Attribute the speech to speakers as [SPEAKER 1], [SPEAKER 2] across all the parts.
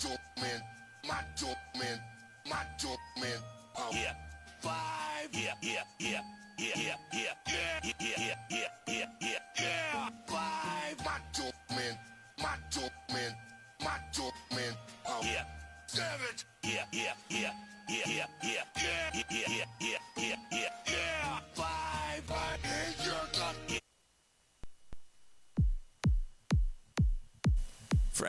[SPEAKER 1] dope man, my dope man, my dope man. Oh. Yeah. Five. Yeah, yeah, yeah. Yeah, yeah, yeah, yeah, yeah, yeah, yeah, yeah, yeah, yeah. Five. My dope man, my dope man, my dope man. Oh. Yeah. Seven. Yeah, yeah, yeah. Yeah, yeah, yeah, yeah, yeah, yeah, yeah, yeah, yeah, yeah. Five, five, and you're done.
[SPEAKER 2] For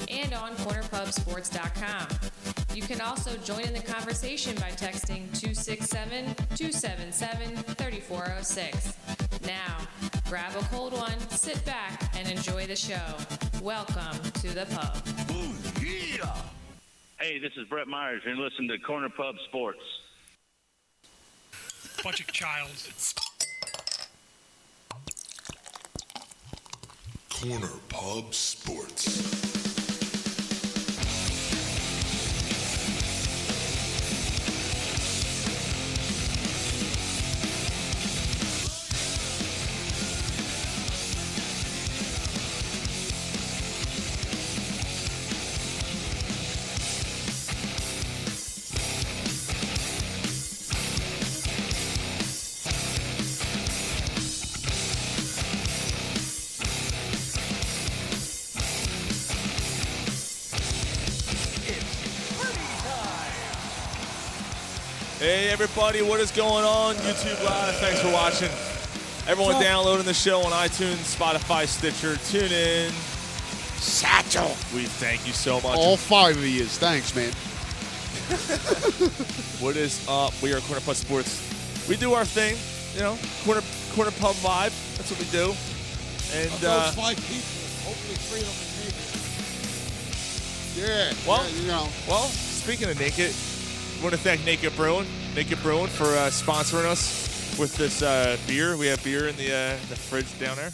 [SPEAKER 3] and on cornerpubsports.com. You can also join in the conversation by texting 267 277 3406. Now, grab a cold one, sit back, and enjoy the show. Welcome to the pub.
[SPEAKER 1] Ooh, yeah.
[SPEAKER 4] Hey, this is Brett Myers. You're listening to Corner Pub Sports.
[SPEAKER 5] Bunch of childs.
[SPEAKER 6] Corner Pub Sports.
[SPEAKER 2] Hey, everybody, what is going on? YouTube Live, thanks for watching. Everyone downloading the show on iTunes, Spotify, Stitcher, TuneIn.
[SPEAKER 7] Satchel.
[SPEAKER 2] We thank you so much.
[SPEAKER 7] All five of you. Thanks, man.
[SPEAKER 2] What is up? We are Corner Pub Sports. We do our thing, you know, corner corner pub vibe. That's what we do. And uh,
[SPEAKER 6] Those five people, hopefully three of them are naked.
[SPEAKER 7] Yeah.
[SPEAKER 2] Well-
[SPEAKER 7] yeah, you know,
[SPEAKER 2] well, speaking of naked, we want to thank Naked Brewing, Naked Brewing for uh, sponsoring us with this uh, beer. We have beer in the uh, the fridge down there.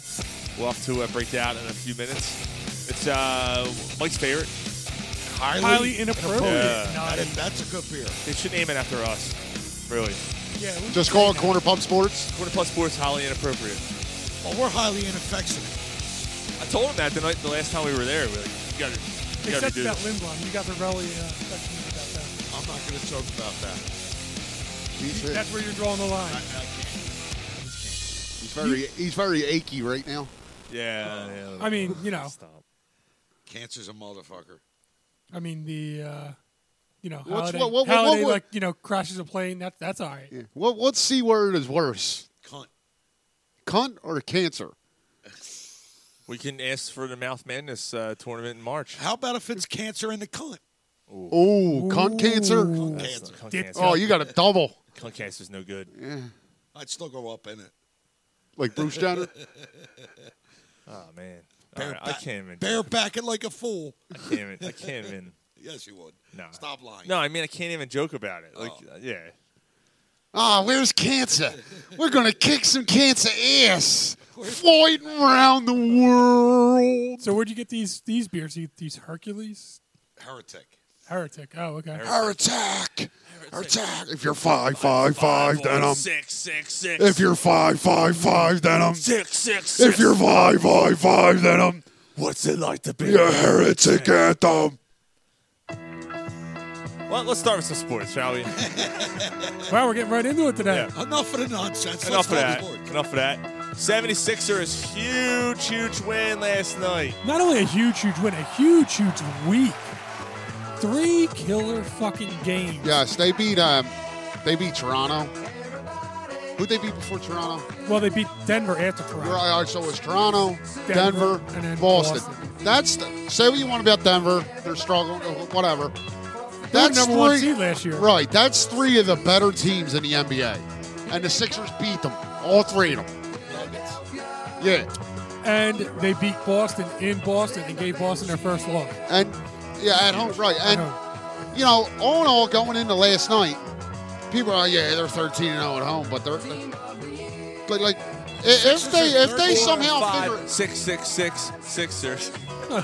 [SPEAKER 2] We'll have to uh, break that in a few minutes. It's uh, Mike's favorite.
[SPEAKER 6] Highly,
[SPEAKER 5] Highly inappropriate.
[SPEAKER 2] Yeah.
[SPEAKER 6] That
[SPEAKER 5] Naughty.
[SPEAKER 6] is- that's a good beer.
[SPEAKER 2] They should name it after us, really.
[SPEAKER 6] Yeah, we,
[SPEAKER 7] just call it Corner Pub Sports.
[SPEAKER 2] Corner Pub Sports highly inappropriate.
[SPEAKER 6] well, we're highly ineffective.
[SPEAKER 2] I told him that the night the last time we were there. We're like, you gotta, you gotta
[SPEAKER 5] Except
[SPEAKER 2] do
[SPEAKER 5] for that
[SPEAKER 2] this.
[SPEAKER 5] Lindblom. You got the rally uh, section about that.
[SPEAKER 6] I'm not going to talk about that.
[SPEAKER 7] Me too.
[SPEAKER 5] That's where you're drawing the line.
[SPEAKER 6] I, I can't.
[SPEAKER 7] He's very, he's very achy right now.
[SPEAKER 2] Yeah, yeah.
[SPEAKER 5] I mean, you know,
[SPEAKER 2] Stop.
[SPEAKER 6] Cancer's a motherfucker.
[SPEAKER 5] I mean the, uh, you know,
[SPEAKER 7] What's-
[SPEAKER 5] holiday,
[SPEAKER 7] what- what- what-
[SPEAKER 5] holiday
[SPEAKER 7] what-
[SPEAKER 5] like you know crashes a plane. That that's all right.
[SPEAKER 7] Yeah. What what c word is worse,
[SPEAKER 6] Cunt.
[SPEAKER 7] cunt or cancer?
[SPEAKER 2] We can ask for the Mouth Madness uh, tournament in March.
[SPEAKER 6] How about if it's cancer in the cunt?
[SPEAKER 7] Oh, cunt cancer.
[SPEAKER 5] Ooh.
[SPEAKER 2] That's
[SPEAKER 6] Cancer.
[SPEAKER 2] not- cunt
[SPEAKER 5] Dick-
[SPEAKER 2] cancer.
[SPEAKER 7] Oh, you got a double,
[SPEAKER 2] Cunt cancer's no good.
[SPEAKER 6] I'd still go up in it.
[SPEAKER 7] like Bruce Jenner.
[SPEAKER 2] Oh man, All
[SPEAKER 6] Bear
[SPEAKER 2] right, I
[SPEAKER 6] back-
[SPEAKER 2] can't even.
[SPEAKER 6] Bareback it like a fool.
[SPEAKER 2] I can't even. I can't even.
[SPEAKER 6] Yes, you would.
[SPEAKER 2] Nah.
[SPEAKER 6] Stop lying.
[SPEAKER 2] No, I mean I can't even joke about it. Like, yeah.
[SPEAKER 7] Ah, where's cancer? We're gonna kick some cancer ass, fighting around the world.
[SPEAKER 5] So where'd you get these these beers? These- These Hercules
[SPEAKER 6] Heretic.
[SPEAKER 5] Heretic. Oh, okay.
[SPEAKER 7] Our attack, our attack. If you're five five five, then I'm.
[SPEAKER 2] Six, six, six.
[SPEAKER 7] If you're five five five, then I'm.
[SPEAKER 2] six, six, six.
[SPEAKER 7] If you're five five five, then I'm.
[SPEAKER 2] what's it like to be?
[SPEAKER 7] You're a heretic anthem.
[SPEAKER 2] Well, let's start with some sports, shall we?
[SPEAKER 5] Wow, we're getting right into it today.
[SPEAKER 2] Yeah.
[SPEAKER 6] Enough of the nonsense.
[SPEAKER 2] Enough of
[SPEAKER 6] Let's
[SPEAKER 2] that.
[SPEAKER 6] talk sports.
[SPEAKER 2] Enough of that. 76ers huge, huge win last night.
[SPEAKER 5] Not only a huge, huge win, a huge, huge week. Three killer fucking games.
[SPEAKER 7] Yes, they beat um, they beat Toronto. Who'd they beat before Toronto?
[SPEAKER 5] Well, they beat Denver after Toronto.
[SPEAKER 7] Your IR so it was Toronto,
[SPEAKER 5] Denver,
[SPEAKER 7] Denver,
[SPEAKER 5] and then
[SPEAKER 7] Boston.
[SPEAKER 5] Boston.
[SPEAKER 7] That's the, say what you want about Denver. They're struggling, uh, whatever. That's
[SPEAKER 5] number
[SPEAKER 7] three,
[SPEAKER 5] one seed last year.
[SPEAKER 7] Right. That's three of the better teams in the NBA, and the Sixers beat them. All three of them. Yeah,
[SPEAKER 5] And they beat Boston in Boston and gave Boston their first loss.
[SPEAKER 7] and yeah, at home, right?
[SPEAKER 5] I
[SPEAKER 7] And
[SPEAKER 5] know.
[SPEAKER 7] you know, all in all, going into last night, people are, yeah, they're 13 and 0 at home, but they're, but like, i- if they if they somehow figure
[SPEAKER 2] Five, six, six, six, Sixers.
[SPEAKER 6] The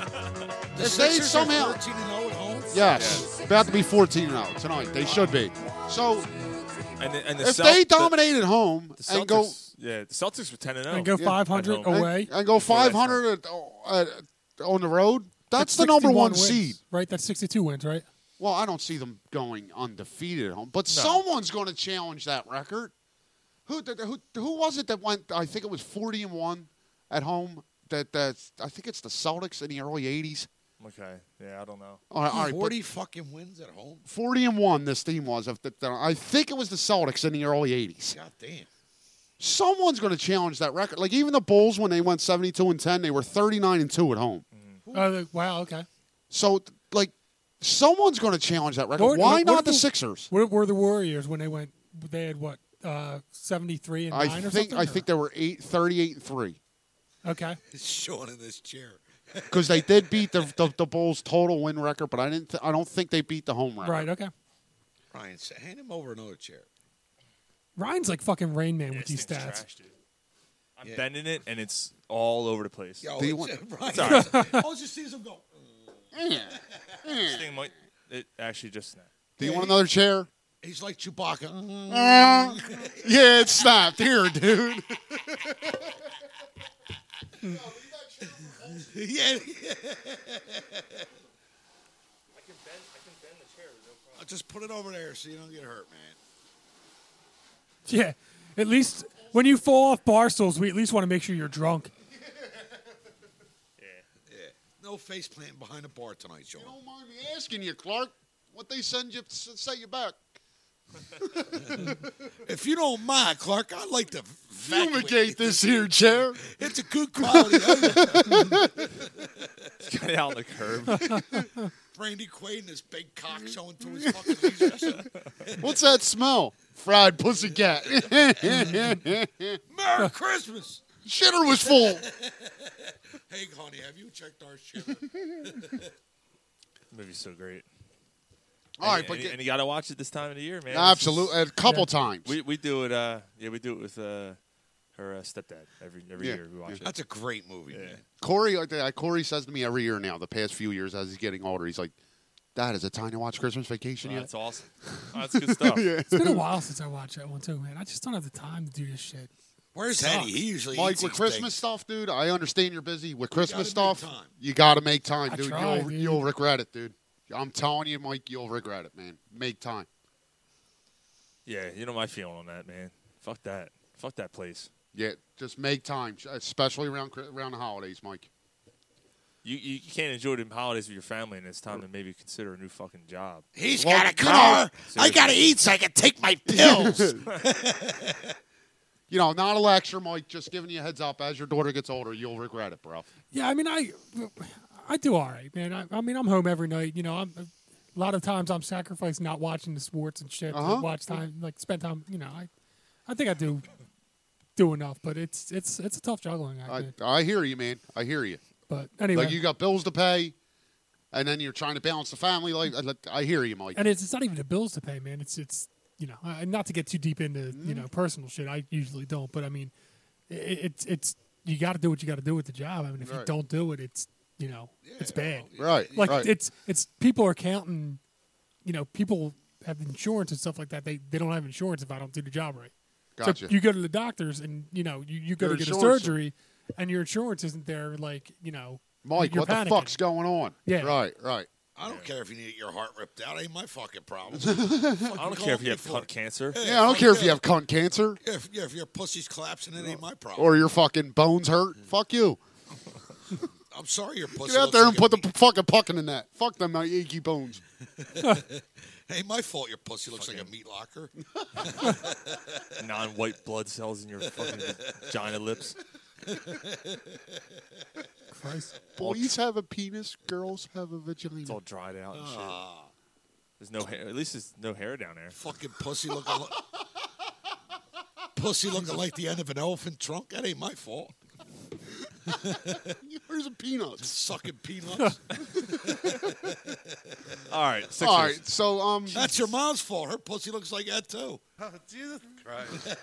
[SPEAKER 7] If they
[SPEAKER 6] Sixers are
[SPEAKER 7] somehow-
[SPEAKER 6] 14 and 0 at home.
[SPEAKER 7] yes, about to be 14 and 0 tonight, they should be. So
[SPEAKER 2] And the, and the
[SPEAKER 7] if
[SPEAKER 2] Celt-
[SPEAKER 7] they
[SPEAKER 2] the-
[SPEAKER 7] dominate at home
[SPEAKER 2] the
[SPEAKER 7] and go
[SPEAKER 2] Celtics- yeah, the Celtics were ten and zero.
[SPEAKER 5] And go
[SPEAKER 2] yeah,
[SPEAKER 5] 500
[SPEAKER 2] at home.
[SPEAKER 5] away.
[SPEAKER 7] and, and go 500 at, at, on the road, that's the
[SPEAKER 5] 61
[SPEAKER 7] number one
[SPEAKER 5] wins,
[SPEAKER 7] seed.
[SPEAKER 5] right? That's 62 wins, right?
[SPEAKER 7] Well, I don't see them going undefeated at home, but someone's going to challenge that record. Who, th- who who was it that went? I think it was forty and one at home. That that I think it's the Celtics in the early eighties.
[SPEAKER 2] Okay, yeah, I don't know.
[SPEAKER 7] All right, all right, but
[SPEAKER 6] 40 fucking wins at home.
[SPEAKER 7] forty and one. This team was. If the, the- I think it was the Celtics in the early eighties.
[SPEAKER 6] God damn.
[SPEAKER 7] Someone's going to challenge that record. Like even the Bulls when they went seventy two and ten, they were thirty nine and two at home.
[SPEAKER 5] Oh, the- wow. Okay.
[SPEAKER 7] So th- like. Someone's going to challenge that record.
[SPEAKER 5] What-
[SPEAKER 7] Why
[SPEAKER 5] what
[SPEAKER 7] not
[SPEAKER 5] do-
[SPEAKER 7] the Sixers?
[SPEAKER 5] Where were the Warriors when they went? They had what? Uh, 73 and
[SPEAKER 7] I
[SPEAKER 5] nine or
[SPEAKER 7] think
[SPEAKER 5] something.
[SPEAKER 7] I
[SPEAKER 5] or-
[SPEAKER 7] think they were eight, 38 and three.
[SPEAKER 5] Okay.
[SPEAKER 6] Sean in this chair.
[SPEAKER 7] because they did beat the, the the Bulls total win record, but I didn't. Th- I don't think they beat the home record.
[SPEAKER 5] Right. Okay.
[SPEAKER 6] Ryan, s- hand him over another chair.
[SPEAKER 5] Ryan's like fucking Rain Man with
[SPEAKER 2] This
[SPEAKER 5] these
[SPEAKER 2] thing's
[SPEAKER 5] stats.
[SPEAKER 2] trash, dude. I'm
[SPEAKER 6] Yeah.
[SPEAKER 2] bending it, and it's all over the place.
[SPEAKER 6] Yo,
[SPEAKER 7] Do you
[SPEAKER 6] it's- Ryan, all you see is him go.
[SPEAKER 7] Yeah.
[SPEAKER 2] This thing might. It actually just snapped.
[SPEAKER 7] Do you want another chair?
[SPEAKER 6] He's like Chewbacca.
[SPEAKER 7] yeah, it snapped here, dude.
[SPEAKER 6] yeah. I'll just put it over there so you don't get hurt, man.
[SPEAKER 5] Yeah. At least when you fall off bar stools, we at least want to make sure you're drunk.
[SPEAKER 6] Yeah. No face planting behind the bar tonight, Sean.
[SPEAKER 7] Don't mind me asking you, Clark. What they send you set you back?
[SPEAKER 6] If you don't mind, Clark, I'd like to evacuate.
[SPEAKER 7] Fumigate this here chair.
[SPEAKER 6] It's a good quality. item.
[SPEAKER 2] It's kind of out on the curb.
[SPEAKER 6] Randy Quaid and his big cock showing through his fucking ears.
[SPEAKER 7] What's that smell? Fried pussy cat.
[SPEAKER 6] Merry Christmas.
[SPEAKER 7] Shitter was full.
[SPEAKER 6] Hey, honey, have you checked our shitter?
[SPEAKER 2] Movie's so great.
[SPEAKER 7] All right,
[SPEAKER 2] and,
[SPEAKER 7] but
[SPEAKER 2] and,
[SPEAKER 7] get,
[SPEAKER 2] and you got to watch it this time of the year, man.
[SPEAKER 7] absolutely a couple
[SPEAKER 5] Yeah.
[SPEAKER 7] times.
[SPEAKER 2] We we do it. Uh, yeah, we do it with uh, her uh, stepdad every every
[SPEAKER 7] Yeah.
[SPEAKER 2] year. We watch it.
[SPEAKER 6] That's a great movie, man.
[SPEAKER 7] Corey, like, uh, Corey says to me every year now, the past few years as he's getting older, he's like, "Dad, is it time to watch Christmas Vacation
[SPEAKER 2] Wow,
[SPEAKER 7] yet?"
[SPEAKER 2] Uh, that's awesome. Wow, that's good stuff.
[SPEAKER 5] It's been a while since I watched that one too, man. I just don't have the time to do this shit.
[SPEAKER 6] Where's Eddie? He usually
[SPEAKER 7] Mike,
[SPEAKER 6] eats
[SPEAKER 7] with
[SPEAKER 6] these
[SPEAKER 7] Christmas
[SPEAKER 6] things.
[SPEAKER 7] stuff, dude, I understand you're busy. With Christmas
[SPEAKER 6] gotta make
[SPEAKER 7] stuff,
[SPEAKER 6] time.
[SPEAKER 7] you got to make time,
[SPEAKER 5] I
[SPEAKER 7] dude.
[SPEAKER 5] try,
[SPEAKER 7] you'll,
[SPEAKER 5] dude.
[SPEAKER 7] You'll regret it, dude. I'm telling you, Mike, you'll regret it, man. Make time.
[SPEAKER 2] Yeah, you know my feeling on that, man. Fuck that. Fuck that place.
[SPEAKER 7] Yeah, just make time, especially around Chri- around the holidays, Mike.
[SPEAKER 2] You you can't enjoy the holidays with your family, and it's time to maybe consider a new fucking job.
[SPEAKER 6] He's
[SPEAKER 7] Well,
[SPEAKER 6] got a
[SPEAKER 7] you know-
[SPEAKER 6] car. I
[SPEAKER 2] Seriously.
[SPEAKER 6] gotta eat so I can take my pills.
[SPEAKER 7] You know, not a lecture, Mike. Just giving you a heads up. As your daughter gets older, you'll regret it, bro.
[SPEAKER 5] Yeah, I mean, I, I do all right, man. I, I mean, I'm home every night. You know, I'm a lot of times I'm sacrificing not watching the sports and shit. to
[SPEAKER 7] Uh-huh.
[SPEAKER 5] Watch time, like spend time. You know, I, I think I do, do enough. But it's it's it's a tough juggling act.
[SPEAKER 7] I,
[SPEAKER 5] man.
[SPEAKER 7] I hear you, man. I hear you.
[SPEAKER 5] but anyway,
[SPEAKER 7] Like you got bills to pay, and then you're trying to balance the family life. I- I hear you, Mike.
[SPEAKER 5] and it's, it's not even the bills to pay, man. It's it's you know, uh, not to get too deep into
[SPEAKER 7] Mm-hmm.
[SPEAKER 5] you know personal shit. I usually don't, but I mean, i i- it's it's you got to do what you got to do with the job. I mean, if you
[SPEAKER 7] Right.
[SPEAKER 5] don't do it, it's you know, it's bad.
[SPEAKER 7] Right,
[SPEAKER 5] like
[SPEAKER 7] right.
[SPEAKER 5] it's it's people are counting you know people have insurance and stuff like that they they don't have insurance if i don't do the job right so
[SPEAKER 7] Gotcha.
[SPEAKER 5] you go to the doctors and you know you, you go
[SPEAKER 7] Your
[SPEAKER 5] to get a
[SPEAKER 7] insurance-
[SPEAKER 5] surgery and your insurance isn't there like you know
[SPEAKER 7] Mike,
[SPEAKER 5] you're
[SPEAKER 7] what the
[SPEAKER 5] panicking.
[SPEAKER 7] fuck's going on?
[SPEAKER 5] Yeah.
[SPEAKER 7] Right, right.
[SPEAKER 6] I don't care if you need your heart ripped out. Ain't my fucking problem.
[SPEAKER 2] I don't care if you have cunt cancer.
[SPEAKER 7] Yeah, I don't
[SPEAKER 6] fuck
[SPEAKER 7] care if
[SPEAKER 6] yeah.
[SPEAKER 7] you have cunt cancer.
[SPEAKER 6] Yeah, if, yeah, if your pussy's collapsing, it ain't my problem.
[SPEAKER 7] or your fucking bones hurt. Fuck you.
[SPEAKER 6] I'm sorry, your pussy.
[SPEAKER 7] Get out
[SPEAKER 6] looks
[SPEAKER 7] there
[SPEAKER 6] like
[SPEAKER 7] and
[SPEAKER 6] a
[SPEAKER 7] put the
[SPEAKER 6] meat-
[SPEAKER 7] p- fucking puck in the net. Fuck them uh, achy bones.
[SPEAKER 6] Ain't my fault. Your pussy looks like a meat locker.
[SPEAKER 2] Non-white blood cells in your fucking vagina lips.
[SPEAKER 5] Christ.
[SPEAKER 7] Boys have a penis, girls have a
[SPEAKER 2] It's all
[SPEAKER 7] vagina.
[SPEAKER 2] dried out and shit.
[SPEAKER 5] Ah.
[SPEAKER 2] There's no hair. At least there's no hair down there.
[SPEAKER 6] Fucking pussy looking. Li- pussy looking like the end of an elephant trunk. That ain't my fault.
[SPEAKER 7] Where's the peanuts?
[SPEAKER 6] Sucking peanuts.
[SPEAKER 2] All right, Sixers.
[SPEAKER 7] All right, so um,
[SPEAKER 6] That's your mom's fault. Her pussy looks like that too.
[SPEAKER 2] Jesus Christ. Uh,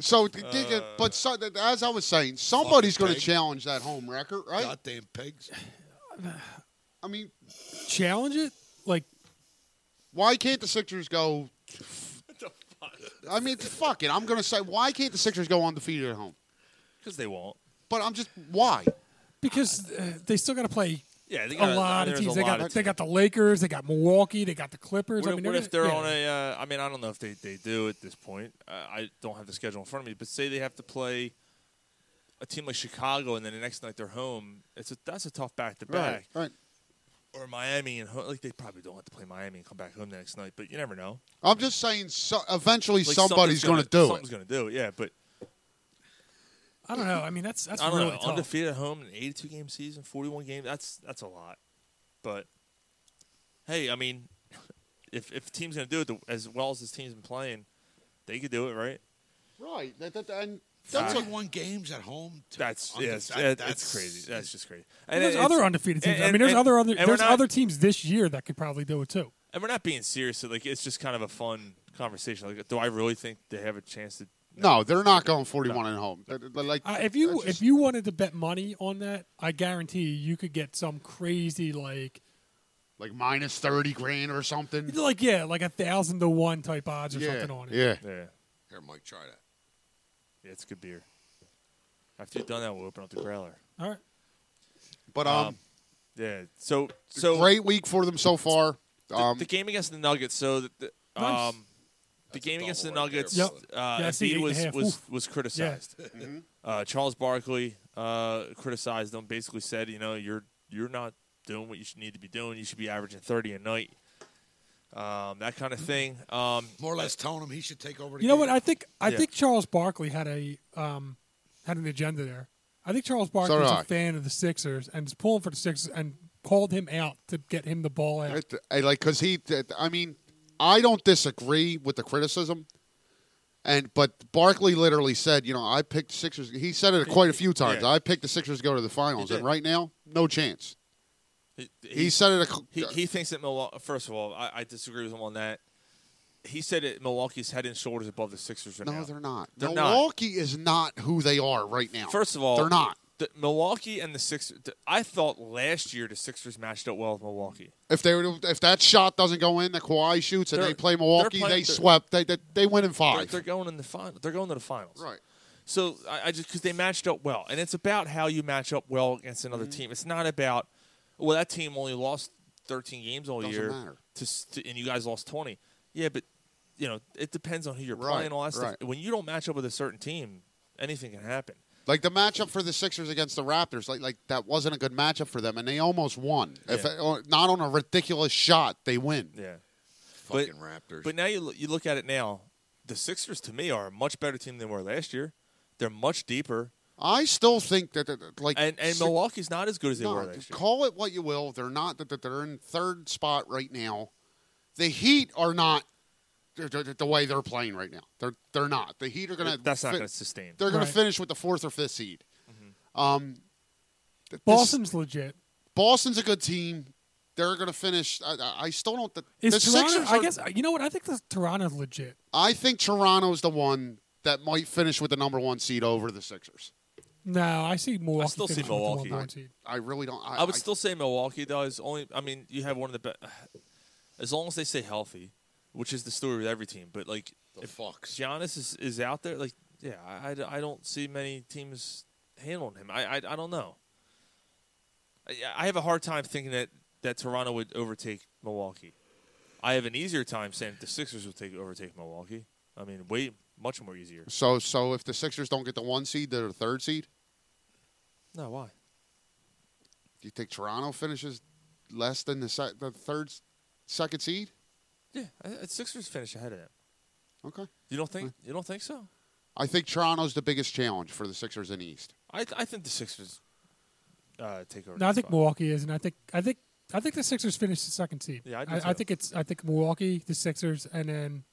[SPEAKER 7] so th- th- th- but so, th- as I was saying, somebody's going to
[SPEAKER 6] pig.
[SPEAKER 7] challenge that home record, right?
[SPEAKER 6] Goddamn pigs.
[SPEAKER 7] I mean,
[SPEAKER 5] Challenge it? Like,
[SPEAKER 7] why can't the Sixers go? I mean, fuck it. I'm going to say, why can't the Sixers go undefeated at home?
[SPEAKER 2] Because they won't.
[SPEAKER 7] But I'm just why?
[SPEAKER 5] because uh, they still got to play
[SPEAKER 2] Yeah, they
[SPEAKER 5] a
[SPEAKER 2] got
[SPEAKER 5] lot of
[SPEAKER 2] there's
[SPEAKER 5] teams.
[SPEAKER 2] A
[SPEAKER 5] They
[SPEAKER 2] lot
[SPEAKER 5] got,
[SPEAKER 2] of
[SPEAKER 5] they got the Lakers, they got Milwaukee, they got the Clippers.
[SPEAKER 2] What,
[SPEAKER 5] I
[SPEAKER 2] if-
[SPEAKER 5] mean,
[SPEAKER 2] what if they're
[SPEAKER 5] gonna-
[SPEAKER 2] on
[SPEAKER 5] yeah.
[SPEAKER 2] a? Uh, I mean, I don't know if they, they do at this point. Uh, I don't have the schedule in front of me, but say they have to play a team like Chicago, and then the next night they're home. It's a that's a tough back to back.
[SPEAKER 7] Right.
[SPEAKER 2] Or Miami and ho- like they probably don't have to play Miami and come back home the next night, but you never know.
[SPEAKER 7] I'm just saying, so, eventually
[SPEAKER 2] Like,
[SPEAKER 7] somebody's going to do
[SPEAKER 2] Something's
[SPEAKER 7] it.
[SPEAKER 2] going to do it. Yeah, but
[SPEAKER 5] I don't know. I mean, that's that's
[SPEAKER 2] I don't
[SPEAKER 5] really
[SPEAKER 2] know.
[SPEAKER 5] tough.
[SPEAKER 2] Undefeated at home, an 82 game season, 41 games. That's that's a lot. But hey, I mean, if if the team's going to do it the, as well as this team's been playing, they could do it, right?
[SPEAKER 7] Right. That, that, and that's a,
[SPEAKER 6] Thirty-one games at home. to-
[SPEAKER 2] That's
[SPEAKER 6] I'm
[SPEAKER 2] yeah,
[SPEAKER 6] just-
[SPEAKER 2] it's,
[SPEAKER 6] that-
[SPEAKER 2] it's crazy. That's just crazy.
[SPEAKER 5] Well,
[SPEAKER 2] And
[SPEAKER 5] there's
[SPEAKER 2] it's-
[SPEAKER 5] other undefeated teams. I
[SPEAKER 2] and-
[SPEAKER 5] mean, there's
[SPEAKER 2] and-
[SPEAKER 5] other other
[SPEAKER 2] and
[SPEAKER 5] there's
[SPEAKER 2] we're not-
[SPEAKER 5] other teams this year that could probably do it too.
[SPEAKER 2] And we're not being serious. so, Like it's just kind of a fun conversation. Like, do I really think they have a chance to?
[SPEAKER 7] no, they're not going 41 at home. They're- they're like,
[SPEAKER 5] Uh, if you
[SPEAKER 7] that's just-
[SPEAKER 5] if you wanted to bet money on that, I guarantee you, you could get some crazy like
[SPEAKER 7] like minus 30 grand or something.
[SPEAKER 5] like yeah like a thousand to one type odds or
[SPEAKER 7] yeah.
[SPEAKER 5] something on it.
[SPEAKER 7] Yeah.
[SPEAKER 2] Yeah,
[SPEAKER 6] Here, Mike, try that.
[SPEAKER 2] yeah, it's good beer. After you've done that, we'll open up the growler.
[SPEAKER 5] All right.
[SPEAKER 7] But um,
[SPEAKER 2] Yeah. So so
[SPEAKER 7] great week for them so far.
[SPEAKER 2] the,
[SPEAKER 7] Um,
[SPEAKER 2] the game against the Nuggets. So the, the,
[SPEAKER 5] Nice.
[SPEAKER 2] um, the game
[SPEAKER 6] a
[SPEAKER 2] against the
[SPEAKER 6] double right there,
[SPEAKER 2] Nuggets,
[SPEAKER 5] Yep.
[SPEAKER 2] uh,
[SPEAKER 5] Yeah, I see
[SPEAKER 2] Embiid
[SPEAKER 5] eight and a
[SPEAKER 2] was
[SPEAKER 5] half.
[SPEAKER 2] was,
[SPEAKER 5] Oof.
[SPEAKER 2] was criticized.
[SPEAKER 7] Mm-hmm.
[SPEAKER 2] Uh, Charles Barkley uh, criticized him. Basically said, you know, you're you're not doing what you should need to be doing. You should be averaging 30 a night. Um, that kind of thing. Um,
[SPEAKER 6] More or less telling him he should take over. The
[SPEAKER 5] You know
[SPEAKER 6] game.
[SPEAKER 5] what? I think I
[SPEAKER 2] Yeah.
[SPEAKER 5] think Charles Barkley had a um, had an agenda there. I think Charles Barkley
[SPEAKER 7] So did
[SPEAKER 5] is
[SPEAKER 7] I.
[SPEAKER 5] a fan of the Sixers and is pulling for the Sixers and called him out to get him the ball out.
[SPEAKER 7] It- I like because he, that- I mean, I don't disagree with the criticism, and but Barkley literally said, you know, I picked the Sixers. He said it quite a few times.
[SPEAKER 2] Yeah.
[SPEAKER 7] I picked the Sixers to go to the finals,
[SPEAKER 2] He
[SPEAKER 7] and
[SPEAKER 2] did.
[SPEAKER 7] right now, no chance.
[SPEAKER 2] he,
[SPEAKER 7] He, said it. A, cou-
[SPEAKER 2] he, he thinks that Milwaukee. First of all, I, I disagree with him on that. He said that Milwaukee's head and shoulders above the Sixers right
[SPEAKER 7] no,
[SPEAKER 2] now.
[SPEAKER 7] they're not.
[SPEAKER 2] They're not.
[SPEAKER 7] Milwaukee is not who they are right now.
[SPEAKER 2] First of all,
[SPEAKER 7] they're not.
[SPEAKER 2] The, Milwaukee and the Sixers. th- I thought last year the Sixers matched up well with Milwaukee.
[SPEAKER 7] If they were, to- if that shot doesn't go in, that Kawhi shoots, and
[SPEAKER 2] They're-
[SPEAKER 7] they play Milwaukee,
[SPEAKER 2] they're playing-
[SPEAKER 7] they swept. They, they they win in
[SPEAKER 2] They're,
[SPEAKER 7] 5
[SPEAKER 2] they're going in the final. They're going to the finals.
[SPEAKER 7] right.
[SPEAKER 2] So I, I just because they matched up well, and it's about how you match up well against
[SPEAKER 7] Mm-hmm.
[SPEAKER 2] another team. It's not about well that team only lost 13 games all
[SPEAKER 7] Doesn't
[SPEAKER 2] year,
[SPEAKER 7] matter.
[SPEAKER 2] To, s- to- and you guys lost 20. Yeah, but you know it depends on who you're
[SPEAKER 7] Right,
[SPEAKER 2] playing. All that stuff.
[SPEAKER 7] right.
[SPEAKER 2] When you don't match up with a certain team, anything can happen.
[SPEAKER 7] Like the matchup for the Sixers against the Raptors, like like that wasn't a good matchup for them, and they almost won. If
[SPEAKER 2] Yeah.
[SPEAKER 7] or not on a ridiculous shot, they win.
[SPEAKER 2] Yeah. But-
[SPEAKER 6] Fucking Raptors.
[SPEAKER 2] But now you look, you look at it now, the Sixers to me are a much better team than they were last year. They're much deeper,
[SPEAKER 7] I still think that, that- that, like
[SPEAKER 2] and and
[SPEAKER 7] Six-
[SPEAKER 2] Milwaukee's not as good as they
[SPEAKER 7] no,
[SPEAKER 2] were last year.
[SPEAKER 7] call it what you will, they're not. That that they're in third spot right now. The Heat are not they're- they're- the way they're playing right now. They're they're not. The Heat are gonna.
[SPEAKER 2] That's not
[SPEAKER 7] fi-
[SPEAKER 2] going to sustain.
[SPEAKER 7] They're gonna
[SPEAKER 5] Right.
[SPEAKER 7] finish with the fourth or fifth seed.
[SPEAKER 2] Mm-hmm.
[SPEAKER 7] Um, th- this-
[SPEAKER 5] Boston's legit.
[SPEAKER 7] Boston's a good team. They're gonna finish. I- I, I still don't. The,
[SPEAKER 5] Is
[SPEAKER 7] the
[SPEAKER 5] Toronto?
[SPEAKER 7] Sixers
[SPEAKER 5] I
[SPEAKER 7] are-
[SPEAKER 5] guess you know what? I think the Toronto's legit.
[SPEAKER 7] I think Toronto's the one that might finish with the number one seed over the Sixers.
[SPEAKER 5] No, I see Milwaukee.
[SPEAKER 2] still see
[SPEAKER 5] finishing with the
[SPEAKER 2] Milwaukee.
[SPEAKER 5] one-one seed.
[SPEAKER 7] I really don't. I,
[SPEAKER 2] I would
[SPEAKER 7] I-
[SPEAKER 2] still say Milwaukee does. Only I mean, you have one of the best. As long as they stay healthy, which is the story with every team. But like,
[SPEAKER 6] the
[SPEAKER 2] if
[SPEAKER 6] Fox.
[SPEAKER 2] Giannis is, is out there, like, yeah, I, I, I don't see many teams handling him. I I, I don't know. I, I have a hard time thinking that that Toronto would overtake Milwaukee. I have an easier time saying that the Sixers would take overtake Milwaukee. I mean, way much more easier.
[SPEAKER 7] So so if the Sixers don't get the one seed, they're the third seed.
[SPEAKER 2] No, why?
[SPEAKER 7] Do you think Toronto finishes less than the se- the third s- second seed?
[SPEAKER 2] Yeah, I, I- Sixers finish ahead of them.
[SPEAKER 7] Okay.
[SPEAKER 2] You don't think? You don't think so?
[SPEAKER 7] I think Toronto's the biggest challenge for the Sixers in the East.
[SPEAKER 2] I I think the Sixers uh, take over.
[SPEAKER 5] No,
[SPEAKER 2] that
[SPEAKER 5] I think
[SPEAKER 2] spot.
[SPEAKER 5] Milwaukee is, and I think I think I think the Sixers finished the second seed.
[SPEAKER 2] Yeah, I do
[SPEAKER 5] I,
[SPEAKER 2] too.
[SPEAKER 5] think it's I think Milwaukee, the Sixers, and then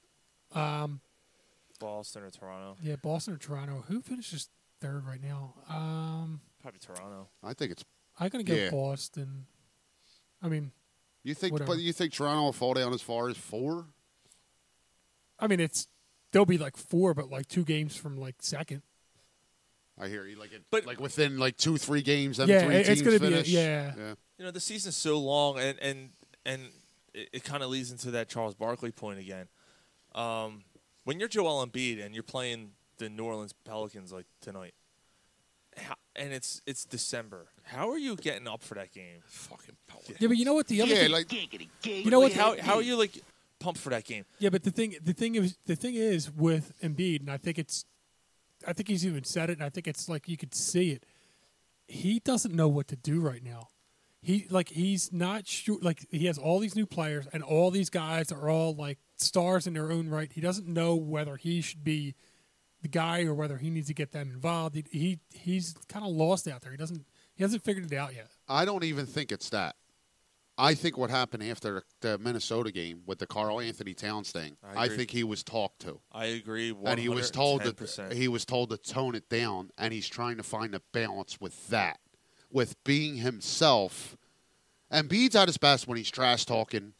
[SPEAKER 2] Boston or Toronto.
[SPEAKER 5] yeah, Boston or Toronto. Who finishes third right now? Um,
[SPEAKER 2] Probably Toronto.
[SPEAKER 7] I think it's.
[SPEAKER 5] I'm gonna go
[SPEAKER 7] Yeah.
[SPEAKER 5] Boston. I mean,
[SPEAKER 7] You think,
[SPEAKER 5] Whatever.
[SPEAKER 7] but you think Toronto will fall down as far as four?
[SPEAKER 5] I mean it's they'll be like four, but like two games from like second.
[SPEAKER 7] I hear you. Like, it,
[SPEAKER 2] But-
[SPEAKER 7] like within like two, three games, them
[SPEAKER 5] Yeah,
[SPEAKER 7] three
[SPEAKER 5] it- it's
[SPEAKER 7] teams
[SPEAKER 5] gonna be a-
[SPEAKER 7] finish.
[SPEAKER 5] yeah.
[SPEAKER 7] yeah.
[SPEAKER 2] You know, the season's so long, and and and it, it kind of leads into that Charles Barkley point again. Um, when you're Joel Embiid and you're playing the New Orleans Pelicans like tonight, how, and it's it's December, how are you getting up for that game?
[SPEAKER 6] Fucking power.
[SPEAKER 5] Yeah, but you know what the other
[SPEAKER 7] Yeah,
[SPEAKER 5] thing,
[SPEAKER 7] like
[SPEAKER 5] you know what
[SPEAKER 2] How how are you like pumped for that game?
[SPEAKER 5] Yeah, but the thing the thing is the thing is with Embiid, and I think it's I think he's even said it, and I think it's like you could see it. He doesn't know what to do right now. He like he's not sure like he has all these new players and all these guys are all like stars in their own right. He doesn't know whether he should be the guy or whether he needs to get them involved. He, he he's kind of lost out there. He doesn't he hasn't figured it out yet.
[SPEAKER 7] I don't even think it's that. I think what happened after the Minnesota game with the Carl Anthony Towns thing,
[SPEAKER 2] I
[SPEAKER 7] I,
[SPEAKER 2] agree.
[SPEAKER 7] think he was talked to,
[SPEAKER 2] I agree. 110%.
[SPEAKER 7] and he was told that he was told to tone it down, and he's trying to find a balance with that, with being himself. And Bede's at his best when he's trash talking,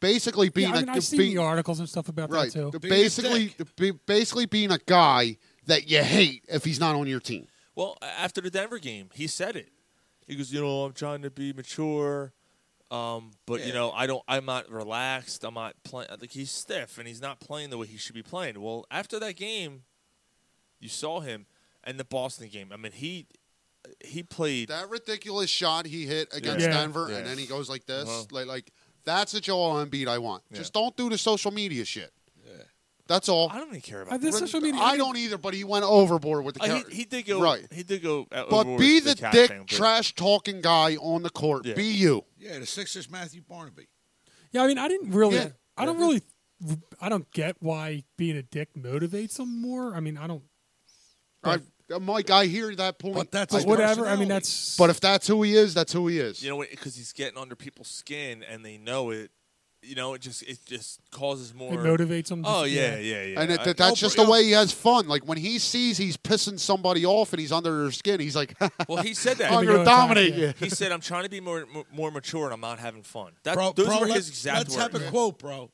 [SPEAKER 7] basically being
[SPEAKER 5] yeah, I mean,
[SPEAKER 7] a
[SPEAKER 5] I've seen
[SPEAKER 7] being,
[SPEAKER 5] the articles and stuff about
[SPEAKER 7] right,
[SPEAKER 5] that too.
[SPEAKER 6] Being a
[SPEAKER 7] basically
[SPEAKER 6] dick.
[SPEAKER 7] be- basically being a guy that you hate if he's not on your team.
[SPEAKER 2] Well, a- after the Denver game, he said it. He goes, you know, I'm trying to be mature, um, but you
[SPEAKER 6] Yeah.
[SPEAKER 2] know, I don't. I'm not relaxed. I'm not playing. Like he's stiff and he's not playing the way he should be playing. Well, after that game, you saw him, and the Boston game. I mean, he he played.
[SPEAKER 7] That ridiculous shot he hit against
[SPEAKER 5] Yeah.
[SPEAKER 7] Denver,
[SPEAKER 2] Yeah.
[SPEAKER 7] and then he goes like this,
[SPEAKER 2] Uh-huh.
[SPEAKER 7] like like that's a Joel Embiid I want.
[SPEAKER 2] Yeah.
[SPEAKER 7] Just don't do the social media shit.
[SPEAKER 6] Yeah.
[SPEAKER 7] That's all.
[SPEAKER 2] I don't even care
[SPEAKER 5] Uh,
[SPEAKER 2] about.
[SPEAKER 5] this
[SPEAKER 2] that.
[SPEAKER 5] social media,
[SPEAKER 7] I don't either, but he went overboard with the.
[SPEAKER 2] Uh,
[SPEAKER 7] car-
[SPEAKER 2] he, he did go
[SPEAKER 7] right,
[SPEAKER 2] He did go. Out
[SPEAKER 7] but
[SPEAKER 2] over
[SPEAKER 7] be
[SPEAKER 2] with
[SPEAKER 7] the,
[SPEAKER 2] cat
[SPEAKER 7] dick,
[SPEAKER 2] thing, but-
[SPEAKER 7] trash talking guy on the court.
[SPEAKER 2] Yeah.
[SPEAKER 7] Be you.
[SPEAKER 6] Yeah, the Sixers, Matthew Barnaby.
[SPEAKER 5] Yeah, I mean, I didn't really.
[SPEAKER 7] Yeah.
[SPEAKER 5] I don't really. I don't get why being a dick motivates them more. I mean, I don't.
[SPEAKER 7] I, Mike, I hear that point.
[SPEAKER 6] But that's
[SPEAKER 7] I-
[SPEAKER 6] his
[SPEAKER 5] Whatever. I mean,
[SPEAKER 6] personality.
[SPEAKER 5] that's.
[SPEAKER 7] But if that's who he is, that's who he is.
[SPEAKER 2] You know, because he's getting under people's skin and they know it. You know, it just it just causes more.
[SPEAKER 5] it motivates them.
[SPEAKER 2] Oh yeah, yeah, yeah.
[SPEAKER 7] and it,
[SPEAKER 2] I-
[SPEAKER 7] that, that's
[SPEAKER 2] Oh,
[SPEAKER 7] just
[SPEAKER 2] bro-
[SPEAKER 7] the way he has fun. Like when he sees he's pissing somebody off and he's under their skin, he's like,
[SPEAKER 2] Well, he said that.
[SPEAKER 7] "I'm
[SPEAKER 5] we
[SPEAKER 7] going
[SPEAKER 5] go
[SPEAKER 7] to
[SPEAKER 5] attack
[SPEAKER 7] dominate
[SPEAKER 5] you."
[SPEAKER 7] you."
[SPEAKER 2] He said, "I'm trying to be more more- more mature, and I'm not having fun." That
[SPEAKER 6] Bro,
[SPEAKER 2] those
[SPEAKER 6] bro,
[SPEAKER 2] were
[SPEAKER 6] let's,
[SPEAKER 2] his exact
[SPEAKER 6] let's
[SPEAKER 2] words.
[SPEAKER 6] have a quote, bro.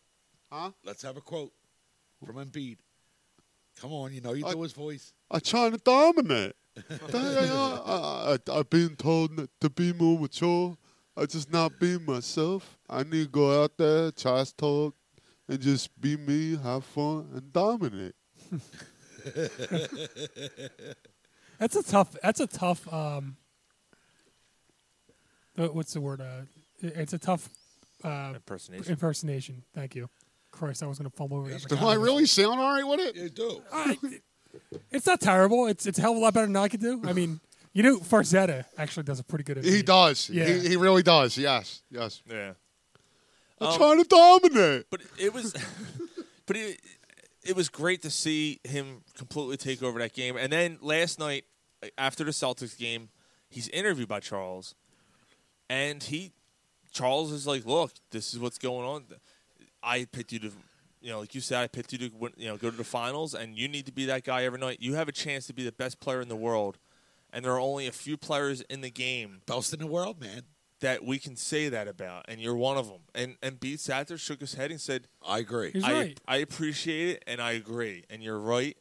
[SPEAKER 7] Huh?
[SPEAKER 6] Let's have a quote from Embiid. Come on, you know you
[SPEAKER 7] I-
[SPEAKER 6] know his voice.
[SPEAKER 7] I'm trying to dominate. I, have been told not to be more mature. I just not be myself. I need to go out there, trash talk, and just be me, have fun, and dominate.
[SPEAKER 5] that's a tough. That's a tough. Um, uh, what's the word? Uh, it- it's a tough
[SPEAKER 2] impersonation.
[SPEAKER 5] impersonation. Thank you, Christ. I was going to fumble over that. for
[SPEAKER 7] Do I
[SPEAKER 5] comments.
[SPEAKER 7] really sound all right with it?
[SPEAKER 6] You do.
[SPEAKER 5] I- it's not terrible. It's it's a hell of a lot better than I could do. I mean, you know, Farzetta actually does a pretty good.
[SPEAKER 7] He
[SPEAKER 5] Embiid.
[SPEAKER 7] does.
[SPEAKER 5] Yeah.
[SPEAKER 7] He, he really does. Yes. Yes.
[SPEAKER 2] Yeah,
[SPEAKER 7] I'm
[SPEAKER 2] Um,
[SPEAKER 7] trying to dominate.
[SPEAKER 2] but it was, but it, it was great to see him completely take over that game. And then last night, after the Celtics game, he's interviewed by Charles, and he, Charles is like, "Look, this is what's going on. I picked you to." You know, like you said, I picked you to win, you know go to the finals, and you need to be that guy every night. You have a chance to be the best player in the world, and there are only a few players in the game
[SPEAKER 6] Best in the world, man.
[SPEAKER 2] that we can say that about, and you're one of them. And and Beat sat there, shook his head, and said,
[SPEAKER 6] I agree.
[SPEAKER 5] He's
[SPEAKER 2] "I
[SPEAKER 5] right.
[SPEAKER 2] I appreciate it, and I agree, and you're right,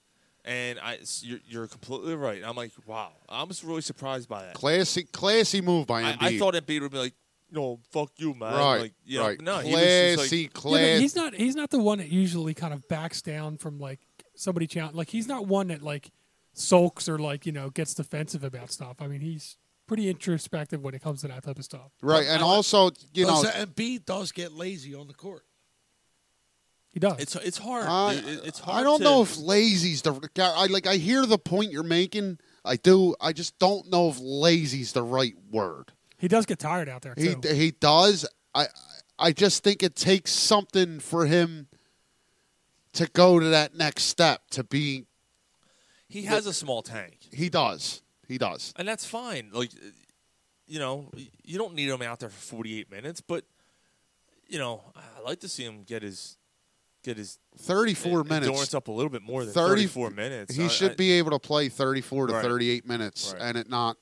[SPEAKER 2] and I s- you're, you're completely right." And I'm like, "Wow, I'm just really surprised by that."
[SPEAKER 7] Classy, classy move by
[SPEAKER 2] I,
[SPEAKER 7] Embiid.
[SPEAKER 2] I thought Embiid would be like, "No, fuck you, man."
[SPEAKER 7] right,
[SPEAKER 2] Like, you know,
[SPEAKER 7] right.
[SPEAKER 2] No, he was just like-
[SPEAKER 7] classy,
[SPEAKER 5] Yeah, but
[SPEAKER 7] classy.
[SPEAKER 5] he's not. He's not the one that usually kind of backs down from like somebody challenge. Like he's not one that like sulks or like you know gets defensive about stuff. I mean, he's pretty introspective when it comes to that type of stuff.
[SPEAKER 7] Right, and also, you know,
[SPEAKER 6] Does- Embiid does get lazy on the court.
[SPEAKER 5] He does.
[SPEAKER 2] it's it's hard.
[SPEAKER 7] I-
[SPEAKER 2] dude. It- it's hard.
[SPEAKER 7] I don't
[SPEAKER 2] to-
[SPEAKER 7] know if lazy's the I like I hear the point you're making. I do. I just don't know if lazy's the right word.
[SPEAKER 5] he does get tired out there
[SPEAKER 7] He
[SPEAKER 5] too.
[SPEAKER 7] he does. I I just think it takes something for him to go to that next step to be
[SPEAKER 2] he has a small tank,
[SPEAKER 7] he does. He does.
[SPEAKER 2] and that's fine. Like, you know, you don't need him out there for 48 minutes, but you know, I like to see him get his get his
[SPEAKER 7] 34 minutes.
[SPEAKER 2] Endurance up a little bit more than
[SPEAKER 7] 30
[SPEAKER 2] 34 minutes.
[SPEAKER 7] He
[SPEAKER 2] uh, I-
[SPEAKER 7] should
[SPEAKER 2] I-
[SPEAKER 7] be able to play 34 to
[SPEAKER 2] Right.
[SPEAKER 7] 38 minutes
[SPEAKER 2] Right.
[SPEAKER 7] and it not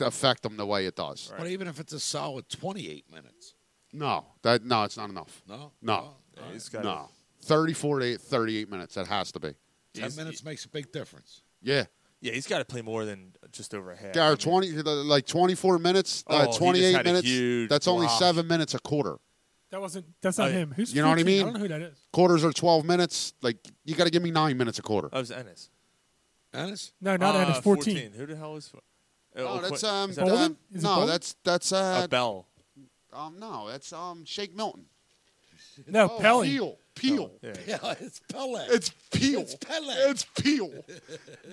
[SPEAKER 7] affect them the way it does.
[SPEAKER 2] Right.
[SPEAKER 6] But even if it's a solid 28 minutes,
[SPEAKER 7] No, that no, it's not enough.
[SPEAKER 6] no,
[SPEAKER 7] No,
[SPEAKER 6] Oh,
[SPEAKER 2] He's got
[SPEAKER 7] no, thirty-four to 38 minutes. That has to be.
[SPEAKER 6] ten minutes makes a big difference.
[SPEAKER 7] Yeah,
[SPEAKER 2] Yeah, he's got to play more than just over a half.
[SPEAKER 7] Or twenty, like twenty-four minutes,
[SPEAKER 2] Oh, he
[SPEAKER 7] uh,
[SPEAKER 2] just
[SPEAKER 7] twenty-eight
[SPEAKER 2] had a
[SPEAKER 7] minutes.
[SPEAKER 2] huge
[SPEAKER 7] That's only
[SPEAKER 2] block.
[SPEAKER 7] seven minutes a quarter.
[SPEAKER 5] That wasn't. That's not
[SPEAKER 2] Oh, yeah.
[SPEAKER 5] him. Who's
[SPEAKER 7] You know what I
[SPEAKER 5] 14? I
[SPEAKER 7] mean?
[SPEAKER 5] don't know who that is.
[SPEAKER 7] Quarters are twelve minutes. Like you got to give me nine minutes a quarter.
[SPEAKER 2] Oh, it was Ennis.
[SPEAKER 6] Ennis?
[SPEAKER 5] No, not
[SPEAKER 2] uh,
[SPEAKER 5] Ennis. Fourteen.
[SPEAKER 2] Who the hell is?
[SPEAKER 7] oh, that's
[SPEAKER 2] Qu-
[SPEAKER 7] um.
[SPEAKER 2] is
[SPEAKER 7] uh,
[SPEAKER 2] that
[SPEAKER 5] Bolden? Is it
[SPEAKER 7] no,
[SPEAKER 5] Bolden?
[SPEAKER 7] that's that's uh.
[SPEAKER 2] a bell.
[SPEAKER 7] um, no, that's um. Shake Milton.
[SPEAKER 5] No,
[SPEAKER 7] Oh,
[SPEAKER 5] Pelly.
[SPEAKER 7] Peel. Peel.
[SPEAKER 2] Yeah.
[SPEAKER 6] Yeah, it's Pele.
[SPEAKER 7] It's Peel.
[SPEAKER 6] It's Pele.
[SPEAKER 7] It's Peel.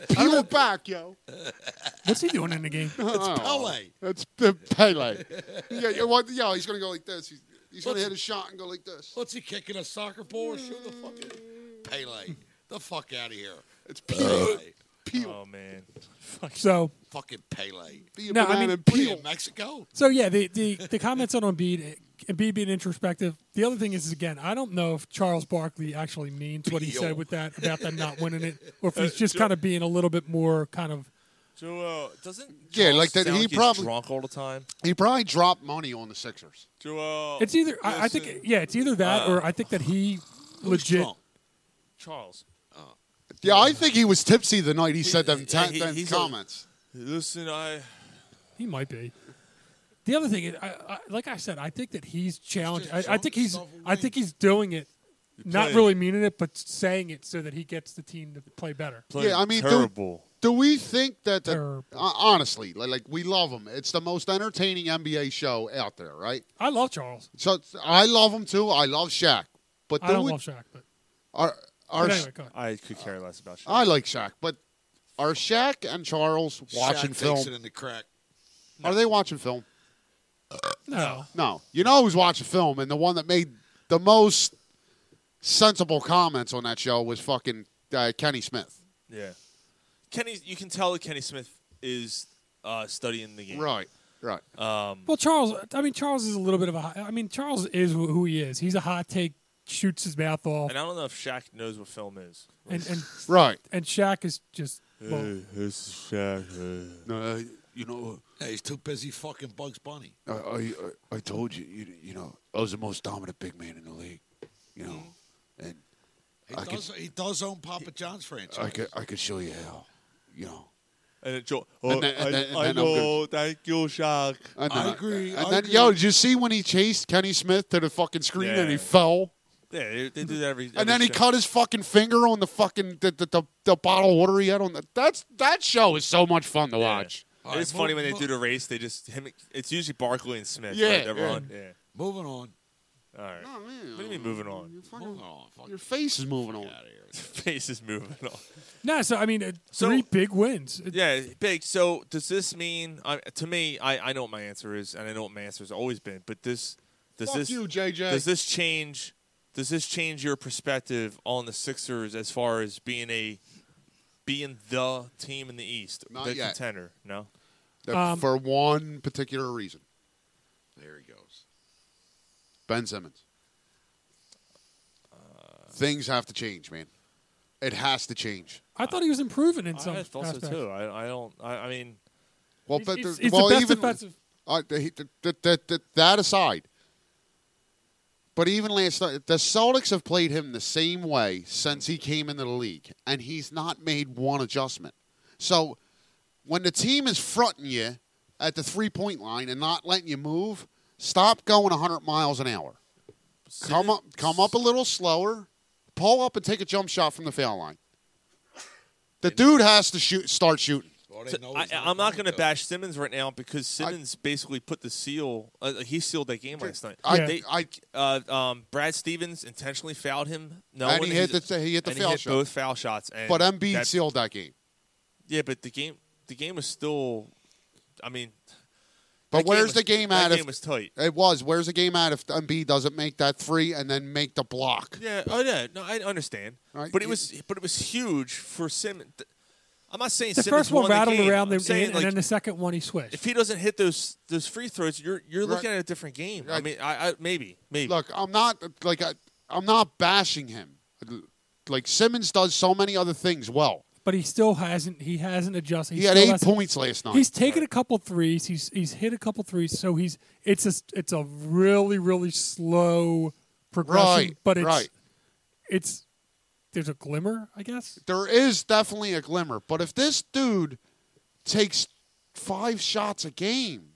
[SPEAKER 7] Peel it back, yo.
[SPEAKER 5] What's he doing in the game?
[SPEAKER 6] It's Pele.
[SPEAKER 7] That's P- Pele. yeah, yeah, what, yeah, he's gonna go like this. He's, he's gonna
[SPEAKER 6] What's-
[SPEAKER 7] hit a shot and go like this.
[SPEAKER 6] What's he kicking a soccer ball? Shoot the fucking Pele. The fuck out of here.
[SPEAKER 7] It's Peel.
[SPEAKER 6] Pele.
[SPEAKER 7] Peel.
[SPEAKER 2] Oh man.
[SPEAKER 5] So,
[SPEAKER 6] fucking Pele.
[SPEAKER 7] Be a
[SPEAKER 5] No, I
[SPEAKER 7] banana
[SPEAKER 5] mean-
[SPEAKER 7] and
[SPEAKER 6] What are you,
[SPEAKER 7] peel.
[SPEAKER 6] in Mexico?
[SPEAKER 5] so yeah, the the, the comments on Embiid, Embiid being introspective. The other thing is, is again, I don't know if Charles Barkley actually means what he
[SPEAKER 6] Peel.
[SPEAKER 5] said with that about them not winning it, or if he's just kind of being a little bit more kind of.
[SPEAKER 2] Joel doesn't.
[SPEAKER 7] Yeah,
[SPEAKER 2] Joel
[SPEAKER 7] like that,
[SPEAKER 2] sound
[SPEAKER 7] he
[SPEAKER 2] he's
[SPEAKER 7] probably-
[SPEAKER 2] drunk all the time.
[SPEAKER 7] He probably dropped money on the Sixers.
[SPEAKER 2] Joel.
[SPEAKER 5] It's either I, I think yeah, it's either that or I think that he
[SPEAKER 6] Who's
[SPEAKER 5] legit.
[SPEAKER 6] drunk?
[SPEAKER 2] Charles.
[SPEAKER 7] Yeah, I think he was tipsy the night he said them,
[SPEAKER 2] Yeah,
[SPEAKER 7] ten
[SPEAKER 2] he-
[SPEAKER 7] them
[SPEAKER 2] he's a-
[SPEAKER 7] comments.
[SPEAKER 2] Listen, I.
[SPEAKER 5] He might be. The other thing is, I, I, like I said, I think that he's challenged. I, I
[SPEAKER 6] drunk
[SPEAKER 5] think he's
[SPEAKER 6] stuff with
[SPEAKER 5] I think he's doing it, not
[SPEAKER 2] playing.
[SPEAKER 5] really meaning it, but saying it so that he gets the team to play better.
[SPEAKER 2] Playing
[SPEAKER 7] I mean, dude-
[SPEAKER 2] terrible.
[SPEAKER 7] Do we think that, that
[SPEAKER 5] Terrible.
[SPEAKER 7] uh, honestly, like, like we love him? It's the most entertaining NBA show out there, right?
[SPEAKER 5] I love Charles.
[SPEAKER 7] So it's- I love him too. I love Shaq, but
[SPEAKER 5] I
[SPEAKER 7] do
[SPEAKER 5] don't
[SPEAKER 7] we-
[SPEAKER 5] love Shaq, but,
[SPEAKER 7] Are,
[SPEAKER 5] but
[SPEAKER 7] are
[SPEAKER 5] anyway, go ahead.
[SPEAKER 2] I could care less about. Charles.
[SPEAKER 7] I like Shaq, but are Shaq and Charles watching
[SPEAKER 6] Shaq Takes it
[SPEAKER 7] film?
[SPEAKER 6] in the crack.
[SPEAKER 7] Are they watching film?
[SPEAKER 5] No,
[SPEAKER 7] No. You know who's watching film, and the one that made the most sensible comments on that show was fucking uh, Kenny Smith.
[SPEAKER 2] Yeah. Kenny, you can tell that Kenny Smith is uh, studying the game.
[SPEAKER 7] Right. Right.
[SPEAKER 6] Uh,
[SPEAKER 5] well, Charles. I mean, Charles is a little bit of a. hot- I mean, Charles is wh- who he is. He's a hot take, shoots his mouth off,
[SPEAKER 2] And I don't know if Shaq knows what film is.
[SPEAKER 5] and and
[SPEAKER 7] right.
[SPEAKER 5] and Shaq is just. Well,
[SPEAKER 2] this is Shaq.
[SPEAKER 7] No, Uh, you know,
[SPEAKER 6] Yeah, he's too busy fucking Bugs Bunny.
[SPEAKER 7] I, I I told you, you you know, I was the most dominant big man in the league, you know,
[SPEAKER 2] Mm-hmm.
[SPEAKER 7] and
[SPEAKER 6] He
[SPEAKER 7] I
[SPEAKER 6] does. he does own Papa John's franchise.
[SPEAKER 7] I could show you how, you know.
[SPEAKER 2] And it, Joel, oh,
[SPEAKER 7] And then- and then- and
[SPEAKER 2] I, I
[SPEAKER 7] then I'm
[SPEAKER 2] know. Thank you, Shaq.
[SPEAKER 7] And
[SPEAKER 6] I agree,
[SPEAKER 7] And
[SPEAKER 6] I
[SPEAKER 7] then,
[SPEAKER 6] agree.
[SPEAKER 7] yo, did you see when he chased Kenny Smith to the fucking screen and he
[SPEAKER 2] Yeah.
[SPEAKER 7] fell?
[SPEAKER 2] Yeah, they, they do that every.
[SPEAKER 7] and
[SPEAKER 2] every
[SPEAKER 7] then he
[SPEAKER 2] show.
[SPEAKER 7] cut his fucking finger on the fucking the the, the, the bottle of water he had on the, that's that show is so much fun to
[SPEAKER 2] Yeah.
[SPEAKER 7] watch.
[SPEAKER 6] All right,
[SPEAKER 2] it's funny
[SPEAKER 6] move-
[SPEAKER 2] when they
[SPEAKER 6] move-
[SPEAKER 2] do the race. They just him. It's usually Barkley and Smith.
[SPEAKER 7] Yeah,
[SPEAKER 2] right? They're
[SPEAKER 7] yeah.
[SPEAKER 2] on- yeah.
[SPEAKER 6] Moving on.
[SPEAKER 2] All right. What do you mean moving on?
[SPEAKER 6] Moving on. Fuck
[SPEAKER 7] Your face is moving on.
[SPEAKER 6] out of here.
[SPEAKER 2] Face is moving on.
[SPEAKER 5] no, so I mean, uh,
[SPEAKER 2] So-
[SPEAKER 5] three big wins.
[SPEAKER 2] Yeah, big. So does this mean? I to me, I, I know what my answer is, and I know what my answer has always been. But this does
[SPEAKER 7] Fuck
[SPEAKER 2] this
[SPEAKER 7] you, JJ.
[SPEAKER 2] does this change? Does this change your perspective on the Sixers as far as being a being the team in the East,
[SPEAKER 7] Not
[SPEAKER 2] the
[SPEAKER 7] yet.
[SPEAKER 2] contender? No.
[SPEAKER 7] That-
[SPEAKER 5] Um,
[SPEAKER 7] for one particular reason,
[SPEAKER 6] There he goes.
[SPEAKER 7] Ben Simmons. Things have to change, man. It has to change.
[SPEAKER 5] I thought he was improving in some
[SPEAKER 2] I thought so
[SPEAKER 5] aspects.
[SPEAKER 2] too. I, I don't. I, I mean,
[SPEAKER 7] Well,
[SPEAKER 5] He's-
[SPEAKER 7] but
[SPEAKER 5] he's-
[SPEAKER 7] the-
[SPEAKER 5] he's the
[SPEAKER 7] well,
[SPEAKER 5] best
[SPEAKER 7] even
[SPEAKER 5] defensive-
[SPEAKER 7] uh, the- he- the- the- the- the- that aside, but even last night, the Celtics have played him the same way since he came into the league, and he's not made one adjustment. So when the team is fronting you at the three point line and not letting you move, stop going 100 miles an hour. Come up, come up a little slower, pull up and take a jump shot from the foul line. The dude has to shoot, start shooting.
[SPEAKER 6] Well, they
[SPEAKER 2] So
[SPEAKER 6] know
[SPEAKER 2] I,
[SPEAKER 6] he's
[SPEAKER 2] I'm not
[SPEAKER 6] going
[SPEAKER 2] going to bash Simmons right now because Simmons basically put the seal. Uh, he sealed that game last night.
[SPEAKER 7] I-
[SPEAKER 2] They-
[SPEAKER 7] I-
[SPEAKER 2] uh, um, Brad Stevens intentionally fouled him. No,
[SPEAKER 7] And he hit the- he hit the
[SPEAKER 2] and
[SPEAKER 7] foul
[SPEAKER 2] hit
[SPEAKER 7] shot.
[SPEAKER 2] Both foul shots. And
[SPEAKER 7] But Embiid
[SPEAKER 2] that-
[SPEAKER 7] sealed that game.
[SPEAKER 2] Yeah, but the game, the game was still. I mean,
[SPEAKER 7] But
[SPEAKER 2] that
[SPEAKER 7] where's
[SPEAKER 2] was-
[SPEAKER 7] the game
[SPEAKER 2] that
[SPEAKER 7] at?
[SPEAKER 2] Game
[SPEAKER 7] if,
[SPEAKER 2] was tight.
[SPEAKER 7] It was. Where's the game at if Embiid doesn't make that three and then make the block?
[SPEAKER 2] Yeah. Oh yeah. No, I understand.
[SPEAKER 7] Right.
[SPEAKER 2] But it was, but it was huge for Simmons. I'm not saying
[SPEAKER 5] The
[SPEAKER 2] Simmons
[SPEAKER 5] first one
[SPEAKER 2] won the
[SPEAKER 5] rattled
[SPEAKER 2] game.
[SPEAKER 5] around,
[SPEAKER 2] I'm
[SPEAKER 5] the,
[SPEAKER 2] saying,
[SPEAKER 5] and,
[SPEAKER 2] like,
[SPEAKER 5] then the second one he switched.
[SPEAKER 2] if he doesn't hit those those free throws, you're you're
[SPEAKER 7] Right.
[SPEAKER 2] looking at a different game. I
[SPEAKER 7] Right.
[SPEAKER 2] mean, I, I maybe maybe.
[SPEAKER 7] Look, I'm not like I, I'm not bashing him. Like Simmons does so many other things well.
[SPEAKER 5] but he still hasn't. He hasn't adjusted.
[SPEAKER 7] He had
[SPEAKER 5] still
[SPEAKER 7] eight
[SPEAKER 5] hasn't-
[SPEAKER 7] points last night.
[SPEAKER 5] He's taken a couple threes. He's he's hit a couple threes. So he's it's a it's a really really slow progression.
[SPEAKER 7] Right,
[SPEAKER 5] but it's
[SPEAKER 7] right.
[SPEAKER 5] it's there's a glimmer, I guess.
[SPEAKER 7] there is definitely a glimmer. But if this dude takes five shots a game,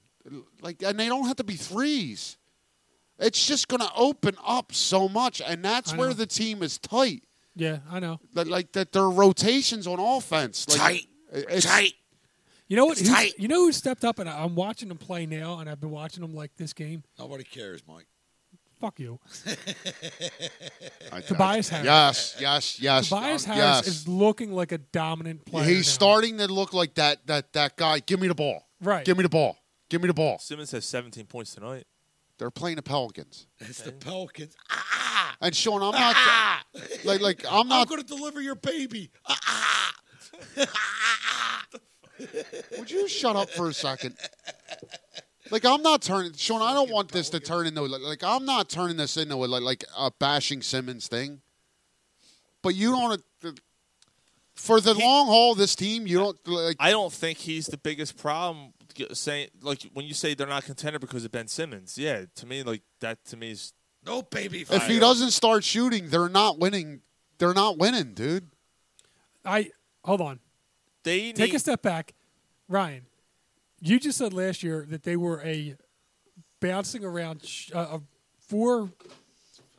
[SPEAKER 7] like, and they don't have to be threes, it's just going to open up so much, and that's
[SPEAKER 5] I
[SPEAKER 7] where
[SPEAKER 5] know.
[SPEAKER 7] the team is tight.
[SPEAKER 5] Yeah, I know.
[SPEAKER 7] That like that their rotations on offense, like,
[SPEAKER 6] Tight.
[SPEAKER 7] it's-
[SPEAKER 6] Tight.
[SPEAKER 5] You know what?
[SPEAKER 6] It's
[SPEAKER 5] Who's-
[SPEAKER 6] tight.
[SPEAKER 5] You know who stepped up? And I, I'm watching him play now, and I've been watching him like this game.
[SPEAKER 6] Nobody cares, Mike.
[SPEAKER 5] Fuck you.
[SPEAKER 7] I- I-
[SPEAKER 5] Tobias Harris.
[SPEAKER 7] Yes, yes, yes.
[SPEAKER 5] Tobias
[SPEAKER 7] um,
[SPEAKER 5] Harris
[SPEAKER 7] yes.
[SPEAKER 5] is looking like a dominant player.
[SPEAKER 7] He's
[SPEAKER 5] now.
[SPEAKER 7] starting to look like that that that guy. Give me the ball.
[SPEAKER 5] Right.
[SPEAKER 7] Give me the ball. Give me the ball.
[SPEAKER 2] Simmons has 17 points tonight.
[SPEAKER 7] They're playing the Pelicans.
[SPEAKER 6] It's the Pelicans.
[SPEAKER 7] And Sean, I'm not
[SPEAKER 6] Ah!
[SPEAKER 7] like like I'm
[SPEAKER 6] I'm
[SPEAKER 7] not.
[SPEAKER 6] going to deliver your baby.
[SPEAKER 7] Would you shut up for a second? Like I'm not turning Sean. I don't want this to turn into like, like I'm not turning this into a, like like a bashing Simmons thing. But you don't. For the long haul, this team, you don't like.
[SPEAKER 2] I don't think he's the biggest problem. g- Saying like when you say they're not contender because of Ben Simmons, yeah, to me like that to me is
[SPEAKER 6] No baby.
[SPEAKER 7] If he
[SPEAKER 6] fire.
[SPEAKER 7] doesn't start shooting, they're not winning. They're not winning, dude.
[SPEAKER 5] I hold on.
[SPEAKER 2] they
[SPEAKER 5] Take
[SPEAKER 2] need,
[SPEAKER 5] a step back, Ryan. You just said last year that they were a bouncing around sh- uh, a four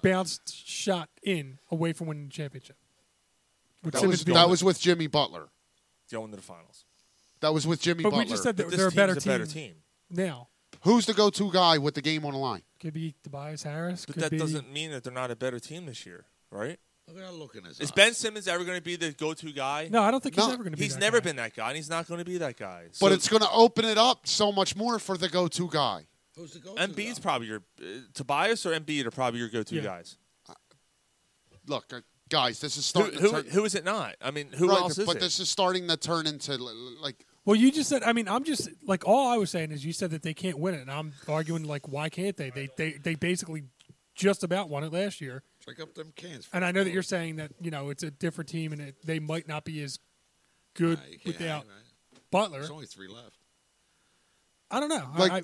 [SPEAKER 5] bounced shot in away from winning the championship. With
[SPEAKER 7] That
[SPEAKER 5] Simmons
[SPEAKER 7] was,
[SPEAKER 5] being
[SPEAKER 7] that
[SPEAKER 5] the-
[SPEAKER 7] was with Jimmy Butler.
[SPEAKER 2] going to the finals.
[SPEAKER 7] That was with Jimmy
[SPEAKER 5] but
[SPEAKER 7] Butler.
[SPEAKER 5] we just said
[SPEAKER 2] But
[SPEAKER 5] that
[SPEAKER 2] this
[SPEAKER 5] they're a
[SPEAKER 2] team's
[SPEAKER 5] better,
[SPEAKER 2] a
[SPEAKER 5] team
[SPEAKER 2] better team.
[SPEAKER 5] now.
[SPEAKER 7] Who's the go-to guy with the game on the line?
[SPEAKER 5] Could be Tobias Harris.
[SPEAKER 2] But
[SPEAKER 5] could
[SPEAKER 2] that
[SPEAKER 5] be,
[SPEAKER 2] doesn't mean that they're not a better team this year, right?
[SPEAKER 6] Look at that look in his
[SPEAKER 2] Is
[SPEAKER 6] eye.
[SPEAKER 2] Ben Simmons ever going to be the go-to guy?
[SPEAKER 5] Uh, No, I don't think he's
[SPEAKER 7] No,
[SPEAKER 5] ever going to be.
[SPEAKER 2] he's
[SPEAKER 5] that
[SPEAKER 2] never
[SPEAKER 5] guy.
[SPEAKER 2] been that guy, and he's not going to be that guy.
[SPEAKER 7] But
[SPEAKER 2] So
[SPEAKER 7] it's going to open it up so much more for the go-to guy.
[SPEAKER 6] Who's the go-to
[SPEAKER 2] Embiid's
[SPEAKER 6] guy?
[SPEAKER 2] probably your uh, Tobias or Embiid are probably your go-to
[SPEAKER 5] Yeah.
[SPEAKER 2] guys.
[SPEAKER 7] Look, uh, guys, this is
[SPEAKER 2] Who,
[SPEAKER 7] starting.
[SPEAKER 2] who,
[SPEAKER 7] to turn,
[SPEAKER 2] who is it not? I mean, who
[SPEAKER 7] Right,
[SPEAKER 2] else is
[SPEAKER 7] But
[SPEAKER 2] it?
[SPEAKER 7] this is starting to turn into l- l- like
[SPEAKER 5] Well, you just said. I mean, I'm just like all I was saying is you said that they can't win it, and I'm arguing like why can't they? They they they basically just about won it last year.
[SPEAKER 6] Drink up them cans.
[SPEAKER 5] And I know that you're saying that you know it's a different team and it, they might not be as good
[SPEAKER 6] Nah, you can't
[SPEAKER 5] without
[SPEAKER 6] hang, right?
[SPEAKER 5] Butler.
[SPEAKER 6] There's only three left.
[SPEAKER 5] I don't know. I-
[SPEAKER 7] Like-
[SPEAKER 5] I,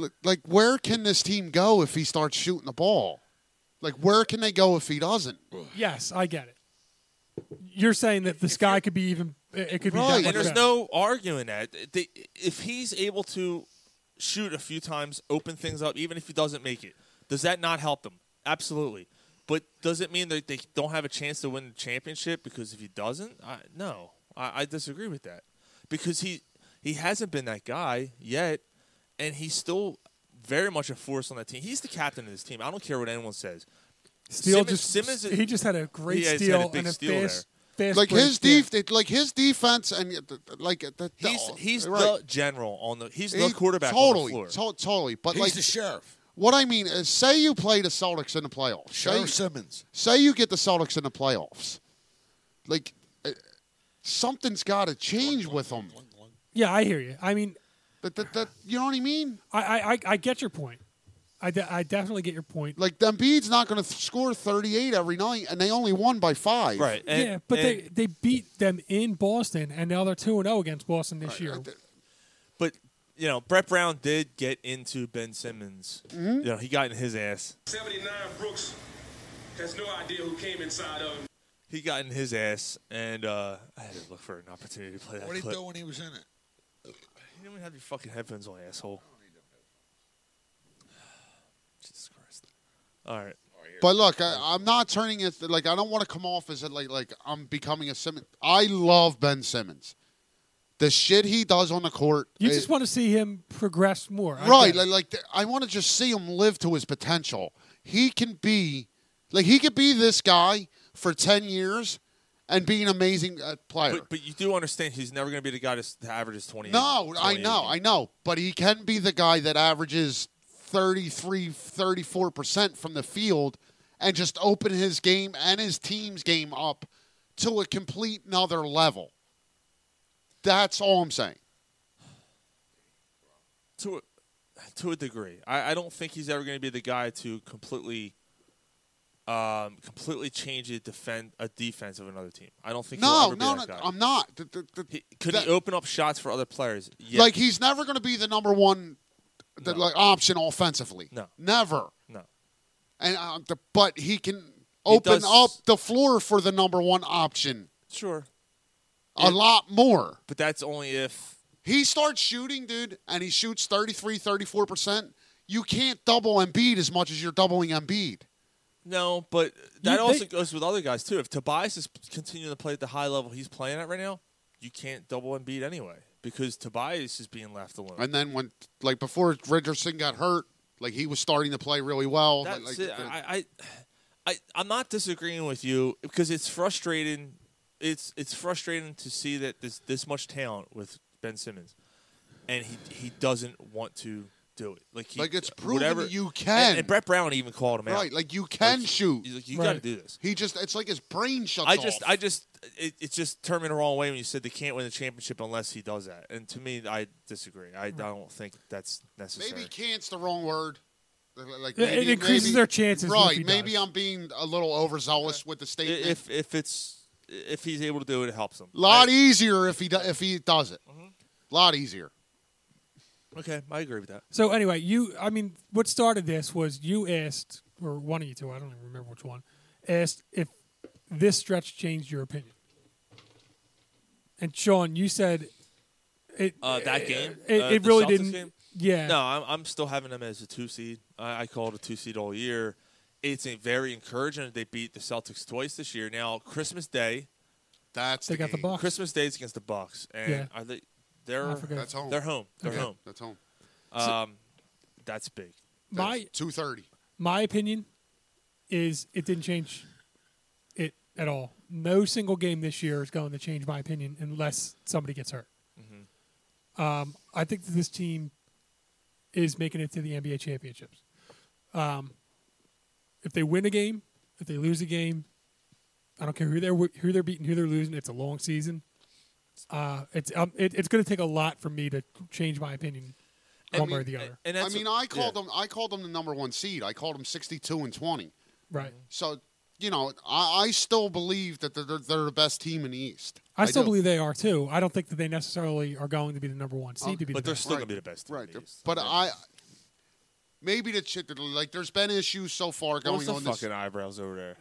[SPEAKER 7] l- like where can this team go if he starts shooting the ball? Like where can they go if he doesn't?
[SPEAKER 5] yes, I get it. You're saying that the sky could be even. It it could be.
[SPEAKER 7] Right,
[SPEAKER 5] that
[SPEAKER 2] and
[SPEAKER 5] much
[SPEAKER 2] there's
[SPEAKER 5] better.
[SPEAKER 2] no arguing that. They, if he's able to shoot a few times, open things up, even if he doesn't make it, does that not help them? Absolutely. But does it mean that they don't have a chance to win the championship because if he doesn't, I, no, I, I disagree with that because he he hasn't been that guy yet, and he's still very much a force on that team. He's the captain of this team. I don't care what anyone says.
[SPEAKER 5] Steele
[SPEAKER 2] Simmons-
[SPEAKER 5] just
[SPEAKER 2] Simmons is-
[SPEAKER 5] he just had a great
[SPEAKER 2] Yeah, he's had a
[SPEAKER 5] steal
[SPEAKER 2] big
[SPEAKER 5] and a
[SPEAKER 2] steal there.
[SPEAKER 5] fast, fast
[SPEAKER 7] Like
[SPEAKER 5] break.
[SPEAKER 7] his
[SPEAKER 5] Yeah.
[SPEAKER 7] def- it- like his defense and uh, th- th- like uh, th- th-
[SPEAKER 2] He's
[SPEAKER 7] all-
[SPEAKER 2] he's
[SPEAKER 7] right.
[SPEAKER 2] the general on the he's
[SPEAKER 7] He-
[SPEAKER 2] the quarterback
[SPEAKER 7] Totally,
[SPEAKER 2] on the floor.
[SPEAKER 7] to- totally. But
[SPEAKER 6] He's
[SPEAKER 7] like
[SPEAKER 6] the sheriff.
[SPEAKER 7] what I mean is, say you play the Celtics in the playoffs. Say,
[SPEAKER 6] Sheriff Simmons.
[SPEAKER 7] say you get the Celtics in the playoffs. Like uh, something's got to change with them.
[SPEAKER 5] Yeah, I hear you. I mean,
[SPEAKER 7] That, that, that, you know what I mean?
[SPEAKER 5] I I, I, I get your point. I, de- I definitely get your point.
[SPEAKER 7] Like Embiid's not going to score 38 every night, and they only won by five.
[SPEAKER 2] Right. And,
[SPEAKER 5] yeah, but
[SPEAKER 2] and-
[SPEAKER 5] they, they beat them in Boston, and now they're two and zero against Boston this year.
[SPEAKER 2] But you know, Brett Brown did get into Ben Simmons.
[SPEAKER 7] Mm-hmm.
[SPEAKER 2] You know, he got in his ass.
[SPEAKER 8] 79 Brooks has no idea who came inside of him.
[SPEAKER 2] He got in his ass, and uh, I had to look for an opportunity to play that
[SPEAKER 6] What did he
[SPEAKER 2] clip.
[SPEAKER 6] do when he was in it?
[SPEAKER 2] You don't even have your fucking headphones on, asshole. Jesus Christ. All right.
[SPEAKER 7] But look, I, I'm not turning it like I don't want to come off as like like I'm becoming a Simmons. I love Ben Simmons. The shit he does on the court.
[SPEAKER 5] You
[SPEAKER 7] it-
[SPEAKER 5] just want to see him progress more, I
[SPEAKER 7] right
[SPEAKER 5] get it.
[SPEAKER 7] like, like th- i want to just see him live to his potential he can be like he could be this guy for 10 years and be an amazing uh, player
[SPEAKER 2] But, but you do understand he's never going to be the guy that's- that averages 20.
[SPEAKER 7] no i know i know but he can be the guy that averages 33 34% from the field and just open his game and his team's game up to a complete another level that's all i'm saying
[SPEAKER 2] to a, to a degree. I, I don't think he's ever going to be the guy to completely um, completely change the defend a defense of another team. I don't think he'll
[SPEAKER 7] No,
[SPEAKER 2] ever be
[SPEAKER 7] no, no.
[SPEAKER 2] that guy.
[SPEAKER 7] I'm not. The- the- the-
[SPEAKER 2] He, could
[SPEAKER 7] that-
[SPEAKER 2] he open up shots for other players? Yeah.
[SPEAKER 7] Like he's never going to be the number one, the,
[SPEAKER 2] No.
[SPEAKER 7] like option offensively.
[SPEAKER 2] No.
[SPEAKER 7] never.
[SPEAKER 2] no.
[SPEAKER 7] And uh, the, but he can open
[SPEAKER 2] does-
[SPEAKER 7] up the floor for the number one option
[SPEAKER 2] Sure,
[SPEAKER 7] a lot more.
[SPEAKER 2] but that's only if
[SPEAKER 7] He starts shooting, dude, and he shoots 33, 34 percent. You can't double Embiid as much as you're doubling Embiid.
[SPEAKER 2] No, but that
[SPEAKER 5] You
[SPEAKER 2] also
[SPEAKER 5] think-
[SPEAKER 2] goes with other guys too. If Tobias is continuing to play at the high level he's playing at right now, you can't double and beat anyway because Tobias is being left alone.
[SPEAKER 7] And then when like before Richardson got hurt, like he was starting to play really well.
[SPEAKER 2] That's
[SPEAKER 7] like, uh,
[SPEAKER 2] it. I, I, I, I'm not disagreeing with you because it's frustrating. It's it's frustrating to see that this this much talent with Ben Simmons, and he he doesn't want to do it. Like he,
[SPEAKER 7] Like, it's proven
[SPEAKER 2] whatever-
[SPEAKER 7] that you
[SPEAKER 2] and-
[SPEAKER 7] can.
[SPEAKER 2] And, Brett Brown even called him out.
[SPEAKER 7] right, like you can
[SPEAKER 2] Like,
[SPEAKER 7] shoot.
[SPEAKER 2] He's like, you
[SPEAKER 5] Right.
[SPEAKER 2] got to do this.
[SPEAKER 7] He just it's like his brain shuts
[SPEAKER 2] I just,
[SPEAKER 7] off.
[SPEAKER 2] I just, it, it just turned me the wrong way when you said they can't win the championship unless he does that. And to me, I disagree. I, I don't think that's necessary.
[SPEAKER 7] maybe can't's the wrong word. Like
[SPEAKER 5] Yeah, it increases their chances if
[SPEAKER 7] Right?
[SPEAKER 5] he does.
[SPEAKER 7] Maybe I'm being a little overzealous with the
[SPEAKER 2] I-
[SPEAKER 7] statement.
[SPEAKER 2] if if it's if he's able to do it, it helps him.
[SPEAKER 7] lot
[SPEAKER 2] I- Mm-hmm.
[SPEAKER 7] easier if he do, if he does it. Lot easier.
[SPEAKER 2] okay, I agree with that.
[SPEAKER 5] So anyway, you I mean, what started this was you asked or one of you two, I don't even remember which one, asked if this stretch changed your opinion. And Sean, you said it
[SPEAKER 2] Uh, that game,
[SPEAKER 5] it,
[SPEAKER 2] Uh,
[SPEAKER 5] it
[SPEAKER 2] the
[SPEAKER 5] really
[SPEAKER 2] Celtics
[SPEAKER 5] didn't
[SPEAKER 2] game?
[SPEAKER 5] Yeah.
[SPEAKER 2] No, I'm, I'm still having them as a two seed. I, I called a two seed all year. It's a very encouraging that they beat the Celtics twice this year. Now Christmas Day,
[SPEAKER 7] That's
[SPEAKER 5] They
[SPEAKER 7] the
[SPEAKER 5] got the
[SPEAKER 7] game.
[SPEAKER 5] Bucks.
[SPEAKER 2] Christmas Day is against the Bucks, and
[SPEAKER 5] Yeah.
[SPEAKER 2] are they? They're
[SPEAKER 5] I forgot.
[SPEAKER 7] That's home.
[SPEAKER 2] They're home. They're
[SPEAKER 7] Yeah,
[SPEAKER 2] home.
[SPEAKER 7] That's home.
[SPEAKER 2] Um, that's big.
[SPEAKER 5] My
[SPEAKER 7] two thirty.
[SPEAKER 5] my opinion is it didn't change it at all. No single game this year is going to change my opinion unless somebody gets hurt. Um, I think that this team is making it to the NBA championships. Um, if they win a game, if they lose a game, I don't care who they're wi- who they're beating, who they're losing. It's a long season. Uh, it's um, it, it's going to take a lot for me to change my opinion
[SPEAKER 2] I
[SPEAKER 5] one way
[SPEAKER 2] mean,
[SPEAKER 5] or the other.
[SPEAKER 2] And
[SPEAKER 7] I
[SPEAKER 2] that's
[SPEAKER 7] mean,
[SPEAKER 2] what-
[SPEAKER 7] I called
[SPEAKER 2] yeah.
[SPEAKER 7] them. I called them the number one seed. I called them sixty-two and twenty.
[SPEAKER 5] right.
[SPEAKER 7] So you know, I, I still believe that they're, they're they're the best team in the East.
[SPEAKER 5] I still
[SPEAKER 7] do.
[SPEAKER 5] believe they are too. I don't think that they necessarily are going to be the number one seed to be.
[SPEAKER 2] Um, but
[SPEAKER 5] the
[SPEAKER 2] they're
[SPEAKER 5] best.
[SPEAKER 2] still gonna be the best.
[SPEAKER 7] Right.
[SPEAKER 2] in the East.
[SPEAKER 7] But
[SPEAKER 2] Okay.
[SPEAKER 7] I maybe the ch- like there's been issues so far
[SPEAKER 2] What was
[SPEAKER 7] going
[SPEAKER 2] the
[SPEAKER 7] on this.
[SPEAKER 2] fucking eyebrows over there.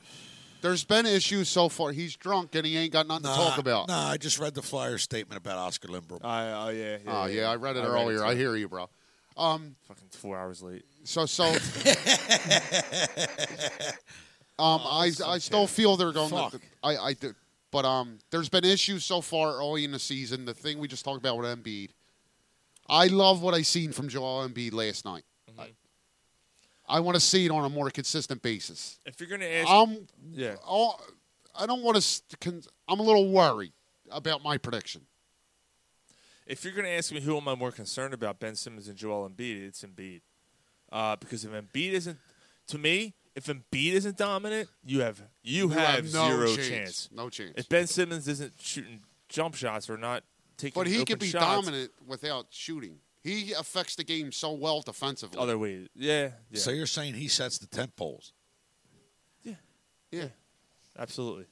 [SPEAKER 7] There's been issues so far. He's drunk and he ain't got nothing to talk about.
[SPEAKER 6] Nah, I just read the flyer statement about Oscar Lindbergh.
[SPEAKER 2] I oh yeah.
[SPEAKER 7] Oh yeah, I read it earlier. I hear you, bro.
[SPEAKER 2] Fucking four hours late.
[SPEAKER 7] So so. um, I I still feel they're going.
[SPEAKER 6] Fuck.
[SPEAKER 7] To, I I do, but um, there's been issues so far early in the season. The thing we just talked about with Embiid. I love what I seen from Joel Embiid last night. I, I want to see it on a more consistent basis.
[SPEAKER 2] If you're gonna ask,
[SPEAKER 7] I'm
[SPEAKER 2] yeah.
[SPEAKER 7] all, I don't want to. Con- I'm a little worried about my prediction.
[SPEAKER 2] If you're gonna ask me who am I more concerned about, Ben Simmons and Joel Embiid, it's Embiid. Uh, because if Embiid isn't, to me, if Embiid isn't dominant, you have you,
[SPEAKER 7] You
[SPEAKER 2] have,
[SPEAKER 7] no
[SPEAKER 2] zero
[SPEAKER 7] chance.
[SPEAKER 2] chance.
[SPEAKER 7] No chance.
[SPEAKER 2] If Ben Simmons isn't shooting jump shots or not taking,
[SPEAKER 7] but he
[SPEAKER 2] open
[SPEAKER 7] can be
[SPEAKER 2] shots,
[SPEAKER 7] dominant without shooting. He affects the game so well defensively.
[SPEAKER 2] Other ways, yeah, yeah,
[SPEAKER 6] So you're saying he sets the tent poles?
[SPEAKER 7] yeah.
[SPEAKER 2] absolutely.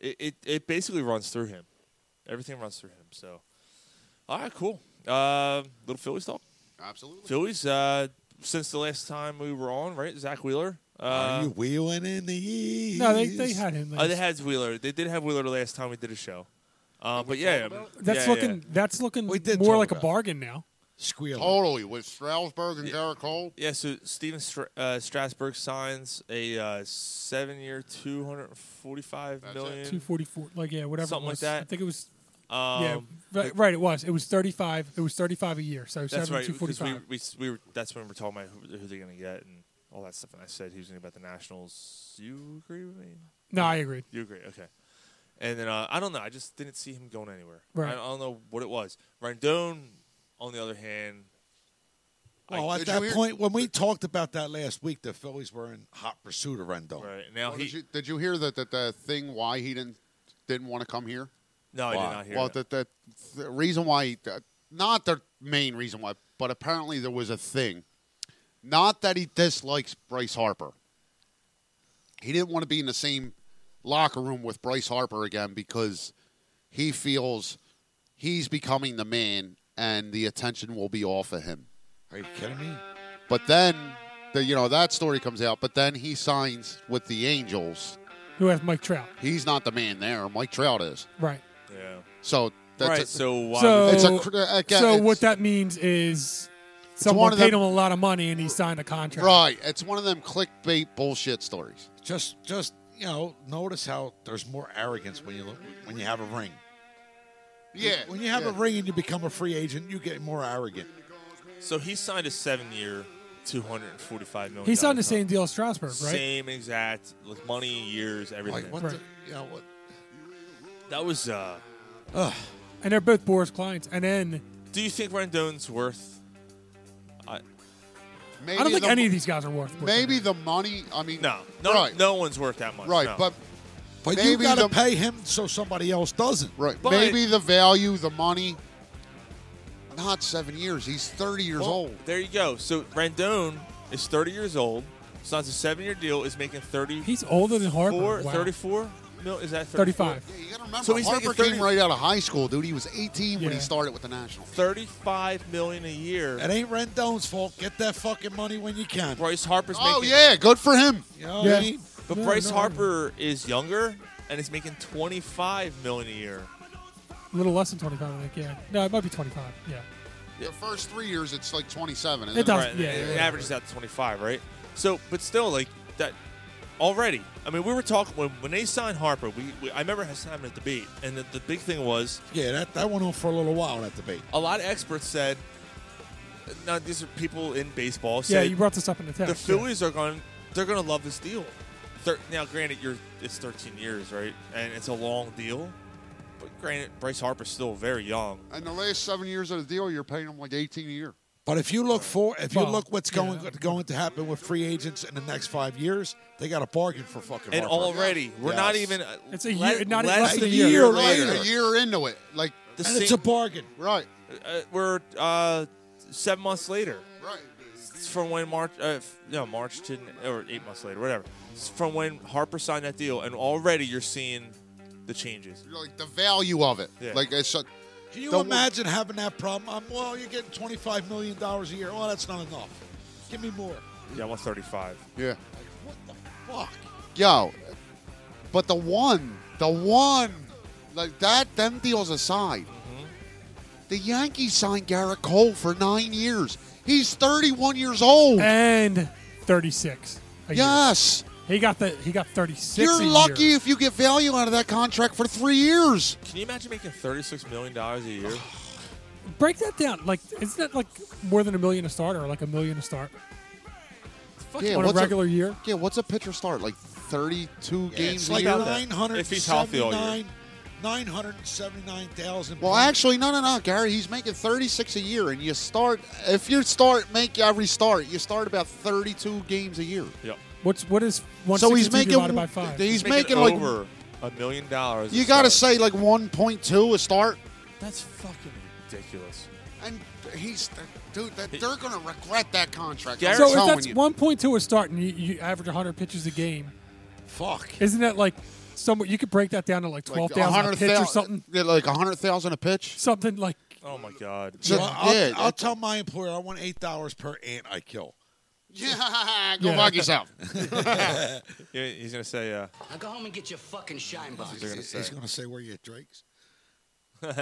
[SPEAKER 2] It, it it basically runs through him. Everything runs through him. So, all right, cool. Uh, little Phillies talk.
[SPEAKER 7] Absolutely.
[SPEAKER 2] Phillies, uh, since the last time we were on, right? Zach Wheeler.
[SPEAKER 6] Are
[SPEAKER 2] Uh,
[SPEAKER 6] you wheeling in the east?
[SPEAKER 5] No, they, they had him.
[SPEAKER 2] oh, they had Wheeler. They did have Wheeler the last time we did a show. Um, but yeah, um,
[SPEAKER 5] that's
[SPEAKER 2] yeah,
[SPEAKER 5] looking. That's looking
[SPEAKER 6] We did
[SPEAKER 5] more
[SPEAKER 6] talk
[SPEAKER 5] like a
[SPEAKER 6] about it.
[SPEAKER 5] bargain now.
[SPEAKER 6] squealing.
[SPEAKER 7] Totally with Strasburg and Garrett Cole.
[SPEAKER 2] Yeah, yeah so Steven Str- uh, Strasburg signs a uh, seven-year, two hundred forty-five
[SPEAKER 7] That's it.
[SPEAKER 2] million.
[SPEAKER 5] Two forty four. Like yeah, whatever. it
[SPEAKER 2] Something like
[SPEAKER 5] was.
[SPEAKER 2] that.
[SPEAKER 5] I think it was.
[SPEAKER 2] Um,
[SPEAKER 5] yeah, right, right. It was. It was thirty five. It was thirty five a year. So
[SPEAKER 2] That's
[SPEAKER 5] seven
[SPEAKER 2] right.
[SPEAKER 5] two forty
[SPEAKER 2] Because we,
[SPEAKER 5] five.
[SPEAKER 2] we, s- we were, that's when we were talking about who, who they're going to get and all that stuff. And I said he was going to about the Nationals. You agree with me?
[SPEAKER 5] No, I agreed.
[SPEAKER 2] You agree? Okay. And then uh, I don't know. I just didn't see him going anywhere.
[SPEAKER 5] Right.
[SPEAKER 2] I, I don't know what it was. Rendon, on the other hand,
[SPEAKER 9] Oh,
[SPEAKER 6] Well,
[SPEAKER 7] Did
[SPEAKER 6] at
[SPEAKER 7] you
[SPEAKER 6] that
[SPEAKER 7] hear-
[SPEAKER 6] point, when we talked about that last week, the Phillies were in hot pursuit of
[SPEAKER 5] Oh.
[SPEAKER 6] Rendon.
[SPEAKER 2] right now
[SPEAKER 7] Well,
[SPEAKER 2] he
[SPEAKER 7] did, you, did you hear that, that the thing why he didn't didn't want to come here?
[SPEAKER 2] no, I did
[SPEAKER 6] Why?
[SPEAKER 2] not hear.
[SPEAKER 7] well,
[SPEAKER 2] that.
[SPEAKER 7] that the, the reason why, he- that- not the main reason why, but apparently there was a thing. Not that he dislikes Bryce Harper. he didn't want to be in the same locker room with Bryce Harper again because he feels he's becoming the man and the attention will be off of him.
[SPEAKER 9] Are you kidding me?
[SPEAKER 7] But then, the, you know, that story comes out. But then he signs with the Angels.
[SPEAKER 5] Who has Mike Trout?
[SPEAKER 7] He's not the man there. Mike Trout is.
[SPEAKER 5] Right.
[SPEAKER 2] Yeah.
[SPEAKER 7] So that's
[SPEAKER 2] right.
[SPEAKER 7] a-
[SPEAKER 2] so why?
[SPEAKER 5] So,
[SPEAKER 2] would-
[SPEAKER 7] It's a cr- uh, again,
[SPEAKER 5] so
[SPEAKER 7] it's-
[SPEAKER 5] what that means is
[SPEAKER 7] one
[SPEAKER 5] someone
[SPEAKER 7] of them-
[SPEAKER 5] paid him a lot of money and he signed a contract.
[SPEAKER 7] right. It's one of them clickbait bullshit stories.
[SPEAKER 9] Just, just you know, notice how there's more arrogance when you look, when you have a ring.
[SPEAKER 7] Yeah.
[SPEAKER 9] When you have
[SPEAKER 7] yeah.
[SPEAKER 9] a ring and you become a free agent, you get more arrogant.
[SPEAKER 2] so he signed a seven-year, two hundred and forty-five million.
[SPEAKER 5] He signed the
[SPEAKER 2] contract.
[SPEAKER 5] same deal as Strasburg, right?
[SPEAKER 2] Same exact like money, years, everything.
[SPEAKER 9] Like what
[SPEAKER 5] Right.
[SPEAKER 9] the, you know what?
[SPEAKER 2] That was. uh
[SPEAKER 5] And they're both Boris clients. And then
[SPEAKER 2] Do you think Rendon's worth? I,
[SPEAKER 7] Maybe
[SPEAKER 5] I don't think
[SPEAKER 7] the-
[SPEAKER 5] any of these guys are worth.
[SPEAKER 7] Maybe the money. I mean,
[SPEAKER 2] no, no,
[SPEAKER 7] right,
[SPEAKER 2] no one's worth that much.
[SPEAKER 7] right,
[SPEAKER 2] no.
[SPEAKER 7] but
[SPEAKER 9] But you
[SPEAKER 7] Maybe
[SPEAKER 9] got to
[SPEAKER 7] the-
[SPEAKER 9] pay him so somebody else doesn't.
[SPEAKER 7] right,
[SPEAKER 2] But-
[SPEAKER 7] maybe the value, the money. Not seven years. He's thirty years
[SPEAKER 2] Well,
[SPEAKER 7] old.
[SPEAKER 2] There you go. So Rendon is 30 years old. Signs a seven-year deal. Is making 30.
[SPEAKER 5] he's older than Harper.
[SPEAKER 2] four,
[SPEAKER 5] Wow.
[SPEAKER 2] 34 mil. Is that 34?
[SPEAKER 5] 35.
[SPEAKER 7] Yeah, you got to remember.
[SPEAKER 2] So he's
[SPEAKER 7] Harper
[SPEAKER 2] making 30
[SPEAKER 7] came right out of high school, dude. He was eighteen when
[SPEAKER 5] Yeah.
[SPEAKER 7] he started with the Nationals.
[SPEAKER 2] 35 million a year.
[SPEAKER 9] It ain't Rendon's fault. Get that fucking money when you can.
[SPEAKER 2] Bryce Harper's
[SPEAKER 7] Oh
[SPEAKER 2] making.
[SPEAKER 7] yeah, good for him.
[SPEAKER 9] You know what
[SPEAKER 5] Yeah.
[SPEAKER 9] I mean?
[SPEAKER 2] But
[SPEAKER 5] No,
[SPEAKER 2] Bryce
[SPEAKER 5] no,
[SPEAKER 2] Harper is younger and is making 25 million a year.
[SPEAKER 5] A little less than 25, I think. Yeah. No, it might be 25. Yeah.
[SPEAKER 7] The first three years, it's like twenty-seven. Isn't
[SPEAKER 5] It
[SPEAKER 7] it
[SPEAKER 5] does.
[SPEAKER 2] Right,
[SPEAKER 5] Yeah.
[SPEAKER 2] it
[SPEAKER 5] yeah, yeah.
[SPEAKER 2] averages out to 25, right? So, but still, like that already. I mean, we were talking when, when they signed Harper. We, we I remember us having a debate, and the, the big thing was
[SPEAKER 9] Yeah, that, that went on for a little while, that debate.
[SPEAKER 2] a lot of experts said. Now these are people in baseball.
[SPEAKER 5] Yeah,
[SPEAKER 2] Said,
[SPEAKER 5] you brought this up in the text.
[SPEAKER 2] the
[SPEAKER 5] yeah.
[SPEAKER 2] Phillies are going. They're going to love this deal. Thir- now, granted, you're it's 13 years, right, and it's a long deal. But granted, Bryce Harper's still very young.
[SPEAKER 7] And the last seven years of the deal, you're paying him like eighteen a year.
[SPEAKER 9] But if you look for, if you
[SPEAKER 5] Well,
[SPEAKER 9] look what's going
[SPEAKER 5] yeah.
[SPEAKER 9] going to happen with free agents in the next five years, they got a bargain for fucking.
[SPEAKER 2] And
[SPEAKER 9] Harper.
[SPEAKER 2] already, we're not
[SPEAKER 9] Yes.
[SPEAKER 2] even.
[SPEAKER 5] It's a
[SPEAKER 2] le-
[SPEAKER 5] year- not
[SPEAKER 2] less
[SPEAKER 5] less
[SPEAKER 2] than
[SPEAKER 5] than
[SPEAKER 2] a
[SPEAKER 5] a
[SPEAKER 2] year,
[SPEAKER 5] year
[SPEAKER 7] Right,
[SPEAKER 2] later.
[SPEAKER 7] a year into it, like
[SPEAKER 2] The
[SPEAKER 9] and it's a
[SPEAKER 2] same-
[SPEAKER 9] bargain.
[SPEAKER 7] right,
[SPEAKER 2] uh, we're uh, seven months later
[SPEAKER 7] right.
[SPEAKER 2] from when March, uh, f- no March to or eight months later, whatever, It's from when Harper signed that deal, and already you're seeing the changes.
[SPEAKER 7] You're like the value of it.
[SPEAKER 2] Yeah.
[SPEAKER 7] Like it's. a-
[SPEAKER 9] Can you
[SPEAKER 7] Don't-
[SPEAKER 9] imagine having that problem? I'm, well, you're getting twenty five million dollars a year. Oh, that's not enough. Give me more.
[SPEAKER 2] Yeah, I want 35.
[SPEAKER 7] Yeah.
[SPEAKER 9] Like what the fuck?
[SPEAKER 7] Yo, but the one, the one, like that, them deals aside, the Yankees signed Garrett Cole for nine years. He's 31 years old.
[SPEAKER 5] And 36. a year.
[SPEAKER 7] yes.
[SPEAKER 5] He got the he got 36.
[SPEAKER 7] You're
[SPEAKER 5] a year.
[SPEAKER 7] lucky if you get value out of that contract for three years.
[SPEAKER 2] Can you imagine making 36 million dollars a year?
[SPEAKER 5] Break that down. Like, isn't that like more than a million a start or like a million a start
[SPEAKER 7] yeah,
[SPEAKER 5] on a regular year?
[SPEAKER 7] yeah, what's a pitcher start? Like 32
[SPEAKER 9] Yeah,
[SPEAKER 7] games
[SPEAKER 9] it's
[SPEAKER 7] a
[SPEAKER 9] like
[SPEAKER 7] year?
[SPEAKER 2] that.
[SPEAKER 9] nine hundred
[SPEAKER 2] If he's healthy all year.
[SPEAKER 9] nine hundred seventy nine thousand.
[SPEAKER 7] Well, actually, no, no, no, Gary. He's making 36 a year, and you start, if you start, make every start, you start about 32 games a year.
[SPEAKER 2] Yep.
[SPEAKER 5] What's what is one
[SPEAKER 7] So he's making
[SPEAKER 5] divided by five?
[SPEAKER 7] He's, making, like
[SPEAKER 2] over a million dollars. a
[SPEAKER 7] you got to
[SPEAKER 2] start.
[SPEAKER 7] say like 1.2 a start,
[SPEAKER 2] that's fucking ridiculous.
[SPEAKER 7] and he's dude. That, they're gonna regret that contract.
[SPEAKER 2] Garrett-
[SPEAKER 5] so
[SPEAKER 7] I'm
[SPEAKER 5] if
[SPEAKER 7] telling
[SPEAKER 5] that's
[SPEAKER 7] you.
[SPEAKER 5] 1.2 a start and you, you average 100 pitches a game,
[SPEAKER 9] fuck.
[SPEAKER 5] isn't that like somewhat? You could break that down to like
[SPEAKER 7] Like
[SPEAKER 5] 12,000 a pitch or
[SPEAKER 7] 100,000
[SPEAKER 5] something.
[SPEAKER 7] yeah, like 100,000 a pitch.
[SPEAKER 5] Something like
[SPEAKER 2] Oh my god.
[SPEAKER 7] So-
[SPEAKER 9] Well, I'll,
[SPEAKER 7] yeah,
[SPEAKER 9] I'll
[SPEAKER 7] it-
[SPEAKER 9] tell my employer I want eight dollars per ant I kill.
[SPEAKER 7] Yeah, go
[SPEAKER 5] Yeah.
[SPEAKER 7] fuck yourself.
[SPEAKER 2] Yeah, he's gonna say. Uh,
[SPEAKER 10] Now go home and get your fucking shine box.
[SPEAKER 2] they're gonna
[SPEAKER 9] He's
[SPEAKER 2] say.
[SPEAKER 9] going to say where you at Drake's.
[SPEAKER 7] There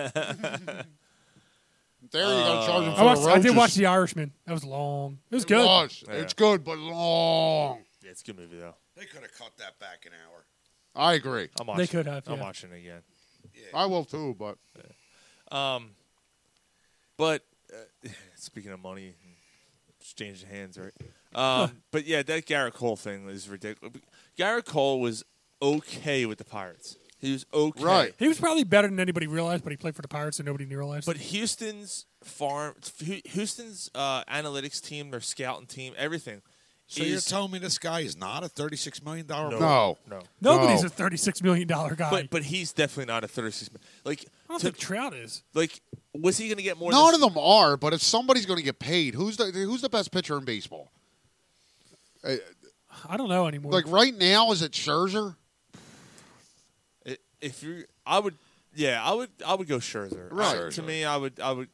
[SPEAKER 7] you go, charge him for
[SPEAKER 5] I, watched,
[SPEAKER 7] the
[SPEAKER 5] I did
[SPEAKER 7] roaches.
[SPEAKER 5] watch The Irishman. That was long. It was
[SPEAKER 7] It
[SPEAKER 5] good.
[SPEAKER 7] was.
[SPEAKER 2] Yeah.
[SPEAKER 7] It's good, but long.
[SPEAKER 2] Yeah, it's a good movie though.
[SPEAKER 9] They could have cut that back an hour.
[SPEAKER 7] I agree.
[SPEAKER 2] I'm watching.
[SPEAKER 5] could have,
[SPEAKER 2] I'm
[SPEAKER 5] yeah.
[SPEAKER 2] watching it again.
[SPEAKER 7] I will too, but
[SPEAKER 2] But uh, speaking of money, exchange of hands, right? Um, but yeah, that Garrett Cole thing is ridiculous. Garrett Cole was okay with the Pirates. He was okay,
[SPEAKER 7] Right.
[SPEAKER 5] He was probably better than anybody realized, but he played for the Pirates and nobody realized.
[SPEAKER 2] But Houston's farm, Houston's uh, analytics team, their scouting team, everything.
[SPEAKER 9] So you're
[SPEAKER 2] is,
[SPEAKER 9] telling me this guy is not a $36 million
[SPEAKER 2] no,
[SPEAKER 7] No.
[SPEAKER 2] no.
[SPEAKER 5] nobody's
[SPEAKER 7] No.
[SPEAKER 5] a thirty-six million dollar guy.
[SPEAKER 2] But but he's definitely not a 36. mi- Like
[SPEAKER 5] I don't
[SPEAKER 2] to-
[SPEAKER 5] think Trout is.
[SPEAKER 2] like was he going to get more?
[SPEAKER 7] none
[SPEAKER 2] than,
[SPEAKER 7] of them are. But if somebody's gonna get paid, who's the who's the best pitcher in baseball?
[SPEAKER 5] I don't know anymore.
[SPEAKER 7] Like right now, is it Scherzer?
[SPEAKER 2] I- If you, I would, yeah, I would, I would go Scherzer.
[SPEAKER 7] Right.
[SPEAKER 2] I- to me, I would, I would.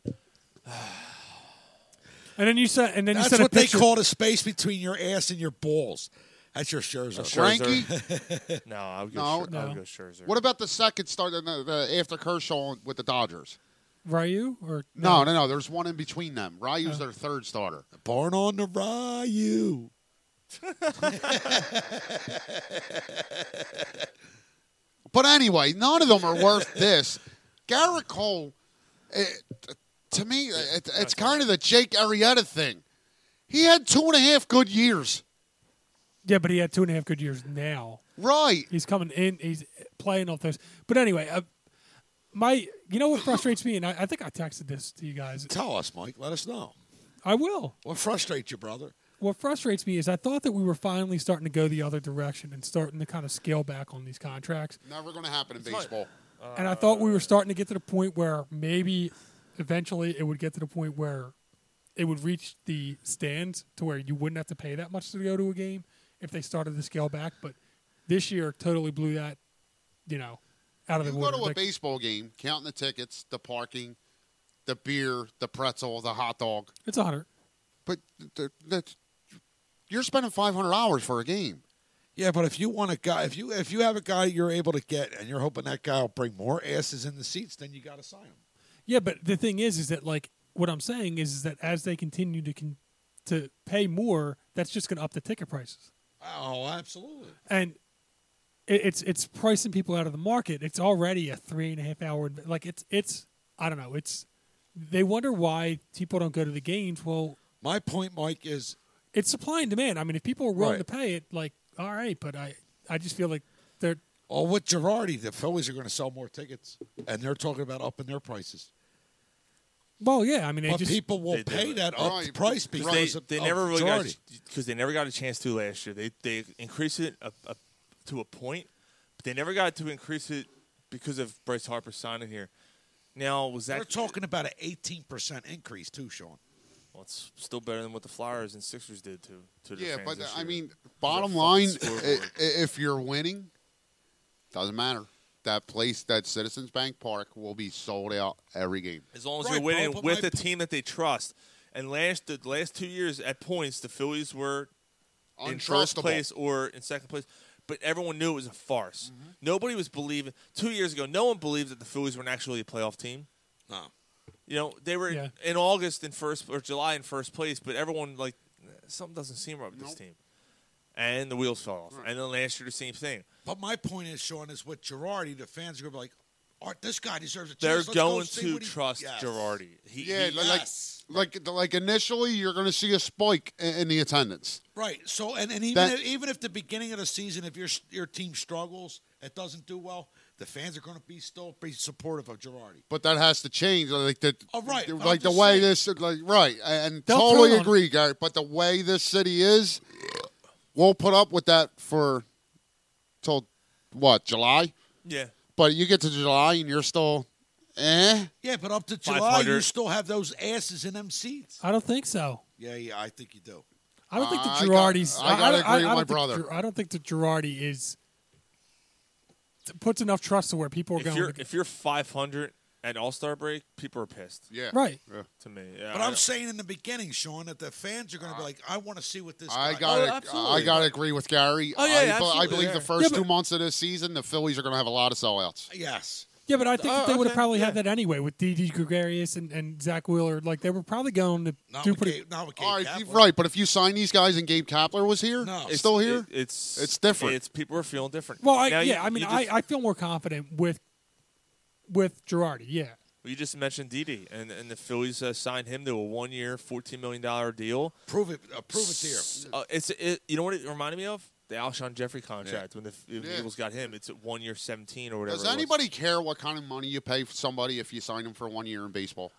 [SPEAKER 5] and then you said, and then you
[SPEAKER 6] That's
[SPEAKER 5] said a
[SPEAKER 6] what they
[SPEAKER 5] picture-
[SPEAKER 6] call the space between your ass and your balls. That's your Scherzer.
[SPEAKER 2] Frankie? no, I would go.
[SPEAKER 7] No,
[SPEAKER 2] Scher- I would go Scherzer.
[SPEAKER 7] What about the second start uh, no, the, after Kershaw with the Dodgers?
[SPEAKER 5] Ryu or
[SPEAKER 7] No, no, no. There's one in between them. Ryu's their third starter.
[SPEAKER 6] Born on the Ryu.
[SPEAKER 7] But anyway, none of them are worth this. Garrett Cole, it, to me, eh, it, it's kind of the Jake Arrieta thing. He had two and a half good years.
[SPEAKER 5] Yeah, but he had two and a half good years now.
[SPEAKER 7] Right.
[SPEAKER 5] He's coming in. He's playing on those. But anyway, uh, my you know what frustrates me, and I, I think I texted this to you guys.
[SPEAKER 6] Tell us, Mike. Let us know.
[SPEAKER 5] I will.
[SPEAKER 6] What frustrates you, brother?
[SPEAKER 5] What frustrates me is I thought that we were finally starting to go the other direction and starting to kind of scale back on these contracts.
[SPEAKER 7] Never going to happen in baseball.
[SPEAKER 5] and I thought we were starting to get to the point where maybe eventually it would get to the point where it would reach the stands to where you wouldn't have to pay that much to go to a game if they started to scale back. But this year totally blew that, you know, out of
[SPEAKER 7] You
[SPEAKER 5] the
[SPEAKER 7] go
[SPEAKER 5] water.
[SPEAKER 7] to a
[SPEAKER 5] Like,
[SPEAKER 7] baseball game, counting the tickets, the parking, the beer, the pretzel, the hot dog.
[SPEAKER 5] it's a hundred.
[SPEAKER 7] But th- th- that's- you're spending 500 hours for a game.
[SPEAKER 6] Yeah, but if you want a guy, if you if you have a guy you're able to get, and you're hoping that guy will bring more asses in the seats, then you got to sign him.
[SPEAKER 5] Yeah, but the thing is, is that like what I'm saying is, is that as they continue to con- to pay more, that's just going to up the ticket prices.
[SPEAKER 6] Oh, absolutely.
[SPEAKER 5] and it, it's it's pricing people out of the market. It's already a three and a half hour like it's it's I don't know. It's they wonder why people don't go to the games. Well,
[SPEAKER 6] My point, Mike, is
[SPEAKER 5] it's supply and demand. I mean, if people are willing
[SPEAKER 6] Right.
[SPEAKER 5] to pay it, like all right, but I I just feel like they're
[SPEAKER 6] oh, with Girardi, the Phillies are going to sell more tickets, and they're talking about upping their prices.
[SPEAKER 5] well, yeah. I mean, they
[SPEAKER 6] but
[SPEAKER 5] just
[SPEAKER 6] people will
[SPEAKER 2] They do
[SPEAKER 6] pay
[SPEAKER 2] it.
[SPEAKER 6] that up
[SPEAKER 7] Right.
[SPEAKER 6] price
[SPEAKER 7] They-
[SPEAKER 2] they,
[SPEAKER 6] because of,
[SPEAKER 2] they
[SPEAKER 6] of
[SPEAKER 2] never really
[SPEAKER 6] Girardi.
[SPEAKER 2] got because they never got a chance to last year. They they increased it a, a, to a point, but they never got to increase it because of Bryce Harper signing here. Now was
[SPEAKER 6] They're
[SPEAKER 2] that
[SPEAKER 6] talking about an eighteen percent increase too, Sean.
[SPEAKER 2] Well, it's still better than what the Flyers and Sixers did to to the
[SPEAKER 7] Yeah,
[SPEAKER 2] fans
[SPEAKER 7] but uh,
[SPEAKER 2] this
[SPEAKER 7] I
[SPEAKER 2] year.
[SPEAKER 7] mean,
[SPEAKER 2] There's
[SPEAKER 7] bottom
[SPEAKER 2] a
[SPEAKER 7] line,
[SPEAKER 2] fucking
[SPEAKER 7] i-
[SPEAKER 2] scoreboard.
[SPEAKER 7] i- if you're winning, doesn't matter. That place, that Citizens Bank Park, will be sold out every game.
[SPEAKER 2] as long as
[SPEAKER 6] Right,
[SPEAKER 2] you're winning
[SPEAKER 6] bro, but
[SPEAKER 2] with
[SPEAKER 6] my-
[SPEAKER 2] a team that they trust. And last the last two years at points, the Phillies were in first
[SPEAKER 7] Untrustable.
[SPEAKER 2] place or in second place, but everyone knew it was a farce.
[SPEAKER 6] Mm-hmm.
[SPEAKER 2] Nobody was believing. Two years ago, no one believed that the Phillies were actually a playoff team.
[SPEAKER 6] No.
[SPEAKER 2] You know, they were
[SPEAKER 5] Yeah.
[SPEAKER 2] in August in first or July in first place, but everyone like something doesn't seem right with this
[SPEAKER 7] Nope.
[SPEAKER 2] team. And the wheels fell off. And then last year the same thing.
[SPEAKER 6] But my point is, Sean, is with Girardi, the fans are going to be like, "Art, this guy deserves a chance."
[SPEAKER 2] They're
[SPEAKER 6] Let's go
[SPEAKER 2] going
[SPEAKER 6] see
[SPEAKER 2] to
[SPEAKER 6] what he-"
[SPEAKER 2] trust
[SPEAKER 6] Yes.
[SPEAKER 2] Girardi. He,
[SPEAKER 7] Yeah,
[SPEAKER 2] he-
[SPEAKER 7] li- like,
[SPEAKER 6] Yes.
[SPEAKER 7] like like initially, you're going to see a spike in, in the attendance.
[SPEAKER 6] Right. So, and, and even
[SPEAKER 7] That-
[SPEAKER 6] if, even if the beginning of the season, if your your team struggles, it doesn't do well, the fans are going to be still be supportive of Girardi.
[SPEAKER 7] But that has to change. Like the,
[SPEAKER 6] Oh, right. I'm
[SPEAKER 7] like the
[SPEAKER 6] just
[SPEAKER 7] way
[SPEAKER 6] saying.
[SPEAKER 7] this, like right, and
[SPEAKER 5] They'll
[SPEAKER 7] totally
[SPEAKER 5] turn on-
[SPEAKER 7] agree, Garrett. But the way this city is, we'll put up with that for till what July.
[SPEAKER 2] yeah.
[SPEAKER 7] But you get to July and you're still, eh?
[SPEAKER 6] Yeah, but up to July, you
[SPEAKER 2] 500.
[SPEAKER 6] still have those asses in them seats.
[SPEAKER 5] I don't think so.
[SPEAKER 6] Yeah, yeah, I think you do.
[SPEAKER 5] I don't think the
[SPEAKER 7] I got-
[SPEAKER 5] Girardi's.
[SPEAKER 7] I gotta
[SPEAKER 5] don't-
[SPEAKER 7] agree with
[SPEAKER 5] don't
[SPEAKER 7] my
[SPEAKER 5] think
[SPEAKER 7] brother.
[SPEAKER 5] Gir- I don't think the Girardi is puts enough trust to where people are
[SPEAKER 2] If
[SPEAKER 5] going.
[SPEAKER 2] you're
[SPEAKER 5] to-
[SPEAKER 2] if you're 500 at All Star break, people are pissed.
[SPEAKER 7] Yeah,
[SPEAKER 5] right.
[SPEAKER 2] To me, yeah,
[SPEAKER 6] But
[SPEAKER 2] I
[SPEAKER 6] I'm
[SPEAKER 2] don't-
[SPEAKER 6] saying in the beginning, Sean, that the fans are going to be like, "I want to see what this."
[SPEAKER 7] I
[SPEAKER 6] guy
[SPEAKER 2] Oh,
[SPEAKER 7] got to I
[SPEAKER 2] absolutely.
[SPEAKER 7] got to agree with Gary.
[SPEAKER 2] Oh, yeah,
[SPEAKER 7] I, be- I
[SPEAKER 2] absolutely,
[SPEAKER 7] believe
[SPEAKER 2] yeah.
[SPEAKER 7] the first
[SPEAKER 5] Yeah,
[SPEAKER 7] two
[SPEAKER 5] but-
[SPEAKER 7] months of this season, the Phillies are going to have a lot of sellouts.
[SPEAKER 6] Yes.
[SPEAKER 5] Yeah, but I think that
[SPEAKER 2] Oh,
[SPEAKER 5] they would have
[SPEAKER 2] okay,
[SPEAKER 5] probably had
[SPEAKER 2] yeah.
[SPEAKER 5] that anyway with DD Gregarious and, and Zach Wheeler. Like they were probably going to
[SPEAKER 6] Not
[SPEAKER 5] do
[SPEAKER 6] with
[SPEAKER 5] pretty.
[SPEAKER 6] Gabe, not with Gabe
[SPEAKER 7] All right, you-
[SPEAKER 6] Kapler.
[SPEAKER 7] right. But if you sign these guys and Gabe Kapler was here,
[SPEAKER 6] No.
[SPEAKER 2] It's-
[SPEAKER 7] still here.
[SPEAKER 2] it- it's
[SPEAKER 7] It's different.
[SPEAKER 2] It's people are feeling different.
[SPEAKER 5] Well, I,
[SPEAKER 2] Now, you-
[SPEAKER 5] yeah, I mean,
[SPEAKER 2] you just,
[SPEAKER 5] I, I feel more confident with with Girardi. Yeah,
[SPEAKER 2] you just mentioned Didi, and and the Phillies uh, signed him to a one year, fourteen million dollar deal.
[SPEAKER 6] Prove it. Uh, prove it to you.
[SPEAKER 2] Uh, it's it, you know what it reminded me of the Alshon Jeffrey contract when the F-
[SPEAKER 7] Yeah.
[SPEAKER 2] Eagles got him. It's at one year, seventeen or whatever.
[SPEAKER 7] Does
[SPEAKER 2] it was.
[SPEAKER 7] anybody care what kind of money you pay for somebody if you sign them for one year in baseball?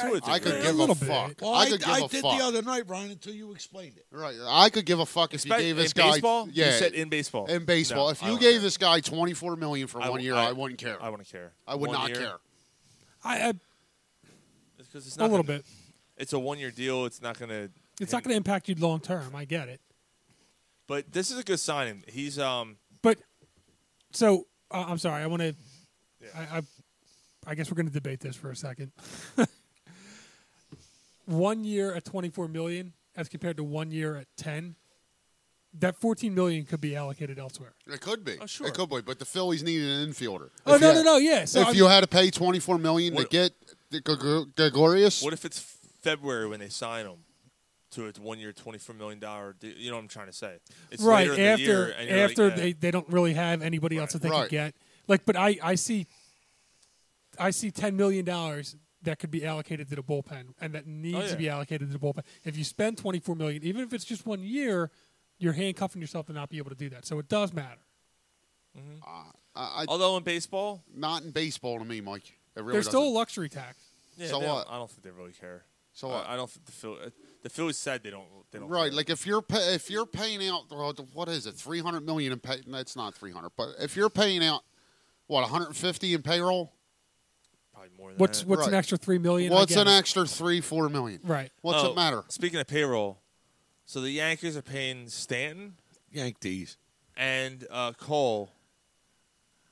[SPEAKER 2] To a
[SPEAKER 7] I could
[SPEAKER 2] degree.
[SPEAKER 5] A
[SPEAKER 7] give a,
[SPEAKER 5] little bit.
[SPEAKER 7] fuck.
[SPEAKER 6] Well, I,
[SPEAKER 7] I could give
[SPEAKER 6] I
[SPEAKER 7] a
[SPEAKER 6] did
[SPEAKER 7] fuck.
[SPEAKER 6] the other night, Ryan, until you explained it.
[SPEAKER 7] right. I could give a fuck if you
[SPEAKER 2] Expect-
[SPEAKER 7] gave this
[SPEAKER 2] in
[SPEAKER 7] guy
[SPEAKER 2] baseball? You
[SPEAKER 7] Yeah,
[SPEAKER 2] said in baseball.
[SPEAKER 7] In baseball,
[SPEAKER 2] No,
[SPEAKER 7] if
[SPEAKER 2] I
[SPEAKER 7] you
[SPEAKER 2] don't
[SPEAKER 7] gave
[SPEAKER 2] care.
[SPEAKER 7] this guy twenty four million for
[SPEAKER 2] I
[SPEAKER 7] one
[SPEAKER 2] w-
[SPEAKER 7] year, I, wouldn't care.
[SPEAKER 2] I wouldn't care.
[SPEAKER 7] I would
[SPEAKER 2] One
[SPEAKER 7] not
[SPEAKER 2] year,
[SPEAKER 7] care.
[SPEAKER 5] I, I
[SPEAKER 2] it's 'cause it's
[SPEAKER 5] a
[SPEAKER 2] not
[SPEAKER 5] little
[SPEAKER 2] gonna-
[SPEAKER 5] bit.
[SPEAKER 2] It's a one year deal. It's not going to.
[SPEAKER 5] It's not going to impact you long term. I get it.
[SPEAKER 2] But this is a good signing. He's um
[SPEAKER 5] But so uh, I'm sorry. I want to. I, I I guess we're going to debate this for a second. one year at 24 million, as compared to one year at 10. That 14 million could be allocated elsewhere.
[SPEAKER 7] It could be.
[SPEAKER 5] Oh, sure.
[SPEAKER 7] It could be. But the Phillies needed an infielder.
[SPEAKER 5] Oh,
[SPEAKER 7] If
[SPEAKER 5] no,
[SPEAKER 7] you-
[SPEAKER 5] no, no, yeah, so,
[SPEAKER 7] if
[SPEAKER 5] I
[SPEAKER 7] you
[SPEAKER 5] mean-
[SPEAKER 7] had to pay twenty four million
[SPEAKER 2] What-
[SPEAKER 7] to get the Gregor- Gregorius,
[SPEAKER 2] What if it's February when they sign him to a one-year, twenty-four million dollar? You know what I'm trying to say? It's
[SPEAKER 5] right
[SPEAKER 2] later in
[SPEAKER 5] after
[SPEAKER 2] the year, and you're like,
[SPEAKER 5] after
[SPEAKER 2] eh.
[SPEAKER 5] they, they don't really have anybody else that they
[SPEAKER 2] Right.
[SPEAKER 5] can get. Like, but I I see I see ten million dollars that could be allocated to the bullpen and that needs
[SPEAKER 2] yeah.
[SPEAKER 5] to be allocated to the bullpen. If you spend twenty four million, even if it's just one year, you're handcuffing yourself to not be able to do that. So it does matter.
[SPEAKER 7] I,
[SPEAKER 2] although in baseball,
[SPEAKER 7] not in baseball to me, Mike. It really
[SPEAKER 5] There's
[SPEAKER 7] doesn't.
[SPEAKER 5] still a luxury tax.
[SPEAKER 2] Yeah,
[SPEAKER 7] So
[SPEAKER 2] they don't-
[SPEAKER 7] what?
[SPEAKER 2] I don't think they really care.
[SPEAKER 7] So
[SPEAKER 2] I-
[SPEAKER 7] what?
[SPEAKER 2] I, don't think the Phillies. The Phillies said they don't. They don't.
[SPEAKER 7] Right, like if you're pay, if you're paying out well, what is it three hundred million in pay? That's not three hundred, but if you're paying out what one hundred fifty in payroll,
[SPEAKER 2] Probably more than
[SPEAKER 5] What's
[SPEAKER 2] that.
[SPEAKER 5] what's an
[SPEAKER 7] Right.
[SPEAKER 5] extra three million? I
[SPEAKER 7] what's
[SPEAKER 5] get
[SPEAKER 7] an
[SPEAKER 5] it.
[SPEAKER 7] extra three four million?
[SPEAKER 5] Right.
[SPEAKER 7] What's
[SPEAKER 2] Oh,
[SPEAKER 7] it matter?
[SPEAKER 2] Speaking of payroll, so the Yankees are paying Stanton
[SPEAKER 9] Yankees.
[SPEAKER 2] and uh, Cole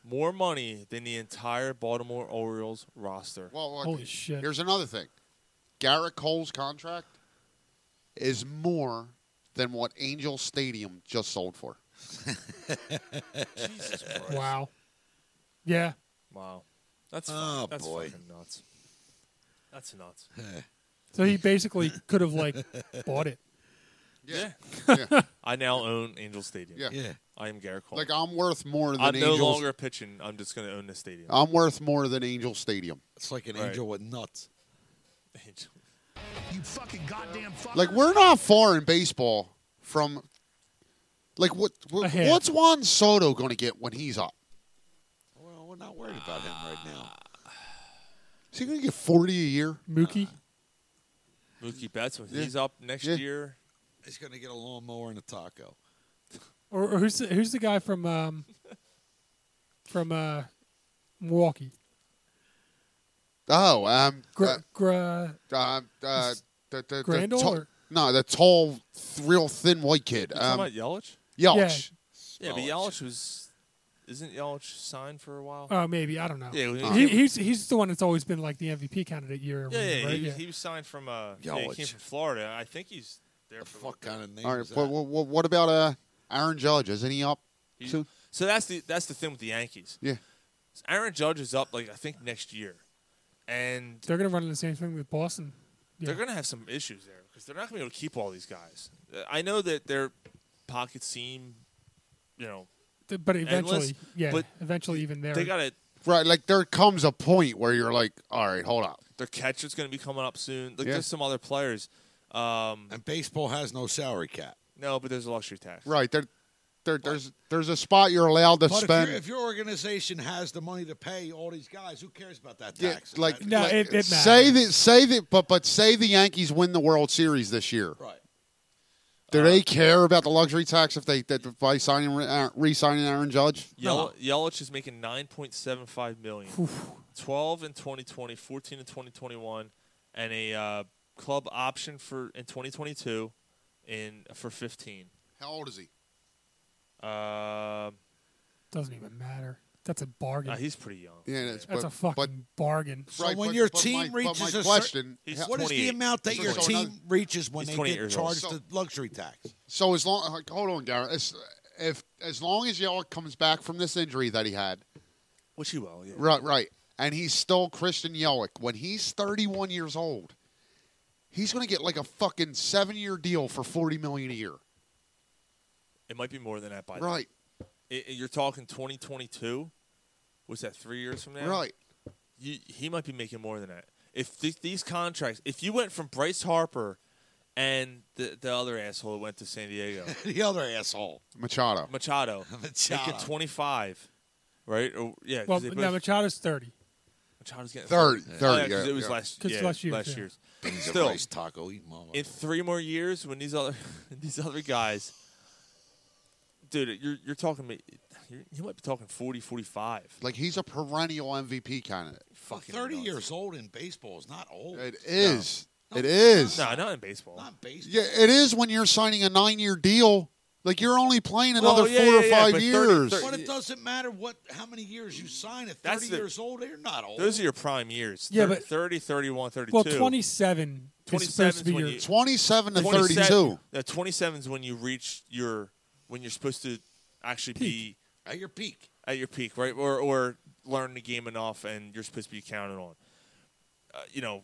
[SPEAKER 2] more money than the entire Baltimore Orioles roster.
[SPEAKER 7] Well,
[SPEAKER 5] Holy shit.
[SPEAKER 7] Here's another thing: Garrett Cole's contract is more than what Angel Stadium just sold for.
[SPEAKER 2] Jesus Christ.
[SPEAKER 5] Wow. Yeah.
[SPEAKER 2] Wow. That's
[SPEAKER 9] Oh,
[SPEAKER 2] fu- that's
[SPEAKER 9] boy.
[SPEAKER 2] fucking nuts. That's nuts.
[SPEAKER 5] So he basically could have like bought it.
[SPEAKER 2] Yeah.
[SPEAKER 7] Yeah.
[SPEAKER 2] I now own Angel Stadium.
[SPEAKER 7] Yeah.
[SPEAKER 9] Yeah.
[SPEAKER 2] I am Garrett Cole.
[SPEAKER 7] like I'm worth more than
[SPEAKER 2] I'm no
[SPEAKER 7] Angels- Oh.
[SPEAKER 2] longer pitching. I'm just going to own the stadium.
[SPEAKER 7] I'm worth more than Angel Stadium.
[SPEAKER 9] It's like an
[SPEAKER 2] Right.
[SPEAKER 9] angel with nuts.
[SPEAKER 2] Angel-
[SPEAKER 1] You fucking goddamn fuck.
[SPEAKER 7] Like we're not far in baseball from like what, what
[SPEAKER 5] Ahead.
[SPEAKER 7] what's Juan Soto going to get when he's up?
[SPEAKER 9] Well, we're not worried about him right now.
[SPEAKER 7] Ah. Is he going to get 40 a year?
[SPEAKER 5] Mookie.
[SPEAKER 2] Mookie Betts when
[SPEAKER 7] Yeah.
[SPEAKER 2] he's up next
[SPEAKER 7] Yeah.
[SPEAKER 2] year.
[SPEAKER 9] He's going to get a lawnmower and a taco.
[SPEAKER 5] Or, or who's the, who's the guy from um, from uh, Milwaukee?
[SPEAKER 7] Oh, um
[SPEAKER 5] Gra- gra-
[SPEAKER 7] uh, um, uh, the, the, the
[SPEAKER 5] Grandal
[SPEAKER 7] tall-
[SPEAKER 5] or-
[SPEAKER 7] No, the tall th- real thin white kid.
[SPEAKER 2] You
[SPEAKER 7] Um
[SPEAKER 2] talking about Yelich?
[SPEAKER 7] Yelich.
[SPEAKER 2] Yeah, but
[SPEAKER 9] Yelich.
[SPEAKER 2] Yelich was isn't Yelich signed for a while?
[SPEAKER 5] oh, maybe I don't know.
[SPEAKER 2] Yeah, when
[SPEAKER 5] he,
[SPEAKER 2] he came-
[SPEAKER 5] he's he's the one that's always been like the MVP candidate year.
[SPEAKER 2] yeah, yeah,
[SPEAKER 5] right?
[SPEAKER 2] he, he was signed from uh, yeah, he came
[SPEAKER 9] Yelich.
[SPEAKER 2] from Florida. I think he's there
[SPEAKER 9] The
[SPEAKER 2] for
[SPEAKER 9] fuck kind of name
[SPEAKER 7] All
[SPEAKER 9] is
[SPEAKER 7] right.
[SPEAKER 9] that?
[SPEAKER 7] What, what, what about uh Aaron Judge? Isn't he up
[SPEAKER 2] He-
[SPEAKER 7] soon?
[SPEAKER 2] So that's the that's the thing with the Yankees.
[SPEAKER 7] Yeah.
[SPEAKER 2] Aaron Judge is up like I think next year, and
[SPEAKER 5] They're gonna run into the same thing with Boston. Yeah.
[SPEAKER 2] they're going to have some issues there because they're not going to be able to keep all these guys. Uh, I know that their pockets seem, you know,
[SPEAKER 5] Th- but eventually,
[SPEAKER 2] Endless,
[SPEAKER 5] yeah,
[SPEAKER 2] but
[SPEAKER 5] eventually even there.
[SPEAKER 2] they got to
[SPEAKER 7] Right, like there comes a point where you're like, all right, hold up.
[SPEAKER 2] their catcher's going to be coming up soon. Like
[SPEAKER 7] Yeah.
[SPEAKER 2] there's some other players. Um,
[SPEAKER 9] And baseball has no salary cap.
[SPEAKER 2] no, but there's a luxury tax.
[SPEAKER 7] Right, there, there, there's there's a spot you're allowed to
[SPEAKER 9] But if,
[SPEAKER 7] spend.
[SPEAKER 9] your- if your organization has the money to pay all these guys, who cares about that
[SPEAKER 7] Yeah,
[SPEAKER 9] tax?
[SPEAKER 7] like,
[SPEAKER 9] That-
[SPEAKER 5] No,
[SPEAKER 7] like,
[SPEAKER 5] it- it
[SPEAKER 7] say
[SPEAKER 5] matters.
[SPEAKER 7] that, say that, but but say the Yankees win the World Series this year.
[SPEAKER 9] right.
[SPEAKER 7] Do
[SPEAKER 5] Uh-huh.
[SPEAKER 7] they care about the luxury tax if they that by signing uh, re-signing Aaron Judge?
[SPEAKER 2] Yel- Yelich is making 9.75 million. 12 in 2020, 14 in 2021, and a uh, club option for in 2022 in for 15.
[SPEAKER 7] How old is he?
[SPEAKER 2] Uh,
[SPEAKER 5] doesn't even matter. That's a bargain.
[SPEAKER 2] nah, he's pretty young.
[SPEAKER 7] Yeah, that's,
[SPEAKER 5] that's
[SPEAKER 7] but,
[SPEAKER 5] a fucking
[SPEAKER 7] But,
[SPEAKER 5] bargain.
[SPEAKER 9] So
[SPEAKER 7] right,
[SPEAKER 9] when
[SPEAKER 7] but-
[SPEAKER 9] your
[SPEAKER 7] but my-
[SPEAKER 9] team
[SPEAKER 7] but
[SPEAKER 9] reaches
[SPEAKER 7] my
[SPEAKER 9] a cer-
[SPEAKER 7] question-
[SPEAKER 2] He's
[SPEAKER 9] what is
[SPEAKER 2] 28.
[SPEAKER 9] the amount that
[SPEAKER 7] So
[SPEAKER 9] your
[SPEAKER 7] another-
[SPEAKER 9] team reaches when
[SPEAKER 2] He's
[SPEAKER 9] they
[SPEAKER 2] 28
[SPEAKER 9] get
[SPEAKER 2] years old.
[SPEAKER 9] charged
[SPEAKER 7] So-
[SPEAKER 9] the luxury tax?
[SPEAKER 7] so as long like, hold on, Garrett. As, if as long as Yelich comes back from this injury that he had,
[SPEAKER 2] Which he will. Yeah.
[SPEAKER 7] right, right, and he's still Christian Yelich when he's 31 years old, he's going to get like a fucking seven-year deal for 40 million a year.
[SPEAKER 2] It might be more than that by then.
[SPEAKER 7] Right,
[SPEAKER 2] I- I- you're talking 2022. Was that three years from now?
[SPEAKER 7] right.
[SPEAKER 2] You, he might be making more than that. If th- these contracts, if you went from Bryce Harper and the the other asshole went to San Diego,
[SPEAKER 9] the other asshole.
[SPEAKER 7] Machado.
[SPEAKER 2] Machado,
[SPEAKER 9] Machado.
[SPEAKER 2] making 25, right? Or, yeah, 'cause
[SPEAKER 5] Well,
[SPEAKER 2] they
[SPEAKER 5] no,
[SPEAKER 2] both-
[SPEAKER 5] Machado's thirty.
[SPEAKER 2] Machado's getting
[SPEAKER 7] Third,
[SPEAKER 2] Oh, yeah,
[SPEAKER 7] third,
[SPEAKER 2] 'cause
[SPEAKER 7] yeah,
[SPEAKER 2] it was
[SPEAKER 7] yeah.
[SPEAKER 2] last,
[SPEAKER 5] 'Cause
[SPEAKER 2] yeah,
[SPEAKER 5] last year's,
[SPEAKER 2] last
[SPEAKER 5] yeah.
[SPEAKER 2] year's.
[SPEAKER 9] Things
[SPEAKER 2] Still.
[SPEAKER 9] a rice taco. Eat mama.
[SPEAKER 2] in three more years when these other these other guys dude you're you're talking me you're, you might be talking 40 45
[SPEAKER 7] Like he's a perennial MVP candidate.
[SPEAKER 2] fucking
[SPEAKER 9] Thirty
[SPEAKER 2] nuts.
[SPEAKER 9] years old in baseball is not old.
[SPEAKER 7] It is. It is.
[SPEAKER 2] no not in baseball
[SPEAKER 9] Not baseball.
[SPEAKER 7] Yeah, it is when you're signing a nine-year deal. Like you're only playing another
[SPEAKER 9] Well, yeah,
[SPEAKER 7] four or
[SPEAKER 9] yeah, yeah,
[SPEAKER 7] five
[SPEAKER 9] but 30
[SPEAKER 7] years.
[SPEAKER 9] But it doesn't matter what how many years you sign. At 30
[SPEAKER 2] That's the-
[SPEAKER 9] years old, you're not old.
[SPEAKER 2] Those are your prime years.
[SPEAKER 5] Yeah,
[SPEAKER 2] Thir-
[SPEAKER 5] but-
[SPEAKER 2] 30, 31, 32.
[SPEAKER 5] Well, 27 is
[SPEAKER 2] 27
[SPEAKER 5] supposed
[SPEAKER 2] is
[SPEAKER 5] to be
[SPEAKER 2] when
[SPEAKER 5] your
[SPEAKER 2] you-
[SPEAKER 7] 27 to 32.
[SPEAKER 2] Yeah, 27 is when you reach your when you're supposed to actually be
[SPEAKER 9] at your peak.
[SPEAKER 2] At your peak, right? Or or learn the game enough, and you're supposed to be counted on. Uh, you know,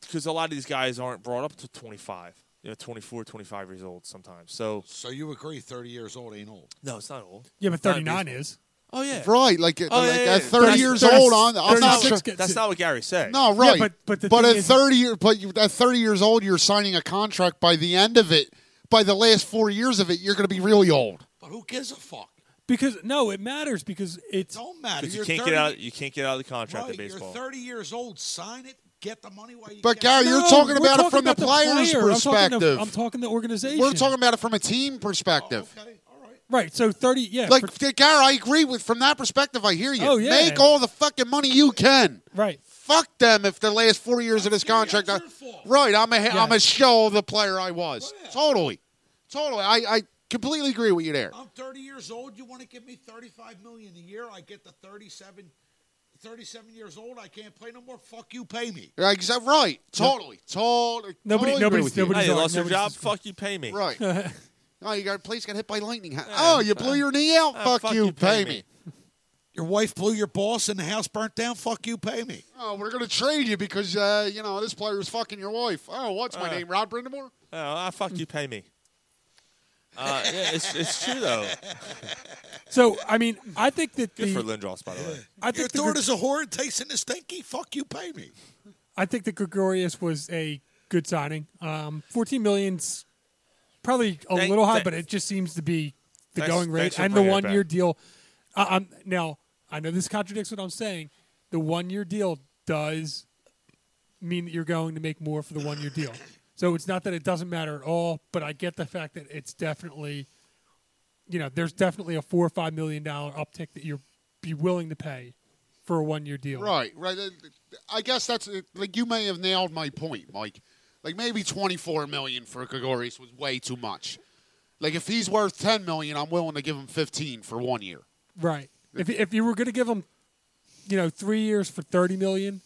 [SPEAKER 2] because a lot of these guys aren't brought up to 25. You know, 24, 25 years old sometimes. So
[SPEAKER 9] So you agree 30 years old ain't old.
[SPEAKER 2] no, it's not old.
[SPEAKER 5] Yeah, but
[SPEAKER 2] Not in
[SPEAKER 5] 39
[SPEAKER 2] baseball.
[SPEAKER 5] is.
[SPEAKER 2] Oh yeah,
[SPEAKER 7] Right, like,
[SPEAKER 2] Oh,
[SPEAKER 7] at-
[SPEAKER 2] yeah,
[SPEAKER 7] like,
[SPEAKER 2] yeah,
[SPEAKER 7] at
[SPEAKER 2] yeah.
[SPEAKER 7] 30
[SPEAKER 2] That's-
[SPEAKER 7] years
[SPEAKER 2] that's-
[SPEAKER 7] old, I'm,
[SPEAKER 2] that's
[SPEAKER 7] I'm not.
[SPEAKER 2] not what- that's not what Gary said.
[SPEAKER 7] No, right.
[SPEAKER 5] but- but the
[SPEAKER 7] but
[SPEAKER 5] thing
[SPEAKER 7] at
[SPEAKER 5] is-
[SPEAKER 7] 30 year, but you, at 30 years old, you're signing a contract. By the end of it, by the last four years of it, you're going to be really old.
[SPEAKER 9] But who gives a fuck?
[SPEAKER 5] Because no, it matters because it's
[SPEAKER 9] don't matter.
[SPEAKER 2] Because you
[SPEAKER 9] You're
[SPEAKER 2] can't
[SPEAKER 9] 30
[SPEAKER 2] get out. You can't get out of the contract
[SPEAKER 9] Right,
[SPEAKER 2] in baseball.
[SPEAKER 9] You're 30 years old. Sign it. Get the money while you
[SPEAKER 7] But
[SPEAKER 9] can.
[SPEAKER 7] Gary, you're
[SPEAKER 5] No,
[SPEAKER 7] talking
[SPEAKER 5] we're
[SPEAKER 7] about it from
[SPEAKER 5] about
[SPEAKER 7] the player's
[SPEAKER 5] player. I'm talking the-
[SPEAKER 7] perspective.
[SPEAKER 5] I'm talking the organization.
[SPEAKER 7] We're talking about it from a team perspective.
[SPEAKER 5] right. So 30, yeah,
[SPEAKER 7] Like,
[SPEAKER 5] for-
[SPEAKER 7] Gary, I agree with. From that perspective, I hear you.
[SPEAKER 5] Oh, yeah.
[SPEAKER 7] Make all the fucking money you can.
[SPEAKER 5] right.
[SPEAKER 7] Fuck them if the last four years of this contract.
[SPEAKER 2] uh,
[SPEAKER 7] I- right, I'm a am a shell of the player I was. Totally, totally. I, I completely agree with you there.
[SPEAKER 9] I'm 30 years old. You want to give me 35 million a year? I get the 37, 37 years old. I can't play no more. Fuck you. Pay me.
[SPEAKER 7] Like, is that right? Totally, totally.
[SPEAKER 5] Nobody-
[SPEAKER 7] totally agree
[SPEAKER 5] nobody's-
[SPEAKER 7] with you.
[SPEAKER 5] nobody's
[SPEAKER 2] Hey, you
[SPEAKER 5] on-
[SPEAKER 2] lost your
[SPEAKER 5] nobody's
[SPEAKER 2] job.
[SPEAKER 5] just-
[SPEAKER 2] Fuck you. Pay me.
[SPEAKER 7] Right. oh, you got place got hit by lightning. oh, you blew your knee out.
[SPEAKER 2] Ah,
[SPEAKER 7] fuck, you. Pay me.
[SPEAKER 9] Your wife blew your boss and the house burnt down. Fuck you. Pay me.
[SPEAKER 7] Oh, we're gonna trade you because uh, you know this player is fucking your wife. Oh, what's my
[SPEAKER 2] Uh.
[SPEAKER 7] name? Rod Brindamore.
[SPEAKER 2] Oh, ah, fuck you. Pay me. Uh, yeah, it's, it's true though.
[SPEAKER 5] So I mean, I think that
[SPEAKER 2] Good
[SPEAKER 5] the
[SPEAKER 2] for Lindros, by the way.
[SPEAKER 5] I
[SPEAKER 9] Your
[SPEAKER 5] think the,
[SPEAKER 9] thought
[SPEAKER 5] Gre-
[SPEAKER 9] is a whore and tastes in the stinky. Fuck you. Pay me.
[SPEAKER 5] I think that Gregorius was a good signing. Um, 14 million's probably a
[SPEAKER 2] Thank-
[SPEAKER 5] little high,
[SPEAKER 2] thank-
[SPEAKER 5] but it just seems to be the
[SPEAKER 2] Thanks-
[SPEAKER 5] going
[SPEAKER 2] thanks
[SPEAKER 5] rate
[SPEAKER 2] for
[SPEAKER 5] and the
[SPEAKER 2] bringing it back.
[SPEAKER 5] one year deal. Uh, I'm, now I know this contradicts what I'm saying. The one year deal does mean that you're going to make more for the one year deal. So it's not that it doesn't matter at all, but I get the fact that it's definitely, you know, there's definitely a four or five million dollar uptick that you're be willing to pay for a one year deal.
[SPEAKER 7] Right, right. Uh, I guess that's uh, like you may have nailed my point, Mike. Like maybe twenty-four million for Gregoris was way too much. Like if he's worth ten million, I'm willing to give him fifteen for one year.
[SPEAKER 5] Right. If if you were going to give them, you know, three years for thirty million,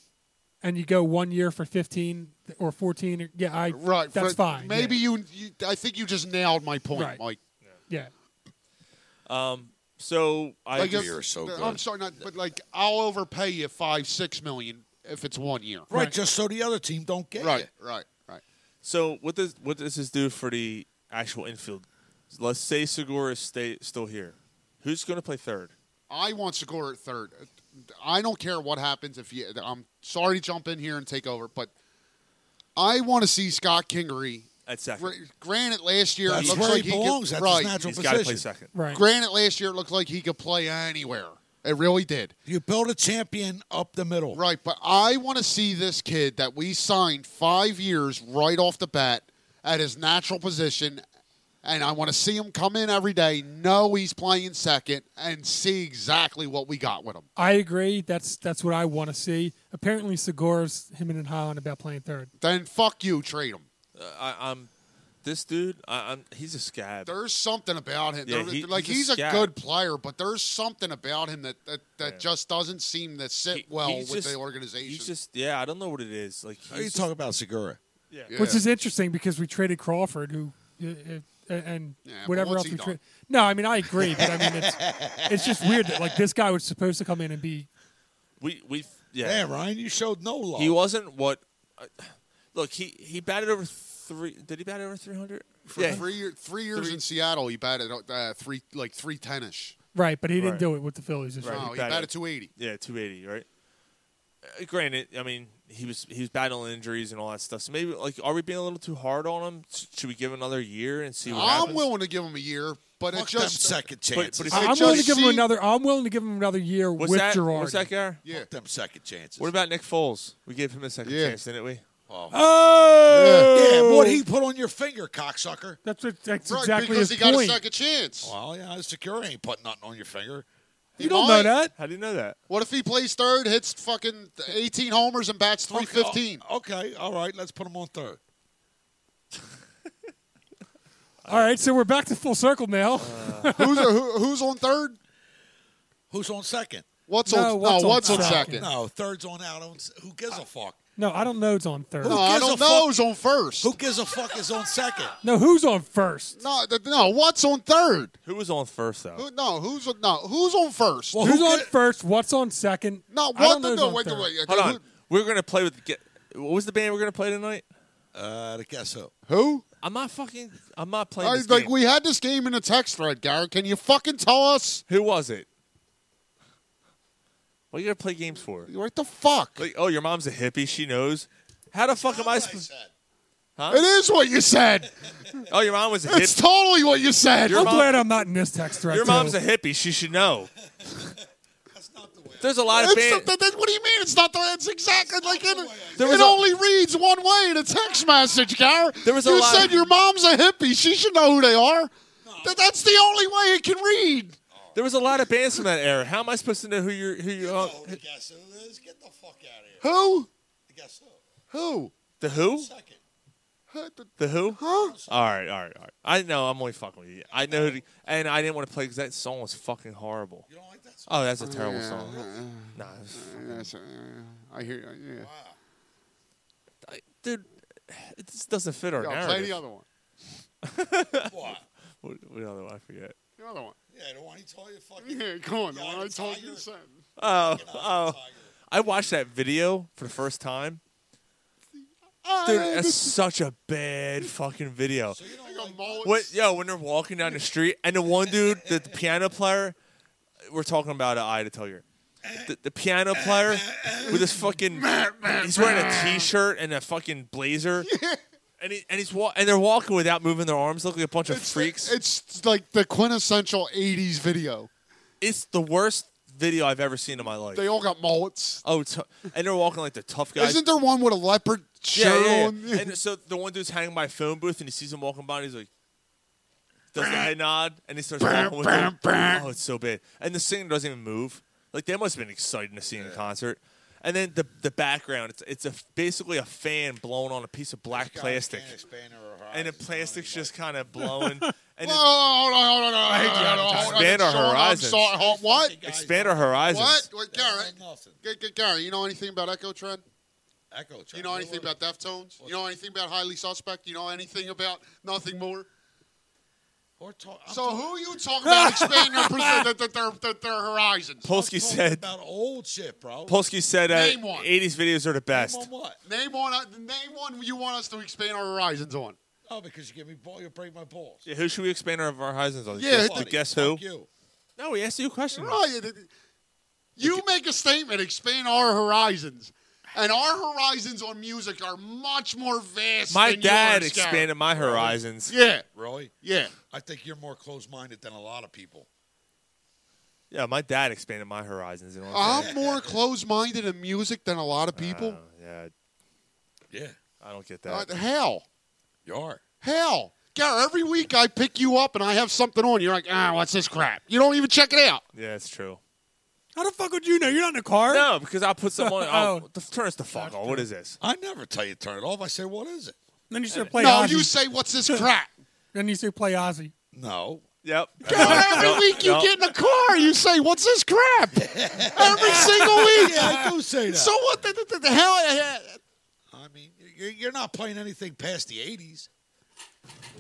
[SPEAKER 5] and you go one year for fifteen or fourteen, or, yeah, I
[SPEAKER 7] Right,
[SPEAKER 5] that's
[SPEAKER 7] for-
[SPEAKER 5] fine.
[SPEAKER 7] Maybe you, you. I think you just nailed my point,
[SPEAKER 5] Right.
[SPEAKER 7] Mike.
[SPEAKER 5] yeah. yeah.
[SPEAKER 2] So I
[SPEAKER 7] Like
[SPEAKER 2] just-
[SPEAKER 7] if-
[SPEAKER 9] you're so
[SPEAKER 7] uh,
[SPEAKER 9] good.
[SPEAKER 7] I'm sorry, not, but like I'll overpay you five, six million if it's one year.
[SPEAKER 9] Right.
[SPEAKER 5] Right.
[SPEAKER 9] Just so the other team don't get
[SPEAKER 7] Right,
[SPEAKER 9] you.
[SPEAKER 7] right, right.
[SPEAKER 2] So what does what does this do for the actual infield? Let's say Segura is stay, still here. Who's going to play third?
[SPEAKER 7] I want Segura at third. I don't care what happens if you. I'm sorry to jump in here and take over, but I want to see Scott Kingery.
[SPEAKER 2] At second.
[SPEAKER 7] Gr- Granted, last year
[SPEAKER 9] That's
[SPEAKER 7] it looks
[SPEAKER 9] where
[SPEAKER 7] like
[SPEAKER 9] he
[SPEAKER 7] could-
[SPEAKER 9] belongs. That's his
[SPEAKER 7] right.
[SPEAKER 9] natural
[SPEAKER 2] He's got to play
[SPEAKER 9] position.
[SPEAKER 2] second.
[SPEAKER 5] Right.
[SPEAKER 7] Granted, last year it looked like he could play anywhere. It really did.
[SPEAKER 9] You build a champion up the middle.
[SPEAKER 7] Right, but I want to see this kid that we signed five years right off the bat at his natural position, and I want to see him come in every day, know he's playing second, and see exactly what we got with him.
[SPEAKER 5] I agree. That's that's what I want to see. Apparently, Segura's him and Holland about playing third.
[SPEAKER 7] Then fuck you, trade him.
[SPEAKER 2] Uh, I, I'm this dude. I, I'm he's a scab.
[SPEAKER 7] There's something about him.
[SPEAKER 2] Yeah,
[SPEAKER 7] There-
[SPEAKER 2] he-
[SPEAKER 7] like
[SPEAKER 2] he's
[SPEAKER 7] he's,
[SPEAKER 2] a
[SPEAKER 7] a,
[SPEAKER 2] scat.
[SPEAKER 7] good player, but there's something about him that that, that just doesn't seem to sit
[SPEAKER 2] He-
[SPEAKER 7] well
[SPEAKER 2] he's
[SPEAKER 7] with
[SPEAKER 2] just-
[SPEAKER 7] the organization.
[SPEAKER 2] He's just yeah. I don't know what it is. Like he's
[SPEAKER 9] Are you
[SPEAKER 2] just-
[SPEAKER 9] talking about Segura?
[SPEAKER 7] yeah.
[SPEAKER 5] Which is interesting because we traded Crawford, who uh, uh, and
[SPEAKER 7] Yeah, but
[SPEAKER 5] whatever
[SPEAKER 7] what's
[SPEAKER 5] else
[SPEAKER 7] he
[SPEAKER 5] we
[SPEAKER 7] done?
[SPEAKER 5] traded. No, I mean I agree, but I mean it's it's just weird that like this guy was supposed to come in and be
[SPEAKER 2] we we
[SPEAKER 9] Yeah.
[SPEAKER 2] yeah.
[SPEAKER 9] Ryan, you showed no love.
[SPEAKER 2] He wasn't what. Uh, look, he he batted over three. Did he bat over three hundred?
[SPEAKER 7] for three year, three years
[SPEAKER 2] Three-
[SPEAKER 7] in Seattle, he batted uh, three like three ten ish.
[SPEAKER 5] right, but he didn't
[SPEAKER 2] Right.
[SPEAKER 5] do it with the Phillies. This
[SPEAKER 2] Right.
[SPEAKER 5] year.
[SPEAKER 7] No, he
[SPEAKER 2] batted-
[SPEAKER 7] batted two eighty.
[SPEAKER 2] Yeah, two eighty, right? Uh, granted, I mean he was he was battling injuries and all that stuff. So maybe like, are we being a little too hard on him? S- Should we give another year and see what
[SPEAKER 7] I'm
[SPEAKER 2] happens?
[SPEAKER 7] willing to give him a year, but
[SPEAKER 9] Fuck
[SPEAKER 7] it just
[SPEAKER 9] them second
[SPEAKER 2] but
[SPEAKER 9] chances.
[SPEAKER 2] if-
[SPEAKER 5] I'm
[SPEAKER 7] It
[SPEAKER 5] willing to
[SPEAKER 7] just
[SPEAKER 5] give him
[SPEAKER 7] seemed-
[SPEAKER 5] another. I'm willing to give him another year
[SPEAKER 2] What's
[SPEAKER 5] with
[SPEAKER 2] that?
[SPEAKER 5] Gerard.
[SPEAKER 2] What's that, Gar?
[SPEAKER 7] yeah.
[SPEAKER 9] Fuck them second chances.
[SPEAKER 2] What about Nick Foles? We gave him a second
[SPEAKER 7] Yeah.
[SPEAKER 2] chance, didn't we? Oh.
[SPEAKER 9] yeah, what he put on your finger, cocksucker?
[SPEAKER 5] That's what, that's
[SPEAKER 7] Right,
[SPEAKER 5] exactly
[SPEAKER 7] because
[SPEAKER 5] his
[SPEAKER 7] he got
[SPEAKER 5] point.
[SPEAKER 7] a second chance.
[SPEAKER 9] Well, yeah, Segura ain't putting nothing on your finger.
[SPEAKER 5] You don't know that.
[SPEAKER 2] How do you know that?
[SPEAKER 7] What if he plays third, hits fucking 18 homers, and bats
[SPEAKER 9] uh,
[SPEAKER 7] 315?
[SPEAKER 9] Okay, all right, let's put him on third.
[SPEAKER 5] All right, so we're back to full circle now.
[SPEAKER 7] who's who, who's on third?
[SPEAKER 9] Who's on second?
[SPEAKER 7] What's
[SPEAKER 5] No,
[SPEAKER 7] on?
[SPEAKER 5] what's
[SPEAKER 7] no,
[SPEAKER 5] on
[SPEAKER 7] what's on
[SPEAKER 5] second?
[SPEAKER 7] second?
[SPEAKER 9] No, third's on out. On, s- who gives a fuck?
[SPEAKER 5] No, I don't know. It's on third.
[SPEAKER 7] No,
[SPEAKER 5] No,
[SPEAKER 7] I
[SPEAKER 9] gives a
[SPEAKER 7] don't
[SPEAKER 9] fuck?
[SPEAKER 7] know. Who's on first?
[SPEAKER 9] Who gives a fuck is on second?
[SPEAKER 5] who's on first?
[SPEAKER 7] No, th- no. What's on third?
[SPEAKER 2] Who was on first though?
[SPEAKER 7] Who, no, who's on, no? Who's on first?
[SPEAKER 9] Well,
[SPEAKER 5] who's
[SPEAKER 9] who
[SPEAKER 5] on
[SPEAKER 9] could-
[SPEAKER 5] first? What's on second?
[SPEAKER 7] no,
[SPEAKER 5] I
[SPEAKER 7] what?
[SPEAKER 5] don't know
[SPEAKER 7] the-
[SPEAKER 5] who's
[SPEAKER 7] No,
[SPEAKER 5] on
[SPEAKER 7] wait,
[SPEAKER 5] third.
[SPEAKER 7] wait.
[SPEAKER 2] Hold on. We're gonna play with. Get, what was the band we're gonna play tonight?
[SPEAKER 9] Uh, to guess who?
[SPEAKER 7] Who?
[SPEAKER 2] I'm not fucking. I'm not playing.
[SPEAKER 7] I,
[SPEAKER 2] this
[SPEAKER 7] like
[SPEAKER 2] game.
[SPEAKER 7] we had this game in a text thread, Garrett. Can you fucking tell us?
[SPEAKER 2] Who was it? What are you gonna play games for?
[SPEAKER 7] What the fuck?
[SPEAKER 2] Like, oh, your mom's a hippie. She knows. How the fuck am I supposed?
[SPEAKER 7] It is what you said.
[SPEAKER 2] Oh, your mom was a
[SPEAKER 7] It's
[SPEAKER 2] hippie.
[SPEAKER 7] totally what you said.
[SPEAKER 5] I'm
[SPEAKER 2] mom-
[SPEAKER 5] glad I'm not in this text right
[SPEAKER 2] Your
[SPEAKER 5] now.
[SPEAKER 2] mom's a hippie. She should know. There's a lot of
[SPEAKER 7] It's
[SPEAKER 2] bands.
[SPEAKER 7] the- that- what do you mean? It's not the. It's exactly like it.
[SPEAKER 2] There was
[SPEAKER 7] it
[SPEAKER 2] a-
[SPEAKER 7] only reads one way in a text message, Garrett.
[SPEAKER 2] There was a
[SPEAKER 7] you
[SPEAKER 2] lot-
[SPEAKER 7] said your mom's a hippie. She should know who they are. Th- that's the only way it can read.
[SPEAKER 2] There was a lot of bands from that era. How am I supposed to know who you're? Who you? are?
[SPEAKER 9] Oh, to guess who is? Get the fuck out of here.
[SPEAKER 7] Who?
[SPEAKER 9] To guess who?
[SPEAKER 7] Who?
[SPEAKER 2] The Who?
[SPEAKER 9] Second.
[SPEAKER 7] Who- th-
[SPEAKER 2] The Who?
[SPEAKER 7] Huh?
[SPEAKER 2] All right, all right, all right. I know. I'm only fucking with you. I know, who to- and I didn't want to play because that song was fucking horrible.
[SPEAKER 9] You don't like that song?
[SPEAKER 2] Oh, that's a terrible song. Nah, it's
[SPEAKER 7] Yes, uh, I hear. you, Yeah.
[SPEAKER 2] I- dude, it just doesn't fit our
[SPEAKER 7] Yeah,
[SPEAKER 2] narrative.
[SPEAKER 7] play the other one.
[SPEAKER 2] Uh,
[SPEAKER 9] What?
[SPEAKER 2] What, what other one? I forget.
[SPEAKER 7] The other one.
[SPEAKER 9] Yeah, the one he told you fucking.
[SPEAKER 7] Yeah, go on. The
[SPEAKER 9] Yeah,
[SPEAKER 7] one
[SPEAKER 9] the
[SPEAKER 7] I told you
[SPEAKER 9] tiger.
[SPEAKER 7] to send.
[SPEAKER 2] Oh,
[SPEAKER 9] Oh.
[SPEAKER 2] Mm-hmm. oh. I watched that video for the first time. Dude,
[SPEAKER 7] I-
[SPEAKER 2] that's such a bad fucking video.
[SPEAKER 9] So you don't
[SPEAKER 7] like a
[SPEAKER 9] like
[SPEAKER 7] mullet.
[SPEAKER 2] What? Yo, when they're walking down the street, and the one dude, the, the piano player, we're talking about an eye to tell you. The, the piano player with his fucking, he's wearing a t-shirt and a fucking blazer, and he, and he's wa- and they're walking without moving their arms, looking like a bunch of
[SPEAKER 7] It's-
[SPEAKER 2] freaks.
[SPEAKER 7] It's like the quintessential '80s video.
[SPEAKER 2] It's the worst video I've ever seen in my life.
[SPEAKER 7] They all got mullets.
[SPEAKER 2] Oh, t- and they're walking like the tough guys.
[SPEAKER 7] Isn't there one with a leopard shirt on?
[SPEAKER 2] And so the one dude's hanging by a phone booth, and he sees him walking by, and he's like, does the head nod, and he starts walking with him. Oh, it's so bad. And the singer doesn't even move. Like that must have been exciting to see in concert. And then the the background, it's it's a, basically a fan blown on a piece of black plastic, and the plastic's just kind of blowing. And
[SPEAKER 7] Whoa, hold on, hold on, hold on, hold on, hold on.
[SPEAKER 2] Expand our
[SPEAKER 7] Sean, I'm
[SPEAKER 2] horizons.
[SPEAKER 7] sorry, hold- What?
[SPEAKER 2] it, expand our horizons.
[SPEAKER 7] What? Wait, Garrett.
[SPEAKER 9] Nothing.
[SPEAKER 7] G- G- Garrett, you know anything about Echo Trend?
[SPEAKER 9] Echo.
[SPEAKER 7] You know anything about Deftones? You know anything about Highly Suspect? You know anything about Nothing More?
[SPEAKER 9] Or talk, I'm
[SPEAKER 7] So
[SPEAKER 9] talking-
[SPEAKER 7] who are you talking about expanding their, pers- their, their, their, their, their horizons?
[SPEAKER 9] I'm
[SPEAKER 2] Polsky
[SPEAKER 9] talking
[SPEAKER 2] said.
[SPEAKER 9] about old shit, bro.
[SPEAKER 2] Polsky said uh,
[SPEAKER 7] Name one.
[SPEAKER 2] '80s videos are the
[SPEAKER 9] Name
[SPEAKER 2] best.
[SPEAKER 9] on what?
[SPEAKER 7] Name one. uh, Name one you want us to expand our horizons on.
[SPEAKER 9] Oh, because you give me ball, you break my balls.
[SPEAKER 2] Yeah, who should we expand our horizons on?
[SPEAKER 7] Yeah,
[SPEAKER 2] Guess-
[SPEAKER 7] who-
[SPEAKER 2] the guess who?
[SPEAKER 9] Fuck you.
[SPEAKER 2] No, we asked you a question.
[SPEAKER 7] Right. it- it- You make a statement, expand our horizons. And our horizons on music are much more vast
[SPEAKER 2] My
[SPEAKER 7] than
[SPEAKER 2] dad
[SPEAKER 7] yours, Garrett.
[SPEAKER 2] expanded my horizons.
[SPEAKER 7] Yeah,
[SPEAKER 9] Roy,
[SPEAKER 7] yeah.
[SPEAKER 9] I think you're more closed-minded than a lot of people.
[SPEAKER 2] Yeah, my dad expanded my horizons. You know what I'm
[SPEAKER 7] I'm more closed-minded in music than a lot of people.
[SPEAKER 2] saying? Oh, yeah,
[SPEAKER 9] Yeah,
[SPEAKER 2] I don't get
[SPEAKER 7] Uh,
[SPEAKER 2] that.
[SPEAKER 7] hell,
[SPEAKER 9] you are.
[SPEAKER 7] hell. Garrett, every week I pick you up and I have something on. You're like, ah, what's this crap? You don't even check it out.
[SPEAKER 2] yeah, it's true.
[SPEAKER 5] How the fuck would you know? You're not in the car.
[SPEAKER 2] No, because I'll put some on. I'll,
[SPEAKER 5] Oh.
[SPEAKER 2] the, turn us the fuck on. What is this?
[SPEAKER 9] I never tell you to turn it off. I say, what is it?
[SPEAKER 5] Then you should play
[SPEAKER 7] no,
[SPEAKER 5] Ozzy.
[SPEAKER 7] you say, what's this crap?
[SPEAKER 5] then you should play Ozzy.
[SPEAKER 9] No.
[SPEAKER 2] Yep.
[SPEAKER 7] Garrett, every
[SPEAKER 2] No,
[SPEAKER 7] week you
[SPEAKER 2] no.
[SPEAKER 7] get in the car, you say, what's this crap? every single week.
[SPEAKER 9] I do say that.
[SPEAKER 7] So what the, the, the hell? uh,
[SPEAKER 9] I mean, you're, you're not playing anything past the 80s.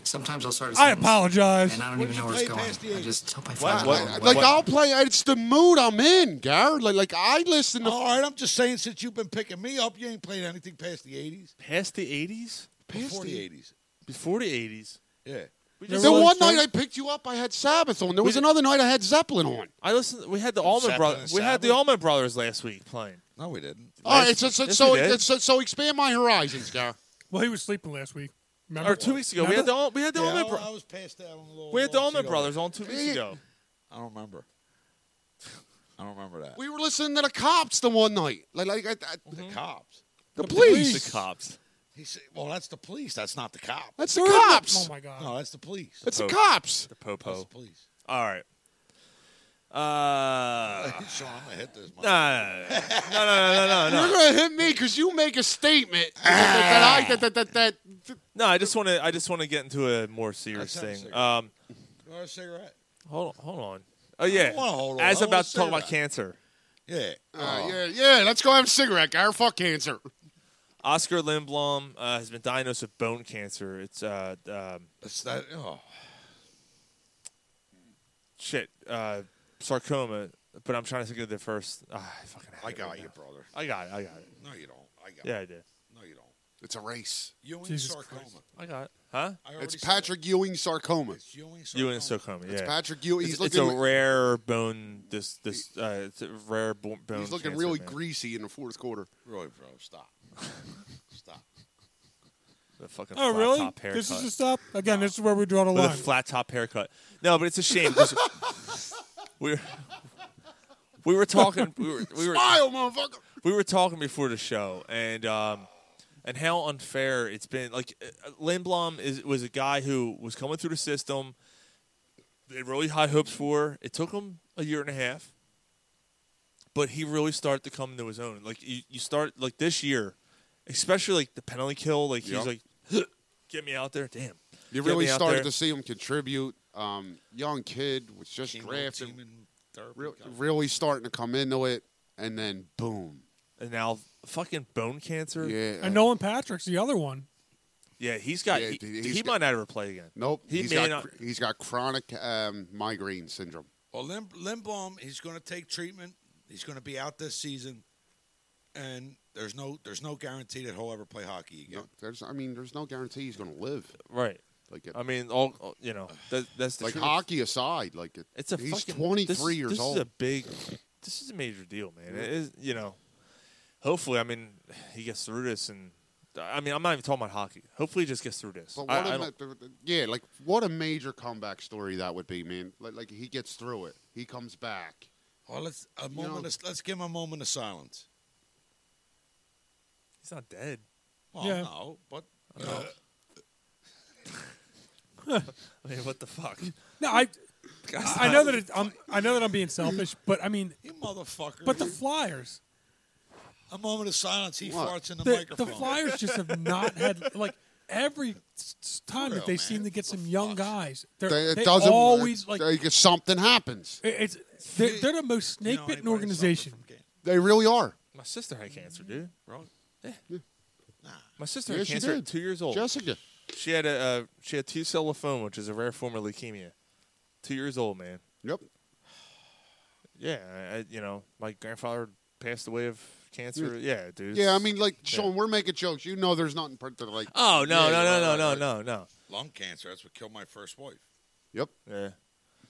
[SPEAKER 10] Sometimes I'll start. a
[SPEAKER 5] I
[SPEAKER 10] sentence,
[SPEAKER 5] apologize.
[SPEAKER 10] And I don't
[SPEAKER 9] What
[SPEAKER 10] even
[SPEAKER 9] did you
[SPEAKER 10] know where it's
[SPEAKER 9] play
[SPEAKER 10] going.
[SPEAKER 9] past the
[SPEAKER 10] I
[SPEAKER 9] eight?
[SPEAKER 10] just hope I
[SPEAKER 2] What?
[SPEAKER 10] find
[SPEAKER 2] What?
[SPEAKER 10] out.
[SPEAKER 7] Like I'll play. It's the mood I'm in, Garrett. Like, like I listen to
[SPEAKER 6] Oh,
[SPEAKER 9] All right, I'm just saying, since you've been picking me up, you ain't playing anything past the 80s.
[SPEAKER 2] Past the 80s?
[SPEAKER 9] Before
[SPEAKER 7] Pasty.
[SPEAKER 9] the 80s.
[SPEAKER 2] Before the 80s?
[SPEAKER 9] Yeah.
[SPEAKER 2] We
[SPEAKER 7] The
[SPEAKER 2] just,
[SPEAKER 5] There was-
[SPEAKER 7] one
[SPEAKER 5] Rolling
[SPEAKER 7] night I picked you up, I had Sabbath on. There was
[SPEAKER 2] We-
[SPEAKER 7] another night I had Zeppelin on.
[SPEAKER 2] I listened. We had the Allman
[SPEAKER 9] Zeppelin
[SPEAKER 2] Brothers.
[SPEAKER 9] and
[SPEAKER 2] We had the
[SPEAKER 9] Sabbath.
[SPEAKER 2] Allman Brothers last week playing.
[SPEAKER 9] No, we didn't.
[SPEAKER 7] All right, so so
[SPEAKER 2] yes,
[SPEAKER 7] so,
[SPEAKER 2] we did.
[SPEAKER 7] so so expand my horizons, Garrett.
[SPEAKER 5] Well, he was sleeping last week. Remember?
[SPEAKER 2] Or two weeks ago, we had the Al- we had the
[SPEAKER 9] Yeah,
[SPEAKER 2] Allman
[SPEAKER 9] I- I
[SPEAKER 2] Brothers.
[SPEAKER 9] was past that on a little.
[SPEAKER 2] We had the
[SPEAKER 9] little
[SPEAKER 2] Allman
[SPEAKER 9] too.
[SPEAKER 2] Brothers on two weeks
[SPEAKER 7] Yeah.
[SPEAKER 2] ago.
[SPEAKER 9] I don't remember. I don't remember that.
[SPEAKER 7] We were listening to the cops the one night, like like I, I,
[SPEAKER 9] the cops.
[SPEAKER 7] the
[SPEAKER 2] The
[SPEAKER 7] police.
[SPEAKER 2] cops.
[SPEAKER 9] Mm-hmm. He said, "Well, that's the police. That's not the cop.
[SPEAKER 7] That's the cops.
[SPEAKER 5] Oh my god.
[SPEAKER 9] No, that's the police.
[SPEAKER 7] That's the
[SPEAKER 2] Oh.
[SPEAKER 7] cops.
[SPEAKER 2] The
[SPEAKER 9] That's
[SPEAKER 2] popo.
[SPEAKER 9] the police.
[SPEAKER 2] All right. Uh,
[SPEAKER 9] Ah.
[SPEAKER 6] Sean, I'm gonna hit this.
[SPEAKER 2] no, no, no, no, no, no, no.
[SPEAKER 7] You're gonna hit me because you make a statement that, I, that, that, that, that
[SPEAKER 2] No, I just want to. I just want to get into a more serious
[SPEAKER 6] Let's have a
[SPEAKER 2] thing.
[SPEAKER 6] cigarette.
[SPEAKER 2] Um,
[SPEAKER 6] You want a cigarette?
[SPEAKER 2] hold on, hold on. Oh yeah,
[SPEAKER 6] wanna hold on.
[SPEAKER 2] as
[SPEAKER 6] I
[SPEAKER 2] about
[SPEAKER 6] wanna
[SPEAKER 2] to talk about
[SPEAKER 6] cigarette.
[SPEAKER 2] cancer.
[SPEAKER 6] Yeah.
[SPEAKER 9] Ah,
[SPEAKER 7] Uh, yeah, yeah. Let's go have a cigarette, guy. Or fuck cancer.
[SPEAKER 2] Oscar Lindblom uh, has been diagnosed with bone cancer. It's uh, um,
[SPEAKER 6] It's that. Oh,
[SPEAKER 2] shit, uh, sarcoma. But I'm trying to think of the first. ah, I fucking. have
[SPEAKER 6] I
[SPEAKER 2] it
[SPEAKER 6] got
[SPEAKER 2] right
[SPEAKER 6] you,
[SPEAKER 2] now.
[SPEAKER 6] brother.
[SPEAKER 2] I got it. I got it.
[SPEAKER 6] No, you don't. I got.
[SPEAKER 2] Yeah, I
[SPEAKER 6] It.
[SPEAKER 2] did.
[SPEAKER 6] No, you don't.
[SPEAKER 7] It's a race.
[SPEAKER 6] Ewing
[SPEAKER 5] Jesus
[SPEAKER 6] sarcoma.
[SPEAKER 5] Christ.
[SPEAKER 2] I got it. Huh?
[SPEAKER 6] I already
[SPEAKER 7] It's
[SPEAKER 6] said
[SPEAKER 7] Patrick Ewing sarcoma.
[SPEAKER 6] It's Ewing sarcoma.
[SPEAKER 2] Ewing sarcoma. Yeah.
[SPEAKER 7] It's Patrick Ewing. He's
[SPEAKER 2] It's, it's
[SPEAKER 7] looking.
[SPEAKER 2] a rare bone. This this. Uh, it's a rare bo- bone.
[SPEAKER 7] he's looking
[SPEAKER 2] cancer,
[SPEAKER 7] really
[SPEAKER 2] man.
[SPEAKER 7] greasy in the fourth quarter.
[SPEAKER 6] Roy, bro, stop. stop.
[SPEAKER 2] The fucking
[SPEAKER 5] Oh,
[SPEAKER 2] flat
[SPEAKER 5] really?
[SPEAKER 2] top haircut.
[SPEAKER 5] This is the stop? Again, this is where we draw the
[SPEAKER 2] with a
[SPEAKER 5] line.
[SPEAKER 2] flat top haircut. No, but it's a shame. 'cause we we were talking. We were we were
[SPEAKER 7] Smile, motherfucker.
[SPEAKER 2] we were talking before the show, and um, and how unfair it's been. Like uh, Lindblom is was a guy who was coming through the system. They had really high hopes for. It took him a year and a half, but he really started to come into his own. Like you, you start like this year, especially like the penalty kill. Like
[SPEAKER 7] Yeah.
[SPEAKER 2] he's like, get me out there, damn.
[SPEAKER 7] You
[SPEAKER 2] Get
[SPEAKER 7] really
[SPEAKER 2] me out
[SPEAKER 7] started
[SPEAKER 2] there."
[SPEAKER 7] to see him contribute. Um, young kid was just
[SPEAKER 6] Chemo,
[SPEAKER 7] drafted.
[SPEAKER 6] teaming, therapy,
[SPEAKER 7] Real,
[SPEAKER 6] God.
[SPEAKER 7] really starting to come into it, and then boom.
[SPEAKER 2] and now fucking bone cancer.
[SPEAKER 7] Yeah.
[SPEAKER 5] and Nolan Patrick's the other one.
[SPEAKER 2] Yeah, he's got.
[SPEAKER 7] Yeah,
[SPEAKER 2] he,
[SPEAKER 7] dude,
[SPEAKER 2] he
[SPEAKER 7] he's
[SPEAKER 2] might not ever play again.
[SPEAKER 7] Nope.
[SPEAKER 2] He
[SPEAKER 7] has
[SPEAKER 2] may
[SPEAKER 7] got,
[SPEAKER 2] not.
[SPEAKER 7] cr- He's got chronic um, migraine syndrome.
[SPEAKER 6] Well, Lim- Limbaum, he's going to take treatment. He's going to be out this season, and there's no there's no guarantee that he'll ever play hockey again.
[SPEAKER 7] No, there's, I mean, there's no guarantee he's going to live.
[SPEAKER 2] Right.
[SPEAKER 7] Like, it,
[SPEAKER 2] I mean, all all- you know. That, that's Um, the
[SPEAKER 7] like
[SPEAKER 2] truth.
[SPEAKER 7] hockey aside, like it,
[SPEAKER 2] It's a
[SPEAKER 7] he's
[SPEAKER 2] fucking,
[SPEAKER 7] 23
[SPEAKER 2] this,
[SPEAKER 7] years
[SPEAKER 2] this
[SPEAKER 7] old.
[SPEAKER 2] This is a big. This is a major deal, man. It is. You know. Hopefully, I mean, he gets through this, and I mean, I'm not even talking about hockey. Hopefully, he just gets through this.
[SPEAKER 7] But
[SPEAKER 2] I-
[SPEAKER 7] what a
[SPEAKER 2] I
[SPEAKER 7] ma-
[SPEAKER 2] don't-
[SPEAKER 7] th- th- yeah, like what a major comeback story that would be, man. Like, like he gets through it, he comes back.
[SPEAKER 6] Well, let's a moment.
[SPEAKER 7] know-
[SPEAKER 6] of, let's give him a moment of silence.
[SPEAKER 2] he's not dead.
[SPEAKER 6] Well,
[SPEAKER 5] Yeah.
[SPEAKER 6] no, but
[SPEAKER 2] I mean, what the fuck?
[SPEAKER 5] No, I I know that it, I'm I know that I'm being selfish, but I mean,
[SPEAKER 6] you motherfucker.
[SPEAKER 5] but the Flyers,
[SPEAKER 6] a moment of silence. He
[SPEAKER 7] What?
[SPEAKER 6] farts in the,
[SPEAKER 5] the, the
[SPEAKER 6] microphone.
[SPEAKER 5] Flyers just have not had like every s- s- time that
[SPEAKER 6] real,
[SPEAKER 5] they
[SPEAKER 6] man.
[SPEAKER 5] seem to get
[SPEAKER 6] What the
[SPEAKER 5] some young
[SPEAKER 6] fuck?
[SPEAKER 5] guys, they're,
[SPEAKER 7] They-
[SPEAKER 5] they,
[SPEAKER 7] it doesn't
[SPEAKER 5] always like
[SPEAKER 7] they- something happens.
[SPEAKER 5] it- it's they're, they're the most
[SPEAKER 6] You
[SPEAKER 5] snake
[SPEAKER 6] know
[SPEAKER 5] bitten
[SPEAKER 6] anybody
[SPEAKER 5] organization.
[SPEAKER 6] suffer from can-
[SPEAKER 7] They really are.
[SPEAKER 2] My sister had cancer, dude. Wrong.
[SPEAKER 6] Nah,
[SPEAKER 2] My sister
[SPEAKER 7] Yeah,
[SPEAKER 2] had
[SPEAKER 7] she
[SPEAKER 2] cancer
[SPEAKER 7] did.
[SPEAKER 2] at two years old.
[SPEAKER 7] Jessica,
[SPEAKER 2] She had a uh, she had two cell lymphoma, which is a rare form of leukemia. Two years old, man.
[SPEAKER 7] yep,
[SPEAKER 2] Yeah, I, I, you know, my grandfather passed away of cancer. Yeah, dude.
[SPEAKER 7] yeah. I
[SPEAKER 2] it's-
[SPEAKER 7] mean, like Sean, we're making jokes. You know, there's nothing particular. Like,
[SPEAKER 2] Oh no, no,
[SPEAKER 7] Yeah, right,
[SPEAKER 2] no,
[SPEAKER 7] right,
[SPEAKER 2] no,
[SPEAKER 7] right.
[SPEAKER 2] no, no, no.
[SPEAKER 6] lung cancer. That's what killed my first wife.
[SPEAKER 7] yep.
[SPEAKER 2] Yeah.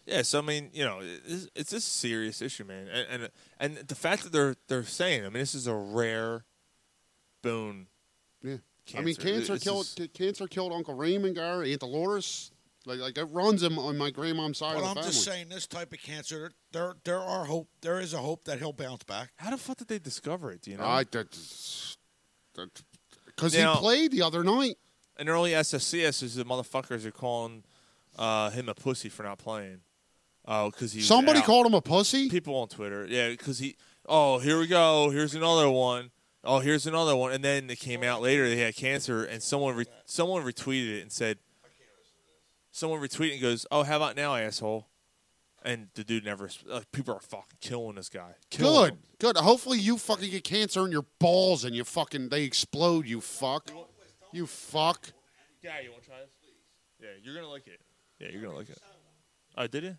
[SPEAKER 2] Yeah, so I mean, you know, it's, it's a serious issue, man, and, and and the fact that they're they're saying, I mean, this is a rare bone.
[SPEAKER 7] Yeah. I mean,
[SPEAKER 2] Cancer.
[SPEAKER 7] cancer
[SPEAKER 2] This
[SPEAKER 7] killed
[SPEAKER 2] is-
[SPEAKER 7] ca- cancer killed Uncle Raymond, Gar, Aunt Dolores. Like, like it runs in, on my grandmom's side
[SPEAKER 6] But
[SPEAKER 7] of the
[SPEAKER 6] I'm
[SPEAKER 7] family.
[SPEAKER 6] just saying, this type of cancer, there there are hope. There is a hope that he'll bounce back.
[SPEAKER 2] How the fuck did they discover it? do You know,
[SPEAKER 7] I that's because
[SPEAKER 2] Now-
[SPEAKER 7] he played the other night.
[SPEAKER 2] in early SSCS, is the motherfuckers are calling uh, him a pussy for not playing. Oh, because he was
[SPEAKER 7] Somebody
[SPEAKER 2] out.
[SPEAKER 7] called him a pussy.
[SPEAKER 2] people on Twitter. Yeah, because he. Oh, here we go. Here's another one. Oh, here's another one. And then it came out later they had cancer, and someone re- someone retweeted it and said, someone retweeted and goes, "Oh, how about now, asshole?" And the dude never. sp- Like, people are fucking killing this guy. Killing
[SPEAKER 7] Good,
[SPEAKER 2] him.
[SPEAKER 7] good. Hopefully, you fucking get cancer in your balls and you fucking they explode. You fuck, you fuck.
[SPEAKER 2] Yeah, you want to try this? Yeah, you're gonna like it. Yeah, you're gonna like it. Oh, did you?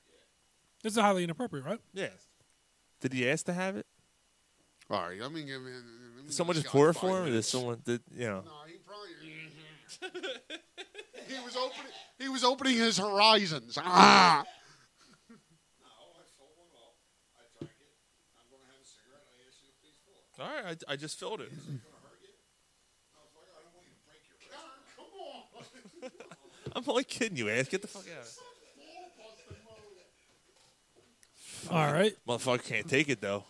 [SPEAKER 5] This is highly inappropriate, right?
[SPEAKER 2] Yeah. Did he ask to have it?
[SPEAKER 7] All right, let me give me. let me
[SPEAKER 2] Did
[SPEAKER 7] give
[SPEAKER 2] someone
[SPEAKER 7] this
[SPEAKER 2] just
[SPEAKER 7] guy
[SPEAKER 2] pour it
[SPEAKER 7] five
[SPEAKER 2] for him? Or did
[SPEAKER 7] minutes.
[SPEAKER 2] someone? Did you know?
[SPEAKER 7] No, he probably. he was opening. He was opening his horizons. Ah.
[SPEAKER 2] All right, I, I just filled it. I'm only kidding you, ass. Get the fuck out.
[SPEAKER 5] All right,
[SPEAKER 2] Motherfucker can't take it though.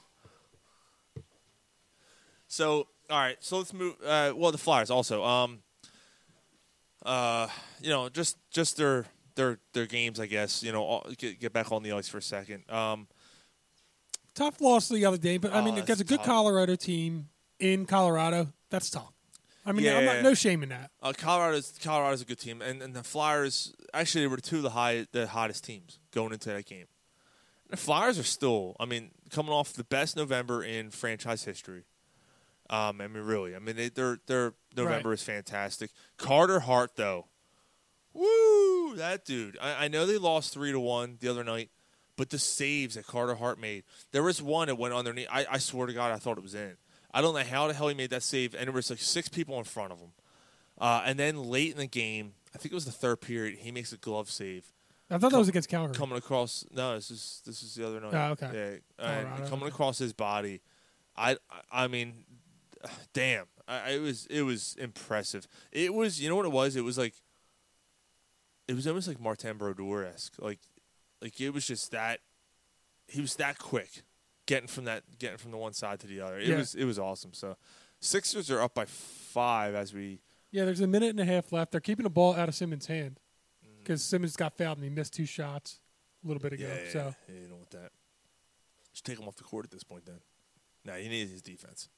[SPEAKER 2] So, all right. So let's move. Uh, well, the Flyers also. Um, uh, you know, just just their their their games, I guess. You know, all, get get back on the ice for a second. Um,
[SPEAKER 5] Tough loss the other day, but I mean,
[SPEAKER 2] Oh,
[SPEAKER 5] it gets a
[SPEAKER 2] that's
[SPEAKER 5] good
[SPEAKER 2] tough.
[SPEAKER 5] Colorado team in Colorado. That's tough. I mean, I'm
[SPEAKER 2] Yeah.
[SPEAKER 5] not, no shame in that.
[SPEAKER 2] Uh, Colorado's Colorado's a good team, and, and the Flyers actually they were two of the high the hottest teams going into that game. The Flyers are still, I mean, coming off the best November in franchise history. Um, I mean, really, I mean, they, their their November
[SPEAKER 5] Right.
[SPEAKER 2] is fantastic. Carter Hart, though, woo, that dude. I, I know they lost three to one the other night, but the saves that Carter Hart made, there was one that went underneath. I, I swear to God, I thought it was in. I don't know how the hell he made that save, and there was like six people in front of him. Uh, and then late in the game, I think it was the third period, he makes a glove save.
[SPEAKER 5] I thought that was against Calgary.
[SPEAKER 2] Coming across, no, this is this is the other night.
[SPEAKER 5] Oh, okay.
[SPEAKER 2] Yeah, and
[SPEAKER 5] Colorado.
[SPEAKER 2] coming across his body, I I- I mean, damn, I, it was it was impressive. It was you know what it was. It was like, it was almost like Martin Brodeur esque. Like, like it was just that he was that quick, getting from that getting from the one side to the other. It
[SPEAKER 5] Yeah.
[SPEAKER 2] was it was awesome. So, Sixers are up by five as we.
[SPEAKER 5] Yeah, there's a minute and a half left. They're keeping the ball out of Simmons' hand because Simmons got fouled and he missed two shots a little bit ago.
[SPEAKER 2] Mm. Yeah,
[SPEAKER 5] so
[SPEAKER 2] yeah, you don't want that. Just take him off the court at this point. Then, nah, he needs his defense.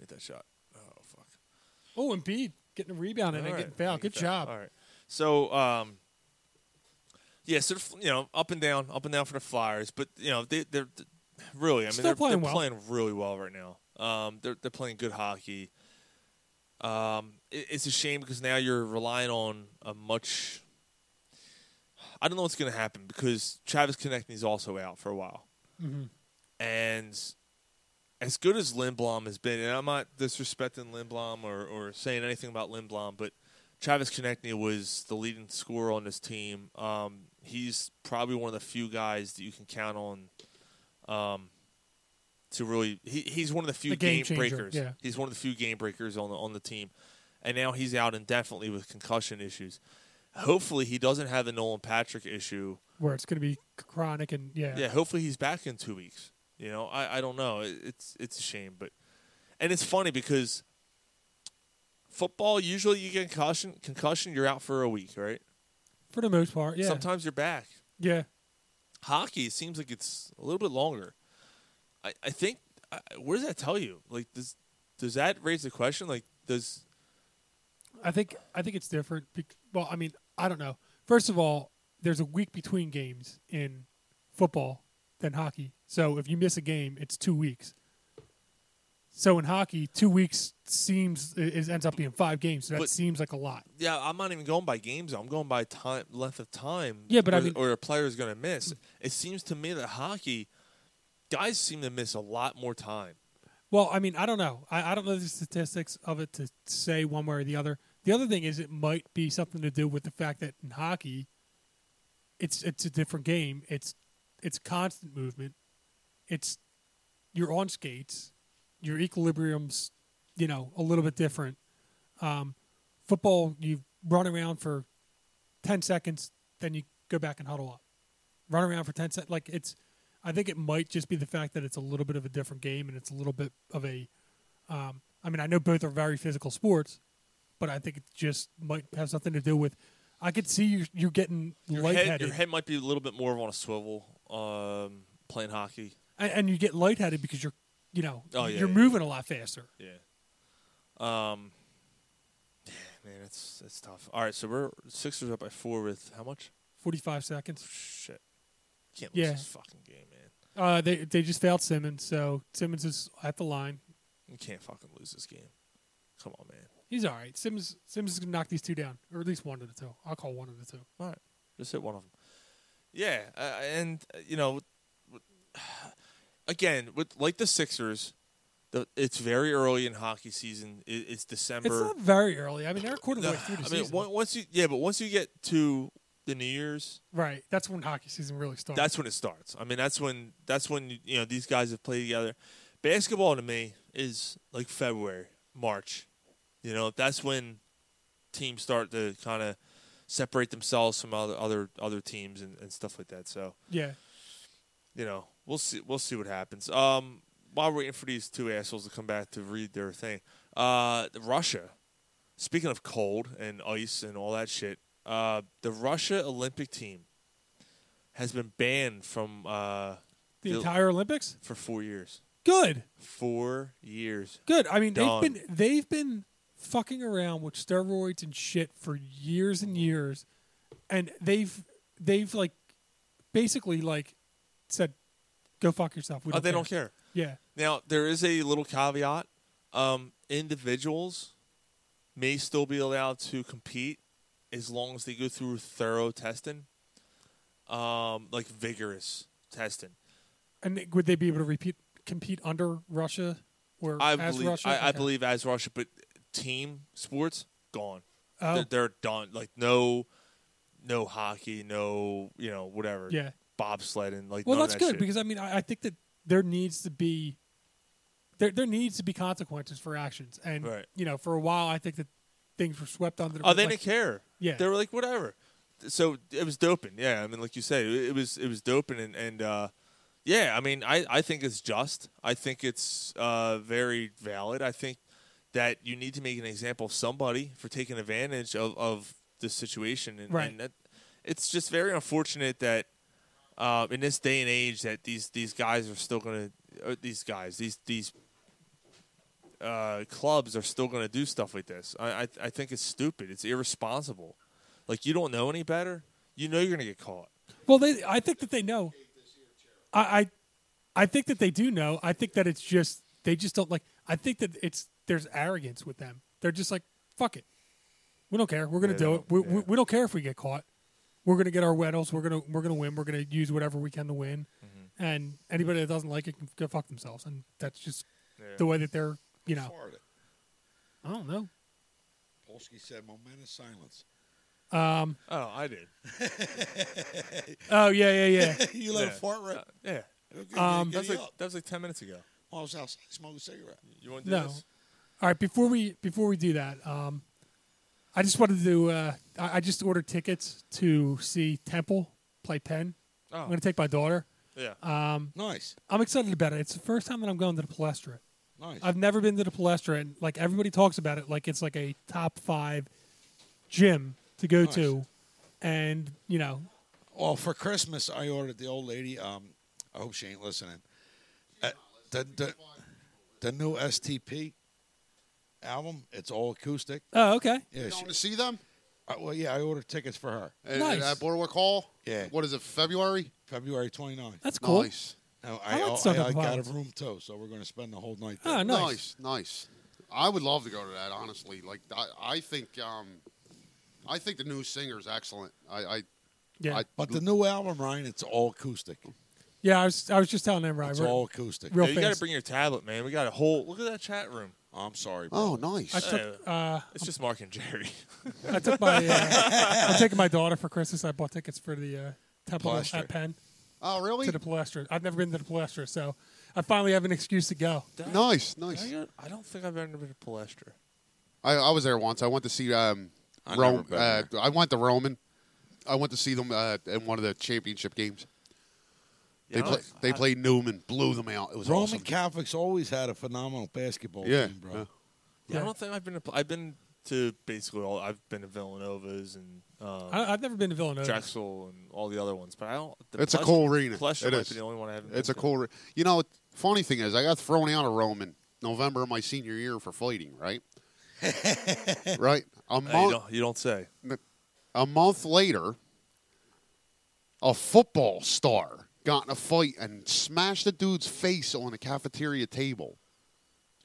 [SPEAKER 2] Make that shot. Oh fuck.
[SPEAKER 5] Oh, Embiid getting a rebound and then
[SPEAKER 2] All
[SPEAKER 5] getting
[SPEAKER 2] right,
[SPEAKER 5] fouled.
[SPEAKER 2] making
[SPEAKER 5] Good job.
[SPEAKER 2] All right. So, um, yeah, so the F- you know, up and down, up and down for the Flyers, but you know, they they're th- really, I mean,
[SPEAKER 5] Still
[SPEAKER 2] they're
[SPEAKER 5] playing
[SPEAKER 2] they're
[SPEAKER 5] well.
[SPEAKER 2] playing really well right now. Um, they're they're playing good hockey. Um, it, it's a shame because now you're relying on a much. I don't know what's going to happen because Travis Konechny is also out for a while
[SPEAKER 5] Mhm.
[SPEAKER 2] and as good as Lindblom has been, and I'm not disrespecting Lindblom or, or saying anything about Lindblom, but Travis Konechny was the leading scorer on this team. Um, he's probably one of the few guys that you can count on um, to really. He, he's one of the few
[SPEAKER 5] The game changer,
[SPEAKER 2] breakers.
[SPEAKER 5] yeah.
[SPEAKER 2] He's one of the few game breakers on the on the team, and now he's out indefinitely with concussion issues. Hopefully, he doesn't have the Nolan Patrick issue
[SPEAKER 5] Where it's going to be chronic and yeah.
[SPEAKER 2] yeah, hopefully he's back in two weeks. You know, I, I don't know. It, it's it's a shame, but and it's funny because football usually you get concussion concussion you're out for a week, right?
[SPEAKER 5] for the most part. Yeah,
[SPEAKER 2] Sometimes you're back.
[SPEAKER 5] yeah.
[SPEAKER 2] Hockey it seems like it's a little bit longer. I I think I, what does that tell you? Like does does that raise the question? Like does
[SPEAKER 5] I think I think it's different. bec- Well, I mean, I don't know. First of all, there's a week between games in football than hockey. So if you miss a game, it's two weeks. So in hockey, two weeks seems it it ends up being five games. So that
[SPEAKER 2] But-
[SPEAKER 5] seems like a lot.
[SPEAKER 2] yeah, I'm not even going by games. I'm going by time length of time.
[SPEAKER 5] Yeah, but I
[SPEAKER 2] or-
[SPEAKER 5] mean-
[SPEAKER 2] or a player is going to miss. It seems to me that hockey guys seem to miss a lot more time.
[SPEAKER 5] Well, I mean, I don't know. I, I don't know the statistics of it to say one way or the other. The other thing is, it might be something to do with the fact that in hockey, it's it's a different game. It's it's constant movement. It's you're on skates. Your equilibrium's, you know, a little bit different. Um, football, you run around for ten seconds, then you go back and huddle up. Run around for ten seconds. Like it's, I think it might just be the fact that it's a little bit of a different game and it's a little bit of a. Um, I mean, I know both are very physical sports, but I think it just might have something to do with. I could see you you getting
[SPEAKER 2] Your head,
[SPEAKER 5] lightheaded,
[SPEAKER 2] your head might be a little bit more on a swivel um, playing hockey.
[SPEAKER 5] and, and you get lightheaded because you're, you know,
[SPEAKER 2] Oh, yeah,
[SPEAKER 5] you're
[SPEAKER 2] yeah.
[SPEAKER 5] moving a lot faster.
[SPEAKER 2] Yeah. Um. yeah, Man, that's that's tough. All right, so we're Sixers up by four with how much?
[SPEAKER 5] Forty-five seconds.
[SPEAKER 2] Shit, can't lose
[SPEAKER 5] Yeah.
[SPEAKER 2] this fucking game, man.
[SPEAKER 5] Uh, they they just failed Simmons, so Simmons is at the line.
[SPEAKER 2] You can't fucking lose this game. Come on, man.
[SPEAKER 5] He's all right. Simmons Simmons is gonna knock these two down, or at least one of the two. I'll call one of the two.
[SPEAKER 2] All right, just hit one of them. Yeah, uh, and uh, you know, with- again, with like the Sixers, the, it's very early in hockey season. It, it's December.
[SPEAKER 5] It's not very early. I mean, they're a quarter
[SPEAKER 2] No,
[SPEAKER 5] way through the
[SPEAKER 2] I
[SPEAKER 5] season,
[SPEAKER 2] mean, on- once you yeah, but once you get to the New Year's,
[SPEAKER 5] right? That's when hockey season really starts.
[SPEAKER 2] that's when it starts. I mean, that's when that's when you, you know these guys have played together. Basketball to me is like February, March. You know, that's when teams start to kind of separate themselves from other other other teams and, and stuff like that. So
[SPEAKER 5] yeah.
[SPEAKER 2] you know, we'll see. We'll see what happens. Um, while we're waiting for these two assholes to come back to read their thing, uh, Russia. Speaking of cold and ice and all that shit, uh, the Russia Olympic team has been banned from uh,
[SPEAKER 5] The entire Olympics?
[SPEAKER 2] for four years.
[SPEAKER 5] Good.
[SPEAKER 2] Four years.
[SPEAKER 5] Good. I mean,
[SPEAKER 2] Done.
[SPEAKER 5] they've been they've been fucking around with steroids and shit for years and years, and they've they've like basically like said, "Go fuck yourself."
[SPEAKER 2] Oh,
[SPEAKER 5] We don't
[SPEAKER 2] they
[SPEAKER 5] care.
[SPEAKER 2] don't care.
[SPEAKER 5] Yeah.
[SPEAKER 2] Now there is a little caveat. Um, individuals may still be allowed to compete as long as they go through thorough testing, um, like vigorous testing.
[SPEAKER 5] And they- would they be able to repeat compete under Russia or
[SPEAKER 2] I
[SPEAKER 5] as
[SPEAKER 2] believe
[SPEAKER 5] Russia?
[SPEAKER 2] I, I
[SPEAKER 5] Okay.
[SPEAKER 2] believe as Russia, but team sports gone.
[SPEAKER 5] Oh.
[SPEAKER 2] They're, they're done. Like no, no hockey, no you know whatever.
[SPEAKER 5] Yeah.
[SPEAKER 2] bobsledding. Like
[SPEAKER 5] Well,
[SPEAKER 2] none of
[SPEAKER 5] that's
[SPEAKER 2] that
[SPEAKER 5] good
[SPEAKER 2] shit.
[SPEAKER 5] because I mean I, I think that there needs to be there there needs to be consequences for actions, and
[SPEAKER 2] Right.
[SPEAKER 5] you know for a while I think that things were swept under. the
[SPEAKER 2] Oh, they
[SPEAKER 5] like-
[SPEAKER 2] didn't care.
[SPEAKER 5] Yeah.
[SPEAKER 2] they were like whatever. So it was doping. Yeah, I mean, like you say, it it was it was doping, and and uh, yeah, I mean, I I think it's just. I think it's uh, very valid. I think that you need to make an example of somebody for taking advantage of of the situation, and,
[SPEAKER 5] Right.
[SPEAKER 2] and that, it's just very unfortunate that. Uh, in this day and age, that these, these guys are still gonna uh, these guys these these uh, clubs are still going to do stuff like this. I, I I think it's stupid. It's irresponsible. Like you don't know any better. You know you're going to get caught.
[SPEAKER 5] Well, they. I think that they know. I, I, I think that they do know. I think that it's just they just don't like. I think that it's there's arrogance with them. They're just like fuck it. We don't care. We're gonna
[SPEAKER 2] Yeah,
[SPEAKER 5] do
[SPEAKER 2] they
[SPEAKER 5] it. We, we, we don't care if we get caught. We're gonna get our medals. We're gonna we're gonna win. We're gonna use whatever we can to win.
[SPEAKER 2] Mm-hmm.
[SPEAKER 5] And anybody that doesn't like it can go fuck themselves. And that's just
[SPEAKER 6] Yeah.
[SPEAKER 5] the way that they're you know.
[SPEAKER 6] Florida.
[SPEAKER 5] I don't know.
[SPEAKER 6] Polsky said, "Momentous silence."
[SPEAKER 5] Um.
[SPEAKER 2] Oh, I did.
[SPEAKER 5] Oh yeah yeah yeah.
[SPEAKER 6] you let it fart right.
[SPEAKER 2] Uh, yeah.
[SPEAKER 5] Um,
[SPEAKER 2] that, was like, that was like ten minutes ago.
[SPEAKER 6] I was outside smoking a cigarette.
[SPEAKER 2] You want to do
[SPEAKER 5] No.
[SPEAKER 2] this?
[SPEAKER 5] All right. Before we before we do that, um, I just wanted to. Uh, I, I just ordered tickets to see Temple play Penn.
[SPEAKER 2] Oh.
[SPEAKER 5] I'm going to take my daughter.
[SPEAKER 2] Yeah.
[SPEAKER 5] Um,
[SPEAKER 6] Nice,
[SPEAKER 5] I'm excited about it. It's the first time that I'm going to the Palestra.
[SPEAKER 6] nice.
[SPEAKER 5] I've never been to the Palestra, and like everybody talks about it, like it's like a top five gym to go
[SPEAKER 6] Nice.
[SPEAKER 5] to, and you know,
[SPEAKER 6] Well, for Christmas, I ordered the old lady. Um, I hope she ain't listening. Uh, the, the the new STP album. It's all acoustic.
[SPEAKER 5] oh okay,
[SPEAKER 6] Yeah,
[SPEAKER 7] You
[SPEAKER 6] she,
[SPEAKER 7] want to see them?
[SPEAKER 6] uh, well, yeah. I ordered tickets for her.
[SPEAKER 7] At-
[SPEAKER 5] Nice.
[SPEAKER 7] At Borwick Hall?
[SPEAKER 6] Yeah.
[SPEAKER 7] What is it, February?
[SPEAKER 6] February 29th.
[SPEAKER 5] that's cool.
[SPEAKER 7] Nice.
[SPEAKER 6] Now,
[SPEAKER 5] I
[SPEAKER 6] I,
[SPEAKER 5] like
[SPEAKER 6] I,
[SPEAKER 5] Southern
[SPEAKER 6] I got a
[SPEAKER 5] Vibes.
[SPEAKER 6] room too, so we're going to spend the whole night there.
[SPEAKER 5] Oh, nice.
[SPEAKER 7] nice. Nice. I would love to go to that, honestly. Like, I, I think um, I think the new singer's excellent. I, I
[SPEAKER 5] Yeah,
[SPEAKER 7] I-
[SPEAKER 6] But the new album, Ryan, it's all acoustic.
[SPEAKER 5] yeah. I was I was just telling them right.
[SPEAKER 6] It's all acoustic.
[SPEAKER 5] Real
[SPEAKER 2] Yeah, you got
[SPEAKER 5] fast.
[SPEAKER 2] to bring your tablet, man. We got a whole. Look at that chat room.
[SPEAKER 6] Oh, I'm sorry. Bro.
[SPEAKER 7] Oh, nice.
[SPEAKER 5] I took uh,
[SPEAKER 2] It's just Mark and Jerry.
[SPEAKER 5] I took my uh, I'm taking my daughter for Christmas. I bought tickets for the uh, Temple
[SPEAKER 6] Palestra.
[SPEAKER 5] at Penn
[SPEAKER 7] oh, really?
[SPEAKER 5] to the Palestra. I've never been to the Palestra, so I finally have an excuse to go.
[SPEAKER 7] nice,
[SPEAKER 2] I
[SPEAKER 7] nice.
[SPEAKER 2] don't- I don't think I've ever been to Palestra.
[SPEAKER 7] I, I was there once. I went to see um,
[SPEAKER 6] I never
[SPEAKER 7] Rome.
[SPEAKER 6] been
[SPEAKER 7] Uh,
[SPEAKER 6] there.
[SPEAKER 7] I went to Roman. I went to see them uh, in one of the championship games. They,
[SPEAKER 2] Yeah,
[SPEAKER 7] play, they played Newman, blew them out. It was
[SPEAKER 6] Roman
[SPEAKER 7] awesome.
[SPEAKER 6] Catholics always had a phenomenal basketball
[SPEAKER 7] Yeah,
[SPEAKER 6] team, bro.
[SPEAKER 7] yeah.
[SPEAKER 2] Yeah, I don't think I've been to. Pal- I've been to basically all. I've been to Villanova's and um,
[SPEAKER 5] I, I've never been to Villanova.
[SPEAKER 2] Drexel and all the other ones, but I don't. The
[SPEAKER 7] It's a
[SPEAKER 2] Palestra-
[SPEAKER 7] cool arena.
[SPEAKER 2] Palestra
[SPEAKER 7] It
[SPEAKER 2] might
[SPEAKER 7] is.
[SPEAKER 2] be the only one I haven't.
[SPEAKER 7] It's a
[SPEAKER 2] been to.
[SPEAKER 7] cool. Re- you know, funny thing is, I got thrown out of Roman November of my senior year for fighting. Right, right. A
[SPEAKER 2] Uh, you,
[SPEAKER 7] month,
[SPEAKER 2] don't, you don't say.
[SPEAKER 7] a month later, a football star got in a fight and smashed a dude's face on the cafeteria table.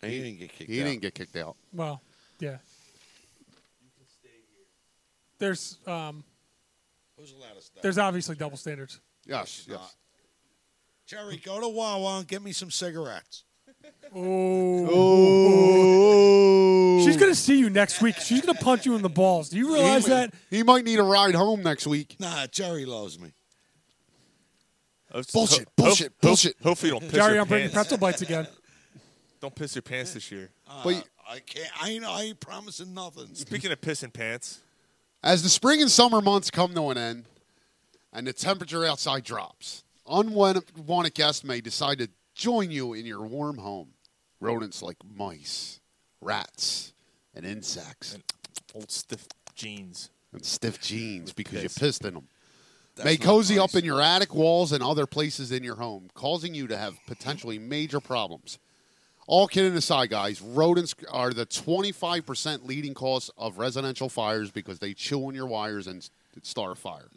[SPEAKER 6] And he didn't get kicked
[SPEAKER 7] he
[SPEAKER 6] out.
[SPEAKER 7] didn't get kicked out.
[SPEAKER 5] Well, yeah. There's um,
[SPEAKER 6] Who's allowed to stay?
[SPEAKER 5] there's obviously double standards.
[SPEAKER 7] Yes, yes.
[SPEAKER 6] Jerry, go to Wawa and get me some cigarettes.
[SPEAKER 7] Oh,
[SPEAKER 5] She's gonna see you next week. She's gonna punch you in the balls. Do you realize that?
[SPEAKER 7] He might need a ride home next week.
[SPEAKER 6] Nah, Jerry loves me.
[SPEAKER 2] Bullshit,
[SPEAKER 7] Bullshit, bullshit, bullshit.
[SPEAKER 2] Hopefully, you don't piss
[SPEAKER 5] Jerry,
[SPEAKER 2] your
[SPEAKER 5] I'm bringing
[SPEAKER 2] pants.
[SPEAKER 5] pretzel bites again.
[SPEAKER 2] don't piss your pants this year.
[SPEAKER 7] But
[SPEAKER 6] I can't. I ain't. I ain't promising nothing.
[SPEAKER 2] Speaking of pissing pants,
[SPEAKER 7] As the spring and summer months come to an end and the temperature outside drops, unwanted guests may decide to join you in your warm home. Rodents like mice, rats, and insects,
[SPEAKER 2] old stiff jeans.
[SPEAKER 7] and stiff jeans because
[SPEAKER 2] Piss.
[SPEAKER 7] you pissed in them.
[SPEAKER 6] That's
[SPEAKER 7] may
[SPEAKER 6] not
[SPEAKER 7] cozy
[SPEAKER 6] nice.
[SPEAKER 7] up in your attic walls and other places in your home, causing you to have potentially major problems. All kidding aside, guys, rodents are the 25% leading cause of residential fires because they chew on your wires and s- start a fire.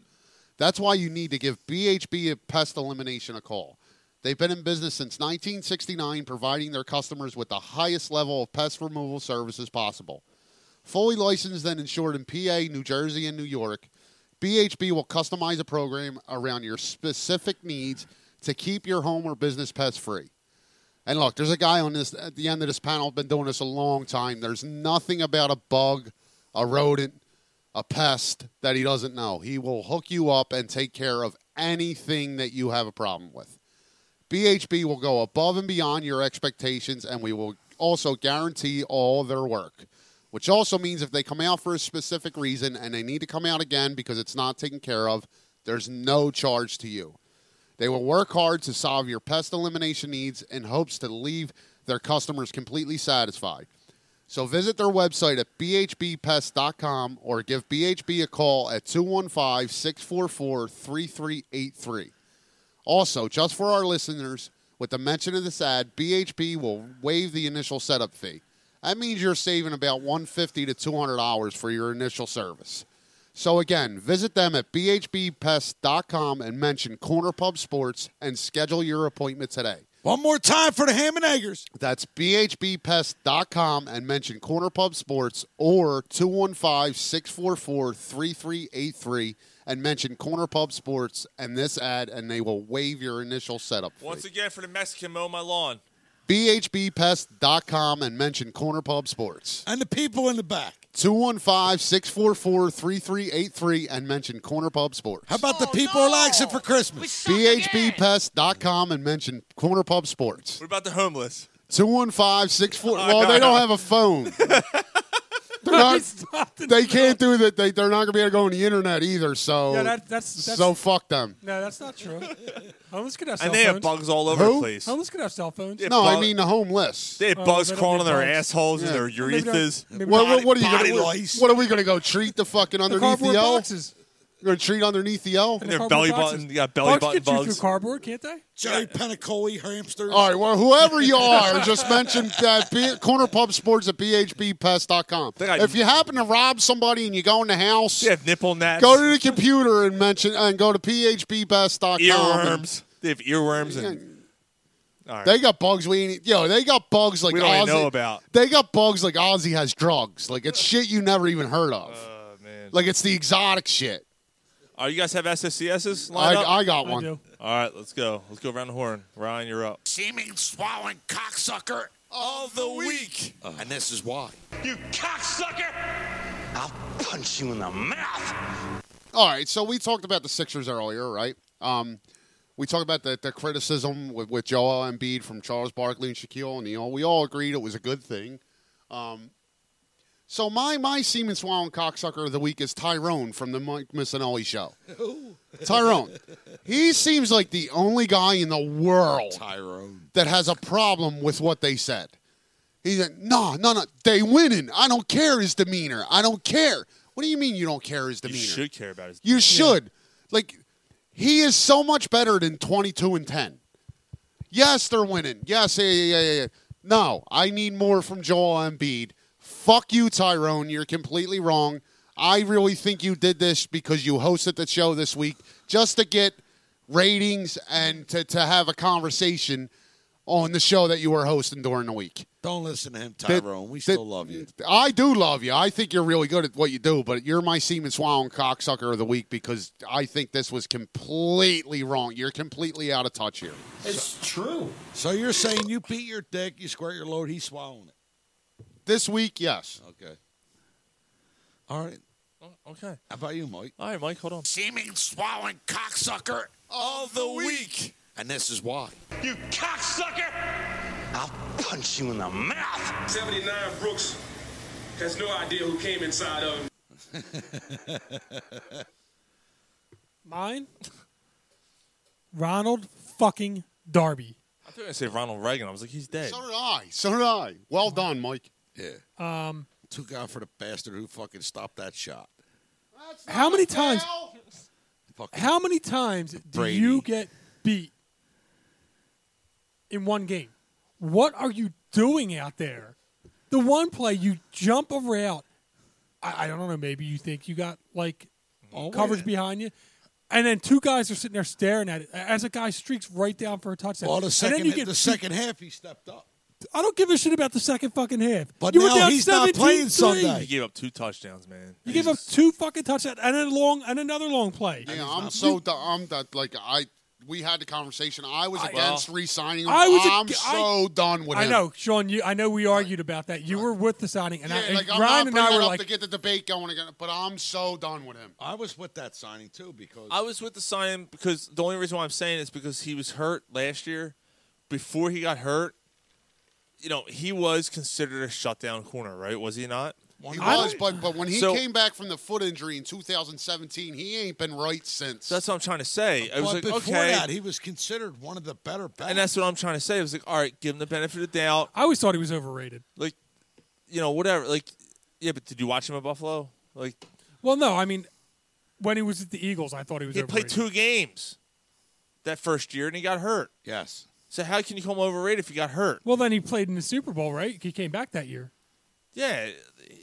[SPEAKER 7] That's why you need to give BHB Pest Elimination a call. They've been in business since 1969, providing their customers with the highest level of pest removal services possible. Fully licensed and insured in PA, New Jersey, and New York, BHB will customize a program around your specific needs to keep your home or business pest free. And look, there's a guy on this at the end of this panel been doing this a long time. There's nothing about a bug, a rodent, a pest that he doesn't know. He will hook you up and take care of anything that you have a problem with. BHB will go above and beyond your expectations, and we will also guarantee all their work. Which also means if they come out for a specific reason and they need to come out again because it's not taken care of, there's no charge to you. They will work hard to solve your pest elimination needs in hopes to leave their customers completely satisfied. So visit their website at bhbpest.com or give BHB a call at 215 644 3383. Also, just for our listeners, with the mention of this ad, BHP will waive the initial setup fee. That means you're saving about 150 to 200 hours for your initial service. So again, visit them at bhbpest.com and mention Corner Pub Sports and schedule your appointment today.
[SPEAKER 6] One more time for the ham and eggers.
[SPEAKER 7] That's bhbpest.com and mention Corner Pub Sports or 215-644-3383 and mention Corner Pub Sports and this ad and they will waive your initial setup fee.
[SPEAKER 2] Once again, for the Mexican mow my lawn.
[SPEAKER 7] bhbpest.com and mention Corner Pub Sports.
[SPEAKER 6] And the people in the back.
[SPEAKER 7] 215-644-3383 and mention Corner Pub Sports.
[SPEAKER 6] How about the people relaxing for Christmas?
[SPEAKER 7] bhbpest.com and mention Corner Pub Sports.
[SPEAKER 2] What about the homeless?
[SPEAKER 7] 215-644. Well, they don't have a phone. They're not, they can't do that. They, they're not going to be able to go on the internet either. So,
[SPEAKER 5] Yeah, that- that's- that's-
[SPEAKER 7] so fuck them.
[SPEAKER 5] No, that's not true. Homeless could have cell
[SPEAKER 2] And they have
[SPEAKER 5] phones.
[SPEAKER 2] bugs all over the
[SPEAKER 7] Who?
[SPEAKER 2] place.
[SPEAKER 5] Homeless could have cell phones.
[SPEAKER 2] Yeah,
[SPEAKER 7] No, I
[SPEAKER 2] bug-
[SPEAKER 7] mean the homeless.
[SPEAKER 2] They have
[SPEAKER 5] Oh,
[SPEAKER 2] bugs
[SPEAKER 5] they don't
[SPEAKER 2] crawling on
[SPEAKER 5] get
[SPEAKER 2] their
[SPEAKER 5] bugs.
[SPEAKER 2] assethas
[SPEAKER 7] Yeah.
[SPEAKER 2] and their
[SPEAKER 5] Maybe they're-
[SPEAKER 2] urethas.
[SPEAKER 5] maybe
[SPEAKER 7] What, what, what are you
[SPEAKER 6] Body
[SPEAKER 7] gonna,
[SPEAKER 6] lice.
[SPEAKER 7] what, what are we going to go treat the fucking
[SPEAKER 5] the
[SPEAKER 7] underneath the,
[SPEAKER 5] cardboard
[SPEAKER 7] L?
[SPEAKER 5] boxes.
[SPEAKER 7] We're going to treat underneath the L?
[SPEAKER 5] And
[SPEAKER 2] Their
[SPEAKER 5] the cardboard
[SPEAKER 2] belly
[SPEAKER 5] boxes.
[SPEAKER 2] button- you got belly
[SPEAKER 5] Bugs
[SPEAKER 2] button
[SPEAKER 5] get you
[SPEAKER 2] bugs.
[SPEAKER 5] through cardboard, can't they?
[SPEAKER 6] Jerry Pentacoli, hamsters.
[SPEAKER 7] All right, well, whoever you are, just mention that B- Corner Pub Sports at bhbpest.com.
[SPEAKER 2] They got-
[SPEAKER 7] If you happen to rob somebody and you go in the house,
[SPEAKER 2] They have nipple gnats,
[SPEAKER 7] go to the computer and mention and go to phbpest.com. and-
[SPEAKER 2] earworms. They have earworms and
[SPEAKER 7] They got bugs we ain't yo. They got bugs like
[SPEAKER 2] We don't
[SPEAKER 7] Ozzy.
[SPEAKER 2] even know about.
[SPEAKER 7] They got bugs like Ozzy has drugs. Like it's shit you never even heard of.
[SPEAKER 2] Oh,
[SPEAKER 7] Like it's the exotic shit.
[SPEAKER 2] Are Oh, you guys have SSCSs
[SPEAKER 7] I,
[SPEAKER 2] lined up?
[SPEAKER 7] I got
[SPEAKER 5] I
[SPEAKER 7] one.
[SPEAKER 5] do.
[SPEAKER 2] All right, let's go. Let's go around the horn. Ryan, you're up.
[SPEAKER 1] Seeming swallowing cocksucker of the week.
[SPEAKER 10] And this is why.
[SPEAKER 1] You cocksucker! I'll punch you in the mouth.
[SPEAKER 7] All right, so we talked about the Sixers earlier, right? Um, we talked about the, the criticism with, with Joel Embiid from Charles Barkley and Shaquille O'Neal. We all agreed it was a good thing. Um, so my my Siemens Swallow and cocksucker of the week is Tyrone from the Mike Missinelli show. Tyrone, he seems like the only guy in the world
[SPEAKER 6] Tyrone.
[SPEAKER 7] that has a problem with what they said. He's like, no, no, no, they winning. I don't care his demeanor. I don't care. What do you mean you don't care his
[SPEAKER 2] You
[SPEAKER 7] demeanor?
[SPEAKER 2] should care about his.
[SPEAKER 7] You should. Like, he is so much better than 22 and 10. Yes, they're winning. Yes, yeah, yeah, yeah, yeah, yeah. No, I need more from Joel Embiid. Fuck you, Tyrone. You're completely wrong. I really think you did this because you hosted the show this week just to get ratings and to, to have a conversation on the show that you were hosting during the week.
[SPEAKER 6] Don't listen to him,
[SPEAKER 7] That-
[SPEAKER 6] Tyrone. We
[SPEAKER 7] that-
[SPEAKER 6] still love you.
[SPEAKER 7] I do love you. I think you're really good at what you do, but you're my semen swallowing cocksucker of the week because I think this was completely wrong. You're completely out of touch here.
[SPEAKER 10] It's true.
[SPEAKER 6] So you're saying you beat your dick, you squirt your load, he's swallowing it.
[SPEAKER 7] This week, yes.
[SPEAKER 6] Okay. All right.
[SPEAKER 2] Okay.
[SPEAKER 6] How about you, Mike?
[SPEAKER 2] All right, Mike, hold on.
[SPEAKER 1] Seeming swallowing cocksucker of the week.
[SPEAKER 10] And this is why.
[SPEAKER 1] You cocksucker! I'll punch you in the mouth.
[SPEAKER 8] 79 Brooks has no idea who came inside of him.
[SPEAKER 5] Mine. Ronald fucking Darby.
[SPEAKER 2] I thought you were gonna say Ronald Reagan. I was like, he's dead.
[SPEAKER 7] So did I. So did I. Well done, Mike.
[SPEAKER 6] Yeah. Um. Too God for the bastard who fucking stopped that shot.
[SPEAKER 5] How many times?
[SPEAKER 6] fucking.
[SPEAKER 5] How many times do
[SPEAKER 6] Brady.
[SPEAKER 5] you get beat in one game? What are you doing out there? The one play you jump a route. I, I don't know. Maybe you think you got like
[SPEAKER 6] Oh,
[SPEAKER 5] coverage behind you, and then two guys are sitting there staring at it as a guy streaks right down for a touchdown.
[SPEAKER 6] Well, the second
[SPEAKER 5] and then you get
[SPEAKER 6] the
[SPEAKER 5] beat.
[SPEAKER 6] second half he stepped up.
[SPEAKER 5] I don't give a shit about the second fucking half.
[SPEAKER 6] But
[SPEAKER 5] you were
[SPEAKER 6] now
[SPEAKER 5] down
[SPEAKER 6] he's not
[SPEAKER 5] 17-3.
[SPEAKER 6] playing
[SPEAKER 2] He
[SPEAKER 6] Sunday.
[SPEAKER 2] gave up two touchdowns, man.
[SPEAKER 5] You gave up two fucking touchdowns and a long and another long play.
[SPEAKER 7] Yeah, I'm so d- I'm that like I we had the conversation. I was against re-signing him.
[SPEAKER 5] I was
[SPEAKER 7] I'm
[SPEAKER 5] ag- I-
[SPEAKER 7] so done with
[SPEAKER 5] I
[SPEAKER 7] him.
[SPEAKER 5] know, Sean. You, I know we argued about that. You were with the signing, and
[SPEAKER 7] Yeah,
[SPEAKER 5] I, and
[SPEAKER 7] like I'm
[SPEAKER 5] Ryan
[SPEAKER 7] not
[SPEAKER 5] and
[SPEAKER 7] bringing
[SPEAKER 5] I
[SPEAKER 7] it
[SPEAKER 5] were
[SPEAKER 7] up
[SPEAKER 5] like,
[SPEAKER 7] to get the debate going again, but I'm so done with him.
[SPEAKER 6] I was with that signing too because
[SPEAKER 2] I was with the signing because the only reason why I'm saying is because he was hurt last year. Before he got hurt, you know, he was considered a shutdown corner, right? Was he not?
[SPEAKER 7] He
[SPEAKER 6] I-
[SPEAKER 7] was, but but when he
[SPEAKER 2] So-
[SPEAKER 7] came back from the foot injury in 2017, he ain't been right since.
[SPEAKER 2] So that's what I'm trying to say. I was
[SPEAKER 6] but
[SPEAKER 2] like,
[SPEAKER 6] before
[SPEAKER 2] okay,
[SPEAKER 6] that he was considered one of the better backs.
[SPEAKER 2] and that's what I'm trying to say. I was like, all right, give him the benefit of the doubt.
[SPEAKER 5] I always thought he was overrated.
[SPEAKER 2] Like, you know, whatever. Like, yeah, but did you watch him at Buffalo? Like,
[SPEAKER 5] Well, no, I mean, when he was at the Eagles, I thought he was.
[SPEAKER 2] he played
[SPEAKER 5] overrated.
[SPEAKER 2] two games that first year and he got hurt.
[SPEAKER 6] yes.
[SPEAKER 2] So how can you call him overrated if he got hurt?
[SPEAKER 5] Well, then he played in the Super Bowl, right? He came back that year.
[SPEAKER 2] Yeah,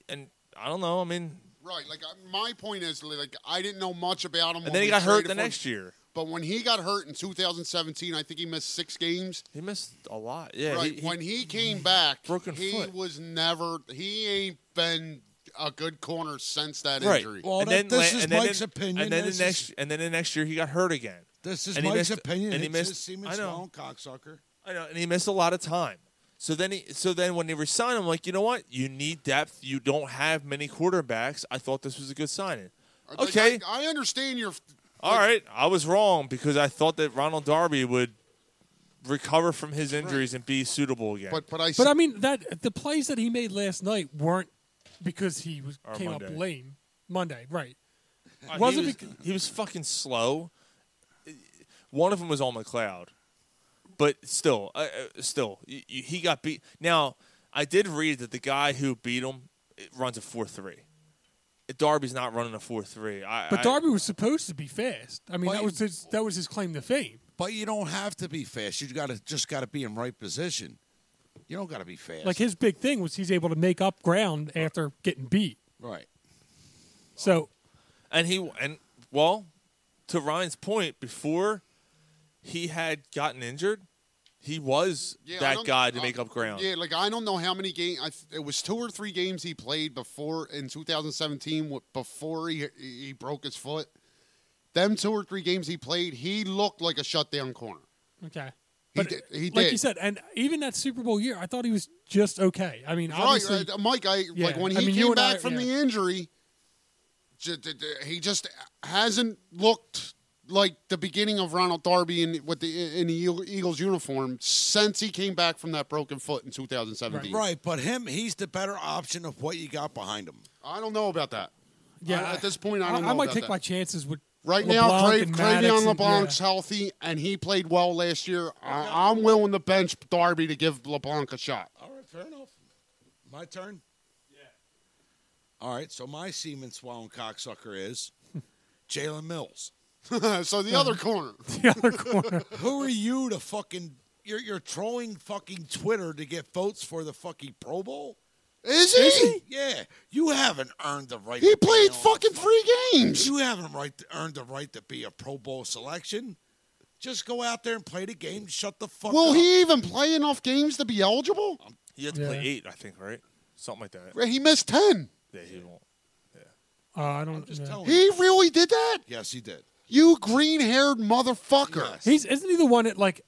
[SPEAKER 2] and I don't know. I mean,
[SPEAKER 7] right. Like I- my point is, like I didn't know much about him.
[SPEAKER 2] and then he got hurt the next year.
[SPEAKER 7] But when he got hurt in 2017, I think he missed six games.
[SPEAKER 2] He missed a lot. Yeah,
[SPEAKER 7] right.
[SPEAKER 2] he- he-
[SPEAKER 7] when he came back,
[SPEAKER 2] Broken
[SPEAKER 7] he
[SPEAKER 2] foot.
[SPEAKER 7] was never. He ain't been a good corner since that
[SPEAKER 2] right.
[SPEAKER 7] injury.
[SPEAKER 6] Well,
[SPEAKER 2] and
[SPEAKER 6] that-
[SPEAKER 2] then
[SPEAKER 6] this
[SPEAKER 2] la-
[SPEAKER 6] is
[SPEAKER 2] and then
[SPEAKER 6] Mike's
[SPEAKER 2] in-
[SPEAKER 6] opinion.
[SPEAKER 2] And then
[SPEAKER 6] This
[SPEAKER 2] the
[SPEAKER 6] is-
[SPEAKER 2] next, and then the next year he got hurt again.
[SPEAKER 6] This is
[SPEAKER 2] And he
[SPEAKER 6] Mike's
[SPEAKER 2] missed-
[SPEAKER 6] opinion.
[SPEAKER 2] and he
[SPEAKER 6] it's
[SPEAKER 2] missed-
[SPEAKER 6] his Siemens
[SPEAKER 2] I know.
[SPEAKER 6] Sloan, cocksucker.
[SPEAKER 2] I know, and he missed a lot of time. So then he, so then when they resign him, like you know what, you need depth. You don't have many quarterbacks. I thought this was a good signing.
[SPEAKER 7] Like,
[SPEAKER 2] Okay,
[SPEAKER 7] I, I understand your.
[SPEAKER 2] all right, I was wrong because I thought that Ronald Darby would recover from his injuries and be suitable again.
[SPEAKER 7] But but I.
[SPEAKER 5] But I mean, that the plays that he made last night weren't because he was
[SPEAKER 2] Or
[SPEAKER 5] came
[SPEAKER 2] Monday.
[SPEAKER 5] up lame Monday, right?
[SPEAKER 2] Uh,
[SPEAKER 5] Was
[SPEAKER 2] he
[SPEAKER 5] it
[SPEAKER 2] was,
[SPEAKER 5] becau-
[SPEAKER 2] he was fucking slow. One of them was on McLeod, but still, uh, uh, still, y- y- he got beat. Now, I did read that the guy who beat him it runs a four three. Darby's not running a four three.
[SPEAKER 5] But Darby was supposed to be fast. I mean,
[SPEAKER 6] But-
[SPEAKER 5] that was his, that was his claim to fame.
[SPEAKER 6] But you don't have to be fast. You got to just got to be in right position. You don't got to be fast.
[SPEAKER 5] Like his big thing was he's able to make up ground after getting beat.
[SPEAKER 6] right.
[SPEAKER 5] So
[SPEAKER 2] and he and well, to Ryan's point, before he had gotten injured, he was
[SPEAKER 7] Yeah, I
[SPEAKER 2] that
[SPEAKER 7] don't-
[SPEAKER 2] guy to
[SPEAKER 7] I-
[SPEAKER 2] make up ground.
[SPEAKER 7] Yeah, like I don't know how many games. I, th- it was two or three games he played before in 2017 wh- before he he broke his foot. Them two or three games he played, he looked like a shutdown corner.
[SPEAKER 5] okay.
[SPEAKER 7] He
[SPEAKER 5] But
[SPEAKER 7] did. He
[SPEAKER 5] like
[SPEAKER 7] did.
[SPEAKER 5] you said, and even that Super Bowl year, I thought he was just okay. I mean,
[SPEAKER 7] Right,
[SPEAKER 5] obviously,
[SPEAKER 7] uh, Mike. I like
[SPEAKER 5] yeah.
[SPEAKER 7] when he
[SPEAKER 5] I mean, you
[SPEAKER 7] came
[SPEAKER 5] and
[SPEAKER 7] back
[SPEAKER 5] I-
[SPEAKER 7] from
[SPEAKER 5] yeah.
[SPEAKER 7] the injury. j- d- d- He just hasn't looked like the beginning of Ronald Darby in with the in the Eagle- Eagles uniform since he came back from that broken foot in 2017.
[SPEAKER 6] Right, but him, he's the better option of what you got behind him.
[SPEAKER 7] I don't know about that.
[SPEAKER 5] yeah.
[SPEAKER 7] I- at this point, I
[SPEAKER 5] I,
[SPEAKER 7] don't
[SPEAKER 5] I
[SPEAKER 7] know
[SPEAKER 5] might
[SPEAKER 7] about
[SPEAKER 5] take
[SPEAKER 7] that.
[SPEAKER 5] my chances with
[SPEAKER 7] Right now,
[SPEAKER 5] LeBlanc
[SPEAKER 7] Cra-
[SPEAKER 5] and Maddox
[SPEAKER 7] Cravion
[SPEAKER 5] and-
[SPEAKER 7] LeBlanc's
[SPEAKER 5] yeah.
[SPEAKER 7] healthy, and he played well last year. I, I'm willing to bench Darby to give LeBlanc a shot.
[SPEAKER 6] All right, fair enough. My turn? Yeah. All right, so my Siemens swallowing cocksucker is Jalen Mills.
[SPEAKER 7] so the other corner,
[SPEAKER 5] the other corner.
[SPEAKER 6] Who are you to fucking. You're, you're trolling fucking Twitter to get votes for the fucking Pro Bowl?
[SPEAKER 7] is he?
[SPEAKER 6] Yeah, you haven't earned the right.
[SPEAKER 7] He
[SPEAKER 6] to be
[SPEAKER 7] played
[SPEAKER 6] on-
[SPEAKER 7] fucking three games.
[SPEAKER 6] You haven't right earned the right to be a Pro Bowl selection. Just go out there and play the game. Shut the fuck
[SPEAKER 7] Will
[SPEAKER 6] up.
[SPEAKER 7] he even play enough games to be eligible?
[SPEAKER 2] He had to play
[SPEAKER 5] Yeah.
[SPEAKER 2] eight, I think, right? Something like that.
[SPEAKER 7] He missed ten.
[SPEAKER 2] Yeah, he won't.
[SPEAKER 5] Uh, I don't.
[SPEAKER 6] Just
[SPEAKER 5] yeah.
[SPEAKER 6] tell him.
[SPEAKER 7] He really did that.
[SPEAKER 6] yes, he did.
[SPEAKER 7] You green-haired motherfucker.
[SPEAKER 5] He's isn't he the one that like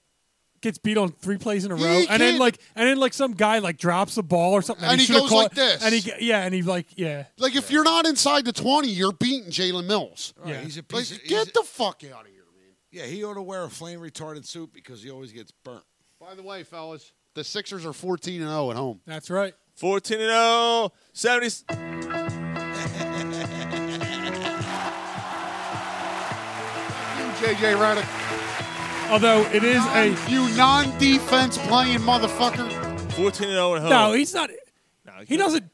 [SPEAKER 5] gets beat on three plays in a
[SPEAKER 7] He
[SPEAKER 5] row, and then
[SPEAKER 7] can't-
[SPEAKER 5] like and then like some guy like drops the ball or something,
[SPEAKER 7] And he
[SPEAKER 5] shoulda
[SPEAKER 7] goes
[SPEAKER 5] caught-
[SPEAKER 7] like this.
[SPEAKER 5] and he ge- yeah, and he like yeah,
[SPEAKER 7] Like if you're not inside the twenty, you're beating Jalen Mills.
[SPEAKER 6] All right,
[SPEAKER 5] Yeah.
[SPEAKER 6] he's a
[SPEAKER 7] Like
[SPEAKER 6] piece of, he's
[SPEAKER 7] get
[SPEAKER 6] a-
[SPEAKER 7] the fuck out of here, man.
[SPEAKER 6] yeah, he ought to wear a flame retardant suit because he always gets burnt.
[SPEAKER 7] By the way, fellas, the Sixers are fourteen and zero at home.
[SPEAKER 5] that's right.
[SPEAKER 2] 14 and oh, 0, 70.
[SPEAKER 7] JJ Redick.
[SPEAKER 5] Although it is a
[SPEAKER 7] you non-defense playing motherfucker.
[SPEAKER 2] 14 and 0 at home.
[SPEAKER 5] no, he's not.
[SPEAKER 2] No,
[SPEAKER 5] He doesn't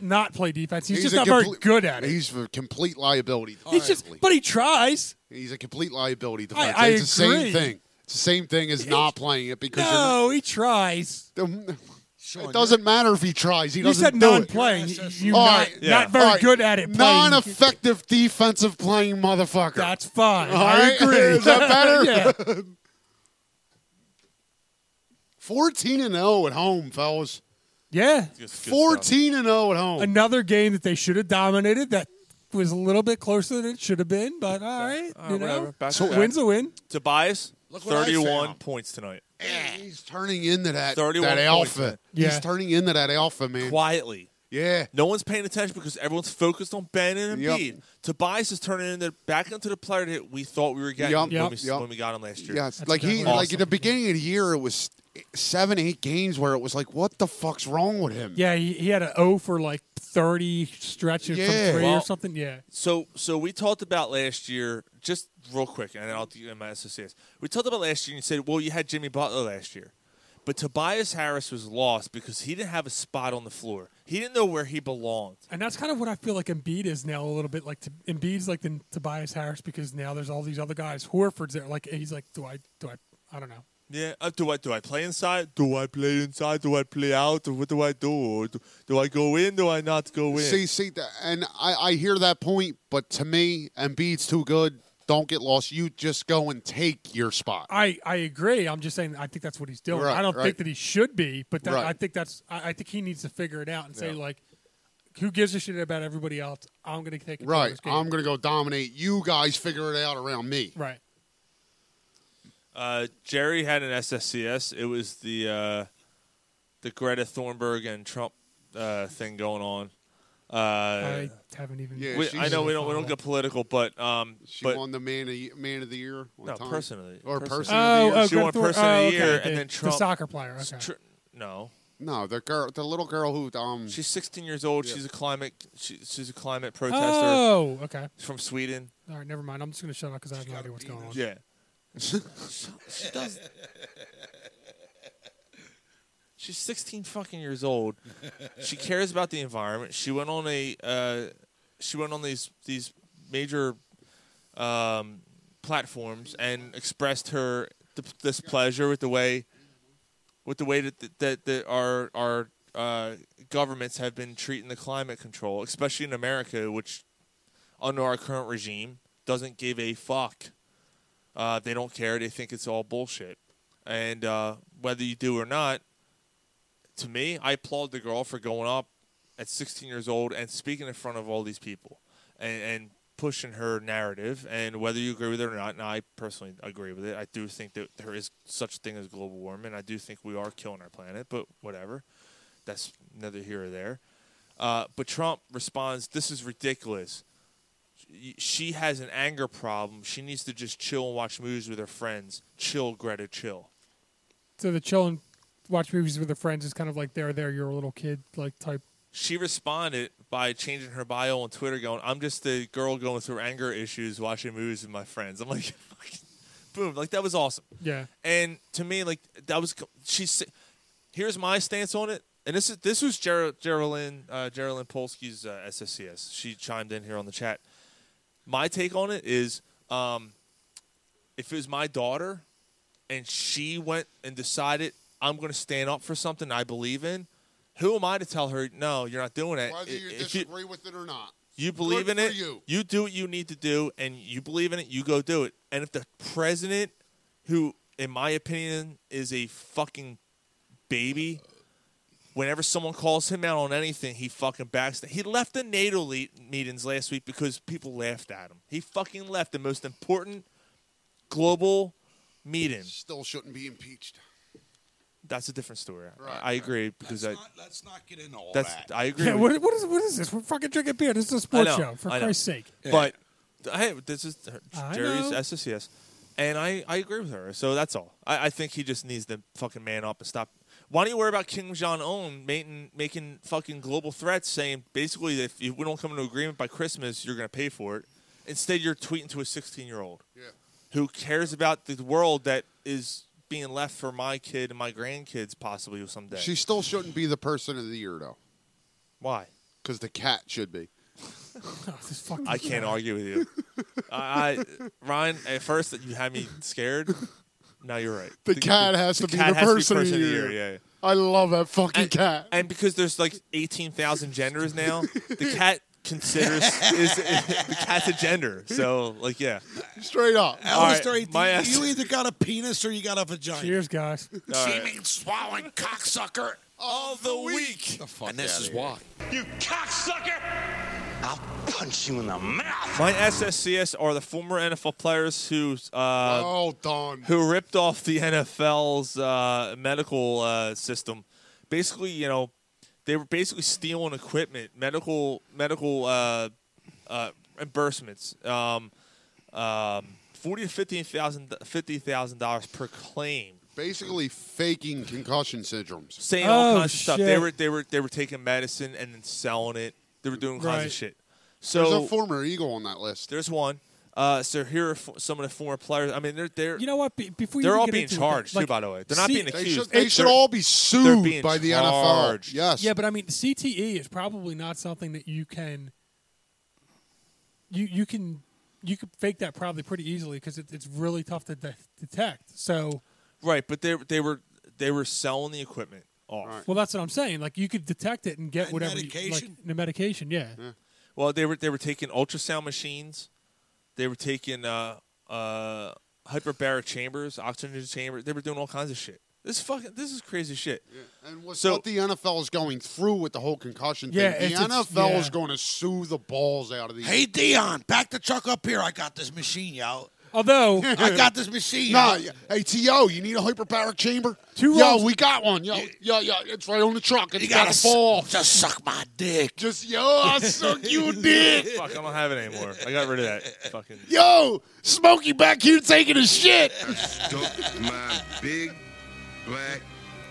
[SPEAKER 5] not play defense. He's, just
[SPEAKER 7] a
[SPEAKER 5] not very
[SPEAKER 7] comple-
[SPEAKER 5] good at it.
[SPEAKER 7] He's a complete liability.
[SPEAKER 5] He's just-
[SPEAKER 7] defensively.
[SPEAKER 5] but he tries.
[SPEAKER 7] He's a complete liability
[SPEAKER 5] I-
[SPEAKER 7] defense.
[SPEAKER 5] I
[SPEAKER 7] it's the
[SPEAKER 5] agree.
[SPEAKER 7] same thing. It's the same thing as not playing it because you're not-
[SPEAKER 5] No, he tries.
[SPEAKER 7] it doesn't matter if he tries. He
[SPEAKER 5] You
[SPEAKER 7] doesn't
[SPEAKER 5] said
[SPEAKER 7] do it.
[SPEAKER 5] non-playing. You- You're
[SPEAKER 7] All
[SPEAKER 5] not,
[SPEAKER 7] right, yeah.
[SPEAKER 5] not very
[SPEAKER 7] All right.
[SPEAKER 5] good at it. playing.
[SPEAKER 7] Non-effective defensive playing motherfucker. That's
[SPEAKER 5] fine.
[SPEAKER 7] I agree. Is that better?
[SPEAKER 5] Yeah.
[SPEAKER 7] Fourteen and zero at home, fellas.
[SPEAKER 5] Yeah.
[SPEAKER 7] Fourteen and zero at home.
[SPEAKER 5] Another game that they should have dominated that was a little bit closer than it should have been, but all right.
[SPEAKER 2] All right,
[SPEAKER 5] you
[SPEAKER 2] Uh, whatever.
[SPEAKER 5] know,
[SPEAKER 2] Back
[SPEAKER 5] so
[SPEAKER 2] to back.
[SPEAKER 5] win's a win.
[SPEAKER 2] Tobias,
[SPEAKER 7] Look what I
[SPEAKER 2] 31
[SPEAKER 7] found.
[SPEAKER 2] points tonight.
[SPEAKER 7] He's turning into that
[SPEAKER 2] 31
[SPEAKER 7] that
[SPEAKER 2] points,
[SPEAKER 7] alpha.
[SPEAKER 2] man.
[SPEAKER 5] Yeah.
[SPEAKER 7] He's turning into that alpha man.
[SPEAKER 2] Quietly.
[SPEAKER 7] Yeah.
[SPEAKER 2] No one's paying attention because everyone's focused on Ben and
[SPEAKER 7] Yep.
[SPEAKER 2] Embiid. Tobias is turning into back into the player that we thought we were getting
[SPEAKER 7] Yep.
[SPEAKER 2] when, we,
[SPEAKER 7] Yep.
[SPEAKER 2] when we got him last year.
[SPEAKER 7] Yes, like he
[SPEAKER 2] right.
[SPEAKER 7] like at the beginning of the year it was seven, eight games where it was like, what the fuck's wrong with him?
[SPEAKER 5] Yeah, he, he had an O for like 30 stretches
[SPEAKER 7] Yeah.
[SPEAKER 5] from three
[SPEAKER 2] Well,
[SPEAKER 5] or something. Yeah.
[SPEAKER 2] So, so we talked about last year, just real quick, and then I'll do my associates. We talked about last year, and you said, well, you had Jimmy Butler last year, but Tobias Harris was lost because he didn't have a spot on the floor. He didn't know where he belonged.
[SPEAKER 5] And that's kind of what I feel like Embiid is now a little bit like. To, Embiid's like the Tobias Harris because now there's all these other guys. Horford's there. Like he's like, do I? Do I? I don't know.
[SPEAKER 2] Yeah, uh, do I do I play inside? Do I play inside? Do I play out? What do I do? Or do, do I go in? Do I not go in?
[SPEAKER 7] See, see, th- and I, I hear that point, but to me, Embiid's too good. Don't get lost. You just go and take your spot.
[SPEAKER 5] I I agree. I'm just saying. I think that's what he's doing.
[SPEAKER 7] Right,
[SPEAKER 5] I don't
[SPEAKER 7] right.
[SPEAKER 5] think that he should be, but that,
[SPEAKER 7] Right.
[SPEAKER 5] I think that's. I, I think he needs to figure it out and say
[SPEAKER 7] Yeah.
[SPEAKER 5] like, who gives a shit about everybody else? I'm going to take control of
[SPEAKER 7] Right.
[SPEAKER 5] this game.
[SPEAKER 7] I'm gonna go dominate. You guys figure it out around me.
[SPEAKER 5] right.
[SPEAKER 2] Uh, Jerry had an SSCS. It was the uh, the Greta Thornburg and Trump uh, thing going on. Uh,
[SPEAKER 5] I haven't even.
[SPEAKER 7] Yeah,
[SPEAKER 2] we-
[SPEAKER 7] she's
[SPEAKER 2] I know we
[SPEAKER 7] really
[SPEAKER 2] don't we don't
[SPEAKER 5] followed.
[SPEAKER 2] get political, but um,
[SPEAKER 7] She
[SPEAKER 2] but
[SPEAKER 7] won the man of, Ye- man of the year. one
[SPEAKER 2] No,
[SPEAKER 7] time.
[SPEAKER 2] personally.
[SPEAKER 7] or
[SPEAKER 2] Personally.
[SPEAKER 7] person.
[SPEAKER 5] Oh,
[SPEAKER 7] of the year.
[SPEAKER 5] oh,
[SPEAKER 2] uh, She
[SPEAKER 5] Greta
[SPEAKER 2] won
[SPEAKER 5] Thor-
[SPEAKER 2] person of the
[SPEAKER 5] oh,
[SPEAKER 2] year,
[SPEAKER 5] okay,
[SPEAKER 2] and
[SPEAKER 5] the-
[SPEAKER 2] then Trump-
[SPEAKER 5] the soccer player.
[SPEAKER 2] S-
[SPEAKER 5] Okay.
[SPEAKER 2] tr- no,
[SPEAKER 7] no, the girl, the little girl who um,
[SPEAKER 2] she's 16 years old. She's a climate she, she's a climate protester
[SPEAKER 5] oh, okay.
[SPEAKER 2] from Sweden.
[SPEAKER 5] All right, never mind. I'm just going to shut up because I have no idea what's going on.
[SPEAKER 2] Yeah,
[SPEAKER 9] She does.
[SPEAKER 2] she's 16 fucking years old. she cares about the environment. She went on a uh, she went on these these major um, platforms and expressed her d- displeasure with the way with the way that that, that our our uh, governments have been treating the climate control, especially in America, which under our current regime doesn't give a fuck. Uh, they don't care. They think it's all bullshit. And uh, whether you do or not, to me, I applaud the girl for going up at 16 years old and speaking in front of all these people and, and pushing her narrative. And whether you agree with it or not, and I personally agree with it, I do think that there is such a thing as global warming. I do think we are killing our planet, but whatever. That's neither here or there. Uh, but Trump responds, This is ridiculous. Y- She has an anger problem. She needs to just chill and watch movies with her friends. Chill, Greta, chill.
[SPEAKER 5] So the chill and watch movies with their friends is kind of like they're there, you're a little kid like type.
[SPEAKER 2] she responded by changing her bio on Twitter, going, "I'm just a girl going through anger issues, watching movies with my friends." I'm like, boom, like that was awesome.
[SPEAKER 5] Yeah.
[SPEAKER 2] And to me, like that was she's. Here's my stance on it, and this is this was Ger- Geraldine uh, Geraldine Polsky's uh, SSCS. She chimed in here on the chat. My take on it is, um, if it was my daughter, and she went and decided I'm going to stand up for something I believe in, who am I to tell her no? You're not doing it.
[SPEAKER 7] whether
[SPEAKER 2] I-
[SPEAKER 7] you
[SPEAKER 2] if you,
[SPEAKER 7] disagree with it or not.
[SPEAKER 2] you believe
[SPEAKER 7] Good
[SPEAKER 2] in it,
[SPEAKER 7] for you.
[SPEAKER 2] do what you need to do, and you believe in it, you go do it. And if the president, who in my opinion is a fucking baby, whenever someone calls him out on anything, he fucking backs. He left the NATO le- meetings last week because people laughed at him. He fucking left the most important global meeting.
[SPEAKER 7] Still shouldn't be impeached.
[SPEAKER 2] That's a different story. I-
[SPEAKER 7] Right,
[SPEAKER 2] I agree because I.
[SPEAKER 9] Let's not, let's not get into all
[SPEAKER 2] That's
[SPEAKER 9] that.
[SPEAKER 2] I agree.
[SPEAKER 5] Yeah,
[SPEAKER 2] with
[SPEAKER 5] what, what is what is this? We're fucking drinking beer. This is a
[SPEAKER 2] I
[SPEAKER 5] sports
[SPEAKER 2] know,
[SPEAKER 5] show, for
[SPEAKER 2] I know.
[SPEAKER 5] Christ's sake.
[SPEAKER 2] But hey, this is her-
[SPEAKER 5] I
[SPEAKER 2] Jerry's
[SPEAKER 5] know.
[SPEAKER 2] SSCS, and I, I agree with her. So that's all. I, I think he just needs to fucking man up and stop. Why do you worry about Kim Jong Un making making fucking global threats, saying basically that if you- we don't come to agreement by Christmas, you're going to pay for it. Instead, you're tweeting to a 16 year old
[SPEAKER 7] Yeah.
[SPEAKER 2] who cares about the world that is being left for my kid and my grandkids possibly someday.
[SPEAKER 7] She still shouldn't be the person of the year though.
[SPEAKER 2] Why?
[SPEAKER 7] because the cat should be.
[SPEAKER 5] Oh,
[SPEAKER 2] I can't argue with you. I, I Ryan, at first you had me scared. Now you're right.
[SPEAKER 7] The cat has to be
[SPEAKER 2] cat
[SPEAKER 7] the
[SPEAKER 2] has
[SPEAKER 7] person of the year.
[SPEAKER 2] Yeah. yeah.
[SPEAKER 7] I love that fucking cat.
[SPEAKER 2] And because there's like 18,000 genders now, the cat considers is, the cat's a gender. So like yeah.
[SPEAKER 7] Straight up.
[SPEAKER 2] All
[SPEAKER 9] Elvis
[SPEAKER 2] right,
[SPEAKER 9] Duran,
[SPEAKER 2] my
[SPEAKER 9] you-
[SPEAKER 2] ass-
[SPEAKER 9] you either got a penis or you got a vagina.
[SPEAKER 5] Cheers, guys.
[SPEAKER 2] All right.
[SPEAKER 1] Seeming swallowing cocksucker all the week.
[SPEAKER 10] and this is why.
[SPEAKER 1] You cocksucker! I'll punch you in the mouth.
[SPEAKER 2] My SSCS are the former NFL players who uh,
[SPEAKER 7] oh, Don.
[SPEAKER 2] who ripped off the NFL's uh, medical uh, system. Basically, you know, they were basically stealing equipment, medical medical uh, uh, reimbursements, um, um, forty to fifteen thousand fifty thousand dollars per claim.
[SPEAKER 7] Basically faking concussion syndromes.
[SPEAKER 2] Saying all
[SPEAKER 5] Oh,
[SPEAKER 2] kinds of stuff. They
[SPEAKER 5] shit.
[SPEAKER 2] were they were they were taking medicine and then selling it. They were doing kinds
[SPEAKER 5] Right.
[SPEAKER 2] of shit. So
[SPEAKER 7] There's a former Eagle on that list.
[SPEAKER 2] There's one. Uh, so here are fo- some of the former players. I mean, they're they're
[SPEAKER 5] You know what? Be- before you
[SPEAKER 2] they're
[SPEAKER 5] even
[SPEAKER 2] all
[SPEAKER 5] get
[SPEAKER 2] being
[SPEAKER 5] into it,
[SPEAKER 2] charged
[SPEAKER 5] like,
[SPEAKER 2] too. By the way, they're not
[SPEAKER 5] see-
[SPEAKER 2] being
[SPEAKER 7] They
[SPEAKER 2] accused.
[SPEAKER 7] should, they should
[SPEAKER 2] They're-
[SPEAKER 7] all be
[SPEAKER 2] being
[SPEAKER 7] sued by the
[SPEAKER 2] charged.
[SPEAKER 7] NFL. Yes.
[SPEAKER 5] Yeah, but I mean, CTE is probably not something that you can. You you can you could fake that probably pretty easily because it, it's really tough to de- detect. So,
[SPEAKER 2] right, but they they were they were selling the equipment off.
[SPEAKER 5] well, that's what I'm saying. Like you could detect it and get
[SPEAKER 9] And
[SPEAKER 5] whatever You,
[SPEAKER 9] medication?
[SPEAKER 5] like, the medication. Yeah.
[SPEAKER 2] Well, they were they were taking ultrasound machines. They were taking uh, uh, hyperbaric chambers, oxygen chambers. They were doing all kinds of shit. This fucking this is crazy shit.
[SPEAKER 7] And what's
[SPEAKER 2] So-
[SPEAKER 7] what the NFL is going through with the whole concussion
[SPEAKER 5] Yeah,
[SPEAKER 7] thing,
[SPEAKER 5] it's-
[SPEAKER 7] the
[SPEAKER 5] it's-
[SPEAKER 7] NFL is
[SPEAKER 5] yeah.
[SPEAKER 7] going to sue the balls out of the.
[SPEAKER 9] Hey Dion, back the truck up here. I got this machine, yo.
[SPEAKER 5] Although
[SPEAKER 9] I got this machine.
[SPEAKER 7] Nah,
[SPEAKER 9] yo.
[SPEAKER 7] yeah. hey, T.O., you need a hyperbaric chamber?
[SPEAKER 5] Two
[SPEAKER 7] yo,
[SPEAKER 5] rounds-
[SPEAKER 7] we got one. Yo, yo, yo, it's right on the truck. It's
[SPEAKER 9] you
[SPEAKER 7] got
[SPEAKER 9] gotta
[SPEAKER 7] a
[SPEAKER 9] s-
[SPEAKER 7] ball.
[SPEAKER 9] Just suck my dick.
[SPEAKER 7] Just, yo, I suck you dick.
[SPEAKER 2] Fuck, I don't have it anymore. I got rid of that fucking.
[SPEAKER 7] Yo, Smokey back here taking a shit.
[SPEAKER 1] Stuck my big black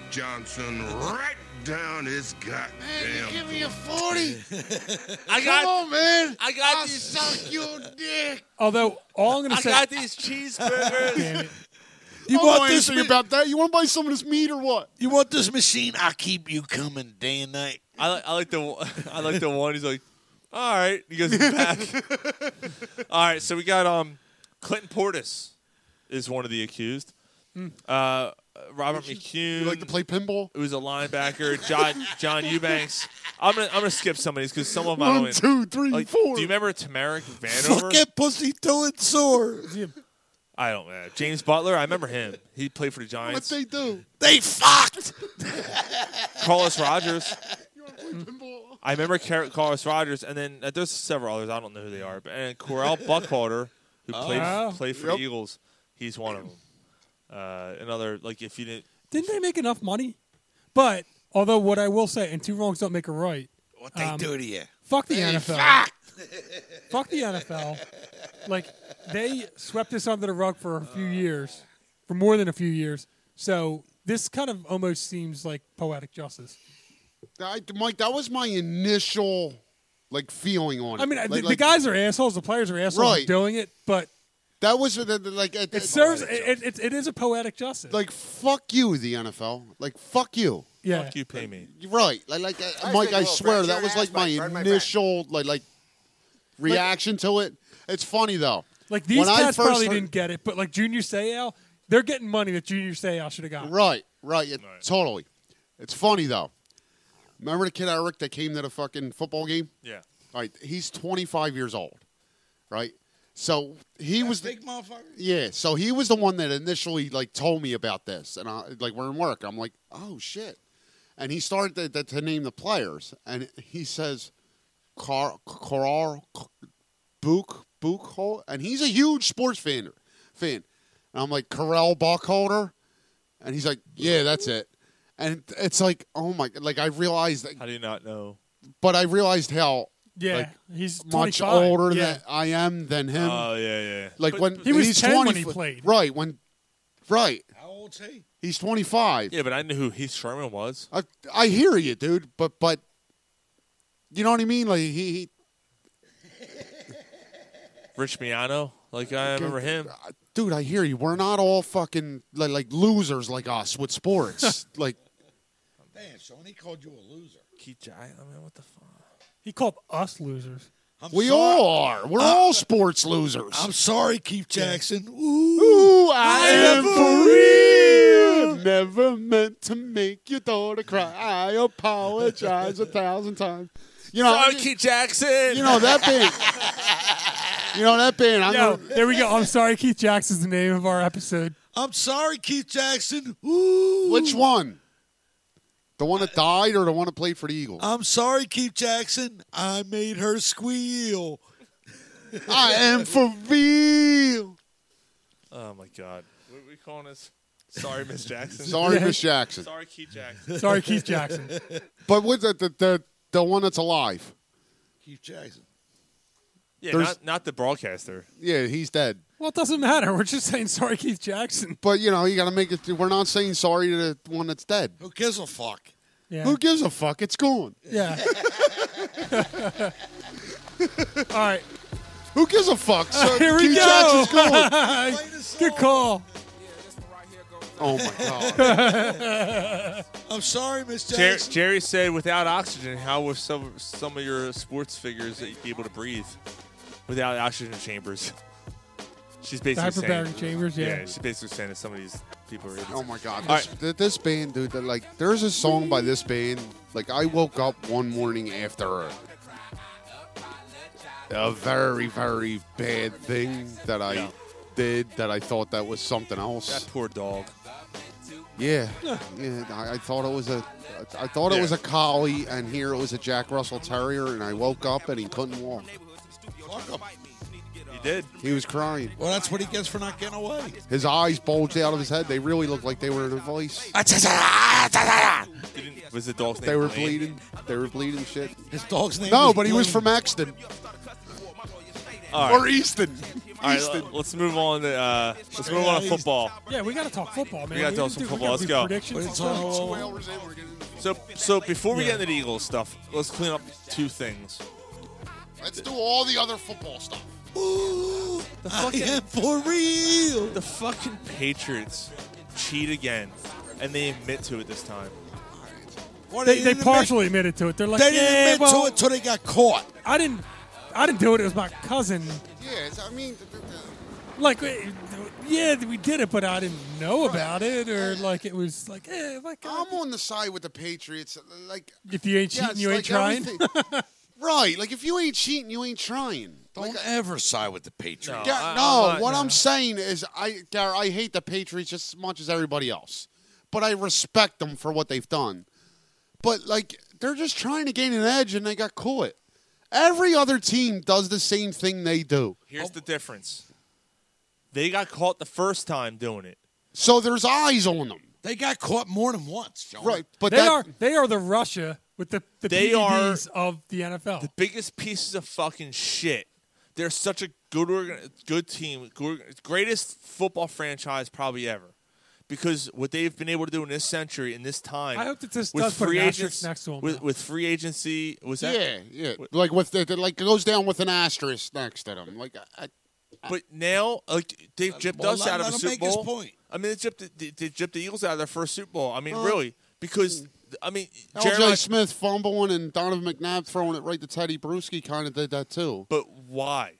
[SPEAKER 1] Johnson right down his goddamn.
[SPEAKER 7] give me a 40.
[SPEAKER 2] I
[SPEAKER 7] Come
[SPEAKER 2] got
[SPEAKER 7] on, man.
[SPEAKER 2] I got
[SPEAKER 7] I
[SPEAKER 2] these
[SPEAKER 7] suck your dick.
[SPEAKER 5] although all I'm gonna
[SPEAKER 2] I
[SPEAKER 5] say.
[SPEAKER 2] got these cheeseburgers.
[SPEAKER 5] Damn it.
[SPEAKER 9] You
[SPEAKER 7] I don't
[SPEAKER 9] want
[SPEAKER 7] know
[SPEAKER 9] this?
[SPEAKER 7] anything
[SPEAKER 9] ma-
[SPEAKER 7] about that. You want to buy some of this meat or what?
[SPEAKER 9] you want this machine? I keep you coming day and night.
[SPEAKER 2] I like, I like the one- I like the one. He's like, all right. He goes back. all right. So we got um, Clinton Portis is one of the accused. Uh, Robert McCune.
[SPEAKER 7] You like to play pinball?
[SPEAKER 2] It was a linebacker, John John Eubanks. I'm gonna I'm gonna skip some of these because some of them I don't
[SPEAKER 7] One,
[SPEAKER 2] even-
[SPEAKER 7] two, three,
[SPEAKER 2] like,
[SPEAKER 7] four.
[SPEAKER 2] Do you remember Tamaric Vanover?
[SPEAKER 9] Fuck that pussy till it's sore.
[SPEAKER 2] I don't know. James Butler, I remember him. He played for the
[SPEAKER 7] what
[SPEAKER 2] Giants.
[SPEAKER 7] they do?
[SPEAKER 9] They fucked.
[SPEAKER 2] Carlos Rogers.
[SPEAKER 7] You want to play pinball?
[SPEAKER 2] I remember Car- Carlos Rogers, and then uh, there's several others. I don't know who they are, but and Corral Buckhalter, who played
[SPEAKER 5] Oh.
[SPEAKER 2] played for
[SPEAKER 7] Yep.
[SPEAKER 2] the Eagles, he's one of them. Uh, another like if you didn't,
[SPEAKER 5] Didn't they make enough money? But although what I will say, and two wrongs don't make a right. um,
[SPEAKER 9] What they do to you?
[SPEAKER 5] Fuck the NFL. Fuck the NFL. Like they swept this under the rug for a few years, for more than a few years. So this kind of almost seems like poetic justice.
[SPEAKER 7] I, Mike, that was my initial like feeling on it.
[SPEAKER 5] I mean,
[SPEAKER 7] Like-
[SPEAKER 5] the, the
[SPEAKER 7] like,
[SPEAKER 5] guys are assholes. The players are assholes for
[SPEAKER 7] Right.
[SPEAKER 5] doing it, but
[SPEAKER 7] That was the, the, like at,
[SPEAKER 5] it serves. It, it, it is a poetic justice.
[SPEAKER 7] like fuck you, the NFL. Like fuck you.
[SPEAKER 5] yeah,
[SPEAKER 2] fuck you pay me.
[SPEAKER 7] You're right. Like, like uh, Mike, I swear that was like my initial like like reaction to it. It's funny though.
[SPEAKER 5] like these
[SPEAKER 7] When I
[SPEAKER 5] cats
[SPEAKER 7] first
[SPEAKER 5] probably
[SPEAKER 7] heard-
[SPEAKER 5] didn't get it, but like Junior Seau, they're getting money that Junior Seau should have got.
[SPEAKER 7] Right, right, yeah, totally. It's funny though. Remember the kid Eric that came to the fucking football game?
[SPEAKER 2] Yeah,
[SPEAKER 7] All right, he's 25 years old, right? So he was the-
[SPEAKER 9] big motherfucker.
[SPEAKER 7] Yeah, so he was the one that initially like told me about this, and I like we're in work. I'm like, oh shit, and he started to, to, to name the players, and he says, Car Coral Book Bookhold, and he's a huge sports fan. Fan, and I'm like Corral Buckholder, and he's like, yeah, that's it, and it's like, oh my, like I realized,
[SPEAKER 2] how do you not know?
[SPEAKER 7] but I realized how
[SPEAKER 5] Yeah,
[SPEAKER 7] Like,
[SPEAKER 5] he's
[SPEAKER 7] much
[SPEAKER 5] 25.
[SPEAKER 7] older
[SPEAKER 5] yeah.
[SPEAKER 7] than I am than him.
[SPEAKER 2] Oh yeah, yeah.
[SPEAKER 7] Um, Like
[SPEAKER 2] But-
[SPEAKER 7] when
[SPEAKER 2] but-
[SPEAKER 5] He was
[SPEAKER 7] he's
[SPEAKER 5] 10 when
[SPEAKER 7] 20
[SPEAKER 5] he played.
[SPEAKER 7] Right when, right.
[SPEAKER 9] How old's he?
[SPEAKER 7] He's 25.
[SPEAKER 2] yeah, but I knew who Heath Sherman was.
[SPEAKER 7] I I hear you, dude. But but, you know what I mean? Like he, he
[SPEAKER 2] Rich Miano, like I remember him.
[SPEAKER 7] dude. I hear you. We're not all fucking like, like losers like us with sports. like
[SPEAKER 9] Damn, Sean, he called you a loser.
[SPEAKER 2] Keith Giant. I mean, what the fuck?
[SPEAKER 5] He called us losers.
[SPEAKER 7] we all are. We're all sports losers.
[SPEAKER 6] I'm sorry, Keith Jackson. Ooh,
[SPEAKER 7] Ooh, I, am for real. Never meant to make your daughter cry. I apologize a thousand times. You know,
[SPEAKER 2] Sorry, Keith Jackson.
[SPEAKER 7] you know that band. You know that band. I'm
[SPEAKER 5] Yo,
[SPEAKER 7] gonna-
[SPEAKER 5] there we go. I'm sorry, Keith Jackson's the name of our episode.
[SPEAKER 6] I'm sorry, Keith Jackson. Ooh,
[SPEAKER 7] which one? The one that died, or the one that played for the Eagles?
[SPEAKER 6] I'm sorry, Keith Jackson. I made her squeal.
[SPEAKER 7] I am for real.
[SPEAKER 2] Oh my God. What are we calling this? Sorry, Miss Jackson.
[SPEAKER 7] Sorry, Miss Jackson.
[SPEAKER 2] Sorry, Keith Jackson.
[SPEAKER 5] Sorry, Keith Jackson.
[SPEAKER 7] But with the, the the the one that's alive.
[SPEAKER 6] Keith Jackson.
[SPEAKER 2] Yeah,
[SPEAKER 7] There's-
[SPEAKER 2] not, not the broadcaster.
[SPEAKER 7] Yeah, he's dead.
[SPEAKER 5] Well, it doesn't matter. We're just saying sorry, Keith Jackson.
[SPEAKER 7] But you know, you got to make it. We're not saying sorry to the one that's dead.
[SPEAKER 6] Who gives a fuck?
[SPEAKER 5] Yeah.
[SPEAKER 7] Who gives a fuck? It's gone.
[SPEAKER 5] yeah. All right.
[SPEAKER 7] Who gives a fuck? So
[SPEAKER 5] Here we
[SPEAKER 7] Keith
[SPEAKER 5] go.
[SPEAKER 7] Jackson's gone.
[SPEAKER 5] Good call.
[SPEAKER 7] oh my god.
[SPEAKER 6] I'm sorry, Miss
[SPEAKER 2] Jer-
[SPEAKER 6] Jackson.
[SPEAKER 2] Jerry said, without oxygen, how were some some of your sports figures that you'd be able to breathe without oxygen chambers? She's basically saying,
[SPEAKER 5] Hyperbaric chambers, yeah.
[SPEAKER 2] she's basically saying that some of these people are. idiots.
[SPEAKER 7] Oh my god.
[SPEAKER 2] All
[SPEAKER 7] This, th- this band, dude. that, Like, there's a song by this band. Like, I woke up one morning after a, a very, very bad thing that I
[SPEAKER 2] Yeah.
[SPEAKER 7] did. That I thought that was something else.
[SPEAKER 2] That poor dog.
[SPEAKER 7] Yeah, yeah. I, I thought it was a, I thought it
[SPEAKER 2] Yeah.
[SPEAKER 7] was a collie, and here it was a Jack Russell Terrier, and I woke up and he couldn't walk.
[SPEAKER 2] He did.
[SPEAKER 7] He was crying.
[SPEAKER 6] Well, that's what he gets for not getting away.
[SPEAKER 7] His eyes bulged out of his head. They really looked like they were in a vice.
[SPEAKER 2] He didn't- was the dog's name?
[SPEAKER 7] They were
[SPEAKER 2] Blaine?
[SPEAKER 7] bleeding. They were bleeding shit.
[SPEAKER 6] His dog's name.
[SPEAKER 7] No,
[SPEAKER 6] was
[SPEAKER 7] but he was
[SPEAKER 6] Blaine.
[SPEAKER 7] from Axton
[SPEAKER 2] All right.
[SPEAKER 7] or Easton.
[SPEAKER 2] All right, let- let's move on to uh, let's move on to football.
[SPEAKER 5] Yeah, we got to talk football, man.
[SPEAKER 2] We gotta talk
[SPEAKER 5] didn't
[SPEAKER 2] some
[SPEAKER 5] do-
[SPEAKER 2] football.
[SPEAKER 5] gotta
[SPEAKER 2] Let's
[SPEAKER 5] do
[SPEAKER 2] go.
[SPEAKER 5] Predictions.
[SPEAKER 6] It's all-
[SPEAKER 2] So, so before we get into the Eagles stuff, let's clean up two things.
[SPEAKER 7] Let's do all the other football stuff.
[SPEAKER 6] Ooh, I
[SPEAKER 2] fucking-
[SPEAKER 6] am for real.
[SPEAKER 2] The fucking Patriots cheat again, and they admit to it this time.
[SPEAKER 6] What,
[SPEAKER 5] They, they
[SPEAKER 6] didn't admit-
[SPEAKER 5] partially admitted to it. They're like,
[SPEAKER 6] They didn't
[SPEAKER 5] yeah,
[SPEAKER 6] admit
[SPEAKER 5] well,
[SPEAKER 6] to it till they got caught.
[SPEAKER 5] I didn't, I didn't do it. It was my cousin.
[SPEAKER 7] Yeah, it's, I mean, th- th- th-
[SPEAKER 5] Like, eh, yeah, we did it, but I didn't know about it, or like it was like, eh, my God.
[SPEAKER 7] I'm on the side with the Patriots. Like,
[SPEAKER 5] If you ain't
[SPEAKER 7] yeah,
[SPEAKER 5] cheating,
[SPEAKER 7] it's
[SPEAKER 5] you ain't
[SPEAKER 7] like
[SPEAKER 5] trying.
[SPEAKER 7] everything- right? Like, if you ain't cheating, you ain't trying.
[SPEAKER 6] Don't ever side with the Patriots.
[SPEAKER 2] Oh,
[SPEAKER 7] Yeah,
[SPEAKER 2] I-
[SPEAKER 7] no,
[SPEAKER 2] I'm not-
[SPEAKER 7] what I'm saying is, I Gar, I hate the Patriots just as much as everybody else, but I respect them for what they've done. But like, they're just trying to gain an edge, and they got caught. Every other team does the same thing they do,
[SPEAKER 2] Here's the difference. They got caught the first time doing it.
[SPEAKER 7] so there's eyes on them,
[SPEAKER 6] They got caught more than once, John.
[SPEAKER 7] right? But
[SPEAKER 5] They
[SPEAKER 7] that,
[SPEAKER 5] are, they are the Russia with the, the
[SPEAKER 2] They are-
[SPEAKER 5] PEDs of the NFL.
[SPEAKER 2] Biggest pieces of fucking shit. They're such a good organ- good team, good, greatest football franchise probably ever. Because what they've been able to do in this century, in this time,
[SPEAKER 5] I hope that this
[SPEAKER 2] with
[SPEAKER 5] does put
[SPEAKER 2] free
[SPEAKER 5] an asterisk
[SPEAKER 2] agents-
[SPEAKER 5] next to 'em
[SPEAKER 2] with,
[SPEAKER 5] now.
[SPEAKER 2] with free agency, was that?
[SPEAKER 7] yeah, yeah, like with the, the- like it goes down with an asterisk next to them. Like, I,
[SPEAKER 2] But now, like they've gypped
[SPEAKER 6] well,
[SPEAKER 2] us
[SPEAKER 6] let-
[SPEAKER 2] out of
[SPEAKER 6] let
[SPEAKER 2] a
[SPEAKER 6] him
[SPEAKER 2] Super
[SPEAKER 6] make his
[SPEAKER 2] Bowl.
[SPEAKER 6] point.
[SPEAKER 2] I mean, they gypped, they, they gypped the Eagles out of their first Super Bowl. I mean, really, because
[SPEAKER 6] Hmm.
[SPEAKER 2] I mean, Jeremiah,
[SPEAKER 7] LJ Smith fumbling and Donovan McNabb throwing it right to Teddy Bruschi kind of did that too.
[SPEAKER 2] But why?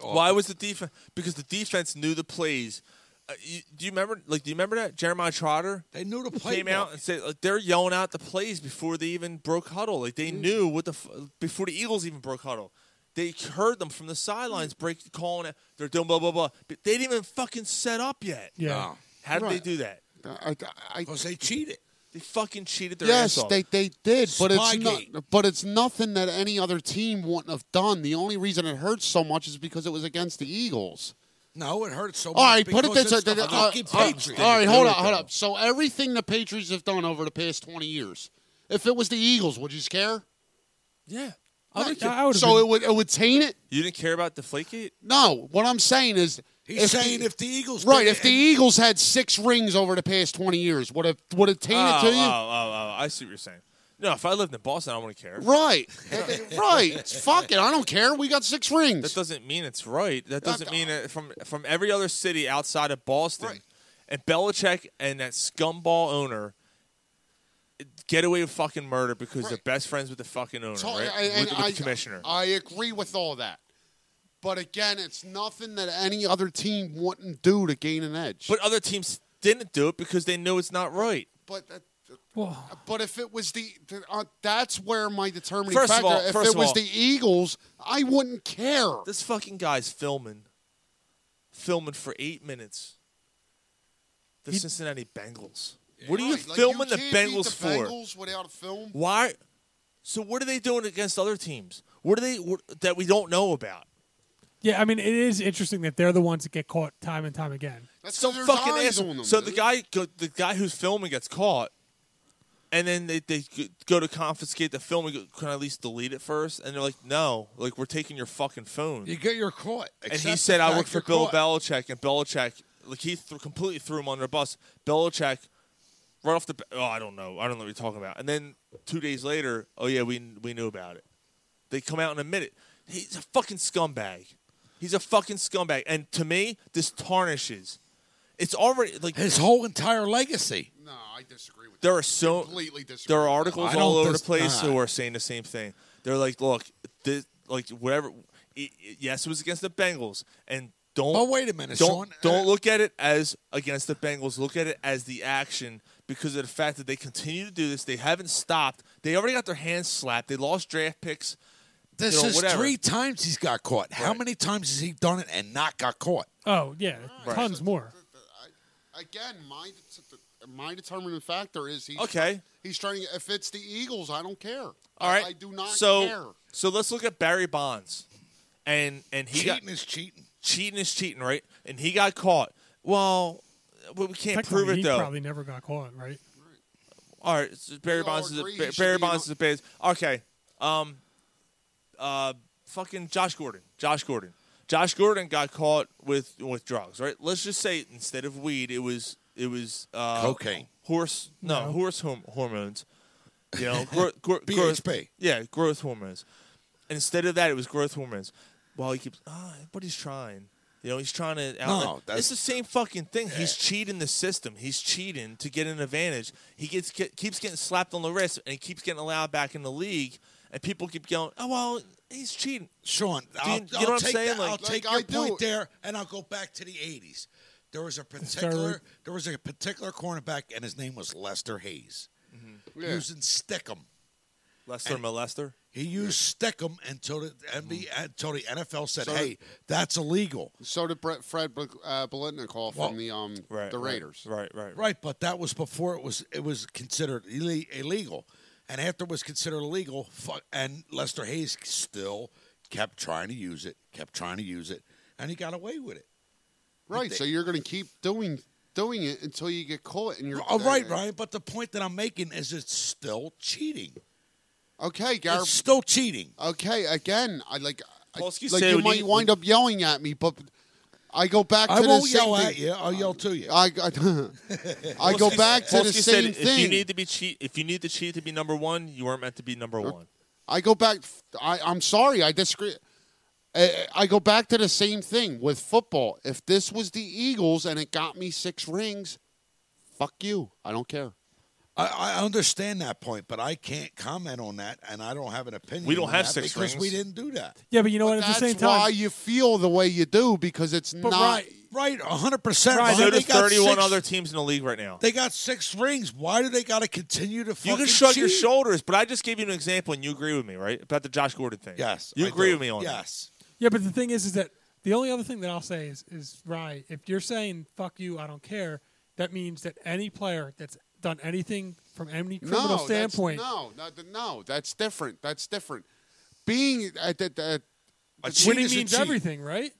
[SPEAKER 6] Oh.
[SPEAKER 2] Why was the defense? Because the defense knew the plays. Uh, you, do you remember? Like, do you remember that Jeremiah Trotter
[SPEAKER 6] They knew the playbook.
[SPEAKER 2] came out and said like they're yelling out the plays before they even broke huddle. Like
[SPEAKER 7] Mm.
[SPEAKER 2] they knew what the f- before the Eagles even broke huddle. They heard them from the sidelines break calling it. They're doing blah blah blah. But they didn't even fucking set up yet.
[SPEAKER 5] yeah.
[SPEAKER 2] How did
[SPEAKER 7] Right.
[SPEAKER 2] they do that?
[SPEAKER 7] I, I, I,
[SPEAKER 6] because they cheated.
[SPEAKER 2] They fucking cheated their ass
[SPEAKER 7] yes,
[SPEAKER 2] off.
[SPEAKER 7] they, they did, but it's not.
[SPEAKER 6] Spygate.
[SPEAKER 7] But it's nothing that any other team wouldn't have done. The only reason it hurts so much is because it was against the Eagles.
[SPEAKER 6] No, it hurts so much.
[SPEAKER 7] All right, put it
[SPEAKER 6] because
[SPEAKER 7] this
[SPEAKER 6] it's
[SPEAKER 7] way:
[SPEAKER 6] the
[SPEAKER 7] uh,
[SPEAKER 6] fucking
[SPEAKER 7] uh,
[SPEAKER 6] Patriots.
[SPEAKER 7] all right,
[SPEAKER 2] do
[SPEAKER 7] hold
[SPEAKER 2] it,
[SPEAKER 7] up, hold
[SPEAKER 2] though.
[SPEAKER 7] up. So everything the Patriots have done over the past twenty years, if it was the Eagles, would you care?
[SPEAKER 2] yeah.
[SPEAKER 5] I, would- I would have
[SPEAKER 7] So it would it would taint it.
[SPEAKER 2] You didn't care about Deflategate.
[SPEAKER 7] No, what I'm saying is,
[SPEAKER 6] He's
[SPEAKER 7] if the-
[SPEAKER 6] saying if the Eagles
[SPEAKER 7] right,
[SPEAKER 6] did
[SPEAKER 7] if
[SPEAKER 6] it
[SPEAKER 7] the
[SPEAKER 6] and-
[SPEAKER 7] Eagles had six rings over the past twenty years, would it would it taint
[SPEAKER 2] oh,
[SPEAKER 7] it to you?
[SPEAKER 2] oh, oh, oh, I see what you're saying. No, if I lived in Boston, I wouldn't care.
[SPEAKER 7] Right, right. It's Fuck it, I don't care. We got six rings.
[SPEAKER 2] That doesn't mean it's right. That doesn't
[SPEAKER 7] Not-
[SPEAKER 2] mean it from from every other city outside of Boston.
[SPEAKER 7] Right.
[SPEAKER 2] And Belichick and that scumball owner get away with fucking murder because they're best friends with the fucking owner,
[SPEAKER 7] So-
[SPEAKER 2] right?
[SPEAKER 7] I- and
[SPEAKER 2] with, with
[SPEAKER 7] I-
[SPEAKER 2] the commissioner.
[SPEAKER 7] I agree with all that. But again, it's nothing that any other team wouldn't do to gain an edge.
[SPEAKER 2] but other teams didn't do it because they know it's not right.
[SPEAKER 7] But that, but if it was the, the- uh, that's where my determining
[SPEAKER 2] First of
[SPEAKER 7] factor.
[SPEAKER 2] all-
[SPEAKER 7] if
[SPEAKER 2] first
[SPEAKER 7] it
[SPEAKER 2] of
[SPEAKER 7] was
[SPEAKER 2] all-
[SPEAKER 7] the Eagles, I wouldn't care.
[SPEAKER 2] This fucking guy's filming, filming for eight minutes. The Cincinnati Bengals. What are you
[SPEAKER 7] Right, like,
[SPEAKER 2] filming the
[SPEAKER 7] can't beat
[SPEAKER 2] Bengals
[SPEAKER 7] the
[SPEAKER 2] for?
[SPEAKER 7] Bengals without a film.
[SPEAKER 2] Why? So what are they doing against other teams? What are they what, that we don't know about?
[SPEAKER 5] Yeah, I mean, it is interesting that they're the ones that get caught time and time again.
[SPEAKER 7] That's
[SPEAKER 2] Some
[SPEAKER 7] 'cause there's
[SPEAKER 2] fucking
[SPEAKER 7] eyes
[SPEAKER 2] ass.
[SPEAKER 7] on them,
[SPEAKER 2] so the
[SPEAKER 7] dude.
[SPEAKER 2] guy, go, the guy who's filming gets caught, and then they, they go to confiscate the film. And go, Can I at least delete it first? And they're like, No, like we're taking your fucking phone.
[SPEAKER 6] You get your caught.
[SPEAKER 2] and he
[SPEAKER 6] Accept
[SPEAKER 2] said,
[SPEAKER 6] the
[SPEAKER 2] "I
[SPEAKER 6] fact
[SPEAKER 2] work for
[SPEAKER 6] you're
[SPEAKER 2] Bill
[SPEAKER 6] caught.
[SPEAKER 2] Belichick," and Belichick, like he th- completely threw him under the bus. Belichick, right off the, ba- oh, I don't know, I don't know what you're talking about. And then two days later, oh yeah, we we knew about it. They come out and admit it. He's a fucking scumbag. He's a fucking scumbag. And to me, this tarnishes. It's already like
[SPEAKER 6] his whole entire legacy.
[SPEAKER 7] No, I disagree with
[SPEAKER 2] there are so
[SPEAKER 7] Completely disagree
[SPEAKER 2] there are
[SPEAKER 7] with that.
[SPEAKER 2] articles
[SPEAKER 6] I don't
[SPEAKER 2] all over
[SPEAKER 6] dis-
[SPEAKER 2] the place
[SPEAKER 6] nah.
[SPEAKER 2] who are saying the same thing. They're like, look, this, like whatever. It, it- yes, it was against the Bengals, and don't.
[SPEAKER 6] But wait a minute,
[SPEAKER 2] don't
[SPEAKER 6] Sean.
[SPEAKER 2] don't
[SPEAKER 6] Uh,
[SPEAKER 2] look at it as against the Bengals. Look at it as the action because of the fact that they continue to do this. They haven't stopped. They already got their hands slapped. They lost draft picks.
[SPEAKER 6] This
[SPEAKER 2] you know,
[SPEAKER 6] is
[SPEAKER 2] whatever.
[SPEAKER 6] three times he's got caught. How
[SPEAKER 2] Right.
[SPEAKER 6] many times has he done it and not got caught?
[SPEAKER 5] Oh yeah, tons more.
[SPEAKER 7] I- Again, my det- my determining factor is he's
[SPEAKER 2] Okay.
[SPEAKER 7] He's trying. If it's the Eagles, I don't care.
[SPEAKER 2] All
[SPEAKER 7] I-
[SPEAKER 2] right.
[SPEAKER 7] I, do not
[SPEAKER 2] so,
[SPEAKER 7] care.
[SPEAKER 2] So let's look at Barry Bonds, and and he
[SPEAKER 6] cheating
[SPEAKER 2] got
[SPEAKER 6] is cheating.
[SPEAKER 2] cheating is cheating, right? And he got caught. Well, we we can't
[SPEAKER 5] Technically,
[SPEAKER 2] prove it
[SPEAKER 5] he
[SPEAKER 2] though.
[SPEAKER 5] probably never got caught, right?
[SPEAKER 2] All right, so Barry
[SPEAKER 7] We all
[SPEAKER 2] Bonds is a,
[SPEAKER 7] agree he
[SPEAKER 2] Ba-
[SPEAKER 7] should
[SPEAKER 2] Barry
[SPEAKER 7] be in
[SPEAKER 2] Bonds is
[SPEAKER 7] on-
[SPEAKER 2] a base. Okay, um, uh, fucking Josh Gordon, Josh Gordon, Josh Gordon got caught with with drugs, right? Let's just say instead of weed, it was it was uh,
[SPEAKER 6] Cocaine.
[SPEAKER 2] horse no,
[SPEAKER 5] No.
[SPEAKER 2] horse horm- hormones, you know, gro- gro- growth,
[SPEAKER 6] BHP.
[SPEAKER 2] yeah, growth hormones. And instead of that, it was growth hormones. Well, he keeps, ah, but he's trying. You know, he's trying to. Out-
[SPEAKER 6] No, that's-
[SPEAKER 2] it's the same fucking thing. He's cheating the system. He's cheating to get an advantage. He gets get, keeps getting slapped on the wrist, and he keeps getting allowed back in the league. And people keep going, "Oh well, he's cheating."
[SPEAKER 6] Sean,
[SPEAKER 2] you-
[SPEAKER 6] I'll,
[SPEAKER 2] you know
[SPEAKER 6] I'll
[SPEAKER 2] what I'm
[SPEAKER 6] take
[SPEAKER 2] saying?
[SPEAKER 6] that- I'll
[SPEAKER 2] Like-
[SPEAKER 7] Like,
[SPEAKER 6] take your
[SPEAKER 7] I do
[SPEAKER 6] point
[SPEAKER 7] it.
[SPEAKER 6] there, and I'll go back to the '80s. There was a
[SPEAKER 5] Sorry.
[SPEAKER 6] particular there was a particular cornerback, and his name was Lester Hayes.
[SPEAKER 7] Yeah.
[SPEAKER 6] Using stickum,
[SPEAKER 2] Lester molester.
[SPEAKER 6] he used stickum until the NBA,
[SPEAKER 2] Mm-hmm.
[SPEAKER 6] until the NFL said, "Hey, that's illegal."
[SPEAKER 7] So did Brett, Fred uh, Belitnikov
[SPEAKER 6] Well,
[SPEAKER 7] from the um
[SPEAKER 2] Right.
[SPEAKER 7] the
[SPEAKER 2] right,
[SPEAKER 7] Raiders.
[SPEAKER 2] Right. Right.
[SPEAKER 6] Right, but that was before it was it was considered ille- illegal, and after it was considered illegal, fu- and Lester Hayes still kept trying to use it, kept trying to use it, and he got away with it.
[SPEAKER 7] Right. So you're going to keep doing doing it until you get caught, and you're
[SPEAKER 2] Oh,
[SPEAKER 7] uh,
[SPEAKER 6] All right, Ryan, but the point that I'm making is it's still cheating.
[SPEAKER 7] Okay, Gar.
[SPEAKER 6] It's still cheating.
[SPEAKER 7] Okay, again, I like. I-
[SPEAKER 2] Polsky
[SPEAKER 7] like
[SPEAKER 2] said
[SPEAKER 7] you
[SPEAKER 2] we
[SPEAKER 7] might
[SPEAKER 2] need-
[SPEAKER 7] wind up yelling at me, but I go back to
[SPEAKER 6] I
[SPEAKER 7] the
[SPEAKER 6] won't
[SPEAKER 7] same
[SPEAKER 6] yell
[SPEAKER 7] thing.
[SPEAKER 6] at you. I'll yell to you.
[SPEAKER 7] I, I, I go back to the
[SPEAKER 2] Polsky
[SPEAKER 7] same
[SPEAKER 2] said,
[SPEAKER 7] thing.
[SPEAKER 2] If you need to be cheat, if you need to cheat to be number one, you weren't meant to be number one.
[SPEAKER 7] I go back. I, I'm sorry. I disagree. I, I go back to the same thing with football. If this was the Eagles and it got me six rings, fuck you. I don't care.
[SPEAKER 6] I, I understand that point, but I can't comment on that, and I don't have an opinion.
[SPEAKER 2] We don't
[SPEAKER 6] on
[SPEAKER 2] have
[SPEAKER 6] that
[SPEAKER 2] six
[SPEAKER 6] because
[SPEAKER 2] rings.
[SPEAKER 6] we didn't do that.
[SPEAKER 5] Yeah, but you know what? At the
[SPEAKER 7] That's
[SPEAKER 5] same
[SPEAKER 7] why
[SPEAKER 5] time,
[SPEAKER 7] you feel the way you do because it's
[SPEAKER 6] But
[SPEAKER 7] not.
[SPEAKER 6] right, right, hundred percent.
[SPEAKER 5] Right,
[SPEAKER 2] So
[SPEAKER 5] They
[SPEAKER 2] do thirty-one other teams in the league right now.
[SPEAKER 6] They got six rings. Why do they got to continue to?
[SPEAKER 2] You can
[SPEAKER 6] fucking
[SPEAKER 2] shrug your
[SPEAKER 6] cheat?
[SPEAKER 2] shoulders, but I just gave you an example, and you agree with me, right? About the Josh Gordon thing.
[SPEAKER 6] Yes,
[SPEAKER 2] you
[SPEAKER 6] I
[SPEAKER 2] agree
[SPEAKER 6] do.
[SPEAKER 2] with me on that.
[SPEAKER 6] yes.
[SPEAKER 5] yeah, but the thing is, is that the only other thing that I'll say is, is right. If you're saying "fuck you," I don't care. That means that any player that's done anything from any criminal
[SPEAKER 7] no, that's-
[SPEAKER 5] standpoint,
[SPEAKER 7] No, no, th- no, that's different. That's different. Being at that, that
[SPEAKER 6] A cheat
[SPEAKER 5] winning
[SPEAKER 6] is a
[SPEAKER 5] means
[SPEAKER 6] cheat,
[SPEAKER 5] everything, right?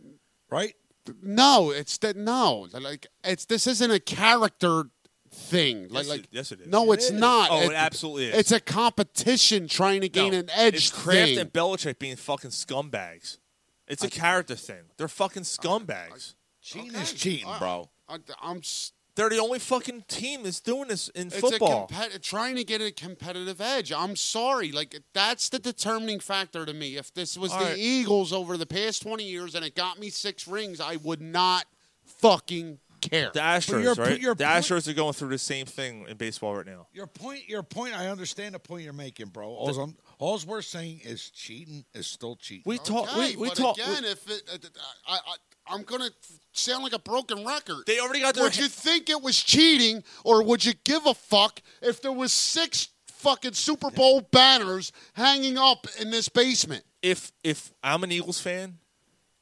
[SPEAKER 6] right?
[SPEAKER 7] no, it's that no, like it's this isn't a character thing. Like,
[SPEAKER 2] Yes,
[SPEAKER 7] like
[SPEAKER 2] it- yes, it is.
[SPEAKER 7] No, it's not.
[SPEAKER 2] Oh, it absolutely is.
[SPEAKER 7] It's a competition trying to gain
[SPEAKER 2] No,
[SPEAKER 7] an edge.
[SPEAKER 2] It's Kraft
[SPEAKER 7] thing.
[SPEAKER 2] and Belichick being fucking scumbags. It's a character thing. They're fucking scumbags.
[SPEAKER 6] Cheating is cheating,
[SPEAKER 7] All
[SPEAKER 6] bro.
[SPEAKER 7] right. I, am it's
[SPEAKER 2] They're the only fucking team that's doing this in football.
[SPEAKER 7] a compet- trying to get a competitive edge. I'm sorry, like that's the determining factor to me. If this was
[SPEAKER 2] All
[SPEAKER 7] the
[SPEAKER 2] right.
[SPEAKER 7] Eagles over the past 20 years and it got me six rings, I would not fucking care.
[SPEAKER 2] The Astros,
[SPEAKER 6] your-
[SPEAKER 2] right?
[SPEAKER 6] your
[SPEAKER 2] The
[SPEAKER 6] point-
[SPEAKER 2] Astros are going through the same thing in baseball right now.
[SPEAKER 6] Your point, your point. I understand the point you're making, bro. All's, I'm, all's we're saying is cheating is still cheating.
[SPEAKER 2] We talk.
[SPEAKER 7] Okay,
[SPEAKER 2] we we
[SPEAKER 7] but
[SPEAKER 2] talk.
[SPEAKER 7] again. if it, uh, I, I, I, I'm gonna sound like a broken record.
[SPEAKER 2] they already got their.
[SPEAKER 7] Would you think it was cheating, or would you give a fuck if there was six fucking Super Bowl banners hanging up in this basement?
[SPEAKER 2] if if I'm an Eagles fan,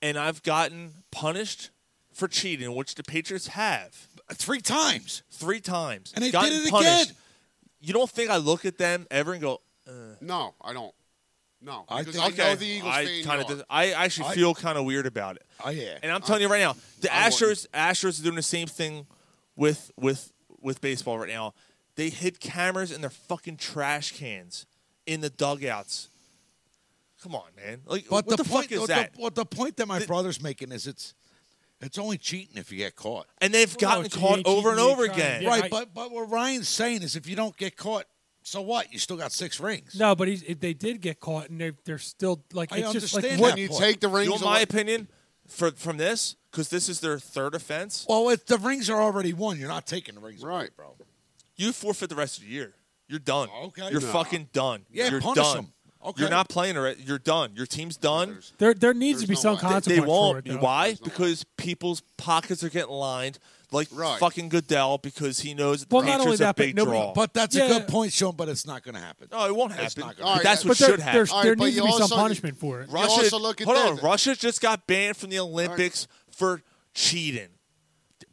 [SPEAKER 2] and I've gotten punished for cheating, which the Patriots have
[SPEAKER 6] three times,
[SPEAKER 2] three times,
[SPEAKER 6] and they
[SPEAKER 2] gotten
[SPEAKER 6] did it
[SPEAKER 2] punished,
[SPEAKER 6] again.
[SPEAKER 2] you don't think I look at them ever and go,
[SPEAKER 7] No, I don't. No,
[SPEAKER 6] I
[SPEAKER 7] because
[SPEAKER 6] think-
[SPEAKER 7] I know
[SPEAKER 2] okay,
[SPEAKER 7] the Eagles fan
[SPEAKER 2] I
[SPEAKER 7] you
[SPEAKER 2] kind
[SPEAKER 7] are.
[SPEAKER 2] of, I actually
[SPEAKER 6] I-
[SPEAKER 2] feel kind of weird about it.
[SPEAKER 6] Oh yeah,
[SPEAKER 2] And I'm telling you right now, the
[SPEAKER 7] I
[SPEAKER 2] Astros Astros are doing the same thing with with with baseball right now. They hid cameras in their fucking trash cans in the dugouts. Come on, man! Like, what
[SPEAKER 6] But
[SPEAKER 2] the,
[SPEAKER 6] the, point,
[SPEAKER 2] fuck is
[SPEAKER 6] the-
[SPEAKER 2] that?
[SPEAKER 6] The, what the point that my brother's making is it's it's only cheating if you get caught.
[SPEAKER 2] and they've
[SPEAKER 5] Well, no,
[SPEAKER 2] gotten
[SPEAKER 5] it's-
[SPEAKER 2] caught
[SPEAKER 5] it's-
[SPEAKER 2] over and
[SPEAKER 5] it's
[SPEAKER 2] over
[SPEAKER 5] trying to
[SPEAKER 2] again.
[SPEAKER 5] Yeah,
[SPEAKER 6] right,
[SPEAKER 5] I-
[SPEAKER 6] but but what Ryan's saying is if you don't get caught, so what? You still got six rings.
[SPEAKER 5] No, but he's, they did get caught, and they're they're still like
[SPEAKER 6] I
[SPEAKER 5] it's just like
[SPEAKER 6] understand
[SPEAKER 5] what
[SPEAKER 7] When you
[SPEAKER 6] Boy.
[SPEAKER 7] take the
[SPEAKER 2] You
[SPEAKER 7] rings
[SPEAKER 2] know my
[SPEAKER 7] away,
[SPEAKER 2] opinion for from this because this is their third offense.
[SPEAKER 6] Well, if the rings are already won, you're not taking the rings, away,
[SPEAKER 7] Right.
[SPEAKER 6] bro?
[SPEAKER 2] You forfeit the rest of the year. You're done.
[SPEAKER 6] Oh, Okay.
[SPEAKER 2] You're
[SPEAKER 6] Nah.
[SPEAKER 2] fucking done.
[SPEAKER 6] Yeah,
[SPEAKER 2] you're
[SPEAKER 6] punish
[SPEAKER 2] done.
[SPEAKER 6] 'em. Okay.
[SPEAKER 2] You're not playing. Right. You're done. Your team's done.
[SPEAKER 5] there there needs to be
[SPEAKER 7] There's
[SPEAKER 5] some
[SPEAKER 7] no way. They- they
[SPEAKER 5] consequence.
[SPEAKER 2] They won't.
[SPEAKER 5] For it, though.
[SPEAKER 2] Why? Because people's pockets are getting lined, like
[SPEAKER 7] Right.
[SPEAKER 2] fucking Goodell, because he knows that the
[SPEAKER 5] Well, not
[SPEAKER 2] Patriots
[SPEAKER 5] only
[SPEAKER 2] are a
[SPEAKER 5] that, but
[SPEAKER 2] big
[SPEAKER 5] nobody-
[SPEAKER 2] draw.
[SPEAKER 6] But that's
[SPEAKER 5] Yeah.
[SPEAKER 6] a good point, Sean. But it's not going to happen.
[SPEAKER 2] no, it won't happen.
[SPEAKER 6] It's not
[SPEAKER 2] but
[SPEAKER 6] gonna
[SPEAKER 7] happen.
[SPEAKER 2] that's
[SPEAKER 7] All
[SPEAKER 2] what
[SPEAKER 5] But there,
[SPEAKER 2] should happen.
[SPEAKER 5] there's-
[SPEAKER 7] All right,
[SPEAKER 5] there
[SPEAKER 7] but
[SPEAKER 5] needs to
[SPEAKER 7] you
[SPEAKER 5] be some
[SPEAKER 7] also-
[SPEAKER 5] punishment for it.
[SPEAKER 7] Right. You also look at
[SPEAKER 2] hold
[SPEAKER 7] that.
[SPEAKER 2] on. Russia just got banned from the Olympics for cheating.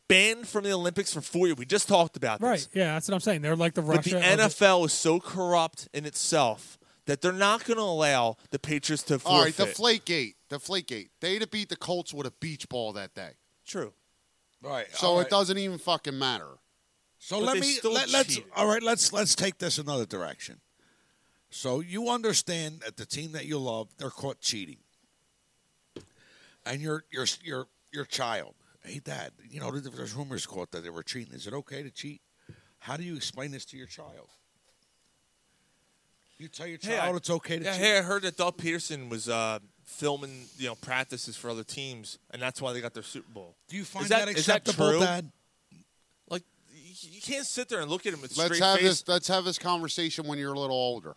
[SPEAKER 2] Banned from the Olympics for four years. We just talked about this.
[SPEAKER 5] Right. Yeah, that's what I'm saying. They're like the
[SPEAKER 2] But
[SPEAKER 5] Russia.
[SPEAKER 2] the
[SPEAKER 5] of the-
[SPEAKER 2] NFL is so corrupt in itself that they're not going to allow the Patriots to forfeit.
[SPEAKER 7] all right, the flake gate, the flake gate. They'd have beat the Colts with a beach ball that day,
[SPEAKER 2] True.
[SPEAKER 6] Right.
[SPEAKER 7] so
[SPEAKER 6] all
[SPEAKER 7] it
[SPEAKER 6] right.
[SPEAKER 7] doesn't even fucking matter.
[SPEAKER 6] So
[SPEAKER 2] But
[SPEAKER 6] let
[SPEAKER 2] they
[SPEAKER 6] me
[SPEAKER 2] still
[SPEAKER 6] let, let's
[SPEAKER 2] cheated.
[SPEAKER 6] all right. Let's let's take this another direction. So you understand that the team that you love, they're caught cheating, and your your your your child. Hey, Dad, you know there- there's rumors caught that they were cheating. Is it okay to cheat? How do you explain this to your child? You tell your
[SPEAKER 2] Hey,
[SPEAKER 6] child
[SPEAKER 2] I-
[SPEAKER 6] it's okay to
[SPEAKER 2] Yeah,
[SPEAKER 6] cheat.
[SPEAKER 2] hey, I heard that Doug Peterson was uh, filming, you know, practices for other teams, and that's why they got their Super Bowl.
[SPEAKER 6] do you find
[SPEAKER 2] is
[SPEAKER 6] that,
[SPEAKER 2] that- is that
[SPEAKER 6] acceptable,
[SPEAKER 2] true?
[SPEAKER 6] Dad?
[SPEAKER 2] Like, y- you can't sit there and look at him with
[SPEAKER 7] Let's
[SPEAKER 2] straight
[SPEAKER 7] have
[SPEAKER 2] face.
[SPEAKER 7] this. Let's have this conversation when you're a little older.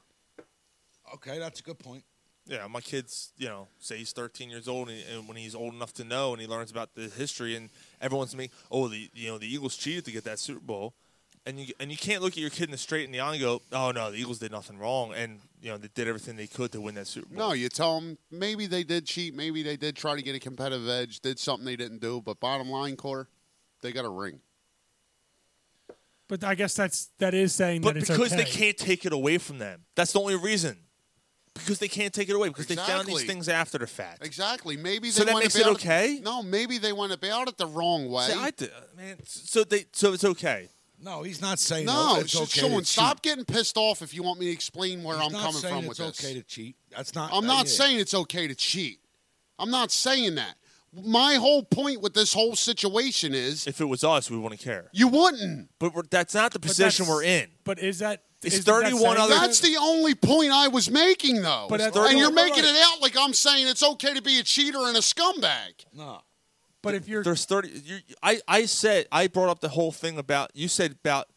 [SPEAKER 6] Okay, that's a good point.
[SPEAKER 2] Yeah, my kid's, you know, say he's 13 years old, and, and when he's old enough to know, and he learns about the history, and everyone's me, oh, the you know the Eagles cheated to get that Super Bowl, and you and you can't look at your kid in the straight in the eye and go, oh no, the Eagles did nothing wrong, and you know they did everything they could to win that Super Bowl.
[SPEAKER 7] No, you tell them maybe they did cheat, maybe they did try to get a competitive edge, did something they didn't do, but bottom line, core, they got a ring.
[SPEAKER 5] But I guess that's that is saying
[SPEAKER 2] but
[SPEAKER 5] that it's
[SPEAKER 2] because
[SPEAKER 5] okay.
[SPEAKER 2] they can't take it away from them, that's the only reason. Because they can't take it away because they found these
[SPEAKER 7] Exactly.
[SPEAKER 2] things after the fact.
[SPEAKER 7] Exactly. Maybe they
[SPEAKER 2] So that
[SPEAKER 7] went
[SPEAKER 2] makes it
[SPEAKER 7] about
[SPEAKER 2] okay?
[SPEAKER 7] no, maybe they went about it the wrong way.
[SPEAKER 2] See, I d- man, so they so it's okay.
[SPEAKER 6] No, he's not saying "Oh,
[SPEAKER 7] no,
[SPEAKER 6] It's okay
[SPEAKER 7] Sean,
[SPEAKER 6] to
[SPEAKER 7] stop
[SPEAKER 6] cheat.
[SPEAKER 7] getting pissed off if you want me to explain where
[SPEAKER 6] He's
[SPEAKER 7] I'm
[SPEAKER 6] not
[SPEAKER 7] coming
[SPEAKER 6] saying
[SPEAKER 7] from with
[SPEAKER 6] it's
[SPEAKER 7] this.
[SPEAKER 6] okay to cheat. That's not.
[SPEAKER 7] I'm
[SPEAKER 6] uh,
[SPEAKER 7] not
[SPEAKER 6] yeah.
[SPEAKER 7] saying it's okay to cheat. I'm not saying that. My whole point with this whole situation is
[SPEAKER 2] If it was us, we wouldn't care.
[SPEAKER 7] you wouldn't.
[SPEAKER 2] But we're, that's not the
[SPEAKER 5] But
[SPEAKER 2] position
[SPEAKER 5] that's-
[SPEAKER 2] we're in.
[SPEAKER 5] But is that
[SPEAKER 2] It's
[SPEAKER 5] is that
[SPEAKER 2] 31
[SPEAKER 5] saying-
[SPEAKER 2] other-
[SPEAKER 7] That's the only point I was making, though.
[SPEAKER 5] But that's-
[SPEAKER 7] and you're
[SPEAKER 5] Right.
[SPEAKER 7] making it out like I'm saying it's okay to be a cheater and a scumbag.
[SPEAKER 6] No.
[SPEAKER 5] But if you're
[SPEAKER 2] There's thirty. You, I I said I brought up the whole thing about you said about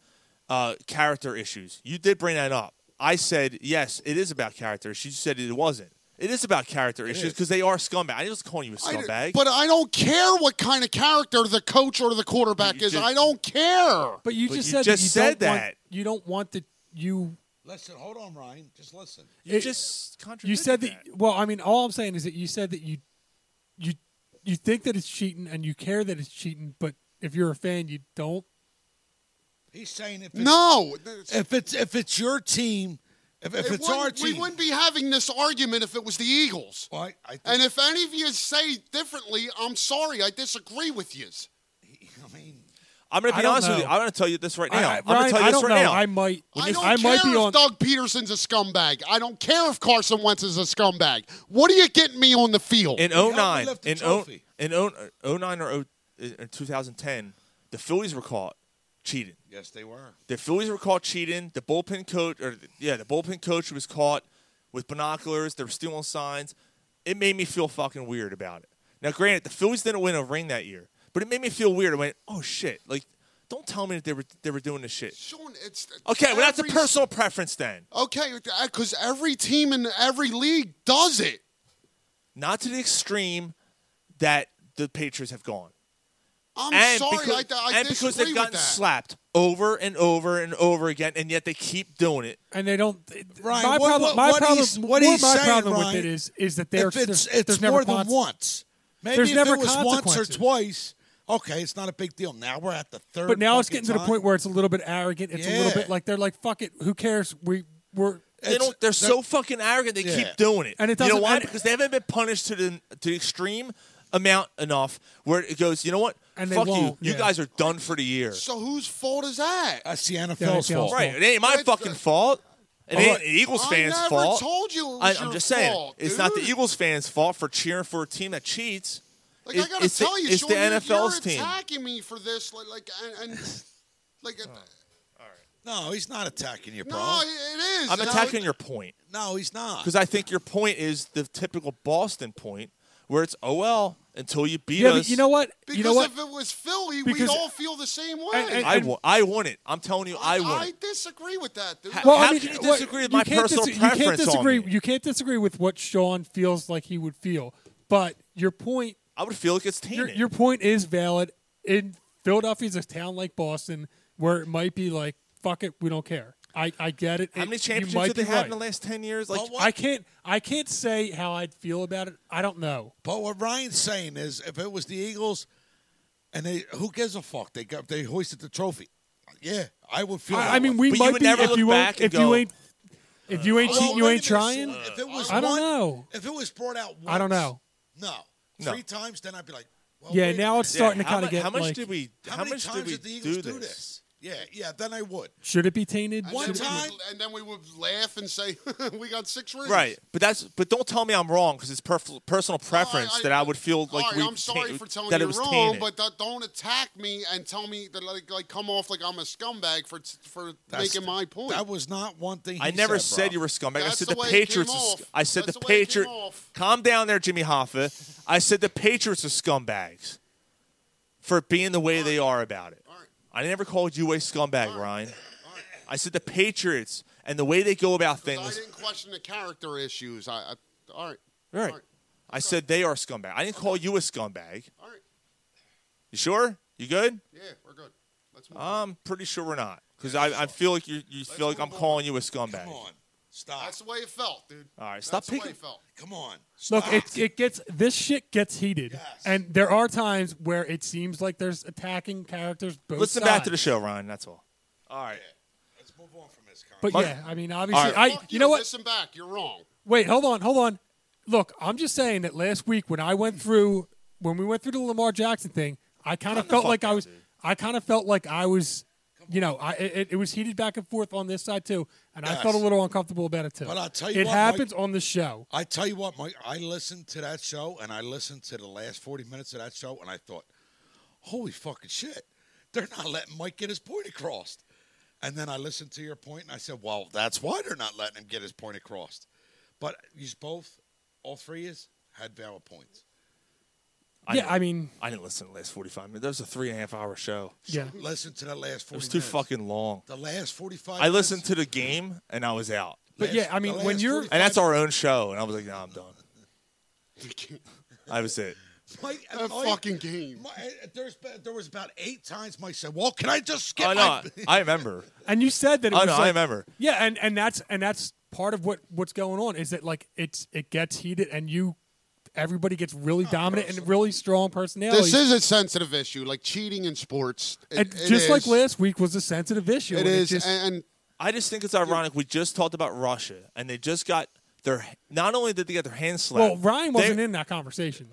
[SPEAKER 2] uh, character issues. You did bring that up. I said yes, it is about character issues. You said it wasn't. It is about character issues because they are scumbag. I was calling you a
[SPEAKER 7] I d-
[SPEAKER 2] scumbag.
[SPEAKER 7] but I don't care what kind of character the coach or the quarterback
[SPEAKER 2] You
[SPEAKER 7] is.
[SPEAKER 2] just-
[SPEAKER 7] I don't care.
[SPEAKER 5] but you
[SPEAKER 2] But
[SPEAKER 5] just
[SPEAKER 2] you
[SPEAKER 5] said
[SPEAKER 2] just
[SPEAKER 5] that you
[SPEAKER 2] said
[SPEAKER 5] don't
[SPEAKER 2] that.
[SPEAKER 5] Want, you don't want the you
[SPEAKER 6] Listen, hold on, Ryan. Just listen.
[SPEAKER 2] you
[SPEAKER 5] it-
[SPEAKER 2] just contradicted
[SPEAKER 5] you said
[SPEAKER 2] that.
[SPEAKER 5] that well I mean all I'm saying is that you said that you you you think that it's cheating and you care that it's cheating but if you're a fan you don't
[SPEAKER 6] He's saying if it's,
[SPEAKER 7] No.
[SPEAKER 6] if it's if it's your team, if, if
[SPEAKER 7] It
[SPEAKER 6] it's our
[SPEAKER 7] wouldn't- we
[SPEAKER 6] team,
[SPEAKER 7] wouldn't be having this argument if it was the Eagles.
[SPEAKER 6] Well, I, I think,
[SPEAKER 7] And if any of you say differently, I'm sorry. I disagree with you.
[SPEAKER 6] I mean,
[SPEAKER 2] I'm going to
[SPEAKER 5] I
[SPEAKER 2] be
[SPEAKER 5] don't
[SPEAKER 2] honest with you.
[SPEAKER 5] know.
[SPEAKER 2] I'm going to tell you this right now.
[SPEAKER 5] I,
[SPEAKER 2] am
[SPEAKER 5] Ryan,
[SPEAKER 2] going to tell you
[SPEAKER 5] I
[SPEAKER 2] this
[SPEAKER 5] don't
[SPEAKER 2] right
[SPEAKER 5] know
[SPEAKER 2] now.
[SPEAKER 5] I might
[SPEAKER 7] I don't
[SPEAKER 5] I
[SPEAKER 7] care
[SPEAKER 5] might be
[SPEAKER 7] if
[SPEAKER 5] on
[SPEAKER 7] Doug Peterson's a scumbag. I don't care if Carson Wentz is a scumbag. What are you getting me on the field?
[SPEAKER 2] in
[SPEAKER 6] helped
[SPEAKER 2] 09
[SPEAKER 6] lift the
[SPEAKER 2] in, 0,
[SPEAKER 6] trophy.
[SPEAKER 2] in 0, 09 or 0, in 2010 the phillies were caught cheating
[SPEAKER 6] yes, they were.
[SPEAKER 2] the phillies were caught cheating the bullpen coach or yeah the bullpen coach was caught with binoculars they were stealing signs it made me feel fucking weird about it now granted the phillies didn't win a ring that year But it made me feel weird. I went, oh shit! Like, don't tell me that they were they were doing this shit.
[SPEAKER 7] Sean, it's
[SPEAKER 2] Okay, well that's a
[SPEAKER 7] every-
[SPEAKER 2] personal preference then.
[SPEAKER 7] Okay, because every team in every league does it.
[SPEAKER 2] Not to the extreme that the Patriots have gone.
[SPEAKER 7] I'm
[SPEAKER 2] and
[SPEAKER 7] sorry,
[SPEAKER 2] because,
[SPEAKER 7] I, I
[SPEAKER 2] and because
[SPEAKER 7] disagree
[SPEAKER 2] they've gotten
[SPEAKER 7] with that.
[SPEAKER 2] slapped over and over and over again, and yet they keep doing it.
[SPEAKER 5] and they don't.
[SPEAKER 6] Ryan,
[SPEAKER 5] my
[SPEAKER 6] what-
[SPEAKER 5] problem,
[SPEAKER 6] what-
[SPEAKER 5] my
[SPEAKER 6] what
[SPEAKER 5] problem,
[SPEAKER 6] he's- what
[SPEAKER 5] more
[SPEAKER 6] he's
[SPEAKER 5] my
[SPEAKER 6] saying,
[SPEAKER 5] problem
[SPEAKER 6] Ryan,
[SPEAKER 5] with it is, is that there's
[SPEAKER 6] if it's
[SPEAKER 5] there's,
[SPEAKER 6] it's
[SPEAKER 5] there's
[SPEAKER 6] more
[SPEAKER 5] never
[SPEAKER 6] than
[SPEAKER 5] cons-
[SPEAKER 6] once. Maybe
[SPEAKER 5] There's
[SPEAKER 6] if
[SPEAKER 5] never
[SPEAKER 6] it was once or
[SPEAKER 5] consequences.
[SPEAKER 6] twice, okay, it's not a big deal. Now we're at the third.
[SPEAKER 5] But now it's
[SPEAKER 6] fucking
[SPEAKER 5] getting to the
[SPEAKER 6] time.
[SPEAKER 5] point where it's a little bit arrogant. It's a
[SPEAKER 6] Yeah.
[SPEAKER 5] little bit like they're like, "Fuck it, who cares?" We we're
[SPEAKER 2] They
[SPEAKER 6] It's-
[SPEAKER 2] don't. They're so fucking arrogant. They
[SPEAKER 6] Yeah.
[SPEAKER 2] keep doing it.
[SPEAKER 5] And it
[SPEAKER 2] You know
[SPEAKER 5] doesn't-
[SPEAKER 2] why?
[SPEAKER 5] and-
[SPEAKER 2] because they haven't been punished to the to the extreme amount enough where it goes. You know what?
[SPEAKER 5] And they
[SPEAKER 2] Fuck you.
[SPEAKER 5] won't,
[SPEAKER 2] You
[SPEAKER 5] yeah.
[SPEAKER 2] guys are done for the year.
[SPEAKER 7] So whose fault is that?
[SPEAKER 6] That's the NFL's
[SPEAKER 5] Yeah, it's
[SPEAKER 6] fault.
[SPEAKER 5] all-
[SPEAKER 2] Right. It ain't my
[SPEAKER 7] That's-
[SPEAKER 2] fucking fault. It ain't
[SPEAKER 6] right.
[SPEAKER 2] the Eagles
[SPEAKER 7] I
[SPEAKER 2] fans'
[SPEAKER 7] never
[SPEAKER 2] fault.
[SPEAKER 7] told you it was
[SPEAKER 2] I,
[SPEAKER 7] your
[SPEAKER 2] am just saying
[SPEAKER 7] fault,
[SPEAKER 2] it's not the
[SPEAKER 7] dude.
[SPEAKER 2] Eagles fans' fault for cheering for a team that cheats.
[SPEAKER 7] Like
[SPEAKER 2] It-
[SPEAKER 7] I gotta
[SPEAKER 2] it's
[SPEAKER 7] tell
[SPEAKER 2] the,
[SPEAKER 7] you,
[SPEAKER 2] it's
[SPEAKER 7] Sean,
[SPEAKER 2] the
[SPEAKER 7] you're-
[SPEAKER 2] NFL's
[SPEAKER 7] you're
[SPEAKER 2] team.
[SPEAKER 7] attacking me for this, like, like and, and like. uh,
[SPEAKER 6] No, he's not attacking you, bro.
[SPEAKER 7] no, it it is.
[SPEAKER 2] I'm
[SPEAKER 7] No,
[SPEAKER 2] attacking your point.
[SPEAKER 6] No, he's not.
[SPEAKER 2] Because I think your point is the typical Boston point, where it's oh well until you beat
[SPEAKER 5] yeah.
[SPEAKER 2] us.
[SPEAKER 5] But you know what?
[SPEAKER 7] Because
[SPEAKER 5] you know what?
[SPEAKER 7] if it was Philly, we'd
[SPEAKER 5] Because-
[SPEAKER 7] all feel the same way.
[SPEAKER 5] and- and-
[SPEAKER 2] I won. I won it. I'm telling you, I won.
[SPEAKER 7] I
[SPEAKER 2] it.
[SPEAKER 7] disagree with that, dude.
[SPEAKER 2] Ha-
[SPEAKER 5] Well,
[SPEAKER 2] how
[SPEAKER 5] I mean,
[SPEAKER 2] can you
[SPEAKER 5] what-
[SPEAKER 2] disagree with my
[SPEAKER 5] can't
[SPEAKER 2] personal
[SPEAKER 5] dis- You can't
[SPEAKER 2] preference on
[SPEAKER 5] disagree.
[SPEAKER 2] me?
[SPEAKER 5] You can't disagree with what Sean feels like he would feel, but your point,
[SPEAKER 2] I would feel like it's
[SPEAKER 5] your,
[SPEAKER 2] tainted.
[SPEAKER 5] your point is valid. In Philadelphia's a town like Boston, where it might be like, "Fuck it, we don't care." I, I get it.
[SPEAKER 2] How
[SPEAKER 5] It-
[SPEAKER 2] many
[SPEAKER 5] you
[SPEAKER 2] championships
[SPEAKER 5] might
[SPEAKER 2] did they
[SPEAKER 5] be
[SPEAKER 2] have
[SPEAKER 5] right.
[SPEAKER 2] in the last ten years? Like,
[SPEAKER 6] Well, what-
[SPEAKER 5] I can't. I can't say how I'd feel about it. I don't know.
[SPEAKER 6] But what Ryan's saying is, if it was the Eagles, and they who gives a fuck? They got they hoisted the trophy. Yeah, I would feel. that
[SPEAKER 5] I, I mean,
[SPEAKER 6] way.
[SPEAKER 2] But
[SPEAKER 5] we
[SPEAKER 2] you
[SPEAKER 5] might
[SPEAKER 2] would
[SPEAKER 5] be
[SPEAKER 2] never
[SPEAKER 5] if
[SPEAKER 2] look
[SPEAKER 5] you
[SPEAKER 2] back
[SPEAKER 5] ain't
[SPEAKER 2] and
[SPEAKER 5] if
[SPEAKER 2] go, "Oh,
[SPEAKER 5] you ain't if you ain't
[SPEAKER 6] Well,
[SPEAKER 5] cheating,
[SPEAKER 6] wait
[SPEAKER 5] you
[SPEAKER 6] a
[SPEAKER 5] ain't
[SPEAKER 6] minute,
[SPEAKER 5] trying.
[SPEAKER 6] Sean. If it
[SPEAKER 2] uh,
[SPEAKER 6] was
[SPEAKER 5] I don't
[SPEAKER 6] one-
[SPEAKER 5] know.
[SPEAKER 6] If it was brought out, once,
[SPEAKER 5] I don't know.
[SPEAKER 6] No,
[SPEAKER 2] No.
[SPEAKER 6] three times, then I'd be like, well,
[SPEAKER 5] Yeah,
[SPEAKER 6] wait a
[SPEAKER 5] now
[SPEAKER 6] minute.
[SPEAKER 5] it's starting
[SPEAKER 2] Yeah,
[SPEAKER 5] to
[SPEAKER 2] how
[SPEAKER 5] kind of
[SPEAKER 2] mu-
[SPEAKER 5] get
[SPEAKER 2] how much
[SPEAKER 5] like,
[SPEAKER 2] did we?
[SPEAKER 6] How,
[SPEAKER 2] how
[SPEAKER 6] many
[SPEAKER 2] much
[SPEAKER 6] times
[SPEAKER 2] did we
[SPEAKER 6] the Eagles
[SPEAKER 2] do
[SPEAKER 6] do
[SPEAKER 2] this?
[SPEAKER 6] this? Yeah, yeah. Then I would.
[SPEAKER 5] should it be tainted?
[SPEAKER 7] And
[SPEAKER 6] One
[SPEAKER 7] then
[SPEAKER 5] Should it
[SPEAKER 7] we
[SPEAKER 5] be-
[SPEAKER 6] time-
[SPEAKER 7] would- and then we would laugh and say, "We got six rings."
[SPEAKER 2] Right, but that's but don't tell me I'm wrong because it's perf- personal preference
[SPEAKER 7] I-
[SPEAKER 2] that I would feel like
[SPEAKER 7] All right,
[SPEAKER 2] we
[SPEAKER 7] I'm sorry
[SPEAKER 2] taint-
[SPEAKER 7] for telling
[SPEAKER 2] that
[SPEAKER 7] you
[SPEAKER 2] it was
[SPEAKER 7] wrong,
[SPEAKER 2] tainted.
[SPEAKER 7] but th- don't attack me and tell me that like like come off like I'm a scumbag for t- for
[SPEAKER 6] That's-
[SPEAKER 7] making my point.
[SPEAKER 6] That was not one thing.
[SPEAKER 2] I
[SPEAKER 6] he
[SPEAKER 2] never
[SPEAKER 6] said,
[SPEAKER 2] said
[SPEAKER 6] Rob.
[SPEAKER 2] you were a scumbag. I
[SPEAKER 7] That's
[SPEAKER 2] said
[SPEAKER 7] the
[SPEAKER 2] the,
[SPEAKER 7] way it
[SPEAKER 2] Patriots.
[SPEAKER 7] came
[SPEAKER 2] are sc-
[SPEAKER 7] off.
[SPEAKER 2] I said
[SPEAKER 7] That's
[SPEAKER 2] the
[SPEAKER 7] the way it came
[SPEAKER 2] Patriots.
[SPEAKER 7] off.
[SPEAKER 2] Calm down there, Jimmy Hoffa. I said the Patriots are scumbags for being the way they are about it.
[SPEAKER 7] right.
[SPEAKER 2] I never called you a scumbag, Ryan. I said the Patriots and the way they go about
[SPEAKER 7] I
[SPEAKER 2] things.
[SPEAKER 7] didn't question the character issues. I, I all right,
[SPEAKER 2] Right.
[SPEAKER 7] right.
[SPEAKER 2] I said they are scumbag. I didn't call you a scumbag.
[SPEAKER 7] all right,
[SPEAKER 2] You sure? You good?
[SPEAKER 7] yeah, we're good. Let's move. on.
[SPEAKER 2] I'm pretty sure we're not because I, I feel like you you feel like I'm
[SPEAKER 6] move on.
[SPEAKER 2] calling you a scumbag.
[SPEAKER 6] Come on, stop.
[SPEAKER 7] That's the way it felt, dude.
[SPEAKER 2] All right, stop
[SPEAKER 7] That's the way
[SPEAKER 2] picking-
[SPEAKER 7] it felt.
[SPEAKER 6] Come on. Stop.
[SPEAKER 5] Look, it, it gets this shit gets heated, and there are times where it seems like there's attacking characters. Both
[SPEAKER 2] Listen back to the
[SPEAKER 5] sides.
[SPEAKER 2] show, Ryan. That's all. All right.
[SPEAKER 6] Let's move on from this.
[SPEAKER 5] But
[SPEAKER 2] Mark-
[SPEAKER 5] yeah, I mean, obviously,
[SPEAKER 2] All
[SPEAKER 5] I
[SPEAKER 7] Fuck
[SPEAKER 5] you know what?
[SPEAKER 7] Listen back. You're wrong.
[SPEAKER 5] Wait, hold on, hold on. Look, I'm just saying that last week when I went through when we went through the Lamar Jackson thing, I kind of felt like I was I kind of felt like I was you know, I it, it was heated back and forth on this side too, and I felt a
[SPEAKER 6] Yes.
[SPEAKER 5] little uncomfortable about it too.
[SPEAKER 6] But I'll tell you
[SPEAKER 5] it
[SPEAKER 6] what,
[SPEAKER 5] happens on the show.
[SPEAKER 6] I tell you what, Mike, I listened to that show and I listened to the last 40 minutes of that show and I thought, holy fucking shit, they're not letting Mike get his point across. And then I listened to your point and I said, well, that's why they're not letting him get his point across. But you both, all three is, had valid points.
[SPEAKER 5] yeah,
[SPEAKER 2] know.
[SPEAKER 5] I mean,
[SPEAKER 2] I didn't listen to the last 45 minutes. That was a three and a half hour show.
[SPEAKER 5] yeah.
[SPEAKER 6] Listen to that last 40
[SPEAKER 2] It was too
[SPEAKER 6] minutes.
[SPEAKER 2] fucking long.
[SPEAKER 6] The last 45
[SPEAKER 2] I listened
[SPEAKER 6] minutes,
[SPEAKER 2] to the game and I was out.
[SPEAKER 5] But yeah, I mean,
[SPEAKER 6] the
[SPEAKER 5] when
[SPEAKER 6] last
[SPEAKER 5] you're-
[SPEAKER 6] 45
[SPEAKER 2] And that's our own show. And I was like, nah, I'm done. I was it.
[SPEAKER 6] Mike,
[SPEAKER 7] That
[SPEAKER 6] Mike-
[SPEAKER 7] fucking game.
[SPEAKER 6] Mike- there's, there was about eight times Mike said, well, can I just skip
[SPEAKER 2] Oh, no.
[SPEAKER 6] my-
[SPEAKER 2] I remember.
[SPEAKER 5] And you said that it
[SPEAKER 2] Oh,
[SPEAKER 5] was
[SPEAKER 2] no, I
[SPEAKER 5] like-
[SPEAKER 2] remember.
[SPEAKER 5] Yeah, and and that's and that's part of what what's going on is that like it's it gets heated and you everybody gets really dominant and really strong personality.
[SPEAKER 7] This is a sensitive issue, like cheating in sports. It-
[SPEAKER 5] and
[SPEAKER 7] it
[SPEAKER 5] just like
[SPEAKER 7] is.
[SPEAKER 5] last week was a sensitive issue.
[SPEAKER 7] It
[SPEAKER 5] and
[SPEAKER 7] is,
[SPEAKER 5] just-
[SPEAKER 7] and and
[SPEAKER 2] I just think it's ironic. We just talked about Russia and they just got their. Not only did they get their hands slapped.
[SPEAKER 5] Well, Ryan wasn't
[SPEAKER 2] they-
[SPEAKER 5] in that conversation.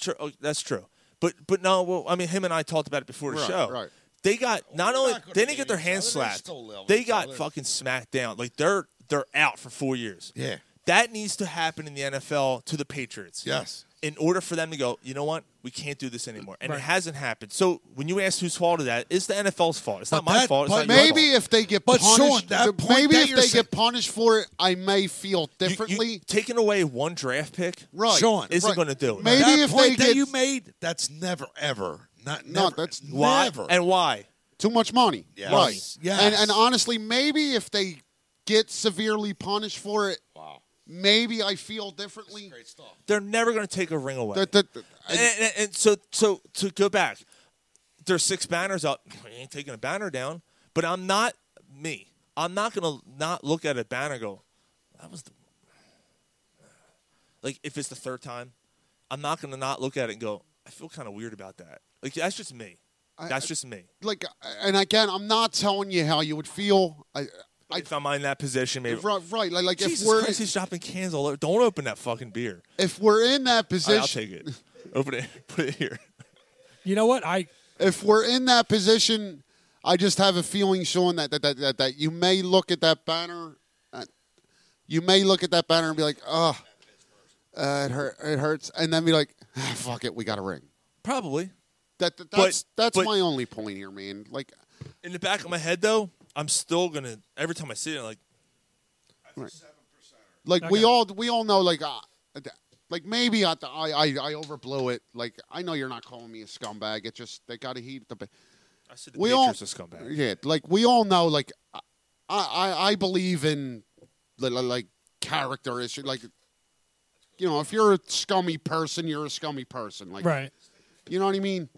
[SPEAKER 2] True, oh, that's true. But but no, well, I mean, him and I talked about it before the
[SPEAKER 7] Right,
[SPEAKER 2] show.
[SPEAKER 7] right.
[SPEAKER 2] They got not
[SPEAKER 6] we're
[SPEAKER 2] only
[SPEAKER 6] not gonna
[SPEAKER 2] they didn't get
[SPEAKER 6] hate
[SPEAKER 2] their
[SPEAKER 6] each
[SPEAKER 2] hands
[SPEAKER 6] other, they
[SPEAKER 2] slapped.
[SPEAKER 6] still love
[SPEAKER 2] They
[SPEAKER 6] each
[SPEAKER 2] got
[SPEAKER 6] other.
[SPEAKER 2] fucking smacked down. Like they're they're out for four years.
[SPEAKER 6] Yeah.
[SPEAKER 2] that needs to happen in the NFL to the Patriots.
[SPEAKER 6] Yes.
[SPEAKER 2] In order for them to go, you know what? We can't do this anymore, and
[SPEAKER 5] Right.
[SPEAKER 2] it hasn't happened. So when you ask whose fault is that, it's the NFL's fault. It's
[SPEAKER 6] But
[SPEAKER 2] not my
[SPEAKER 6] that-
[SPEAKER 2] fault. It's
[SPEAKER 6] but
[SPEAKER 2] not your
[SPEAKER 7] maybe
[SPEAKER 2] fault.
[SPEAKER 7] if they get
[SPEAKER 6] But Sean,
[SPEAKER 7] punished,
[SPEAKER 6] that
[SPEAKER 7] the-
[SPEAKER 6] point
[SPEAKER 7] maybe
[SPEAKER 6] that
[SPEAKER 7] if
[SPEAKER 6] you're
[SPEAKER 7] they
[SPEAKER 6] saying-
[SPEAKER 7] get punished for it, I may feel
[SPEAKER 2] You- you-
[SPEAKER 7] differently.
[SPEAKER 2] taking away one draft pick
[SPEAKER 7] right,
[SPEAKER 6] Sean,
[SPEAKER 2] isn't
[SPEAKER 7] right.
[SPEAKER 2] going to do it.
[SPEAKER 7] Maybe
[SPEAKER 6] that
[SPEAKER 7] if
[SPEAKER 6] point
[SPEAKER 7] they
[SPEAKER 6] that
[SPEAKER 7] get-
[SPEAKER 6] you made, that's never ever Not
[SPEAKER 7] no, that's
[SPEAKER 6] Why?
[SPEAKER 7] never.
[SPEAKER 2] And why?
[SPEAKER 7] Too much money.
[SPEAKER 6] Yes.
[SPEAKER 7] Right.
[SPEAKER 6] Yes.
[SPEAKER 7] And and honestly, maybe if they get severely punished for it,
[SPEAKER 6] Wow.
[SPEAKER 7] maybe I feel differently.
[SPEAKER 6] Great stuff.
[SPEAKER 2] They're never going to take a ring away.
[SPEAKER 7] That- that- that-
[SPEAKER 2] and, and- and so, so to go back, there's six banners up. I ain't taking a banner down, but I'm not me. I'm not gonna not look at a banner. and Go, that was the like if it's the third time, I'm not gonna not look at it and go. I feel kind of weird about that. Like that's just me.
[SPEAKER 7] I-
[SPEAKER 2] That's
[SPEAKER 7] I-
[SPEAKER 2] just me.
[SPEAKER 7] like, and again, I'm not telling you how you would feel. I, I,
[SPEAKER 2] If I'm in that position, maybe.
[SPEAKER 7] right, right. Like, like
[SPEAKER 2] Jesus
[SPEAKER 7] if we're
[SPEAKER 2] Christ, he's dropping cans all over. Don't open that fucking beer.
[SPEAKER 7] if we're in that
[SPEAKER 2] All right,
[SPEAKER 7] position,
[SPEAKER 2] I'll take it. Open it. Put it here.
[SPEAKER 5] You know what? I
[SPEAKER 7] if we're in that position, I just have a feeling, Sean, that that that, that, that you may look at that banner, uh, you may look at that banner and be like, oh, uh, it hurt, it hurts, and then be like, ah, fuck it, we got a ring.
[SPEAKER 2] Probably.
[SPEAKER 7] That, that that's that's
[SPEAKER 2] but-
[SPEAKER 7] my only point here, man. Like,
[SPEAKER 2] in the back of my head though, I'm still gonna every time I see it, I'm like
[SPEAKER 7] like we
[SPEAKER 5] Okay.
[SPEAKER 7] all we all know, like, uh, that- like maybe I, I I I overblew it. Like, I know you're not calling me a scumbag. It just they got to heat the. Ba-
[SPEAKER 2] I said the
[SPEAKER 7] we all
[SPEAKER 2] Patriots are scumbag.
[SPEAKER 7] Yeah, like we all know. Like I, I, I believe in li- li- like character issue. Like you know, if you're a scummy person, you're a scummy person. Like
[SPEAKER 5] right.
[SPEAKER 7] you know what I mean.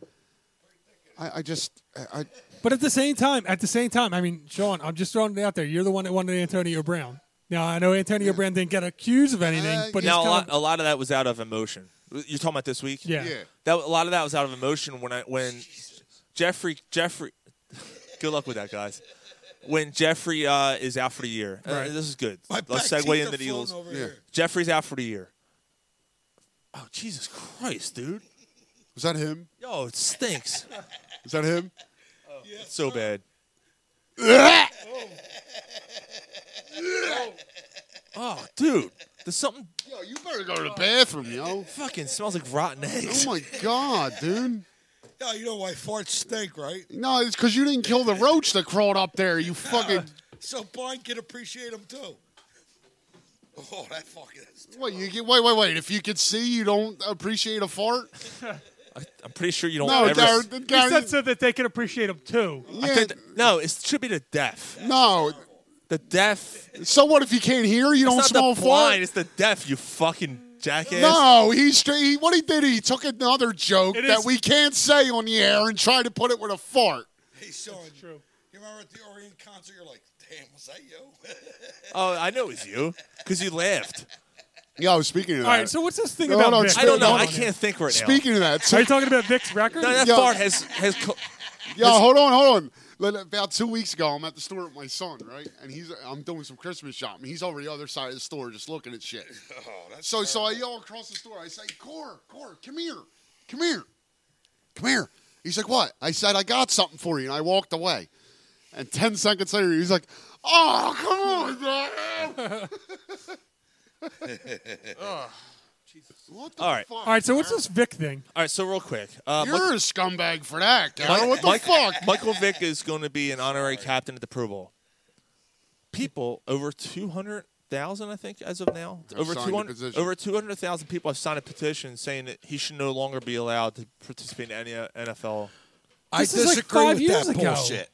[SPEAKER 7] I, I just I, I
[SPEAKER 5] But at the same time, at the same time, I mean, Sean, I'm just throwing it out there. You're the one that wanted Antonio Brown. Now I know Antonio Brown didn't get accused of anything,
[SPEAKER 7] Uh,
[SPEAKER 5] but
[SPEAKER 2] Now
[SPEAKER 5] he's
[SPEAKER 2] a lot,
[SPEAKER 5] kind
[SPEAKER 2] a lot of that was out of emotion. You're talking about this week?
[SPEAKER 5] yeah.
[SPEAKER 7] yeah.
[SPEAKER 2] That a lot of that was out of emotion when I when Jeffrey Jeffrey good luck with that guys. When Jeffrey uh, is out for the year. Uh,
[SPEAKER 5] Right.
[SPEAKER 2] this is good.
[SPEAKER 6] My
[SPEAKER 2] Let's
[SPEAKER 6] back
[SPEAKER 2] segue
[SPEAKER 6] teeth
[SPEAKER 2] into
[SPEAKER 6] are
[SPEAKER 2] the
[SPEAKER 6] falling
[SPEAKER 2] Eagles.
[SPEAKER 6] over
[SPEAKER 7] Yeah.
[SPEAKER 6] here.
[SPEAKER 2] Jeffrey's out for the year. Oh Jesus Christ, dude.
[SPEAKER 7] Was that him?
[SPEAKER 2] Yo, it stinks.
[SPEAKER 7] Is that him?
[SPEAKER 2] it's so bad. oh, dude. There's something
[SPEAKER 7] Yo, you better go to the bathroom, yo.
[SPEAKER 2] Fucking smells like rotten
[SPEAKER 7] Oh
[SPEAKER 2] eggs.
[SPEAKER 7] my god, dude.
[SPEAKER 6] No, you know why farts stink, right?
[SPEAKER 7] No, it's because you didn't kill the roach that crawled up there. You fucking
[SPEAKER 6] So Bond can appreciate them too. Oh, that fucking.
[SPEAKER 7] wait. You get, wait, wait, wait. If you could see, you don't appreciate a fart.
[SPEAKER 2] I'm pretty sure you don't
[SPEAKER 7] No,
[SPEAKER 2] ever.
[SPEAKER 7] Gary,
[SPEAKER 5] He
[SPEAKER 7] Gary,
[SPEAKER 5] said so that they can appreciate him too.
[SPEAKER 2] I
[SPEAKER 7] yeah,
[SPEAKER 2] think that- no, it should be the deaf.
[SPEAKER 7] no.
[SPEAKER 2] The deaf. It's
[SPEAKER 7] So what if you can't hear? You don't
[SPEAKER 2] not
[SPEAKER 7] smell
[SPEAKER 2] the blind.
[SPEAKER 7] fart.
[SPEAKER 2] It's the deaf. You fucking jackass.
[SPEAKER 7] No, he straight. He, what he did, he took another joke
[SPEAKER 5] It
[SPEAKER 7] that
[SPEAKER 5] is-
[SPEAKER 7] we can't say on the air and tried to put it with a fart.
[SPEAKER 6] Hey, son.
[SPEAKER 5] true.
[SPEAKER 6] You remember at the Orient concert? You're like, damn, was that yo?
[SPEAKER 2] Oh, I know it was you because you laughed.
[SPEAKER 7] Yo, speaking of that,
[SPEAKER 5] All right, so what's this thing
[SPEAKER 7] No,
[SPEAKER 5] about
[SPEAKER 7] no,
[SPEAKER 5] Vic?
[SPEAKER 2] I don't know.
[SPEAKER 5] Hold
[SPEAKER 2] I
[SPEAKER 5] on here.
[SPEAKER 2] can't think right now.
[SPEAKER 7] speaking of that,
[SPEAKER 5] Are
[SPEAKER 7] so,
[SPEAKER 5] you talking about Vic's record?
[SPEAKER 2] No, that
[SPEAKER 7] Yo.
[SPEAKER 2] fart has has. Co-
[SPEAKER 7] yo, hold on, hold on. Like, About two weeks ago, I'm at the store with my son, right? And he's I'm doing some Christmas shopping. He's over the other side of the store, just looking at shit. so so I yell across the store. I say, "Core, Core, come here, come here, come here." He's like, "What?" I said, "I got something for you," and I walked away. And ten seconds later, he's like, "Oh, come on, Dad." What the
[SPEAKER 2] All right.
[SPEAKER 7] fuck?
[SPEAKER 5] All right, so what's this Vic thing?
[SPEAKER 2] All right, so real quick. Uh,
[SPEAKER 7] You're a scumbag for that,
[SPEAKER 2] Mike-
[SPEAKER 7] Gary. What the
[SPEAKER 2] Mike-
[SPEAKER 7] fuck?
[SPEAKER 2] Michael Vick is going to be an honorary captain at the Pro Bowl. People over two hundred thousand, I think, as of now,
[SPEAKER 7] Have
[SPEAKER 2] over
[SPEAKER 7] signed the
[SPEAKER 2] two hundred
[SPEAKER 7] petition.
[SPEAKER 2] over two hundred thousand people have signed a petition saying that he should no longer be allowed to participate in any uh, NFL.
[SPEAKER 6] I
[SPEAKER 5] This is like
[SPEAKER 6] disagree
[SPEAKER 5] five
[SPEAKER 6] with
[SPEAKER 5] years
[SPEAKER 6] that
[SPEAKER 5] ago.
[SPEAKER 6] bullshit.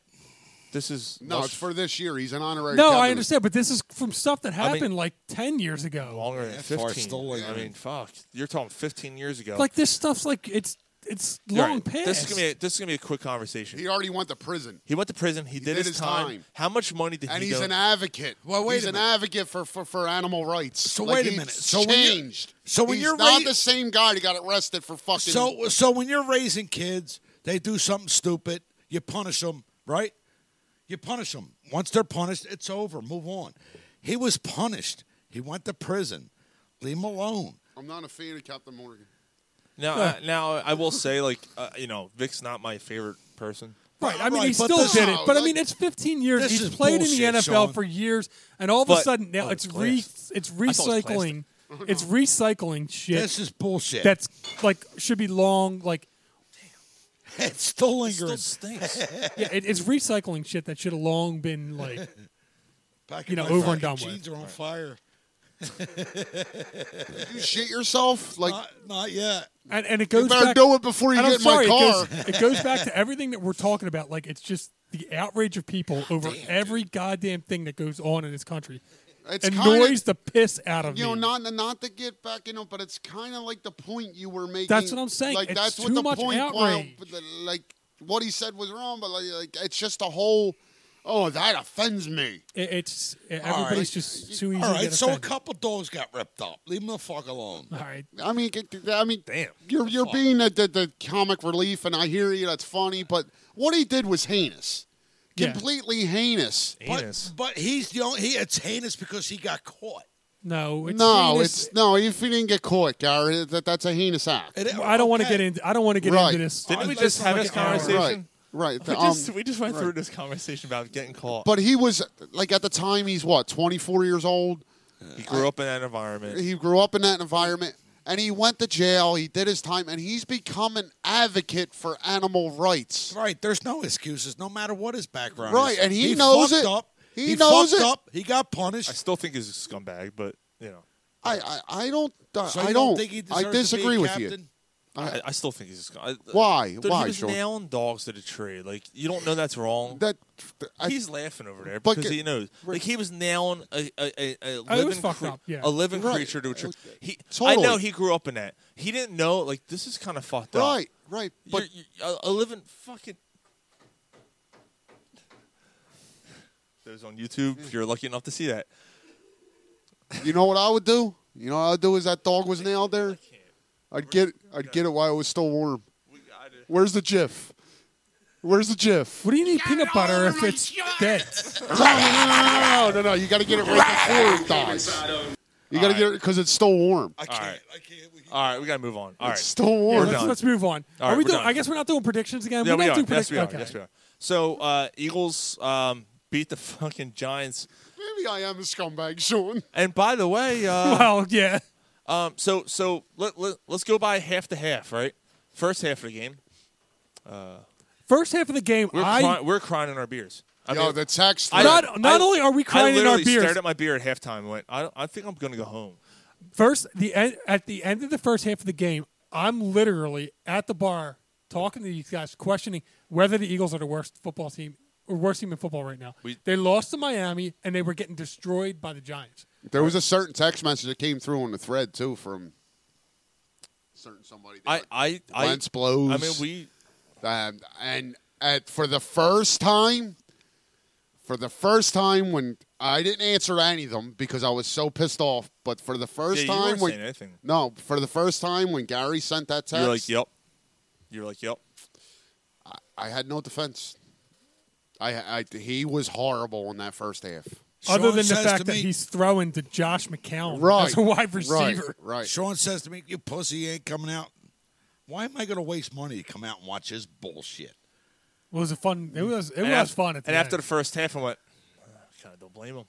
[SPEAKER 2] This is
[SPEAKER 7] No,
[SPEAKER 2] much
[SPEAKER 7] it's for this year. He's an honorary.
[SPEAKER 5] No, I
[SPEAKER 7] captain.
[SPEAKER 5] understand, but this is from stuff that
[SPEAKER 2] mean-
[SPEAKER 5] happened like ten years ago.
[SPEAKER 2] longer than
[SPEAKER 6] That fart's
[SPEAKER 2] fifteen.
[SPEAKER 6] still lingering.
[SPEAKER 2] I mean, fuck, you're talking fifteen years ago.
[SPEAKER 5] Like this stuff's like it's it's
[SPEAKER 2] All
[SPEAKER 5] long
[SPEAKER 2] right,
[SPEAKER 5] past.
[SPEAKER 2] This is gonna be a, this is gonna be a quick conversation.
[SPEAKER 7] He already went to prison,
[SPEAKER 2] He went to prison. He, did,
[SPEAKER 7] did
[SPEAKER 2] his,
[SPEAKER 7] his
[SPEAKER 2] time.
[SPEAKER 7] time.
[SPEAKER 2] How much money did
[SPEAKER 7] and
[SPEAKER 2] he?
[SPEAKER 7] he's
[SPEAKER 2] do-
[SPEAKER 7] an advocate.
[SPEAKER 6] Well, wait
[SPEAKER 7] he's
[SPEAKER 6] a
[SPEAKER 7] an
[SPEAKER 6] minute.
[SPEAKER 7] advocate for, for, for animal rights.
[SPEAKER 6] So
[SPEAKER 7] Like,
[SPEAKER 6] wait a
[SPEAKER 7] he's
[SPEAKER 6] minute. So when you're-
[SPEAKER 7] changed.
[SPEAKER 6] so when
[SPEAKER 7] He's
[SPEAKER 6] you're
[SPEAKER 7] not
[SPEAKER 6] ra-
[SPEAKER 7] the same guy that got arrested for fucking.
[SPEAKER 6] So, so when you're raising kids, they do something stupid. You punish them, right? You punish them. Once they're punished, it's over. Move on. He was punished. He went to prison. Leave him alone.
[SPEAKER 7] I'm not a fan of Captain Morgan.
[SPEAKER 2] now, uh, now I will say, like, uh, you know, Vic's not my favorite person.
[SPEAKER 5] Right. I mean,
[SPEAKER 6] Right,
[SPEAKER 5] he
[SPEAKER 6] but
[SPEAKER 5] still
[SPEAKER 6] this-
[SPEAKER 5] did it. But I
[SPEAKER 7] No,
[SPEAKER 5] mean, it's 15 years.
[SPEAKER 6] this
[SPEAKER 5] He's
[SPEAKER 6] is
[SPEAKER 5] played in
[SPEAKER 6] bullshit,
[SPEAKER 5] the NFL
[SPEAKER 6] Sean.
[SPEAKER 5] for years, and all of
[SPEAKER 2] But-
[SPEAKER 5] a sudden now
[SPEAKER 2] oh,
[SPEAKER 5] it's
[SPEAKER 2] it's
[SPEAKER 5] re
[SPEAKER 2] glass.
[SPEAKER 5] it's
[SPEAKER 2] thought it was
[SPEAKER 5] recycling. It's recycling shit
[SPEAKER 6] This is bullshit.
[SPEAKER 5] that's like should be long. Like
[SPEAKER 6] it's still lingering.
[SPEAKER 2] Still stinks.
[SPEAKER 5] yeah, it, it's recycling shit that should have long been like
[SPEAKER 6] Back
[SPEAKER 5] you
[SPEAKER 6] in
[SPEAKER 5] know,
[SPEAKER 6] my
[SPEAKER 5] over and
[SPEAKER 6] fucking
[SPEAKER 5] done with.
[SPEAKER 6] jeans are on fire.
[SPEAKER 7] you shit yourself? Like
[SPEAKER 6] not, not yet.
[SPEAKER 5] And, and it goes
[SPEAKER 7] You better
[SPEAKER 5] back,
[SPEAKER 7] do it before you
[SPEAKER 5] and I'm
[SPEAKER 7] get in my
[SPEAKER 5] sorry,
[SPEAKER 7] car.
[SPEAKER 5] It goes, it goes back to everything that we're talking about. Like it's just the outrage of people over every goddamn thing that goes on in this country.
[SPEAKER 7] It's
[SPEAKER 5] annoys the piss out of
[SPEAKER 7] you
[SPEAKER 5] me.
[SPEAKER 7] know, not not to get back, you know, but it's kind of like the point you were making.
[SPEAKER 5] That's what I'm saying.
[SPEAKER 7] Like
[SPEAKER 5] It's
[SPEAKER 7] that's
[SPEAKER 5] too
[SPEAKER 7] what the
[SPEAKER 5] much
[SPEAKER 7] point.
[SPEAKER 5] outrage.
[SPEAKER 7] Well, but the- like what he said was wrong, but like, like, it's just a whole. Oh, that offends me.
[SPEAKER 5] It- it's
[SPEAKER 6] All
[SPEAKER 5] everybody's
[SPEAKER 6] right.
[SPEAKER 5] just too easy.
[SPEAKER 6] All right,
[SPEAKER 5] to
[SPEAKER 6] so a couple dogs got ripped up. Leave them the fuck alone.
[SPEAKER 5] All right,
[SPEAKER 7] I mean, get- I mean,
[SPEAKER 6] Damn.
[SPEAKER 7] you're you're
[SPEAKER 6] Fuck.
[SPEAKER 7] being the, the, the comic relief, and I hear you. That's funny, but what he did was heinous,
[SPEAKER 5] Yeah.
[SPEAKER 7] completely heinous.
[SPEAKER 2] Anus.
[SPEAKER 6] But, but he's the only. He, it's heinous because he got caught.
[SPEAKER 5] no, it's
[SPEAKER 7] no,
[SPEAKER 5] heinous.
[SPEAKER 7] it's no. If he didn't get caught, Gary, that, that's a heinous act.
[SPEAKER 6] It-
[SPEAKER 5] I don't want to
[SPEAKER 6] okay.
[SPEAKER 5] get into. I don't want to get
[SPEAKER 7] Right.
[SPEAKER 5] into this.
[SPEAKER 2] Didn't we
[SPEAKER 6] Let's
[SPEAKER 2] just have
[SPEAKER 6] look
[SPEAKER 2] this
[SPEAKER 6] at our-
[SPEAKER 2] conversation?
[SPEAKER 7] Right, right.
[SPEAKER 2] We
[SPEAKER 7] Um,
[SPEAKER 2] just, we just went through this conversation about getting caught.
[SPEAKER 7] but he was like at the time he's what 24 years old.
[SPEAKER 2] he grew up in that environment.
[SPEAKER 7] He grew up in that environment, and he went to jail. He did his time, and he's become an advocate for animal rights.
[SPEAKER 6] Right, there's no excuses, no matter what his background.
[SPEAKER 7] Right,
[SPEAKER 6] is.
[SPEAKER 7] and he knows
[SPEAKER 6] fucked
[SPEAKER 7] it.
[SPEAKER 6] Up.
[SPEAKER 7] He knows
[SPEAKER 6] fucked
[SPEAKER 7] it.
[SPEAKER 6] up. He got
[SPEAKER 2] I
[SPEAKER 6] punished.
[SPEAKER 2] still think he's a scumbag, but you know,
[SPEAKER 7] I I, I don't
[SPEAKER 6] So you
[SPEAKER 7] I
[SPEAKER 6] don't,
[SPEAKER 7] don't,
[SPEAKER 6] think he deserves
[SPEAKER 7] I disagree
[SPEAKER 6] to be
[SPEAKER 7] with you.
[SPEAKER 6] captain?
[SPEAKER 2] I, I still think he's a scumbag.
[SPEAKER 7] Why?
[SPEAKER 2] Dude,
[SPEAKER 7] Why,
[SPEAKER 2] He was
[SPEAKER 7] Sean?
[SPEAKER 2] nailing dogs to the tree. Like you don't know that's wrong.
[SPEAKER 7] That I,
[SPEAKER 2] he's laughing over there
[SPEAKER 7] But
[SPEAKER 2] because
[SPEAKER 7] get-
[SPEAKER 2] he knows. Like he was nailing a a, a, a
[SPEAKER 5] Oh, it was
[SPEAKER 2] living
[SPEAKER 5] fucked
[SPEAKER 2] cre-
[SPEAKER 5] up, yeah.
[SPEAKER 2] a living
[SPEAKER 7] Right.
[SPEAKER 2] creature to a tree. He, I
[SPEAKER 7] Totally.
[SPEAKER 2] know he grew up in that. He didn't know like this is kind of fucked up.
[SPEAKER 7] right right but
[SPEAKER 2] But a, a living fucking. Those on YouTube, if you're lucky enough to see that.
[SPEAKER 7] you know what I would do? You know what I'd do is that dog was nailed there. I'd get I'd get it while it was still warm. Where's the GIF? Where's the GIF?
[SPEAKER 5] What do you need peanut butter if it's dead?
[SPEAKER 7] No, no, no, no, no, no, no, You got to get it right before it dies.
[SPEAKER 8] Inside of him.
[SPEAKER 7] You got to get it because it's still warm.
[SPEAKER 6] I
[SPEAKER 7] It's
[SPEAKER 6] can't.
[SPEAKER 2] right.
[SPEAKER 6] I can't. We-
[SPEAKER 2] All right, we gotta move on. All right.
[SPEAKER 7] still warm.
[SPEAKER 5] let's,
[SPEAKER 2] done.
[SPEAKER 5] let's move on.
[SPEAKER 2] All
[SPEAKER 5] are
[SPEAKER 2] right,
[SPEAKER 5] we
[SPEAKER 2] we're
[SPEAKER 5] doing?
[SPEAKER 2] done.
[SPEAKER 5] I guess we're not doing predictions again.
[SPEAKER 2] yeah,
[SPEAKER 5] we
[SPEAKER 2] we
[SPEAKER 5] not
[SPEAKER 2] are.
[SPEAKER 5] doing
[SPEAKER 2] Yes,
[SPEAKER 5] predictions.
[SPEAKER 2] we are.
[SPEAKER 5] Okay.
[SPEAKER 2] Yes, we are. So uh, Eagles um, beat the fucking Giants.
[SPEAKER 7] Maybe I am a scumbag, Sean.
[SPEAKER 2] And by the way, uh,
[SPEAKER 5] Well, yeah.
[SPEAKER 2] Um, so so let, let let's go by half to half, right? First half of the game,
[SPEAKER 5] First half of the game,
[SPEAKER 2] we're
[SPEAKER 5] I
[SPEAKER 2] cry- we're crying in our beers. I
[SPEAKER 7] Yo,
[SPEAKER 2] mean,
[SPEAKER 7] the text.
[SPEAKER 2] I-
[SPEAKER 5] not not
[SPEAKER 2] I-
[SPEAKER 5] only are we
[SPEAKER 2] I
[SPEAKER 5] crying in our
[SPEAKER 2] literally
[SPEAKER 5] beers.
[SPEAKER 2] stared at my beer at halftime. And went, I don't, I think I'm gonna go home.
[SPEAKER 5] First, the end, at the end of the first half of the game, I'm literally at the bar talking to these guys, questioning whether the Eagles are the worst football team or worst team in football right now.
[SPEAKER 2] We-
[SPEAKER 5] they lost to Miami and they were getting destroyed by the Giants.
[SPEAKER 7] There was a certain text message that came through on the thread too from certain somebody.
[SPEAKER 2] I I I,
[SPEAKER 7] Lance blows.
[SPEAKER 2] I mean, we
[SPEAKER 7] um, and at, for the first time, for the first time when I didn't answer any of them because I was so pissed off. But for the first
[SPEAKER 2] Yeah, you
[SPEAKER 7] time
[SPEAKER 2] weren't
[SPEAKER 7] when
[SPEAKER 2] saying anything.
[SPEAKER 7] no, for the first time when Gary sent that text,
[SPEAKER 2] you're like, yep, you're like, yep.
[SPEAKER 7] I had no defense. I, I he was horrible in that first half.
[SPEAKER 5] Other
[SPEAKER 6] Sean
[SPEAKER 5] than the
[SPEAKER 6] says
[SPEAKER 5] fact
[SPEAKER 6] to
[SPEAKER 5] that
[SPEAKER 6] me-
[SPEAKER 5] he's throwing to Josh McCown
[SPEAKER 7] Right,
[SPEAKER 5] as a wide
[SPEAKER 7] right,
[SPEAKER 5] receiver.
[SPEAKER 7] right?
[SPEAKER 6] Sean says to me, "You pussy ain't coming out. Why am I going to waste money to come out and watch his bullshit?"
[SPEAKER 5] It was a fun. It was it
[SPEAKER 2] And
[SPEAKER 5] was
[SPEAKER 2] after,
[SPEAKER 5] fun. At the
[SPEAKER 2] and
[SPEAKER 5] end.
[SPEAKER 2] after the first half, I went, "Ah, I kind of don't blame him.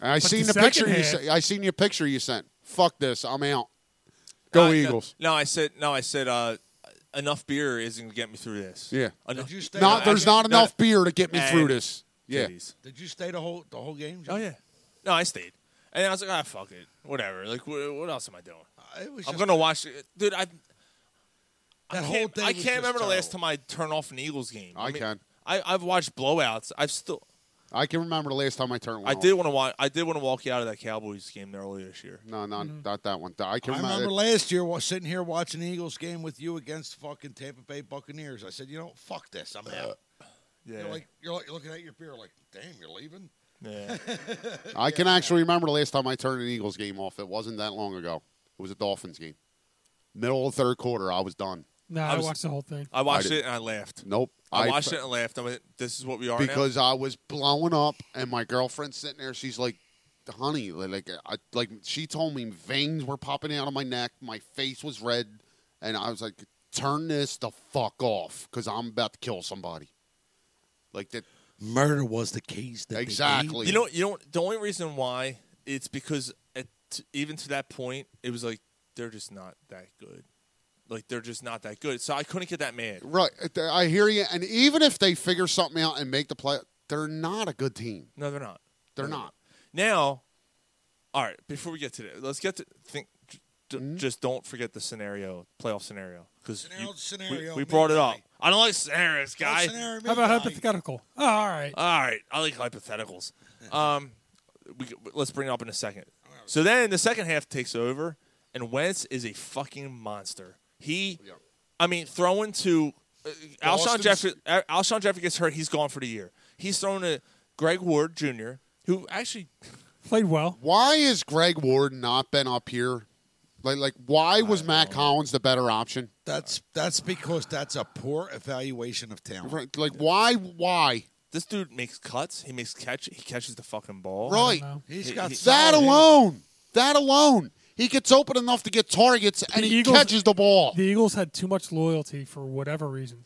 [SPEAKER 7] And I
[SPEAKER 5] But
[SPEAKER 7] seen
[SPEAKER 5] the
[SPEAKER 7] the, picture
[SPEAKER 5] second
[SPEAKER 7] you.
[SPEAKER 5] half-
[SPEAKER 7] Sent, I seen your picture you sent. Fuck this. I'm out. Go
[SPEAKER 2] Uh, no-
[SPEAKER 7] Eagles.
[SPEAKER 2] No, I said no. I said uh, enough beer isn't gonna get me through this.
[SPEAKER 7] Yeah.
[SPEAKER 2] Enough-
[SPEAKER 6] Did you stay
[SPEAKER 7] Not
[SPEAKER 6] I-
[SPEAKER 7] there's
[SPEAKER 2] I-
[SPEAKER 7] not enough
[SPEAKER 2] no,
[SPEAKER 7] beer to get me through
[SPEAKER 2] and
[SPEAKER 7] this. Yeah.
[SPEAKER 2] titties.
[SPEAKER 6] Did you stay the whole the whole game?
[SPEAKER 2] Oh yeah. No, I stayed, and I was like, ah, fuck it, whatever. Like, wh- what else am I doing?
[SPEAKER 6] It was
[SPEAKER 2] I'm
[SPEAKER 6] just-
[SPEAKER 2] gonna watch, it. dude. I
[SPEAKER 6] that
[SPEAKER 2] I
[SPEAKER 6] whole
[SPEAKER 2] can't,
[SPEAKER 6] day.
[SPEAKER 2] I
[SPEAKER 6] was
[SPEAKER 2] can't
[SPEAKER 6] just
[SPEAKER 2] remember the last
[SPEAKER 6] terrible.
[SPEAKER 2] time I turned off an Eagles game.
[SPEAKER 7] I can.
[SPEAKER 2] I, I've watched blowouts. I've still.
[SPEAKER 7] I can remember the last time I turned one
[SPEAKER 2] I
[SPEAKER 7] off.
[SPEAKER 2] did want to watch. I did want to walk you out of that Cowboys game earlier this year.
[SPEAKER 7] No, not not that one. I can
[SPEAKER 6] I
[SPEAKER 7] remember.
[SPEAKER 6] remember last year wa- sitting here watching the Eagles game with you against fucking Tampa Bay Buccaneers. I said, you know, fuck this. I'm out.
[SPEAKER 2] Yeah.
[SPEAKER 6] You're like you're like looking at your beer like, damn, you're leaving.
[SPEAKER 2] yeah.
[SPEAKER 7] I can actually remember the last time I turned an Eagles game off. It wasn't that long ago. It was a Dolphins game. Middle of the third quarter, I was done.
[SPEAKER 5] no,
[SPEAKER 2] I
[SPEAKER 5] I,
[SPEAKER 2] was-
[SPEAKER 5] watched the whole thing.
[SPEAKER 2] I watched
[SPEAKER 7] did-
[SPEAKER 2] it and I laughed.
[SPEAKER 7] Nope.
[SPEAKER 2] I, watched it and laughed. I went, "This is what we are now."
[SPEAKER 7] because I was blowing up, and my girlfriend's sitting there. She's like, "Honey, li- like, I, like she told me veins were popping out of my neck. My face was red, and I was like, turn this the fuck off, because I'm about to kill somebody.' Like that.
[SPEAKER 6] Murder was the case that
[SPEAKER 7] Exactly.
[SPEAKER 2] You know, you know, the only reason why it's because at, even to that point, it was like they're just not that good. Like they're just not that good. So I couldn't get that mad.
[SPEAKER 7] Right. I hear you. And even if they figure something out and make the play, they're not a good team.
[SPEAKER 2] No, they're not.
[SPEAKER 7] They're not.
[SPEAKER 2] Now, All right, before we get to that, let's get to think. j- j-
[SPEAKER 7] Mm-hmm.
[SPEAKER 2] Just don't forget the scenario, playoff scenario, because
[SPEAKER 6] Scenario- scenario,
[SPEAKER 2] we,
[SPEAKER 6] me
[SPEAKER 2] brought it up. I don't like scenarios, guy.
[SPEAKER 5] How about hypothetical? Oh, all right.
[SPEAKER 2] All right, I like hypotheticals. Um, we, c- let's bring it up in a second. So then the second half takes over, and Wentz is a fucking monster. He, I mean, throwing to uh,
[SPEAKER 10] Boston's-
[SPEAKER 2] Alshon Jeffrey. Al- Alshon Jeffrey gets hurt, he's gone for the year. He's thrown to Greg Ward Jr., who actually
[SPEAKER 5] Played well.
[SPEAKER 7] Why is Greg Ward not been up here? Like, like why was Matt Collins the better option?
[SPEAKER 6] That's that's because that's a poor evaluation of talent.
[SPEAKER 7] Right, like, why? Why?
[SPEAKER 2] this dude makes cuts, he makes catch, he catches the fucking ball.
[SPEAKER 7] Right.
[SPEAKER 6] He's
[SPEAKER 2] He-
[SPEAKER 6] got
[SPEAKER 2] he-
[SPEAKER 7] That
[SPEAKER 6] solid hands.
[SPEAKER 7] alone. That alone. He gets open enough to get targets and
[SPEAKER 5] The
[SPEAKER 7] he
[SPEAKER 5] Eagles-
[SPEAKER 7] catches the ball.
[SPEAKER 5] The Eagles had too much loyalty for whatever reason.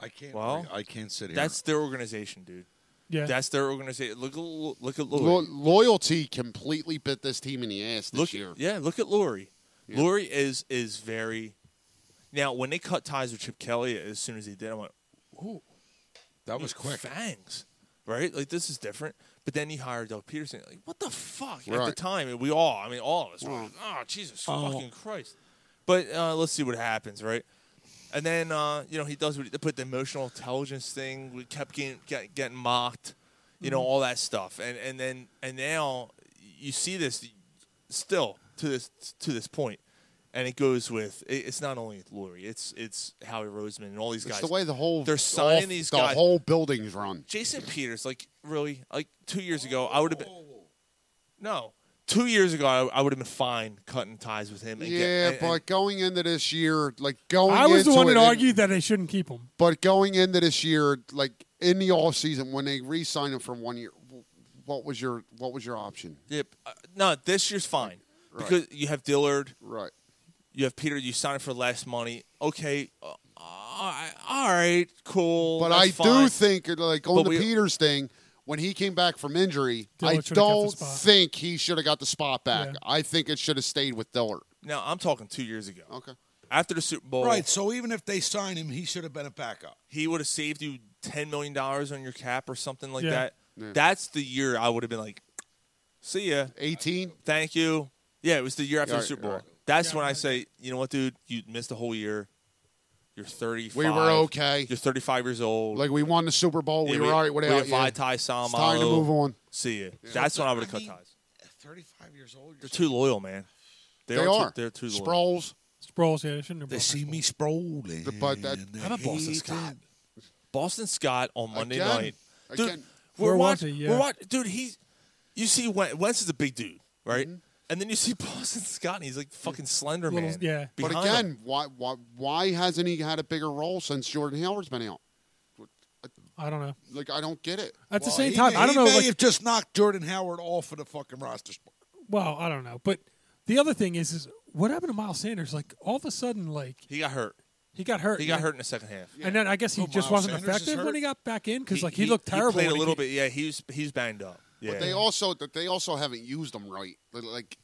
[SPEAKER 6] I can't.
[SPEAKER 2] Well,
[SPEAKER 6] I can't sit here.
[SPEAKER 2] That's their organization, dude.
[SPEAKER 5] Yeah.
[SPEAKER 2] That's their organization. Look at Lu- look at
[SPEAKER 7] Lo-
[SPEAKER 2] Lloyd.
[SPEAKER 7] loyalty completely bit this team in the ass this
[SPEAKER 2] look,
[SPEAKER 7] year.
[SPEAKER 2] Yeah, look at Lori. Lori is is very. Now, when they cut ties with Chip Kelly, as soon as they did, I went
[SPEAKER 6] that was quick.
[SPEAKER 2] fangs, right? Like this is different. But then he hired Doug Peterson. Like what the fuck? At the
[SPEAKER 7] Right.
[SPEAKER 2] time, and we all, I mean, all of us, were
[SPEAKER 7] Right.
[SPEAKER 2] like, oh Jesus fucking Christ. But uh, let's see what happens, right? And then uh, you know he does what he, put the emotional intelligence thing. We kept getting get, getting mocked, you know all that stuff. And and then and now you see this still to this to this point, and it goes with it, it's not only Lurie, it's it's Howie Roseman and all these guys.
[SPEAKER 7] It's the way the whole
[SPEAKER 2] they're signing
[SPEAKER 7] off-
[SPEAKER 2] these
[SPEAKER 7] the
[SPEAKER 2] guys.
[SPEAKER 7] whole building's run.
[SPEAKER 2] Jason Peters, like really, like two years ago, I would have been no. Two years ago, I, I would have been fine cutting ties with him. And get-
[SPEAKER 7] Yeah,
[SPEAKER 2] and-
[SPEAKER 7] but
[SPEAKER 2] and-
[SPEAKER 7] going into this year, like going.
[SPEAKER 5] I was the
[SPEAKER 7] into
[SPEAKER 5] one
[SPEAKER 7] it
[SPEAKER 5] that
[SPEAKER 7] in-
[SPEAKER 5] argued that they shouldn't keep him.
[SPEAKER 7] But going into this year, like in the off season, when they re-sign him from one year, w- what was your what was your option?
[SPEAKER 2] yeah, uh, no, this year's fine
[SPEAKER 7] Right.
[SPEAKER 2] because you have Dillard,
[SPEAKER 7] Right.
[SPEAKER 2] you have Peter, you signed for less money. Okay, uh, all right- all right, cool.
[SPEAKER 7] But
[SPEAKER 2] that's
[SPEAKER 7] I do
[SPEAKER 2] fine.
[SPEAKER 7] think, like on
[SPEAKER 2] But
[SPEAKER 7] the
[SPEAKER 2] we-
[SPEAKER 7] Peters thing, when he came back from injury,
[SPEAKER 5] Dillard
[SPEAKER 7] I
[SPEAKER 5] should've kept the
[SPEAKER 7] don't
[SPEAKER 5] spot.
[SPEAKER 7] think he should have got the spot back.
[SPEAKER 5] Yeah.
[SPEAKER 7] I think it should have stayed with Dillard.
[SPEAKER 2] now I'm talking two years ago.
[SPEAKER 7] Okay.
[SPEAKER 2] After the Super Bowl,
[SPEAKER 6] Right. So even if they sign him, he should have been a backup.
[SPEAKER 2] he would have saved you ten million dollars on your cap or something like
[SPEAKER 5] Yeah.
[SPEAKER 2] that.
[SPEAKER 7] Yeah.
[SPEAKER 2] That's the year I would have been like, see ya.
[SPEAKER 7] 18?
[SPEAKER 2] thank you. Yeah, it was the year after
[SPEAKER 7] Yeah,
[SPEAKER 2] the Super Bowl.
[SPEAKER 7] right.
[SPEAKER 2] That's when I say, you know what, dude, you missed the whole year. You're 35.
[SPEAKER 7] We were okay.
[SPEAKER 2] You're 35 years old.
[SPEAKER 7] Like we won the Super Bowl,
[SPEAKER 2] Yeah,
[SPEAKER 7] we were all right
[SPEAKER 2] We
[SPEAKER 7] without
[SPEAKER 2] have
[SPEAKER 7] you.
[SPEAKER 2] Vitae
[SPEAKER 7] It's time to
[SPEAKER 2] Samalo.
[SPEAKER 7] move on.
[SPEAKER 2] See you. That's when I would have
[SPEAKER 6] I
[SPEAKER 2] cut
[SPEAKER 6] mean,
[SPEAKER 2] ties.
[SPEAKER 6] Thirty-five years old.
[SPEAKER 2] They're too loyal, man. They,
[SPEAKER 7] They
[SPEAKER 2] are.
[SPEAKER 7] are.
[SPEAKER 2] Too, they're too loyal.
[SPEAKER 7] Sproles.
[SPEAKER 5] Sproles, yeah, they shouldn't have
[SPEAKER 6] They
[SPEAKER 5] brought
[SPEAKER 6] see
[SPEAKER 5] back
[SPEAKER 6] me sprawling.
[SPEAKER 7] But that-
[SPEAKER 6] and they
[SPEAKER 2] How about Boston
[SPEAKER 6] hate
[SPEAKER 2] Scott?
[SPEAKER 6] it.
[SPEAKER 2] Boston Scott on Monday
[SPEAKER 7] Again.
[SPEAKER 2] night. Dude,
[SPEAKER 7] Again.
[SPEAKER 2] we're
[SPEAKER 5] Where was
[SPEAKER 2] watching.
[SPEAKER 5] he? Yeah.
[SPEAKER 2] We're watching. Dude, he's. You see, Wen- Wentz is a big dude, right?
[SPEAKER 7] Mm-hmm.
[SPEAKER 2] And then you see Boston Scott, and he's like fucking slender
[SPEAKER 5] Little-
[SPEAKER 2] man.
[SPEAKER 5] yeah.
[SPEAKER 7] But
[SPEAKER 2] behind him.
[SPEAKER 7] again, why, why why hasn't he had a bigger role since Jordan Howard's been out?
[SPEAKER 5] him. I don't know.
[SPEAKER 7] Like I don't get it.
[SPEAKER 5] At the
[SPEAKER 6] Well,
[SPEAKER 5] same
[SPEAKER 6] he
[SPEAKER 5] time,
[SPEAKER 6] may-
[SPEAKER 5] I don't
[SPEAKER 6] he
[SPEAKER 5] know.
[SPEAKER 6] May
[SPEAKER 5] Like,
[SPEAKER 6] have just knocked Jordan Howard off of the fucking roster spot.
[SPEAKER 5] well, I don't know. But the other thing is, is what happened to Miles Sanders? Like all of a sudden, like
[SPEAKER 2] he got hurt.
[SPEAKER 5] he got hurt.
[SPEAKER 2] He got
[SPEAKER 5] yeah.
[SPEAKER 2] hurt in the second half.
[SPEAKER 5] and then I guess he
[SPEAKER 6] Oh,
[SPEAKER 5] just
[SPEAKER 6] Miles
[SPEAKER 5] wasn't
[SPEAKER 6] Sanders is
[SPEAKER 5] effective when
[SPEAKER 6] hurt?
[SPEAKER 5] he got back in because like he, looked terrible.
[SPEAKER 2] He played
[SPEAKER 5] when
[SPEAKER 2] a little
[SPEAKER 5] came-
[SPEAKER 2] bit. Yeah, he's he's banged up. Yeah.
[SPEAKER 7] But they also that they also haven't used him right. Like- Like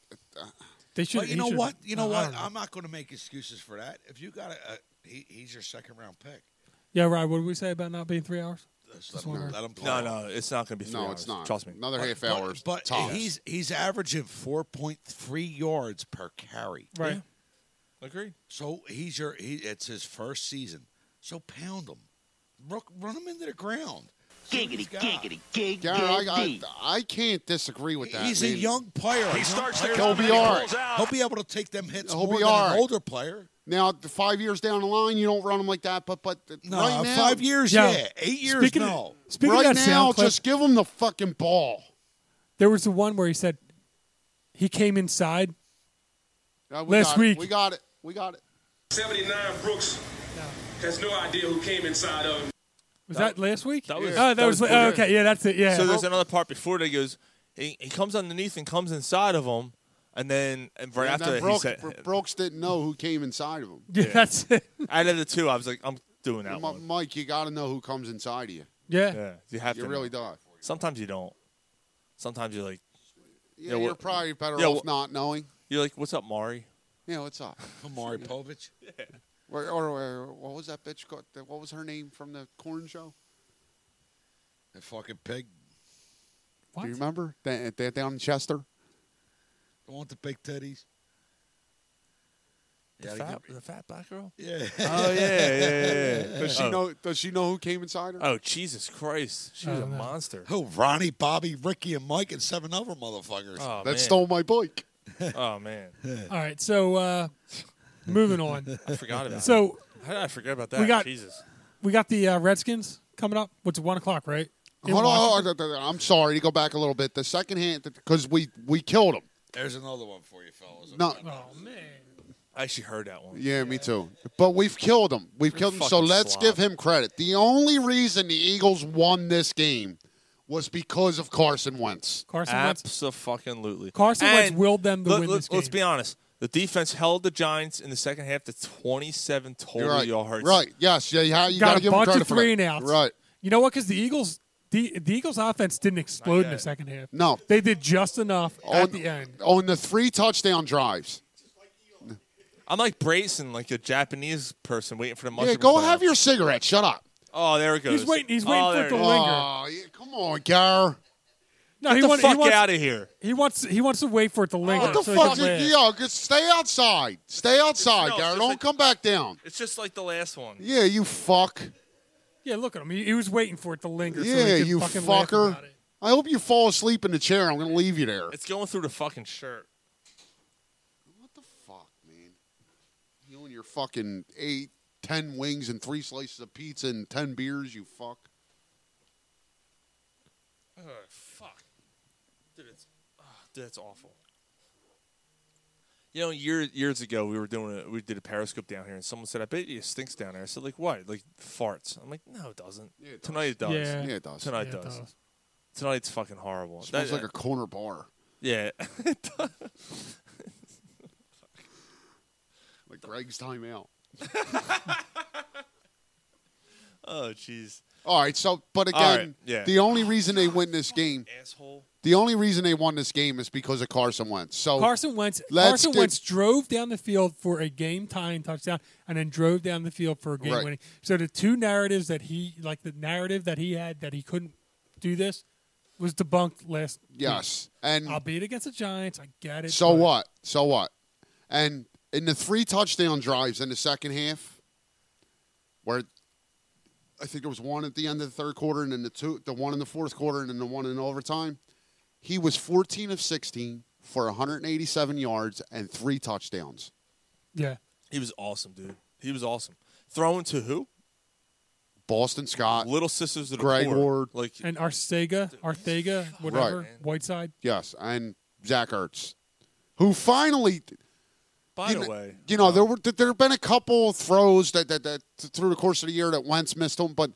[SPEAKER 5] They should.
[SPEAKER 6] But you
[SPEAKER 5] he
[SPEAKER 6] know
[SPEAKER 5] should-
[SPEAKER 6] what? You know
[SPEAKER 5] I
[SPEAKER 6] what?
[SPEAKER 5] don't know.
[SPEAKER 6] I'm not going to make excuses for that. If you got a, a he, he's your second round pick.
[SPEAKER 5] yeah, right. What did we say about not being three hours?
[SPEAKER 6] Just
[SPEAKER 5] Just
[SPEAKER 6] let him,
[SPEAKER 5] wondering.
[SPEAKER 6] let him play.
[SPEAKER 2] no, no, it's not going to be. Three
[SPEAKER 7] no,
[SPEAKER 2] hours,
[SPEAKER 7] it's not.
[SPEAKER 2] Trust me.
[SPEAKER 7] Another half
[SPEAKER 6] But-
[SPEAKER 7] hours.
[SPEAKER 6] But
[SPEAKER 7] tops.
[SPEAKER 6] he's he's averaging four point three yards per carry.
[SPEAKER 5] Right.
[SPEAKER 2] Agreed.
[SPEAKER 6] So he's your he, it's his first season. So pound him, run, run him into the ground. Giggity, giggity.
[SPEAKER 7] Garrett, I, I, I can't disagree with that.
[SPEAKER 6] He's
[SPEAKER 7] man.
[SPEAKER 6] a young player.
[SPEAKER 10] He starts to
[SPEAKER 7] He'll
[SPEAKER 10] come
[SPEAKER 7] be
[SPEAKER 10] and he
[SPEAKER 7] all right.
[SPEAKER 10] pulls out.
[SPEAKER 6] He'll be able to take them hits
[SPEAKER 7] He'll
[SPEAKER 6] more
[SPEAKER 7] be
[SPEAKER 6] than
[SPEAKER 7] all
[SPEAKER 6] an
[SPEAKER 7] right.
[SPEAKER 6] older player.
[SPEAKER 7] Now, the five years down the line, you don't run him like that. But but
[SPEAKER 6] No,
[SPEAKER 7] right now,
[SPEAKER 6] five years,
[SPEAKER 5] Yeah.
[SPEAKER 6] yeah. Eight years,
[SPEAKER 5] Speaking of-
[SPEAKER 6] no.
[SPEAKER 5] Speaking
[SPEAKER 7] Right
[SPEAKER 5] of that
[SPEAKER 7] now,
[SPEAKER 5] sound clip,
[SPEAKER 7] just give him the fucking ball.
[SPEAKER 5] there was the one where he said he came inside.
[SPEAKER 7] Uh, we
[SPEAKER 5] Last
[SPEAKER 7] got it.
[SPEAKER 5] week.
[SPEAKER 7] we got it. We got it.
[SPEAKER 8] 79 Brooks has no idea who came inside of him.
[SPEAKER 5] Was that, last week?
[SPEAKER 2] that was-
[SPEAKER 5] oh, that,
[SPEAKER 2] that
[SPEAKER 5] was,
[SPEAKER 2] was
[SPEAKER 5] oh,
[SPEAKER 2] before.
[SPEAKER 5] okay. Yeah, that's it. Yeah.
[SPEAKER 2] So there's another part before that he goes. He, he comes underneath and comes inside of him, and then and right
[SPEAKER 7] And
[SPEAKER 2] after
[SPEAKER 7] then
[SPEAKER 2] that
[SPEAKER 7] Brooks,
[SPEAKER 2] he said,
[SPEAKER 7] Bro- Brooks didn't know who came inside of him.
[SPEAKER 5] yeah, that's it.
[SPEAKER 2] out of the two, I was like, I'm doing that
[SPEAKER 7] M-
[SPEAKER 2] one.
[SPEAKER 7] Mike, you got to know who comes inside of you.
[SPEAKER 5] Yeah.
[SPEAKER 2] Yeah, you have
[SPEAKER 7] You
[SPEAKER 2] to.
[SPEAKER 7] really
[SPEAKER 2] know.
[SPEAKER 7] do.
[SPEAKER 2] Sometimes you don't. Sometimes you're like,
[SPEAKER 7] Yeah,
[SPEAKER 2] Yeah,
[SPEAKER 7] you're
[SPEAKER 2] what-
[SPEAKER 7] probably better
[SPEAKER 2] yeah,
[SPEAKER 7] off
[SPEAKER 2] what-
[SPEAKER 7] not knowing.
[SPEAKER 2] you're like, what's up, Mari?
[SPEAKER 7] Yeah, what's up?
[SPEAKER 6] Amari Povich.
[SPEAKER 7] Or, or, or what was that bitch called? What was her name from the corn show?
[SPEAKER 6] That fucking pig.
[SPEAKER 5] What?
[SPEAKER 7] Do you remember that, that down in Chester?
[SPEAKER 6] The one with the big titties.
[SPEAKER 2] The
[SPEAKER 6] Yeah,
[SPEAKER 2] fat, the fat black girl.
[SPEAKER 6] Yeah.
[SPEAKER 2] Oh yeah, yeah, yeah. yeah.
[SPEAKER 7] Does she
[SPEAKER 2] oh.
[SPEAKER 7] know? Does she know who came inside her?
[SPEAKER 2] Oh Jesus Christ, she was a monster.
[SPEAKER 6] Who? Ronnie, Bobby, Ricky, and Mike, and seven other motherfuckers.
[SPEAKER 2] Oh,
[SPEAKER 7] that
[SPEAKER 2] man.
[SPEAKER 7] stole my bike.
[SPEAKER 2] Oh man,
[SPEAKER 5] All right, so uh, moving on.
[SPEAKER 2] I forgot about. it.
[SPEAKER 5] So
[SPEAKER 2] how did I forget about that?
[SPEAKER 5] we got-
[SPEAKER 2] Jesus.
[SPEAKER 5] we got the uh, Redskins coming up. What's one o'clock, right? In
[SPEAKER 7] Hold on,
[SPEAKER 5] Washington?
[SPEAKER 7] hold on, hold on. I'm sorry to go back a little bit. The second hand, because we we killed him.
[SPEAKER 6] There's another one for you, fellas.
[SPEAKER 7] No,
[SPEAKER 5] Oh man.
[SPEAKER 2] I actually heard that one.
[SPEAKER 7] yeah, me too. But we've killed him. We've killed him. So
[SPEAKER 2] fucking
[SPEAKER 7] let's
[SPEAKER 2] slob.
[SPEAKER 7] give him credit. The only reason the Eagles won this game was because of Carson Wentz.
[SPEAKER 5] Carson Wentz.
[SPEAKER 2] Absolutely.
[SPEAKER 5] Carson Wentz willed them to
[SPEAKER 2] let,
[SPEAKER 5] win
[SPEAKER 2] let-
[SPEAKER 5] this
[SPEAKER 2] Let's
[SPEAKER 5] game.
[SPEAKER 2] be honest. The defense held the Giants in the second half to 27 total
[SPEAKER 7] You're right.
[SPEAKER 2] yards.
[SPEAKER 7] Right. Yes. Yeah. You, ha- you
[SPEAKER 5] got,
[SPEAKER 7] gotta
[SPEAKER 5] a
[SPEAKER 7] give him
[SPEAKER 5] bunch
[SPEAKER 7] credit
[SPEAKER 5] of
[SPEAKER 7] for that.
[SPEAKER 5] three and outs.
[SPEAKER 7] Right.
[SPEAKER 5] You know what? Because the Eagles, the, the Eagles' offense didn't explode in the
[SPEAKER 2] yet.
[SPEAKER 5] second half.
[SPEAKER 7] No.
[SPEAKER 5] they did just enough
[SPEAKER 7] On-
[SPEAKER 5] at the end.
[SPEAKER 7] on the three touchdown drives.
[SPEAKER 2] I'm like bracing like a Japanese person waiting for the mushroom.
[SPEAKER 7] Yeah, go
[SPEAKER 2] cloud.
[SPEAKER 7] have your cigarette. Shut up.
[SPEAKER 2] Oh, there it goes.
[SPEAKER 5] He's waiting- he's waiting
[SPEAKER 2] Oh,
[SPEAKER 5] for
[SPEAKER 2] there
[SPEAKER 5] it to
[SPEAKER 2] goes.
[SPEAKER 5] Linger.
[SPEAKER 7] Oh, yeah, come on, Gar.
[SPEAKER 5] No,
[SPEAKER 2] Get
[SPEAKER 5] he,
[SPEAKER 2] the
[SPEAKER 5] want-
[SPEAKER 2] fuck
[SPEAKER 5] he wants
[SPEAKER 2] out of here.
[SPEAKER 5] he wants he wants to wait for it to linger.
[SPEAKER 7] What the
[SPEAKER 5] so he
[SPEAKER 7] fuck?
[SPEAKER 5] can laugh.
[SPEAKER 7] You, yo, just stay outside. Stay outside,
[SPEAKER 2] smells
[SPEAKER 7] Gar.
[SPEAKER 2] just
[SPEAKER 7] Don't
[SPEAKER 2] like-
[SPEAKER 7] come back down.
[SPEAKER 2] It's just like the last one.
[SPEAKER 7] Yeah, you fuck.
[SPEAKER 5] Yeah, look at him. He, he was waiting for it to linger. so he
[SPEAKER 7] yeah,
[SPEAKER 5] could
[SPEAKER 7] you
[SPEAKER 5] fucking laugh
[SPEAKER 7] fucker.
[SPEAKER 5] about it.
[SPEAKER 7] I hope you fall asleep in the chair. I'm gonna leave you there.
[SPEAKER 2] It's going through the fucking shirt.
[SPEAKER 7] What the fuck, man? You and your fucking eight, ten wings and three slices of pizza and ten beers, you fuck.
[SPEAKER 2] Oh, fuck. Dude, it's, oh, dude, that's awful. You know, years years ago, we were doing a, we did a Periscope down here, and someone said, "I bet you it stinks down there." I said, "Like what? Like farts?" I'm like, "No, it doesn't.
[SPEAKER 7] Yeah, it does.
[SPEAKER 2] Tonight it does.
[SPEAKER 5] Yeah.
[SPEAKER 7] Yeah, it does.
[SPEAKER 5] Yeah,
[SPEAKER 2] Tonight
[SPEAKER 5] it
[SPEAKER 2] it does.
[SPEAKER 5] does.
[SPEAKER 2] Tonight's fucking horrible.
[SPEAKER 7] Smells
[SPEAKER 2] That- uh,
[SPEAKER 7] like a corner bar.
[SPEAKER 2] yeah.
[SPEAKER 7] Like Greg's time out.
[SPEAKER 2] oh, jeez.
[SPEAKER 7] All right, so but
[SPEAKER 2] All right,
[SPEAKER 7] again,
[SPEAKER 2] yeah.
[SPEAKER 7] the only reason they win this game,
[SPEAKER 2] Asshole.
[SPEAKER 7] the only reason they won this game is because of Carson Wentz. So
[SPEAKER 5] Carson Wentz.
[SPEAKER 7] Oh, Let's
[SPEAKER 5] Carson
[SPEAKER 7] get-
[SPEAKER 5] Wentz drove down the field for a game tying touchdown, and then drove down the field for a game winning. So the two narratives that he, like the narrative that he had that he couldn't do this, was debunked last.
[SPEAKER 7] yes, and
[SPEAKER 5] I'll beat against the Giants. I get it.
[SPEAKER 7] Mm. so
[SPEAKER 5] but-
[SPEAKER 7] what? So what? And in the three touchdown drives in the second half, where I think there was one at the end of the third quarter, and then the two, the one in the fourth quarter, and then the one in overtime, he was 14 of 16 for 187 yards and three touchdowns.
[SPEAKER 5] Yeah.
[SPEAKER 2] He was awesome, dude. He was awesome. Throwing to who?
[SPEAKER 7] Boston Scott,
[SPEAKER 2] Little sisters of the
[SPEAKER 7] Greg
[SPEAKER 2] poor.
[SPEAKER 7] Ward.
[SPEAKER 2] Like
[SPEAKER 5] And Arcega, Arthega, whatever,
[SPEAKER 7] Right.
[SPEAKER 5] Whiteside.
[SPEAKER 7] yes, and Zach Ertz, who finally
[SPEAKER 2] by the
[SPEAKER 7] you kn-
[SPEAKER 2] way,
[SPEAKER 7] you know there were there have been a couple throws that, that that through the course of the year that Wentz missed them, but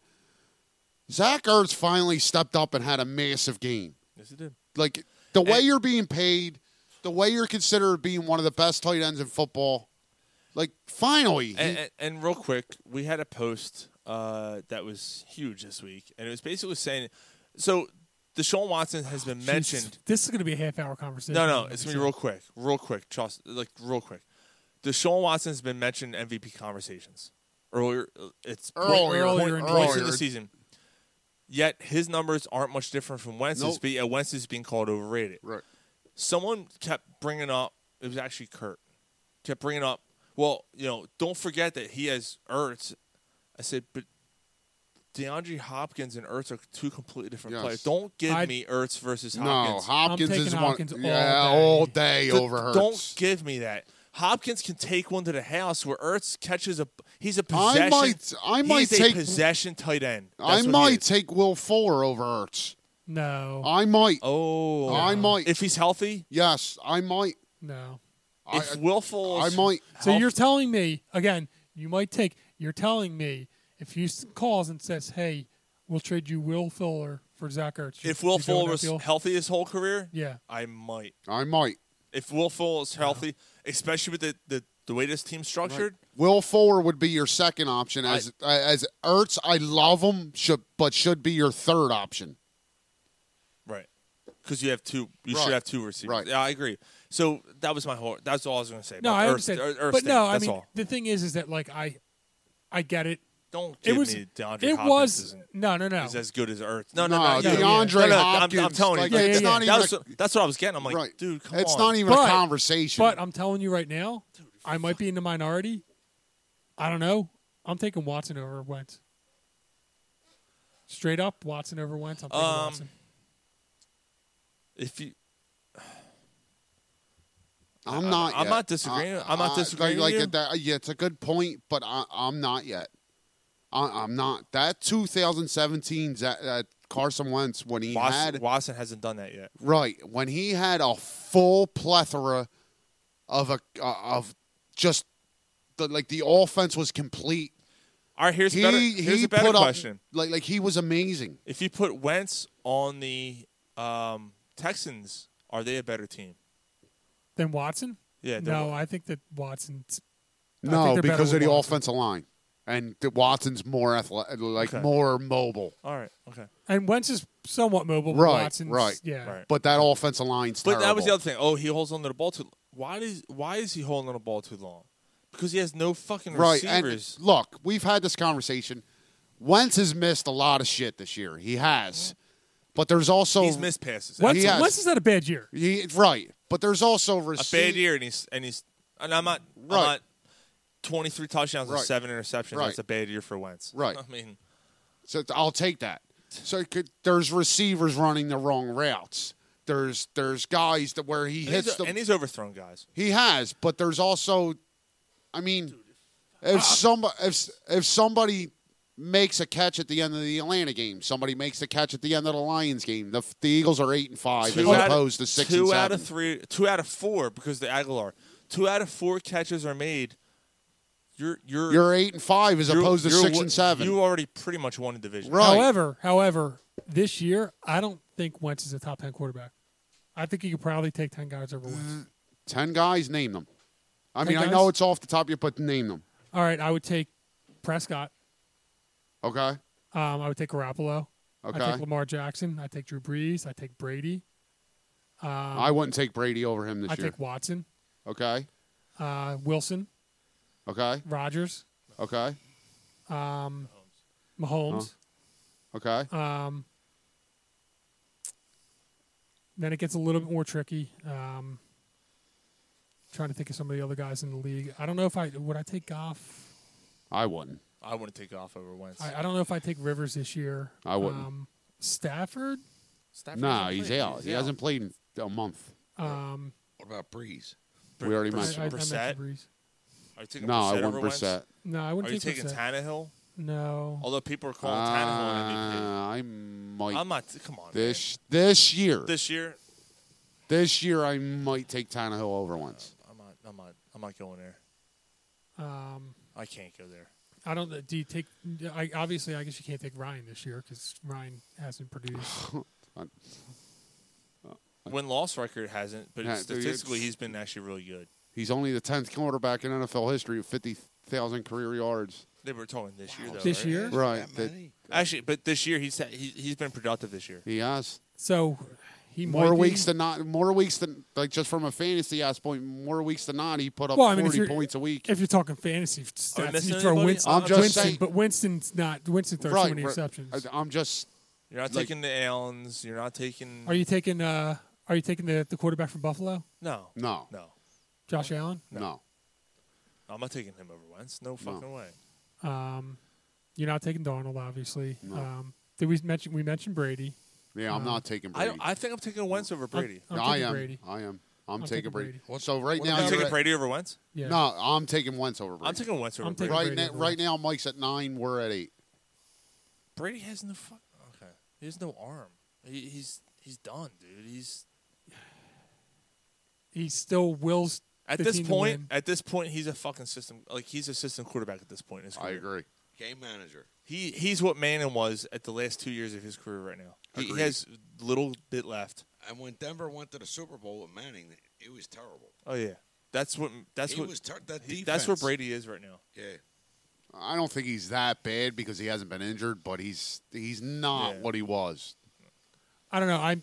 [SPEAKER 7] Zach Ertz finally stepped up and had a massive game.
[SPEAKER 2] yes, he did.
[SPEAKER 7] Like the way
[SPEAKER 2] And-
[SPEAKER 7] you're being paid, the way you're considered being one of the best tight ends in football. Like finally, he-
[SPEAKER 2] And, and, and real quick, we had a post uh, that was huge this week, and it was basically saying, so Deshaun Watson has been mentioned.
[SPEAKER 5] Jesus, this is going to be a half hour conversation.
[SPEAKER 2] No, no, it's gonna be real quick, real quick. Trust, like real quick. Deshaun Watson has been mentioned in MVP conversations earlier. uh, It's point-
[SPEAKER 7] Earlier,
[SPEAKER 2] point-
[SPEAKER 5] earlier,
[SPEAKER 2] points in
[SPEAKER 7] earlier.
[SPEAKER 2] the season. Yet his numbers aren't much different from Wentz's,
[SPEAKER 7] Nope.
[SPEAKER 2] be- and Wentz is being called overrated
[SPEAKER 7] right.
[SPEAKER 2] someone kept bringing up it was actually Kurt kept bringing up well you know don't forget that he has Ertz I said but DeAndre Hopkins and Ertz are two completely different
[SPEAKER 7] Yes.
[SPEAKER 2] players don't give
[SPEAKER 5] I-
[SPEAKER 2] me Ertz versus
[SPEAKER 7] No,
[SPEAKER 2] Hopkins
[SPEAKER 7] Hopkins
[SPEAKER 5] taking
[SPEAKER 7] is one.
[SPEAKER 5] Hopkins all
[SPEAKER 7] yeah,
[SPEAKER 5] day.
[SPEAKER 7] all day
[SPEAKER 2] D-
[SPEAKER 7] over Hurts.
[SPEAKER 2] don't give me that Hopkins can take one to the house where Ertz catches a he's a
[SPEAKER 7] I
[SPEAKER 2] possession
[SPEAKER 7] might- I might
[SPEAKER 2] he's
[SPEAKER 7] take-
[SPEAKER 2] a possession tight end
[SPEAKER 7] I
[SPEAKER 2] That's what he
[SPEAKER 7] might
[SPEAKER 2] is.
[SPEAKER 7] take Will Fuller over Ertz.
[SPEAKER 5] No,
[SPEAKER 7] I might.
[SPEAKER 2] oh
[SPEAKER 7] I might.
[SPEAKER 2] if he's healthy
[SPEAKER 7] yes, I might.
[SPEAKER 5] no.
[SPEAKER 2] if willful
[SPEAKER 7] I might.
[SPEAKER 5] So you're telling me again? You might take. You're telling me if Houston calls and says, "Hey, we'll trade you Will Fuller for Zach Ertz." you-
[SPEAKER 2] if Will
[SPEAKER 5] you're doing
[SPEAKER 2] Fuller
[SPEAKER 5] that
[SPEAKER 2] was
[SPEAKER 5] deal?
[SPEAKER 2] healthy his whole career
[SPEAKER 5] yeah,
[SPEAKER 6] uh,
[SPEAKER 2] I might
[SPEAKER 7] I might.
[SPEAKER 2] if Will Fuller is healthy, especially with the, the, the way this team's structured,
[SPEAKER 7] Will Fuller would be your second option as as Ertz. I love him, should but should be your third option.
[SPEAKER 2] right? Because you have two, you
[SPEAKER 7] Right.
[SPEAKER 2] should have two receivers.
[SPEAKER 7] Right.
[SPEAKER 2] Yeah, I agree. So that was my whole. That's all I was going to say.
[SPEAKER 5] no,
[SPEAKER 2] about
[SPEAKER 5] I
[SPEAKER 2] Ertz-
[SPEAKER 5] understand.
[SPEAKER 2] Er- Ertz
[SPEAKER 5] but
[SPEAKER 2] thing.
[SPEAKER 5] no, I
[SPEAKER 2] that's
[SPEAKER 5] mean
[SPEAKER 2] all.
[SPEAKER 5] the thing is, is that like I, I get it.
[SPEAKER 6] Don't
[SPEAKER 5] It
[SPEAKER 6] give
[SPEAKER 5] was-
[SPEAKER 6] me DeAndre
[SPEAKER 5] it
[SPEAKER 6] Hopkins.
[SPEAKER 5] was-
[SPEAKER 6] isn't-
[SPEAKER 5] no, no, no.
[SPEAKER 6] Is as good as Earth. No, no,
[SPEAKER 7] No,
[SPEAKER 6] no. yeah, yeah.
[SPEAKER 7] DeAndre
[SPEAKER 6] no, no, I'm, I'm
[SPEAKER 7] Hopkins,
[SPEAKER 6] telling
[SPEAKER 7] like,
[SPEAKER 6] you,
[SPEAKER 7] Yeah,
[SPEAKER 5] it's yeah, not
[SPEAKER 6] that
[SPEAKER 7] even
[SPEAKER 6] was- that's what I was getting. I'm like,
[SPEAKER 7] Right.
[SPEAKER 6] dude, come
[SPEAKER 7] it's
[SPEAKER 6] on.
[SPEAKER 7] not even
[SPEAKER 5] But-
[SPEAKER 7] a conversation.
[SPEAKER 5] But I'm telling you right now, I might be in the minority. I don't know. I'm taking Watson over Wentz. Straight up, Watson over Wentz. I'm taking
[SPEAKER 6] Um,
[SPEAKER 5] Watson.
[SPEAKER 6] If you,
[SPEAKER 7] I'm not.
[SPEAKER 6] I'm
[SPEAKER 7] yet.
[SPEAKER 6] not disagreeing.
[SPEAKER 7] I-
[SPEAKER 6] I'm not
[SPEAKER 7] I-
[SPEAKER 6] disagreeing
[SPEAKER 7] Like,
[SPEAKER 6] with
[SPEAKER 7] like that- yeah, it's a good point, but I, I'm not yet. I, I'm not. That 2017 that, that uh, Carson Wentz when he
[SPEAKER 6] Watson,
[SPEAKER 7] had
[SPEAKER 6] Watson hasn't done that yet.
[SPEAKER 7] right when he had a full plethora of a uh, of just the, like the offense was complete.
[SPEAKER 6] All right, here's
[SPEAKER 7] He
[SPEAKER 6] a better,
[SPEAKER 7] he
[SPEAKER 6] here's a better
[SPEAKER 7] put up-
[SPEAKER 6] question.
[SPEAKER 7] like like he was amazing.
[SPEAKER 6] If you put Wentz on the um, Texans, are they a better team?
[SPEAKER 5] Then Watson?
[SPEAKER 6] Yeah, they're-
[SPEAKER 5] No, I think that Watson's. I think
[SPEAKER 7] No,
[SPEAKER 5] they're better
[SPEAKER 7] because of
[SPEAKER 5] with
[SPEAKER 7] the
[SPEAKER 5] Watson.
[SPEAKER 7] offensive line and the Watson's more athletic, like
[SPEAKER 6] Okay.
[SPEAKER 7] more mobile.
[SPEAKER 6] All right, okay.
[SPEAKER 5] And Wentz is somewhat mobile. but
[SPEAKER 7] Right,
[SPEAKER 5] Watson's,
[SPEAKER 7] right,
[SPEAKER 5] yeah.
[SPEAKER 6] right.
[SPEAKER 7] But that offensive line's
[SPEAKER 6] But that was the
[SPEAKER 7] terrible.
[SPEAKER 6] other thing. Oh, he holds on to the ball too. Why does why is he holding on to the ball too long? Because he has no fucking
[SPEAKER 7] Right.
[SPEAKER 6] receivers.
[SPEAKER 7] And look, we've had this conversation. Wentz has missed a lot of shit this year. He has. But there's also
[SPEAKER 6] Mm-hmm. he's missed passes.
[SPEAKER 5] Wentz,
[SPEAKER 7] He has-
[SPEAKER 5] Wentz has had a bad year.
[SPEAKER 7] He- right. But there's also
[SPEAKER 6] a
[SPEAKER 7] receive,
[SPEAKER 6] bad year, and he's and he's and I'm not I'm
[SPEAKER 7] Right.
[SPEAKER 6] not 23 touchdowns and
[SPEAKER 7] Right.
[SPEAKER 6] seven interceptions.
[SPEAKER 7] Right.
[SPEAKER 6] That's a bad year for Wentz.
[SPEAKER 7] Right.
[SPEAKER 6] I mean,
[SPEAKER 7] So I'll take that. So it could, there's receivers running the wrong routes. There's there's guys that where he
[SPEAKER 6] and he's,
[SPEAKER 7] hits the
[SPEAKER 6] and he's overthrown guys.
[SPEAKER 7] He has, but there's also, I mean, if somebody if if somebody makes a catch at the end of the Atlanta game, somebody makes a catch at the end of the Lions game. The, the Eagles are eight and five as
[SPEAKER 6] out of-
[SPEAKER 7] opposed to six
[SPEAKER 6] two
[SPEAKER 7] and seven.
[SPEAKER 6] out of three, two out of four because the Aguilar. Two out of four catches are made. You're you're
[SPEAKER 7] You're eight and five as
[SPEAKER 6] you're-
[SPEAKER 7] opposed to
[SPEAKER 6] you're
[SPEAKER 7] six
[SPEAKER 6] wa-
[SPEAKER 7] and seven.
[SPEAKER 6] You already pretty much won the division.
[SPEAKER 7] right.
[SPEAKER 5] However, however, this year I don't think Wentz is a top ten quarterback. I think he could probably take ten guys over
[SPEAKER 7] Mm.
[SPEAKER 5] Wentz.
[SPEAKER 7] Ten guys, name them. I
[SPEAKER 5] Ten
[SPEAKER 7] mean, I
[SPEAKER 5] guys?
[SPEAKER 7] know it's off the top of your, but name them.
[SPEAKER 5] All right, I would take Prescott.
[SPEAKER 7] Okay.
[SPEAKER 5] Um, I would take Garoppolo. I
[SPEAKER 7] Okay.
[SPEAKER 5] take Lamar Jackson. I take Drew Brees. I take Brady.
[SPEAKER 7] I wouldn't take Brady over him this
[SPEAKER 5] I
[SPEAKER 7] year.
[SPEAKER 5] take Watson.
[SPEAKER 7] okay.
[SPEAKER 5] Uh, Wilson.
[SPEAKER 7] Okay.
[SPEAKER 5] Rogers.
[SPEAKER 7] Okay.
[SPEAKER 5] Mahomes.
[SPEAKER 7] Okay.
[SPEAKER 5] Um, then it gets a little bit more tricky. Um, trying to think of some of the other guys in the league. I don't know if I would I take Goff.
[SPEAKER 7] I wouldn't.
[SPEAKER 6] I wouldn't take off over Wentz.
[SPEAKER 5] I, I don't know if I take Rivers this year.
[SPEAKER 7] I wouldn't.
[SPEAKER 5] um, Stafford.
[SPEAKER 6] Stafford
[SPEAKER 7] No,
[SPEAKER 6] hasn't
[SPEAKER 7] he's
[SPEAKER 6] played.
[SPEAKER 7] out. He hasn't played in a month.
[SPEAKER 5] Um,
[SPEAKER 8] What about Breeze?
[SPEAKER 7] We already
[SPEAKER 5] I, I,
[SPEAKER 7] mentioned.
[SPEAKER 5] I
[SPEAKER 6] Brissett?
[SPEAKER 5] mentioned Brees.
[SPEAKER 6] Are you taking
[SPEAKER 7] No, I
[SPEAKER 6] Brissett
[SPEAKER 7] wouldn't
[SPEAKER 6] over Wentz?
[SPEAKER 7] Brissett.
[SPEAKER 5] No, I
[SPEAKER 6] Are
[SPEAKER 5] wouldn't
[SPEAKER 6] you
[SPEAKER 5] take
[SPEAKER 6] taking
[SPEAKER 5] Brissett.
[SPEAKER 6] Tannehill?
[SPEAKER 5] No.
[SPEAKER 6] Although people are
[SPEAKER 7] Uh,
[SPEAKER 6] calling Tannehill an MVP.
[SPEAKER 7] I
[SPEAKER 8] Uh,
[SPEAKER 7] might
[SPEAKER 6] I'm not. Come on.
[SPEAKER 7] Uh, this this year.
[SPEAKER 6] man.
[SPEAKER 7] This,
[SPEAKER 6] this year.
[SPEAKER 7] year, I might take Tannehill over once.
[SPEAKER 6] I'm not. I'm not. I'm not going there.
[SPEAKER 5] Um,
[SPEAKER 6] I can't go there.
[SPEAKER 5] I don't. know. Do you take? I obviously, I guess you can't take Ryan this year because Ryan hasn't produced.
[SPEAKER 6] Win loss record hasn't, but
[SPEAKER 7] Yeah, dude,
[SPEAKER 6] statistically
[SPEAKER 7] it's-
[SPEAKER 6] he's been actually really good.
[SPEAKER 7] He's only the tenth quarterback in NFL history with fifty thousand career yards.
[SPEAKER 6] They were talking this year though.
[SPEAKER 5] This
[SPEAKER 6] right?
[SPEAKER 5] year?
[SPEAKER 7] Right,
[SPEAKER 8] That
[SPEAKER 7] that-
[SPEAKER 8] many?
[SPEAKER 6] Actually, but this year he's he, he's been productive this year.
[SPEAKER 7] He has
[SPEAKER 5] so he
[SPEAKER 7] more
[SPEAKER 5] might
[SPEAKER 7] weeks
[SPEAKER 5] be,
[SPEAKER 7] than not. More weeks than like just from a fantasy ass point. More weeks than not, he put up
[SPEAKER 5] Well, I mean, if
[SPEAKER 7] forty
[SPEAKER 5] you're-
[SPEAKER 7] points a week.
[SPEAKER 5] If you're talking fantasy
[SPEAKER 6] Are we
[SPEAKER 5] stats,
[SPEAKER 6] missing
[SPEAKER 5] you throw
[SPEAKER 6] anybody?
[SPEAKER 5] Winston.
[SPEAKER 7] I'm just
[SPEAKER 5] Winston,
[SPEAKER 7] saying-
[SPEAKER 5] but Winston's not. Winston throws
[SPEAKER 7] right,
[SPEAKER 5] so many
[SPEAKER 7] right.
[SPEAKER 5] exceptions.
[SPEAKER 7] I, am just
[SPEAKER 6] You're not
[SPEAKER 7] Like-
[SPEAKER 6] taking the Allens. You're not taking.
[SPEAKER 5] are you taking? Uh, are you taking the, the quarterback from Buffalo,
[SPEAKER 6] No.
[SPEAKER 7] No.
[SPEAKER 6] No.
[SPEAKER 5] Josh Allen?
[SPEAKER 7] no.
[SPEAKER 6] I'm not taking him over Wentz. No fucking way.
[SPEAKER 5] Um, you're not taking Donald, obviously. Um, did we mention we mentioned Brady?
[SPEAKER 7] Yeah, I'm not taking
[SPEAKER 6] I
[SPEAKER 7] Brady.
[SPEAKER 6] don't, I think I'm taking Wentz over Brady.
[SPEAKER 5] I'm
[SPEAKER 7] No, I
[SPEAKER 5] taking
[SPEAKER 7] am.
[SPEAKER 5] Brady.
[SPEAKER 7] I am. I'm,
[SPEAKER 5] taking
[SPEAKER 7] taking Brady.
[SPEAKER 5] Brady.
[SPEAKER 7] So right
[SPEAKER 8] What
[SPEAKER 7] now,
[SPEAKER 8] about-
[SPEAKER 6] I'm
[SPEAKER 7] you're
[SPEAKER 6] taking
[SPEAKER 7] at-
[SPEAKER 6] Brady over Wentz.
[SPEAKER 5] Yeah.
[SPEAKER 7] No, I'm taking Wentz over Brady.
[SPEAKER 6] I'm taking Wentz over
[SPEAKER 5] I'm
[SPEAKER 6] Brady.
[SPEAKER 5] taking- Brady
[SPEAKER 7] right now,
[SPEAKER 5] over
[SPEAKER 7] right now, Mike's at nine. We're at eight.
[SPEAKER 6] Brady has no fuck. Okay. He has no arm. He, he's he's done, dude. He's
[SPEAKER 5] He still wills.
[SPEAKER 6] at
[SPEAKER 5] the
[SPEAKER 6] this
[SPEAKER 5] team to
[SPEAKER 6] point.
[SPEAKER 5] win.
[SPEAKER 6] At this point, he's a fucking system. Like he's a system quarterback at this point. in his
[SPEAKER 7] I
[SPEAKER 6] career.
[SPEAKER 7] agree.
[SPEAKER 8] Game manager.
[SPEAKER 6] He he's what Manning was at the last two years of his career right now. He, he has little bit left.
[SPEAKER 8] And when Denver went to the Super Bowl with Manning, it was terrible.
[SPEAKER 6] Oh yeah, that's what that's
[SPEAKER 8] He
[SPEAKER 6] what
[SPEAKER 8] was ter- that
[SPEAKER 6] he- that's where
[SPEAKER 8] defense.
[SPEAKER 6] Brady is right now.
[SPEAKER 8] Yeah.
[SPEAKER 7] I don't think he's that bad because he hasn't been injured, but he's he's not
[SPEAKER 6] Yeah.
[SPEAKER 7] what he was.
[SPEAKER 5] I don't know. I'm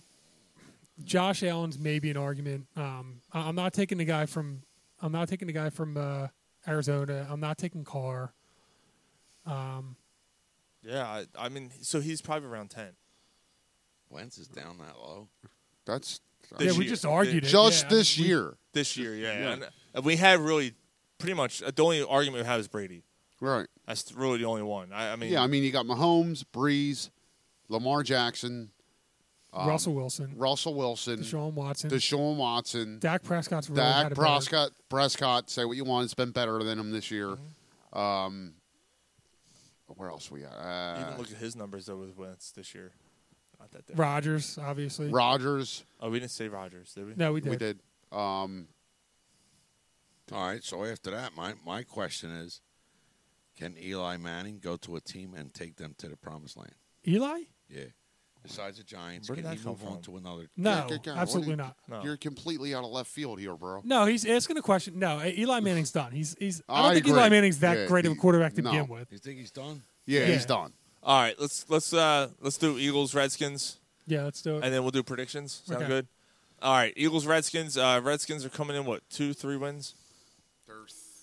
[SPEAKER 5] Josh Allen's maybe an argument. Um, I- I'm not taking the guy from. I'm not taking the guy from uh, Arizona. I'm not taking Carr. Um,
[SPEAKER 6] Yeah, I, I mean, so he's probably around ten.
[SPEAKER 8] Wentz is down that low.
[SPEAKER 7] That's
[SPEAKER 5] Yeah, we just argued it,
[SPEAKER 7] Just
[SPEAKER 5] yeah, I
[SPEAKER 7] this
[SPEAKER 5] mean, we-
[SPEAKER 7] year,
[SPEAKER 6] This year, yeah.
[SPEAKER 7] Yeah.
[SPEAKER 6] And, and we had really pretty much uh, the only argument we had was Brady.
[SPEAKER 7] right?
[SPEAKER 6] That's really the only one. I, I mean,
[SPEAKER 7] yeah, I mean, you got Mahomes, Breeze, Lamar Jackson, um,
[SPEAKER 5] Russell Wilson,
[SPEAKER 7] Russell Wilson,
[SPEAKER 5] Deshaun Watson,
[SPEAKER 7] Deshaun Watson,
[SPEAKER 5] Dak Prescott's really had
[SPEAKER 7] Dak
[SPEAKER 5] a better-
[SPEAKER 7] Prescott. Prescott, say what you want. It's been better than him this year.
[SPEAKER 5] Mm-hmm.
[SPEAKER 7] Um, where else we got?
[SPEAKER 6] even
[SPEAKER 7] Uh,
[SPEAKER 6] look at his numbers though with Wentz this year. Not that different.
[SPEAKER 5] Rodgers, obviously.
[SPEAKER 7] Rogers,
[SPEAKER 6] Oh, we didn't say Rogers, did we?
[SPEAKER 5] no, we did.
[SPEAKER 7] we did. Um,
[SPEAKER 8] All right. So after that, my, my question is can Eli Manning go to a team and take them to the promised land?
[SPEAKER 5] Eli?
[SPEAKER 8] Yeah. Besides the Giants,
[SPEAKER 6] Where did
[SPEAKER 8] can
[SPEAKER 6] that
[SPEAKER 8] he
[SPEAKER 6] come
[SPEAKER 8] move on
[SPEAKER 6] from?
[SPEAKER 8] to another?
[SPEAKER 5] No,
[SPEAKER 7] Yeah, good guy. What
[SPEAKER 5] absolutely
[SPEAKER 7] do you-
[SPEAKER 5] not.
[SPEAKER 6] No.
[SPEAKER 7] You're completely out of left field here, bro.
[SPEAKER 5] No, he's asking a question. No, Eli Manning's done. He's he's. I don't
[SPEAKER 7] I
[SPEAKER 5] think Eli
[SPEAKER 7] agree.
[SPEAKER 5] Manning's that
[SPEAKER 7] Yeah,
[SPEAKER 5] great of a
[SPEAKER 7] he-
[SPEAKER 5] quarterback to
[SPEAKER 7] no.
[SPEAKER 5] begin with.
[SPEAKER 8] You think he's done?
[SPEAKER 7] Yeah,
[SPEAKER 5] Yeah.
[SPEAKER 7] he's done.
[SPEAKER 6] All right, let's let's uh let's do Eagles Redskins,
[SPEAKER 5] Yeah, let's do it.
[SPEAKER 6] and then we'll do predictions. Sound
[SPEAKER 5] Okay.
[SPEAKER 6] good? All right, Eagles Redskins. Uh, Redskins are coming in what two three wins?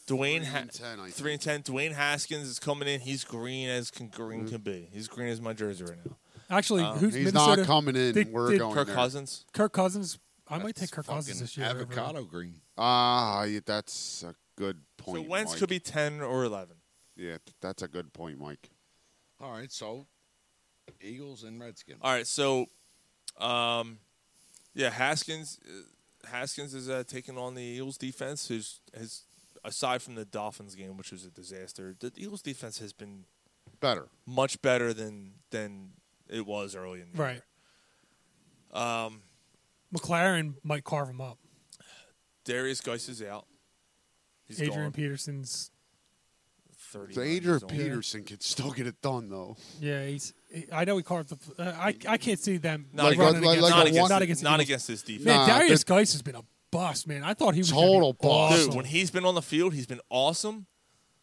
[SPEAKER 6] Dwayne
[SPEAKER 7] Three
[SPEAKER 6] ha-
[SPEAKER 7] and 10, I
[SPEAKER 6] three and ten. Dwayne Haskins is coming in. He's green as can, green
[SPEAKER 7] Mm-hmm.
[SPEAKER 6] can be. He's green as my jersey right now.
[SPEAKER 5] Actually,
[SPEAKER 6] um,
[SPEAKER 5] who's
[SPEAKER 7] He's
[SPEAKER 5] Minnesota?
[SPEAKER 7] not coming in.
[SPEAKER 5] Did-
[SPEAKER 7] We're
[SPEAKER 5] did-
[SPEAKER 7] going
[SPEAKER 6] Kirk
[SPEAKER 7] there.
[SPEAKER 6] Cousins.
[SPEAKER 5] Kirk Cousins. I might take
[SPEAKER 8] That's
[SPEAKER 5] Kirk Cousins
[SPEAKER 8] fucking
[SPEAKER 5] this year. over-
[SPEAKER 8] Avocado green.
[SPEAKER 7] Ah, y- that's a good point.
[SPEAKER 6] so Wentz
[SPEAKER 7] Mike.
[SPEAKER 6] could be ten or eleven.
[SPEAKER 7] Yeah, th- that's a good point, Mike.
[SPEAKER 8] All right. So Eagles and Redskins.
[SPEAKER 6] All right, so, um, yeah, Haskins, uh, Haskins is uh, taking on the Eagles defense, who's has aside from the Dolphins game, which was a disaster. The Eagles defense has been
[SPEAKER 7] Better.
[SPEAKER 6] much better than than it was early in the
[SPEAKER 5] Right.
[SPEAKER 6] year.
[SPEAKER 5] Um,
[SPEAKER 6] Um,
[SPEAKER 5] McLaren might carve him up.
[SPEAKER 6] Darius Geis is out. He's
[SPEAKER 5] Adrian
[SPEAKER 6] gone.
[SPEAKER 5] Peterson's.
[SPEAKER 6] Thirty.
[SPEAKER 7] So Adrian Peterson can still get it done, though.
[SPEAKER 5] Yeah, he's. he- I know he carved the. Uh, I I can't see them
[SPEAKER 6] Not,
[SPEAKER 7] Like
[SPEAKER 6] against,
[SPEAKER 5] running
[SPEAKER 7] a- like-
[SPEAKER 5] against,
[SPEAKER 7] like
[SPEAKER 6] not,
[SPEAKER 7] a
[SPEAKER 6] against,
[SPEAKER 7] one-
[SPEAKER 5] not against.
[SPEAKER 6] not
[SPEAKER 5] Eagles.
[SPEAKER 6] against this defense.
[SPEAKER 5] Man,
[SPEAKER 7] Nah,
[SPEAKER 5] Darius Geis has been a bust, man. I thought he was gonna be
[SPEAKER 7] Total bust.
[SPEAKER 5] awesome.
[SPEAKER 6] Dude, when he's been on the field, he's been awesome.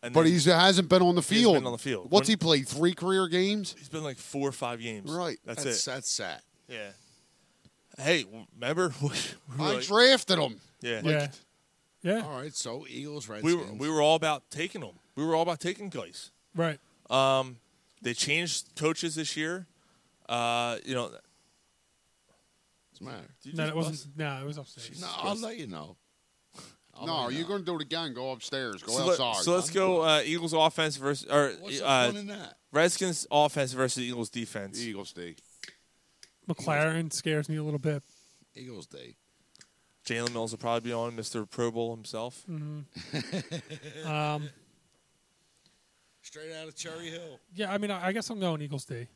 [SPEAKER 6] And
[SPEAKER 7] But
[SPEAKER 6] then
[SPEAKER 7] he hasn't been on the
[SPEAKER 6] He hasn't
[SPEAKER 7] field.
[SPEAKER 6] been on the field.
[SPEAKER 7] What's
[SPEAKER 6] When-
[SPEAKER 7] he played? Three career games?
[SPEAKER 6] he's been like four or five games.
[SPEAKER 7] Right.
[SPEAKER 6] That's,
[SPEAKER 8] that's
[SPEAKER 6] it.
[SPEAKER 8] That's sad.
[SPEAKER 6] Yeah. Hey, remember? we were
[SPEAKER 7] I
[SPEAKER 6] like-
[SPEAKER 7] drafted him.
[SPEAKER 6] yeah.
[SPEAKER 5] yeah, yeah,
[SPEAKER 8] All right. So Eagles,
[SPEAKER 6] We
[SPEAKER 8] Redskins.
[SPEAKER 6] were we were all about taking them. We were all about taking guys.
[SPEAKER 5] right.
[SPEAKER 6] They changed coaches this year. Uh, you know.
[SPEAKER 8] What's the matter?
[SPEAKER 6] did you
[SPEAKER 5] No,
[SPEAKER 6] just
[SPEAKER 5] it
[SPEAKER 6] bust?
[SPEAKER 5] wasn't. No, it was upstairs.
[SPEAKER 8] No, I'll let you know. I'll
[SPEAKER 7] no,
[SPEAKER 8] let you
[SPEAKER 7] you're
[SPEAKER 8] know.
[SPEAKER 7] going to do it again. Go upstairs. Go
[SPEAKER 6] uh, So, let,
[SPEAKER 7] outside.
[SPEAKER 6] so let's go uh, Eagles offense versus or
[SPEAKER 8] What's the
[SPEAKER 6] uh,
[SPEAKER 8] fun in that?
[SPEAKER 6] Redskins offense versus Eagles defense.
[SPEAKER 7] Eagles D.
[SPEAKER 5] McLaren scares me a little bit.
[SPEAKER 8] Eagles Day.
[SPEAKER 6] Jalen Mills will probably be on Mr. Pro Bowl himself.
[SPEAKER 5] Hmm. Um,
[SPEAKER 8] Straight out of Cherry Hill. Uh,
[SPEAKER 5] Yeah, I mean, I, I guess I'm going Eagles D.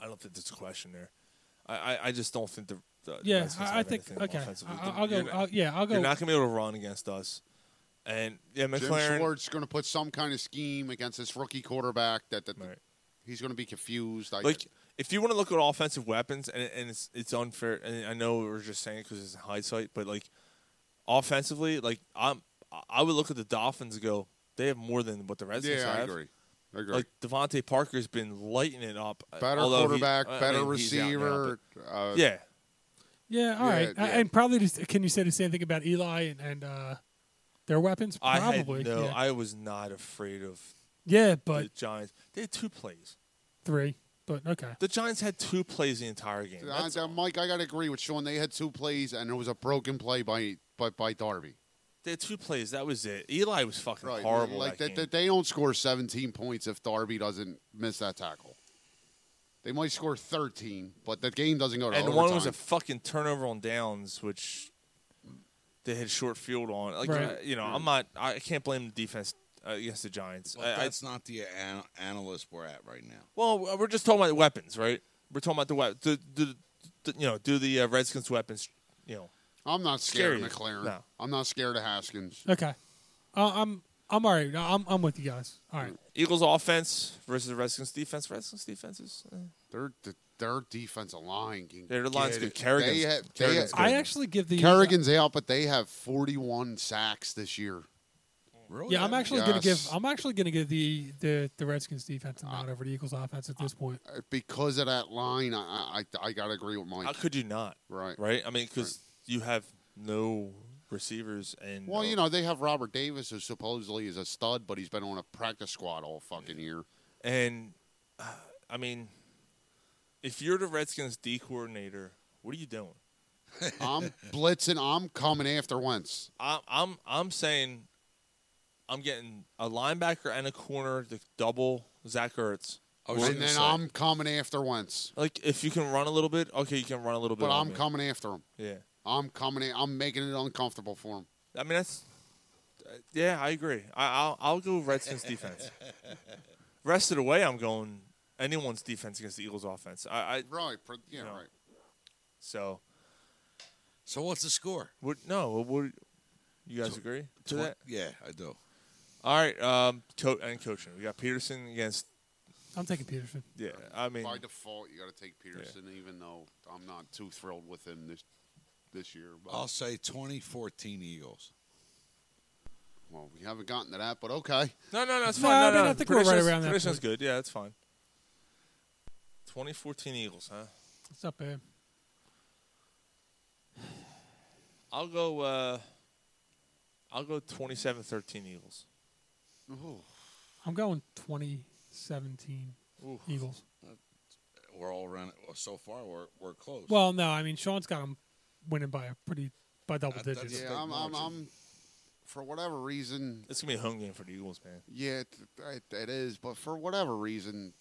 [SPEAKER 6] I don't think there's a question there. I, I, I just don't think the, the
[SPEAKER 5] Yeah,
[SPEAKER 6] Redskins
[SPEAKER 5] I, I
[SPEAKER 6] have
[SPEAKER 5] think.
[SPEAKER 6] anything
[SPEAKER 5] Okay,
[SPEAKER 6] offensively.
[SPEAKER 5] I, I'll go.
[SPEAKER 6] You're not-
[SPEAKER 5] I'll, yeah, I'll go.
[SPEAKER 6] You're not gonna be able to run against us. And yeah,
[SPEAKER 7] Jim
[SPEAKER 6] McLaren.
[SPEAKER 7] Schwartz going to put some kind of scheme against this rookie quarterback that, that
[SPEAKER 6] Right.
[SPEAKER 7] he's going to be confused. I,
[SPEAKER 6] Like, if you want to look at offensive weapons, and, and it's it's unfair, and I know we're just saying it because it's in hindsight, but like offensively, like I'm, I would look at the Dolphins and go, they have more than what the Redskins
[SPEAKER 7] yeah, I
[SPEAKER 6] have.
[SPEAKER 7] agree. I agree.
[SPEAKER 6] Like Devontae Parker's been lighting it up. uh,
[SPEAKER 7] better
[SPEAKER 6] although he-
[SPEAKER 7] quarterback,
[SPEAKER 6] I
[SPEAKER 7] better
[SPEAKER 6] mean, he's out now,
[SPEAKER 7] receiver. uh,
[SPEAKER 6] but- yeah,
[SPEAKER 5] Yeah, all
[SPEAKER 7] Yeah,
[SPEAKER 5] right. I-
[SPEAKER 7] yeah.
[SPEAKER 5] And probably just, can you say the same thing about Eli and, and uh, their weapons?
[SPEAKER 6] I had
[SPEAKER 5] Probably.
[SPEAKER 6] no.
[SPEAKER 5] yeah.
[SPEAKER 6] I was not afraid of
[SPEAKER 5] yeah,
[SPEAKER 6] the
[SPEAKER 5] but
[SPEAKER 6] Giants. They had two plays.
[SPEAKER 5] three. But okay.
[SPEAKER 6] The Giants had two plays the entire game.
[SPEAKER 7] I,
[SPEAKER 6] That's
[SPEAKER 7] uh, Mike, I gotta agree with Sean. They had two plays, and it was a broken play by by, by Darby.
[SPEAKER 6] They had two plays. That was it. Eli was fucking
[SPEAKER 7] Right,
[SPEAKER 6] horrible.
[SPEAKER 7] Like
[SPEAKER 6] that
[SPEAKER 7] they,
[SPEAKER 6] game.
[SPEAKER 7] they don't score 17 points if Darby doesn't miss that tackle. They might score 13, but the game doesn't go to
[SPEAKER 6] and
[SPEAKER 7] overtime.
[SPEAKER 6] one was a fucking turnover on downs, which they had short field on. Like
[SPEAKER 5] Right.
[SPEAKER 6] uh, you know, I'm not. I can't blame the defense uh, against the Giants.
[SPEAKER 8] But
[SPEAKER 6] I- I-
[SPEAKER 8] that's not the an- analyst we're at right now.
[SPEAKER 6] well, uh, we're just talking about weapons, right? We're talking about the weapons. Do, do, do- you know, do the uh, Redskins weapons? You know,
[SPEAKER 7] I'm not scared
[SPEAKER 6] Scary.
[SPEAKER 7] of McLaren.
[SPEAKER 6] No.
[SPEAKER 7] I'm not scared of Haskins.
[SPEAKER 5] Okay. Uh, I'm I'm all right. No, I'm I'm with you guys. All right.
[SPEAKER 6] Eagles offense versus the Redskins defense. Redskins defense is eh.
[SPEAKER 7] Their th- their defensive line can
[SPEAKER 6] their line's
[SPEAKER 7] get
[SPEAKER 6] good.
[SPEAKER 7] it.
[SPEAKER 6] Kerrigan's,
[SPEAKER 7] They have- they
[SPEAKER 6] Kerrigan's
[SPEAKER 7] have-
[SPEAKER 6] good.
[SPEAKER 5] I actually give the
[SPEAKER 7] Kerrigan's out, but they have 41 sacks this year.
[SPEAKER 8] Really?
[SPEAKER 5] uh, Yeah, I'm actually gonna give.
[SPEAKER 7] Yes.
[SPEAKER 5] I'm actually gonna give the the, the Redskins defense a
[SPEAKER 6] Uh,
[SPEAKER 5] nod over the Eagles offense at this point.
[SPEAKER 7] Uh, Because of that line, I I, I gotta agree with Mike.
[SPEAKER 6] How could you not?
[SPEAKER 7] Right.
[SPEAKER 6] Right. I mean, because you have no receivers and
[SPEAKER 7] Well, you know they have Robert Davis, who supposedly is a stud, but he's been on a practice squad all fucking year.
[SPEAKER 6] And uh, I mean, if you're the Redskins D coordinator, what are you doing?
[SPEAKER 7] I'm blitzing. I'm coming after Wentz.
[SPEAKER 6] I'm I'm I'm saying I'm getting a linebacker and a corner to double Zach Ertz.
[SPEAKER 7] and then I'm coming after Wentz.
[SPEAKER 6] like if you can run a little bit, okay, you can run a little bit.
[SPEAKER 7] But I'm
[SPEAKER 6] on me.
[SPEAKER 7] coming after him.
[SPEAKER 6] Yeah,
[SPEAKER 7] I'm coming. In, I'm making it uncomfortable for him.
[SPEAKER 6] I mean that's uh, yeah, I agree. I, I'll I'll go Redskins defense. Rest of the way, I'm going anyone's defense against the Eagles offense. I, I
[SPEAKER 7] Right. pr- Yeah.
[SPEAKER 6] No.
[SPEAKER 7] Right.
[SPEAKER 6] so
[SPEAKER 1] So what's the score?
[SPEAKER 6] what? No, what? You guys agree to that?
[SPEAKER 1] Yeah, I do.
[SPEAKER 6] All right, um, co- and coaching. We got Peterson against.
[SPEAKER 5] I'm taking Peterson.
[SPEAKER 6] Yeah, I mean,
[SPEAKER 7] By default, you got to take Peterson, even though I'm not too thrilled with him this this year. But,
[SPEAKER 1] I'll say 2014 Eagles.
[SPEAKER 7] well, we haven't gotten to that, but okay.
[SPEAKER 6] no, no, no, it's
[SPEAKER 5] No,
[SPEAKER 6] fine.
[SPEAKER 5] I
[SPEAKER 6] no,
[SPEAKER 5] mean,
[SPEAKER 6] no.
[SPEAKER 5] I think we're right
[SPEAKER 6] Prediction's-
[SPEAKER 5] around that
[SPEAKER 6] prediction's
[SPEAKER 5] point.
[SPEAKER 6] good. Yeah, that's fine. 2014 Eagles, huh?
[SPEAKER 5] It's eh? not bad.
[SPEAKER 6] I'll go. uh I'll go 27-13 Eagles.
[SPEAKER 5] I'm going 2017 Eagles.
[SPEAKER 1] We're all running. well, So far, we're, we're close.
[SPEAKER 5] Well, no, I mean Sean's got him winning by a pretty by double
[SPEAKER 1] That- that's-
[SPEAKER 5] digits.
[SPEAKER 1] big
[SPEAKER 7] Yeah, I'm, I'm,
[SPEAKER 1] margin.
[SPEAKER 7] I'm. For whatever reason,
[SPEAKER 6] It's gonna be a home game for the Eagles, man.
[SPEAKER 7] Yeah, it, it, it is. But for whatever reason,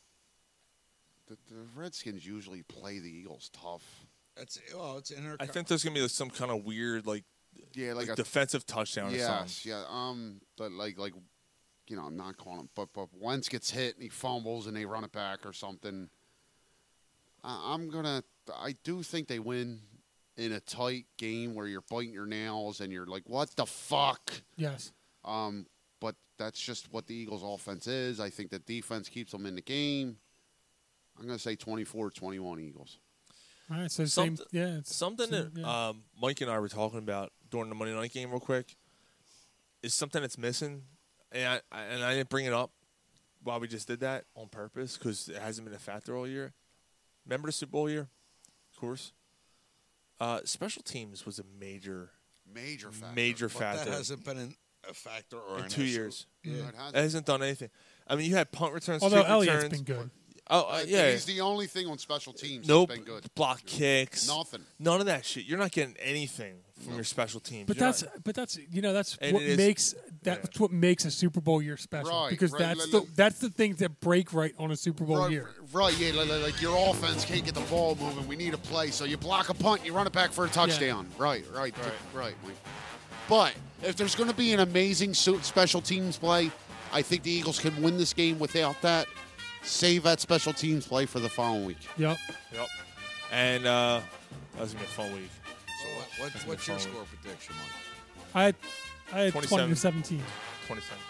[SPEAKER 7] the, the Redskins usually play the Eagles tough.
[SPEAKER 1] That's well, it's inter.
[SPEAKER 6] I think there's gonna be like, some kind of weird like,
[SPEAKER 7] Yeah, like,
[SPEAKER 6] like,
[SPEAKER 7] a
[SPEAKER 6] defensive touchdown or something.
[SPEAKER 7] yes, yeah. Um, but like like, you know, I'm not calling him, but but Wentz gets hit and he fumbles and they run it back or something. I, I'm gonna. I do think they win in a tight game where you're biting your nails and you're like, what the fuck.
[SPEAKER 5] Yes.
[SPEAKER 7] Um, but that's just what the Eagles' offense is. I think the defense keeps them in the game. I'm going to say 24 21 Eagles.
[SPEAKER 5] All right. So
[SPEAKER 6] Some-
[SPEAKER 5] same. Yeah. It's
[SPEAKER 6] Something
[SPEAKER 5] same-
[SPEAKER 6] that
[SPEAKER 5] yeah.
[SPEAKER 6] um, Mike and I were talking about during the Monday night game, real quick, is something that's missing, and I, I- and I didn't bring it up why we just did that on purpose because it hasn't been a factor all year. Remember the Super Bowl year, of course. Uh, special teams was a major,
[SPEAKER 7] Major factor.
[SPEAKER 6] major
[SPEAKER 1] but that
[SPEAKER 6] factor
[SPEAKER 1] hasn't been an, a factor or
[SPEAKER 6] in
[SPEAKER 1] an
[SPEAKER 6] two
[SPEAKER 1] issue.
[SPEAKER 6] years.
[SPEAKER 7] Yeah, it
[SPEAKER 6] It
[SPEAKER 7] has-
[SPEAKER 6] hasn't done anything. I mean, you had punt returns,
[SPEAKER 5] Although
[SPEAKER 6] kick
[SPEAKER 5] Elliott's
[SPEAKER 6] returns.
[SPEAKER 5] been good.
[SPEAKER 6] Oh uh,
[SPEAKER 7] I-
[SPEAKER 6] yeah,
[SPEAKER 7] He's the only thing on special teams
[SPEAKER 6] nope.
[SPEAKER 7] that's been good.
[SPEAKER 6] Block kicks,
[SPEAKER 7] Nothing.
[SPEAKER 6] none of that shit. You're not getting anything from your special teams.
[SPEAKER 5] But
[SPEAKER 6] You're not-
[SPEAKER 5] that's but that's you know that's
[SPEAKER 6] And
[SPEAKER 5] what
[SPEAKER 6] it is-
[SPEAKER 5] makes that's what makes a Super Bowl year special
[SPEAKER 7] Right,
[SPEAKER 5] because
[SPEAKER 7] right,
[SPEAKER 5] that's
[SPEAKER 7] like-
[SPEAKER 5] the
[SPEAKER 7] like-
[SPEAKER 5] that's the things that break right on a Super Bowl
[SPEAKER 7] Right,
[SPEAKER 5] year.
[SPEAKER 7] right, yeah, like, like- like your offense can't get the ball moving. We need a play, so you block a punt, you run it back for a touchdown. Right, right, right, right. But if there's going to be an amazing su- special teams play, I think the Eagles can win this game without that. Save that special teams play for the following week.
[SPEAKER 5] Yep.
[SPEAKER 6] Yep. And uh, that was gonna be a fun week.
[SPEAKER 1] So what, what, what's your score prediction, Mike?
[SPEAKER 5] I had, I had 20
[SPEAKER 6] 27.
[SPEAKER 5] to 17.
[SPEAKER 6] 27.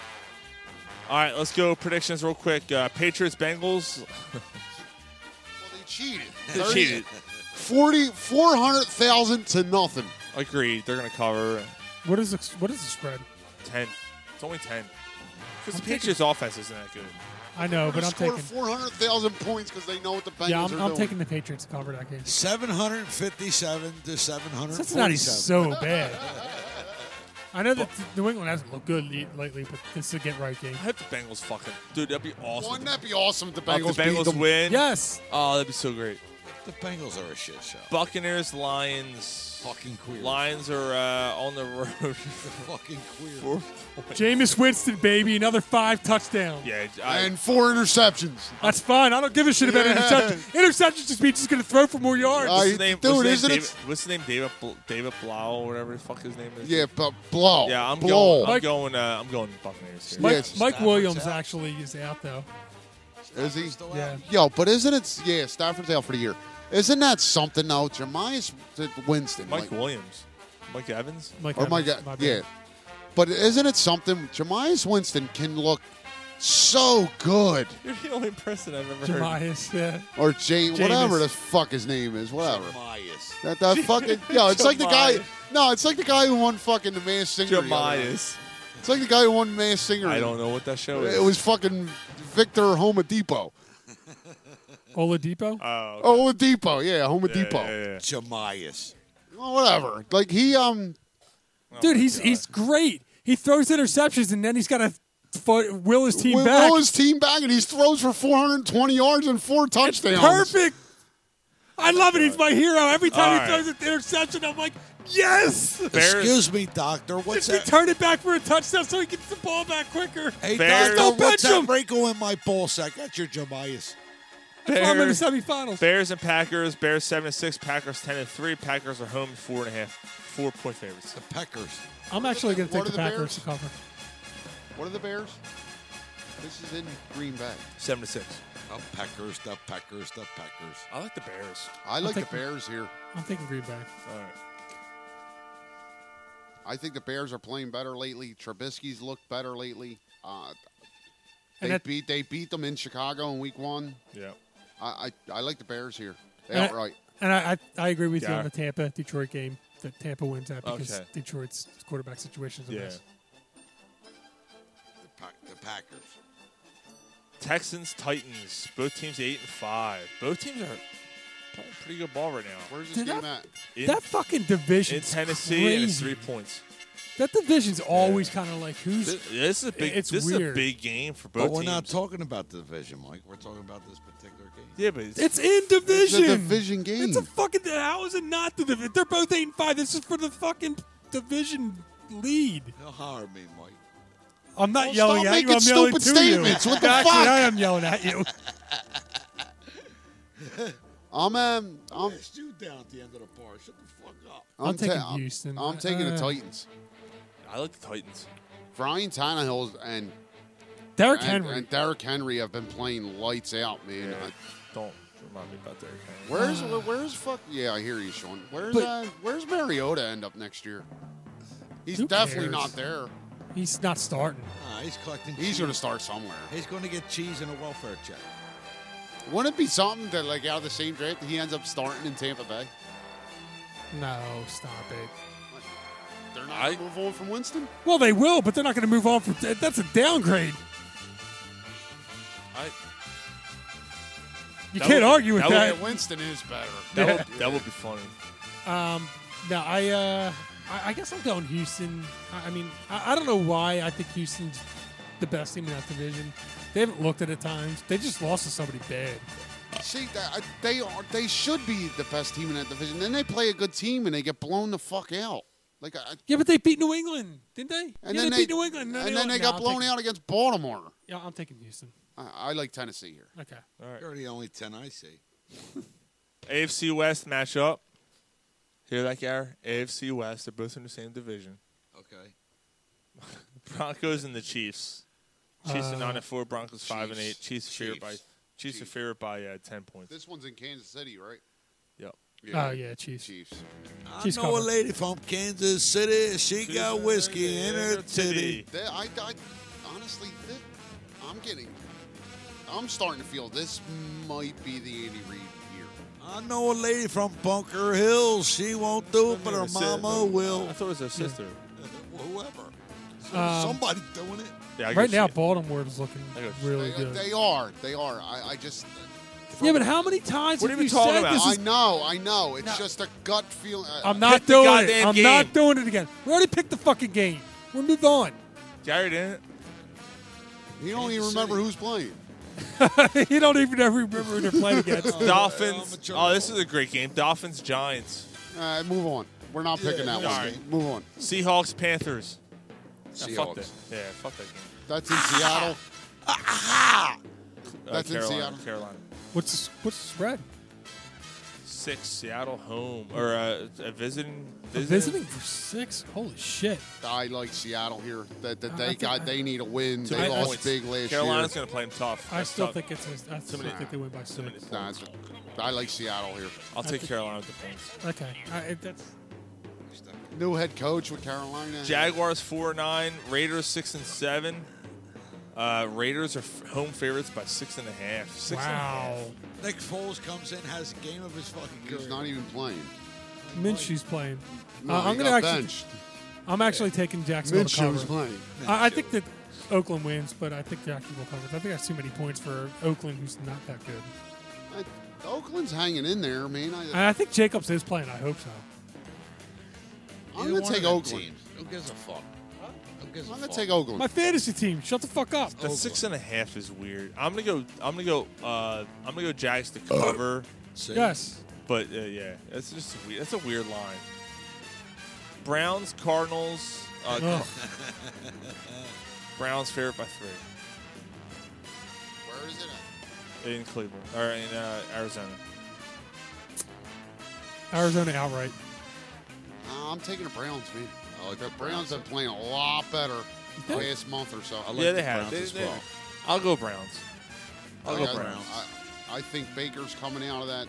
[SPEAKER 6] All right, let's go predictions real quick. Uh, Patriots, Bengals.
[SPEAKER 7] Well, they cheated.
[SPEAKER 6] They cheated.
[SPEAKER 7] 40, 400,000 to nothing.
[SPEAKER 6] Agreed. They're gonna cover
[SPEAKER 5] What is the, what is the spread?
[SPEAKER 6] ten. It's only ten. Because
[SPEAKER 5] I'm
[SPEAKER 6] the Patriots' offense isn't that good.
[SPEAKER 5] I know, but I'm
[SPEAKER 7] scored
[SPEAKER 5] taking
[SPEAKER 7] 400,000 points because they know what the Bengals
[SPEAKER 5] yeah,
[SPEAKER 7] are
[SPEAKER 5] I'm, I'm
[SPEAKER 7] doing.
[SPEAKER 5] taking the Patriots to cover that game.
[SPEAKER 1] 757 to 747.
[SPEAKER 5] Cincinnati's so bad. I know that New England hasn't looked good le- lately, but this is a get right game.
[SPEAKER 6] I hope the Bengals fucking dude. That'd be awesome.
[SPEAKER 7] Wouldn't that be awesome if the
[SPEAKER 6] Oh, if
[SPEAKER 7] Bengals,
[SPEAKER 6] the
[SPEAKER 7] beat
[SPEAKER 6] Bengals
[SPEAKER 7] them?
[SPEAKER 6] win.
[SPEAKER 5] Yes,
[SPEAKER 6] Oh, that'd be so great.
[SPEAKER 1] The Bengals are a shit show.
[SPEAKER 6] Buccaneers, Lions.
[SPEAKER 1] Fucking queer.
[SPEAKER 6] Lions are uh, on the road.
[SPEAKER 1] Fucking queer.
[SPEAKER 5] Jameis Winston, baby, another five touchdowns.
[SPEAKER 6] yeah, I,
[SPEAKER 7] And four interceptions.
[SPEAKER 5] That's fine. I don't give a shit about
[SPEAKER 7] Yeah. Oh,
[SPEAKER 5] interceptions. Interceptions just means he's going to throw for more yards.
[SPEAKER 7] I-
[SPEAKER 6] what's his name?
[SPEAKER 7] dude,
[SPEAKER 6] what's his
[SPEAKER 7] isn't
[SPEAKER 6] name?
[SPEAKER 7] it-
[SPEAKER 6] David, what's his name? David Bl- David Blau, or whatever the fuck his name is.
[SPEAKER 7] Yeah, but blow.
[SPEAKER 6] Yeah, I'm
[SPEAKER 7] blow.
[SPEAKER 6] going. I'm
[SPEAKER 5] Mike-
[SPEAKER 6] going. Uh, I'm going Buccaneers here.
[SPEAKER 5] Mike,
[SPEAKER 7] yes.
[SPEAKER 5] Mike
[SPEAKER 1] Stafford's
[SPEAKER 5] Williams
[SPEAKER 1] out.
[SPEAKER 5] actually is out though.
[SPEAKER 7] Is he?
[SPEAKER 1] Still
[SPEAKER 5] Yeah.
[SPEAKER 1] out.
[SPEAKER 7] Yo, but isn't it? Yeah, Stafford's out for the year. Isn't that something though? Jemias Winston,
[SPEAKER 6] Mike
[SPEAKER 7] like-
[SPEAKER 6] Williams, Mike Evans.
[SPEAKER 5] Mike
[SPEAKER 7] or my
[SPEAKER 5] Evans,
[SPEAKER 7] God,
[SPEAKER 5] bad.
[SPEAKER 7] yeah. But isn't it something? Jemias Winston can look so good,
[SPEAKER 6] You're the only person I've ever heard.
[SPEAKER 5] Jemias, yeah.
[SPEAKER 7] or Jay,
[SPEAKER 5] Jameis.
[SPEAKER 7] whatever the fuck his name is, whatever.
[SPEAKER 1] Mias.
[SPEAKER 7] That that fucking yo, it's like the guy.
[SPEAKER 6] Jemias.
[SPEAKER 7] No, it's like the guy who won fucking the Masked Singer. the other night.
[SPEAKER 6] Jemias.
[SPEAKER 7] It's like the guy who won Masked Singer.
[SPEAKER 6] I don't know what that show is.
[SPEAKER 7] It was fucking Victor Homadipo.
[SPEAKER 5] Oladipo.
[SPEAKER 6] Oh,
[SPEAKER 7] Oh, Depot, yeah, Home
[SPEAKER 6] yeah,
[SPEAKER 7] Depot.
[SPEAKER 6] yeah, yeah.
[SPEAKER 1] Jemias.
[SPEAKER 7] Well, whatever. Like he um
[SPEAKER 5] Dude, he's he's great. He throws interceptions and then he's got to fo- will his team
[SPEAKER 7] Will
[SPEAKER 5] back.
[SPEAKER 7] his team back, and he throws for 420 yards and four touchdowns.
[SPEAKER 5] Perfect. I love it. He's my hero. Every time
[SPEAKER 7] All
[SPEAKER 5] he
[SPEAKER 7] right.
[SPEAKER 5] throws an interception, I'm like, yes.
[SPEAKER 1] Excuse me, doctor. What's
[SPEAKER 5] Just
[SPEAKER 1] that?
[SPEAKER 5] return it back for a touchdown so he gets the ball back quicker.
[SPEAKER 1] Hey,
[SPEAKER 5] Just
[SPEAKER 1] doctor,
[SPEAKER 5] don't
[SPEAKER 1] what's
[SPEAKER 5] bench
[SPEAKER 1] that
[SPEAKER 5] him.
[SPEAKER 1] wrinkle in my ball sack? That's your Jamias.
[SPEAKER 5] That's why I'm in the semifinals.
[SPEAKER 6] Bears and Packers. Bears seven and six. Packers ten and three. Packers are home four and a half, four point favorites. The
[SPEAKER 1] Packers.
[SPEAKER 5] I'm actually going to
[SPEAKER 7] What
[SPEAKER 5] take
[SPEAKER 7] are
[SPEAKER 5] the,
[SPEAKER 7] the
[SPEAKER 5] Packers
[SPEAKER 7] Bears?
[SPEAKER 5] to cover.
[SPEAKER 7] What are the Bears? This is in Green Bay.
[SPEAKER 6] Seven to six.
[SPEAKER 1] The Packers, the Packers, the Packers.
[SPEAKER 6] I like the Bears.
[SPEAKER 7] I like the
[SPEAKER 5] taking-
[SPEAKER 7] Bears here.
[SPEAKER 5] I'm thinking Green Bay.
[SPEAKER 6] All right.
[SPEAKER 7] I think the Bears are playing better lately. Trubisky's looked better lately. Uh,
[SPEAKER 5] And
[SPEAKER 7] they
[SPEAKER 5] that-
[SPEAKER 7] beat they beat them in Chicago in Week One.
[SPEAKER 6] Yeah.
[SPEAKER 7] I I, I like the Bears here. They
[SPEAKER 5] And I-
[SPEAKER 7] outright.
[SPEAKER 5] And I, I, I agree with you
[SPEAKER 6] Yeah.
[SPEAKER 5] on the Tampa Detroit game that Tampa wins that because
[SPEAKER 6] Okay.
[SPEAKER 5] Detroit's quarterback situation is a
[SPEAKER 6] Yeah.
[SPEAKER 5] mess.
[SPEAKER 1] The, pack, the Packers.
[SPEAKER 6] Texans, Titans. Both teams eight and five. Both teams are playing pretty good ball right now.
[SPEAKER 7] Where's this
[SPEAKER 5] Did
[SPEAKER 7] game
[SPEAKER 5] that-
[SPEAKER 7] at?
[SPEAKER 6] In,
[SPEAKER 5] that fucking division.
[SPEAKER 6] in Tennessee, and it's three points.
[SPEAKER 5] That division's always kind of like who's.
[SPEAKER 6] This, this is a big.
[SPEAKER 5] It's
[SPEAKER 6] this is a
[SPEAKER 5] weird.
[SPEAKER 6] big game for both
[SPEAKER 1] But we're
[SPEAKER 6] teams.
[SPEAKER 1] not talking about the division, Mike. We're talking about this particular game.
[SPEAKER 6] yeah, but it's,
[SPEAKER 5] It's in division.
[SPEAKER 7] It's a division game.
[SPEAKER 5] It's a fucking. How is it not the division? They're both eight and five. This is for the fucking division lead.
[SPEAKER 1] Don't holler at me, Mike.
[SPEAKER 5] I'm not
[SPEAKER 7] Well,
[SPEAKER 5] yelling
[SPEAKER 7] stop
[SPEAKER 5] at you. I'm
[SPEAKER 7] making
[SPEAKER 5] yelling
[SPEAKER 7] stupid
[SPEAKER 5] to you.
[SPEAKER 7] statements. What the
[SPEAKER 5] Actually,
[SPEAKER 7] fuck?
[SPEAKER 5] I am yelling at you.
[SPEAKER 7] I'm um I'm
[SPEAKER 1] Pissed you down at the end of the bar. Shut the fuck up.
[SPEAKER 7] I'm,
[SPEAKER 5] I'm taking
[SPEAKER 7] ta- I'm-
[SPEAKER 5] Houston.
[SPEAKER 7] I'm, taking the
[SPEAKER 5] Uh,
[SPEAKER 7] Titans.
[SPEAKER 6] I like the Titans.
[SPEAKER 7] Brian Tannehill and
[SPEAKER 5] Derrick
[SPEAKER 7] and,
[SPEAKER 5] Henry.
[SPEAKER 7] and Derrick Henry have been playing lights out, man.
[SPEAKER 6] Yeah. Don't remind me about Derrick Henry.
[SPEAKER 7] Where's where's fuck? Yeah, I hear you, Sean. Where's
[SPEAKER 5] But-
[SPEAKER 7] uh, where's Mariota end up next year? He's
[SPEAKER 5] Who
[SPEAKER 7] definitely
[SPEAKER 5] cares?
[SPEAKER 7] not there.
[SPEAKER 5] He's not starting.
[SPEAKER 1] Nah, he's collecting.
[SPEAKER 7] He's
[SPEAKER 1] cheese.
[SPEAKER 7] going to start somewhere.
[SPEAKER 1] He's going to get cheese and a welfare check.
[SPEAKER 7] Wouldn't it be something that like out of the same draft he ends up starting in Tampa Bay?
[SPEAKER 5] No, stop it.
[SPEAKER 7] They're not
[SPEAKER 6] I-
[SPEAKER 7] going to move on from Winston.
[SPEAKER 5] Well, they will, but they're not going to move on from. That's a downgrade.
[SPEAKER 6] I,
[SPEAKER 5] You
[SPEAKER 6] That
[SPEAKER 5] can't
[SPEAKER 6] would-
[SPEAKER 5] argue with
[SPEAKER 6] that
[SPEAKER 5] that.
[SPEAKER 6] would-
[SPEAKER 7] Yeah, Winston is better.
[SPEAKER 6] that, would, that would be funny.
[SPEAKER 5] Um, no, I, uh, I, I guess I'm going Houston. I, I mean, I, I don't know why I think Houston's the best team in that division. They haven't looked at it at times. They just lost to somebody bad.
[SPEAKER 7] See, that- I- they are they should be the best team in that division. Then they play a good team and they get blown the fuck out. Like, I,
[SPEAKER 5] Yeah, but they beat New England, didn't they?
[SPEAKER 7] and
[SPEAKER 5] yeah,
[SPEAKER 7] then
[SPEAKER 5] they, beat New England,
[SPEAKER 7] and then
[SPEAKER 5] lost.
[SPEAKER 7] they
[SPEAKER 5] No,
[SPEAKER 7] got
[SPEAKER 5] I'm
[SPEAKER 7] blown
[SPEAKER 5] taking-
[SPEAKER 7] out against Baltimore.
[SPEAKER 5] Yeah, I'm taking Houston.
[SPEAKER 7] I, I like Tennessee here.
[SPEAKER 5] Okay.
[SPEAKER 6] All right.
[SPEAKER 1] You're the only 10 I see.
[SPEAKER 6] AFC West matchup. Hear that, Gar? AFC West. They're both in the same division.
[SPEAKER 1] Okay.
[SPEAKER 6] Broncos and the Chiefs. Chiefs
[SPEAKER 5] Uh,
[SPEAKER 6] are nine and four. Broncos five and eight. Uh, Chiefs, are favored by
[SPEAKER 1] Chiefs.
[SPEAKER 6] Chiefs, are favored by uh, ten points.
[SPEAKER 7] This one's in Kansas City, right?
[SPEAKER 6] Yep.
[SPEAKER 5] Oh yeah, Chiefs.
[SPEAKER 7] Chiefs.
[SPEAKER 1] I
[SPEAKER 5] She's
[SPEAKER 1] know a
[SPEAKER 5] covered.
[SPEAKER 1] lady from Kansas City. She got whiskey in her titty.
[SPEAKER 7] They, I, I honestly, thi- I'm getting, I'm starting to feel this might be the Andy Reid year.
[SPEAKER 1] I know a lady from Bunker Hills. She won't do it, but her mama will.
[SPEAKER 6] I thought it was her sister.
[SPEAKER 1] Whoever.
[SPEAKER 5] Um,
[SPEAKER 1] Somebody doing it.
[SPEAKER 6] Yeah, I
[SPEAKER 5] Right
[SPEAKER 6] guess
[SPEAKER 5] now,
[SPEAKER 6] she-
[SPEAKER 5] Baltimore is looking
[SPEAKER 6] I got-
[SPEAKER 5] really
[SPEAKER 7] They,
[SPEAKER 5] good.
[SPEAKER 7] they are, they are. I, I just,
[SPEAKER 5] yeah, but how many times
[SPEAKER 6] What
[SPEAKER 5] have
[SPEAKER 6] are we
[SPEAKER 5] you
[SPEAKER 6] talking
[SPEAKER 5] said
[SPEAKER 6] about?
[SPEAKER 5] this
[SPEAKER 7] I
[SPEAKER 5] is?
[SPEAKER 7] know, I know. It's
[SPEAKER 5] No.
[SPEAKER 7] just a gut uh, feeling. I-
[SPEAKER 5] I'm not
[SPEAKER 6] Pick the
[SPEAKER 5] doing it.
[SPEAKER 6] goddamn
[SPEAKER 5] I'm
[SPEAKER 6] game.
[SPEAKER 5] not doing it again. We already picked the fucking game. We're moved on.
[SPEAKER 6] Jared in it.
[SPEAKER 7] You don't even remember who's playing.
[SPEAKER 5] you don't even ever remember who they're playing against.
[SPEAKER 1] Uh, I'm a
[SPEAKER 6] Dolphins.
[SPEAKER 1] jerk.
[SPEAKER 6] Oh, this is a great game. Dolphins, Giants,
[SPEAKER 7] All right, move on. We're not picking that one.
[SPEAKER 6] alright.
[SPEAKER 7] Move on.
[SPEAKER 6] Seahawks, Panthers. Yeah, fuck
[SPEAKER 1] Seahawks.
[SPEAKER 6] that. Yeah, fuck that game.
[SPEAKER 7] That's in Seattle.
[SPEAKER 6] Uh,
[SPEAKER 7] That's in
[SPEAKER 6] Carolina,
[SPEAKER 7] Seattle.
[SPEAKER 6] Carolina.
[SPEAKER 5] What's the, what's the spread?
[SPEAKER 6] Six. Seattle home or uh, a visiting.
[SPEAKER 5] A visiting
[SPEAKER 6] Visiting.
[SPEAKER 5] for six? Holy shit!
[SPEAKER 7] I like Seattle here. That, that
[SPEAKER 5] I
[SPEAKER 7] they
[SPEAKER 5] think
[SPEAKER 7] got.
[SPEAKER 5] I-
[SPEAKER 7] they need a win. They
[SPEAKER 5] I- I-
[SPEAKER 7] lost big last
[SPEAKER 6] Carolina's
[SPEAKER 7] year.
[SPEAKER 6] gonna play them tough.
[SPEAKER 5] I
[SPEAKER 6] That's
[SPEAKER 5] still
[SPEAKER 6] tough.
[SPEAKER 5] think it's. I still
[SPEAKER 6] many-
[SPEAKER 5] think they win by six.
[SPEAKER 7] Nah, it's- I like Seattle here.
[SPEAKER 6] I'll take Carolina with the points.
[SPEAKER 5] Okay, I, it- that's
[SPEAKER 7] New head coach with Carolina.
[SPEAKER 6] Jaguars four and nine, Raiders six and seven. Uh, Raiders are f- home favorites by six and a half. Six and a half.
[SPEAKER 5] wow.
[SPEAKER 1] Nick Foles comes in, has a game of his fucking career.
[SPEAKER 7] He's not even playing.
[SPEAKER 5] Minshew's playing.
[SPEAKER 7] No,
[SPEAKER 5] uh, I'm
[SPEAKER 7] he
[SPEAKER 5] gonna
[SPEAKER 7] got
[SPEAKER 5] actually.
[SPEAKER 7] benched.
[SPEAKER 5] I'm actually taking Jacksonville to
[SPEAKER 7] Minshew's
[SPEAKER 5] cover.
[SPEAKER 7] playing.
[SPEAKER 5] I, I think that Oakland wins, but I think Jacksonville covers. I think that's too many points for Oakland, who's not that good.
[SPEAKER 7] I, Uh, Oakland's hanging in there, man. I,
[SPEAKER 5] And I think Jacobs is playing. I hope so.
[SPEAKER 7] I'm
[SPEAKER 1] Either
[SPEAKER 7] going
[SPEAKER 1] one
[SPEAKER 7] to
[SPEAKER 1] of
[SPEAKER 7] take
[SPEAKER 1] them
[SPEAKER 7] Oakland.
[SPEAKER 1] teams. Who gives a fuck? Who gives a
[SPEAKER 7] I'm gonna
[SPEAKER 1] fuck?
[SPEAKER 7] take Oakland.
[SPEAKER 5] My fantasy team. Shut the fuck up.
[SPEAKER 6] The six and a half is weird. I'm gonna go. I'm gonna go. Uh, I'm gonna go Jags to cover.
[SPEAKER 1] See?
[SPEAKER 5] Yes.
[SPEAKER 6] But uh, yeah, that's just a weird, that's a weird line. Browns Cardinals.
[SPEAKER 7] Oh,
[SPEAKER 6] Uh,
[SPEAKER 5] Ugh.
[SPEAKER 6] Browns favorite by three
[SPEAKER 7] Where is it at?
[SPEAKER 6] in Cleveland or in uh, Arizona.
[SPEAKER 5] Arizona outright.
[SPEAKER 7] Uh, I'm taking the Browns, man.
[SPEAKER 1] I like
[SPEAKER 7] The
[SPEAKER 1] the
[SPEAKER 7] Browns have been playing a lot better the
[SPEAKER 5] think?
[SPEAKER 7] last month or so.
[SPEAKER 1] I like
[SPEAKER 6] yeah,
[SPEAKER 1] the
[SPEAKER 6] they have.
[SPEAKER 1] Browns
[SPEAKER 6] They,
[SPEAKER 1] as
[SPEAKER 6] they-
[SPEAKER 1] well.
[SPEAKER 6] I'll go Browns. I'll go
[SPEAKER 7] Like, I-
[SPEAKER 6] Browns.
[SPEAKER 7] I, I think Baker's coming out of that.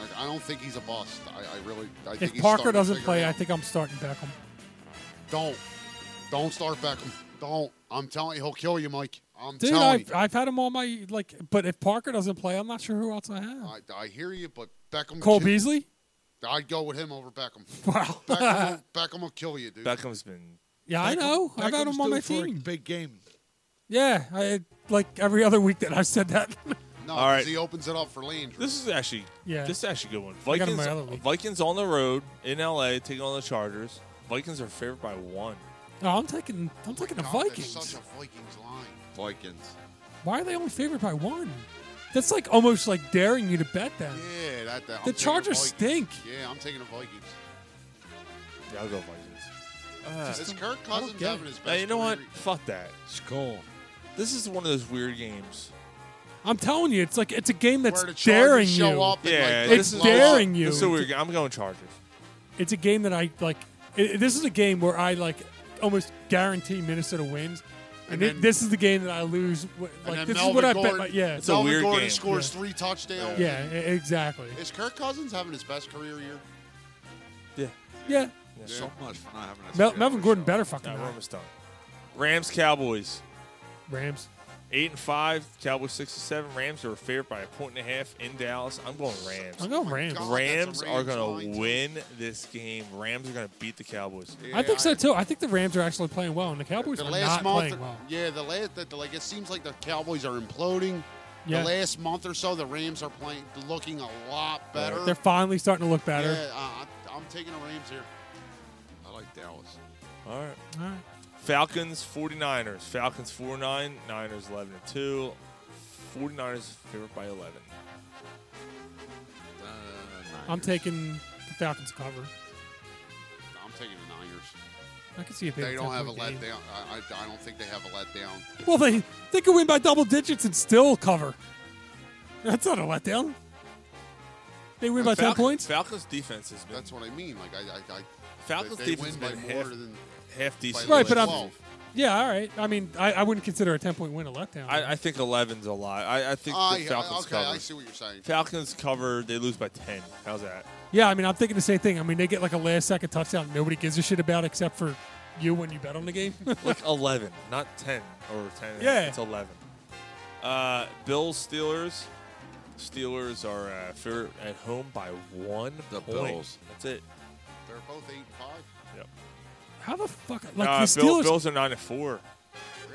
[SPEAKER 7] Like, I don't think he's a bust. I, I really. I think
[SPEAKER 5] If
[SPEAKER 7] he's starting
[SPEAKER 5] Parker
[SPEAKER 7] to
[SPEAKER 5] doesn't
[SPEAKER 7] figure
[SPEAKER 5] play,
[SPEAKER 7] it
[SPEAKER 5] I
[SPEAKER 7] out.
[SPEAKER 5] think I'm starting Beckham.
[SPEAKER 7] don't, don't start Beckham. Don't. I'm telling you, he'll kill you, Mike. I'm
[SPEAKER 5] Dude,
[SPEAKER 7] telling
[SPEAKER 5] I've, I've had him on my like, but if Parker doesn't play, I'm not sure who else I have.
[SPEAKER 7] you. I, I hear you, but Beckham.
[SPEAKER 5] Cole Beasley.
[SPEAKER 7] I'd go with him over Beckham.
[SPEAKER 5] Wow.
[SPEAKER 7] Beckham, will, Beckham will kill you, dude.
[SPEAKER 6] Beckham's been.
[SPEAKER 5] Yeah, I
[SPEAKER 1] Beckham-
[SPEAKER 5] know. I've had
[SPEAKER 1] Beckham's
[SPEAKER 5] him on
[SPEAKER 1] due
[SPEAKER 5] my
[SPEAKER 1] for a
[SPEAKER 5] team.
[SPEAKER 1] Big game.
[SPEAKER 5] Yeah, I like every other week that I've said that.
[SPEAKER 7] No,
[SPEAKER 6] All right.
[SPEAKER 7] because he opens it up for Landry.
[SPEAKER 6] This is actually.
[SPEAKER 5] Yeah.
[SPEAKER 6] This is actually a good one.
[SPEAKER 5] got him
[SPEAKER 6] Vikings.
[SPEAKER 5] my other league.
[SPEAKER 6] Vikings on the road in LA taking on the Chargers. Vikings are favored by one.
[SPEAKER 5] no, I'm taking I'm taking the
[SPEAKER 7] God, that's
[SPEAKER 5] Vikings.
[SPEAKER 7] Such a Vikings line.
[SPEAKER 1] Vikings.
[SPEAKER 5] Why are they only favored by one? That's like almost like daring you to bet them.
[SPEAKER 7] Yeah, that. that I'm
[SPEAKER 5] The
[SPEAKER 7] taking
[SPEAKER 5] Chargers
[SPEAKER 7] Vikings.
[SPEAKER 5] stink.
[SPEAKER 7] Yeah, I'm taking the Vikings.
[SPEAKER 6] Yeah, I'll go Vikings.
[SPEAKER 5] Uh,
[SPEAKER 7] Is Kirk Cousins
[SPEAKER 5] get
[SPEAKER 7] having
[SPEAKER 5] it.
[SPEAKER 7] his best?
[SPEAKER 6] Now, you know what?
[SPEAKER 7] career year?
[SPEAKER 6] Fuck that.
[SPEAKER 1] Skull.
[SPEAKER 6] This is one of those weird games.
[SPEAKER 5] I'm telling you, it's like it's a game that's
[SPEAKER 7] Where the Chargers
[SPEAKER 5] daring
[SPEAKER 7] show
[SPEAKER 5] you.
[SPEAKER 7] up and, like,
[SPEAKER 6] Yeah,
[SPEAKER 7] they
[SPEAKER 5] It's
[SPEAKER 6] this is
[SPEAKER 7] blow up.
[SPEAKER 5] daring you.
[SPEAKER 6] This is a weird game. I'm going Chargers.
[SPEAKER 5] It's a game that I like. i this is a game where I like almost guarantee Minnesota wins, and,
[SPEAKER 7] And
[SPEAKER 5] it-
[SPEAKER 7] then-
[SPEAKER 5] this is the game that I lose. wh-
[SPEAKER 7] And
[SPEAKER 5] Like
[SPEAKER 7] then
[SPEAKER 5] this
[SPEAKER 7] Melvin
[SPEAKER 5] is what I
[SPEAKER 7] Gordon,
[SPEAKER 5] bet. my- yeah,
[SPEAKER 6] It's a
[SPEAKER 7] Melvin
[SPEAKER 6] weird
[SPEAKER 7] Gordon
[SPEAKER 6] game.
[SPEAKER 7] scores three touchdowns.
[SPEAKER 5] yeah, e- exactly.
[SPEAKER 7] Is Kirk Cousins having his best career year?
[SPEAKER 6] Yeah.
[SPEAKER 5] Yeah,
[SPEAKER 1] So much for not having a
[SPEAKER 5] Mel-
[SPEAKER 1] Super
[SPEAKER 5] Melvin
[SPEAKER 1] Bowl
[SPEAKER 5] Gordon
[SPEAKER 1] show.
[SPEAKER 5] better fucking
[SPEAKER 6] No, we're
[SPEAKER 5] not.
[SPEAKER 6] almost done. Rams, Cowboys.
[SPEAKER 5] Rams.
[SPEAKER 6] Eight and five. Cowboys six and seven. Rams are favored by a point and a half in Dallas. I'm going Rams.
[SPEAKER 5] I'm going Rams.
[SPEAKER 7] God.
[SPEAKER 6] Rams
[SPEAKER 7] that's a
[SPEAKER 6] are
[SPEAKER 7] Rams
[SPEAKER 6] going
[SPEAKER 7] line,
[SPEAKER 6] to
[SPEAKER 7] too.
[SPEAKER 6] win this game. Rams are going to beat the Cowboys.
[SPEAKER 5] I think so too. I think the Rams are actually playing well, and the Cowboys
[SPEAKER 7] The
[SPEAKER 5] are not
[SPEAKER 7] last month,
[SPEAKER 5] playing well.
[SPEAKER 7] yeah, the last the, the- like it seems like the Cowboys are imploding.
[SPEAKER 5] Yeah.
[SPEAKER 7] The last month or so, the Rams are playing, looking a lot better.
[SPEAKER 5] They're finally starting to look better.
[SPEAKER 7] Yeah, uh, I'm, I'm taking the Rams here.
[SPEAKER 1] I like Dallas.
[SPEAKER 6] All right.
[SPEAKER 5] All right.
[SPEAKER 6] Falcons, 49ers. Falcons 4 9, Niners 11 and 2. 49ers favored by 11.
[SPEAKER 1] Uh,
[SPEAKER 5] I'm
[SPEAKER 1] Niners.
[SPEAKER 5] taking the Falcons cover.
[SPEAKER 7] I'm taking the Niners.
[SPEAKER 5] I can see a big.
[SPEAKER 7] They don't have a
[SPEAKER 5] 10-point game.
[SPEAKER 7] letdown. I, I, I don't think they have a letdown.
[SPEAKER 5] Well, they they could win by double digits and still cover. That's not a letdown. They win by ten
[SPEAKER 6] Falcon-
[SPEAKER 5] points.
[SPEAKER 6] Falcons defense has been.
[SPEAKER 7] That's what I mean. Like I, I, I
[SPEAKER 6] Falcons
[SPEAKER 7] they, they
[SPEAKER 6] defense
[SPEAKER 7] win
[SPEAKER 6] has
[SPEAKER 7] by
[SPEAKER 6] been
[SPEAKER 7] more
[SPEAKER 6] half,
[SPEAKER 7] than
[SPEAKER 6] half
[SPEAKER 7] by
[SPEAKER 6] decent.
[SPEAKER 5] Right, but
[SPEAKER 6] lately.
[SPEAKER 5] I'm-
[SPEAKER 7] 12.
[SPEAKER 5] Yeah, all right. I mean, I, I wouldn't consider a ten point win a letdown.
[SPEAKER 6] I, I think 11's a lot. I, I think
[SPEAKER 7] Ah,
[SPEAKER 6] the
[SPEAKER 7] yeah,
[SPEAKER 6] Falcons
[SPEAKER 7] okay,
[SPEAKER 6] cover.
[SPEAKER 7] I see what you're saying.
[SPEAKER 6] Falcons cover. They lose by 10. How's that?
[SPEAKER 5] yeah, I mean, I'm thinking the same thing. I mean, they get like a last second touchdown. Nobody gives a shit about except for you when you bet on the game.
[SPEAKER 6] Like 11, not 10 or 10.
[SPEAKER 5] Yeah.
[SPEAKER 6] It's 11. Uh, Bills, Steelers. Steelers are uh, favored at home by one
[SPEAKER 1] The
[SPEAKER 6] point.
[SPEAKER 1] Bills.
[SPEAKER 6] That's it.
[SPEAKER 7] They're both eight and five.
[SPEAKER 6] Yep.
[SPEAKER 5] How the fuck? Like
[SPEAKER 6] Uh,
[SPEAKER 5] the
[SPEAKER 6] Bill,
[SPEAKER 5] Steelers,
[SPEAKER 6] Bills are nine and four.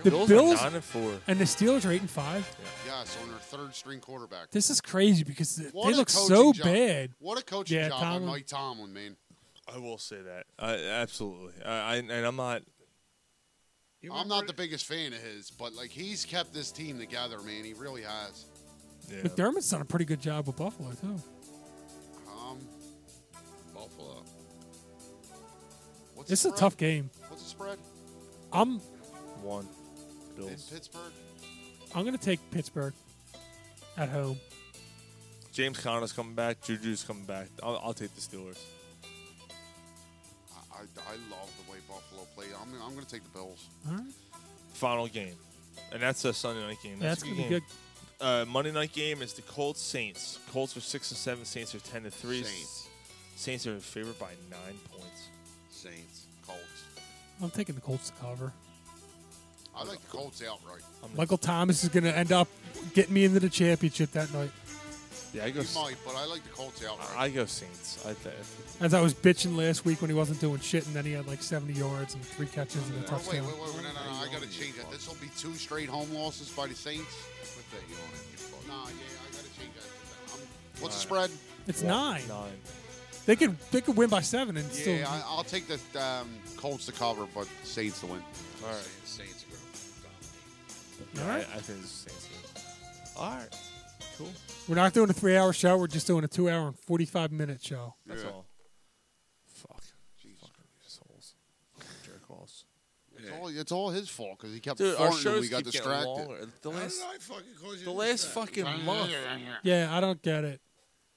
[SPEAKER 5] the
[SPEAKER 6] Bills,
[SPEAKER 5] Bills,
[SPEAKER 6] are nine and four.
[SPEAKER 5] and the Steelers are eight and five.
[SPEAKER 7] Yeah, so on their third string quarterback.
[SPEAKER 5] This is crazy because
[SPEAKER 7] What
[SPEAKER 5] they
[SPEAKER 7] a
[SPEAKER 5] look
[SPEAKER 7] coaching
[SPEAKER 5] so
[SPEAKER 7] job.
[SPEAKER 5] bad.
[SPEAKER 7] What a coaching
[SPEAKER 5] Yeah,
[SPEAKER 7] job
[SPEAKER 5] Tomlin.
[SPEAKER 7] by Mike Tomlin, man.
[SPEAKER 6] I will say that. Uh, absolutely. I, I and I'm not.
[SPEAKER 1] You
[SPEAKER 7] I'm
[SPEAKER 1] remember-
[SPEAKER 7] not the biggest fan of his, but like he's kept this team together, man. He really has.
[SPEAKER 6] Yeah.
[SPEAKER 5] McDermott's done a pretty good job with Buffalo too.
[SPEAKER 7] Um,
[SPEAKER 1] Buffalo.
[SPEAKER 7] what's
[SPEAKER 5] This
[SPEAKER 7] the
[SPEAKER 5] is a tough game.
[SPEAKER 7] What's the spread?
[SPEAKER 5] I'm
[SPEAKER 6] One.
[SPEAKER 7] In
[SPEAKER 6] Bills.
[SPEAKER 7] Pittsburgh.
[SPEAKER 5] I'm gonna take Pittsburgh at home.
[SPEAKER 6] James Conner's coming back. Juju's coming back. I'll, I'll take the Steelers.
[SPEAKER 7] I, I, I love the way Buffalo played. I'm, I'm going to take the Bills.
[SPEAKER 5] All right,
[SPEAKER 6] Final game, and that's a Sunday night game.
[SPEAKER 5] that's
[SPEAKER 6] That's, a
[SPEAKER 5] gonna be
[SPEAKER 6] good game.
[SPEAKER 5] good.
[SPEAKER 6] Uh, Monday night game is the Colts Saints. Colts are six and seven. Saints are ten and three.
[SPEAKER 1] Saints.
[SPEAKER 6] Saints are favored by nine points.
[SPEAKER 1] Saints.
[SPEAKER 7] Colts.
[SPEAKER 5] I'm taking the Colts to cover.
[SPEAKER 7] I like the Colts outright.
[SPEAKER 6] I'm gonna-
[SPEAKER 5] Michael Thomas is gonna end up getting me into the championship that night.
[SPEAKER 6] yeah, I go.
[SPEAKER 7] You
[SPEAKER 6] s-
[SPEAKER 7] might, but I like the Colts outright.
[SPEAKER 6] I I go Saints. I, th-
[SPEAKER 5] As I was bitching last week when he wasn't doing shit, and then he had like 70 yards and three catches and a
[SPEAKER 7] Oh, wait, wait,
[SPEAKER 5] touchdown.
[SPEAKER 7] wait, wait, no, no, no, I got to change that. This will be two straight home losses by the Saints.
[SPEAKER 1] Put that you on it. You fuck.
[SPEAKER 7] Nah, yeah, I got to change that. I'm, what's the spread?
[SPEAKER 5] It's nine.
[SPEAKER 6] nine.
[SPEAKER 5] They could they could win by seven and still.
[SPEAKER 7] Yeah, I, I'll take the um, Colts to cover, but Saints to win.
[SPEAKER 8] All right. Saints are going
[SPEAKER 5] All right.
[SPEAKER 6] I, I think it's Saints. All right. Cool.
[SPEAKER 5] We're not doing a three-hour show. We're just doing a two-hour and forty-five minute show.
[SPEAKER 6] That's
[SPEAKER 7] Yeah.
[SPEAKER 6] all. Fuck. Fucking assholes. Jerk offs.
[SPEAKER 7] It's all, it's all his fault because he kept
[SPEAKER 6] Dude,
[SPEAKER 7] Dude,
[SPEAKER 6] our
[SPEAKER 7] and
[SPEAKER 6] shows
[SPEAKER 7] we got
[SPEAKER 6] keep getting
[SPEAKER 7] distracted.
[SPEAKER 6] longer. The
[SPEAKER 8] How did
[SPEAKER 6] last,
[SPEAKER 8] I fucking cause you
[SPEAKER 6] the
[SPEAKER 8] to
[SPEAKER 6] last
[SPEAKER 8] distract?
[SPEAKER 6] fucking month.
[SPEAKER 5] Yeah, I don't get it.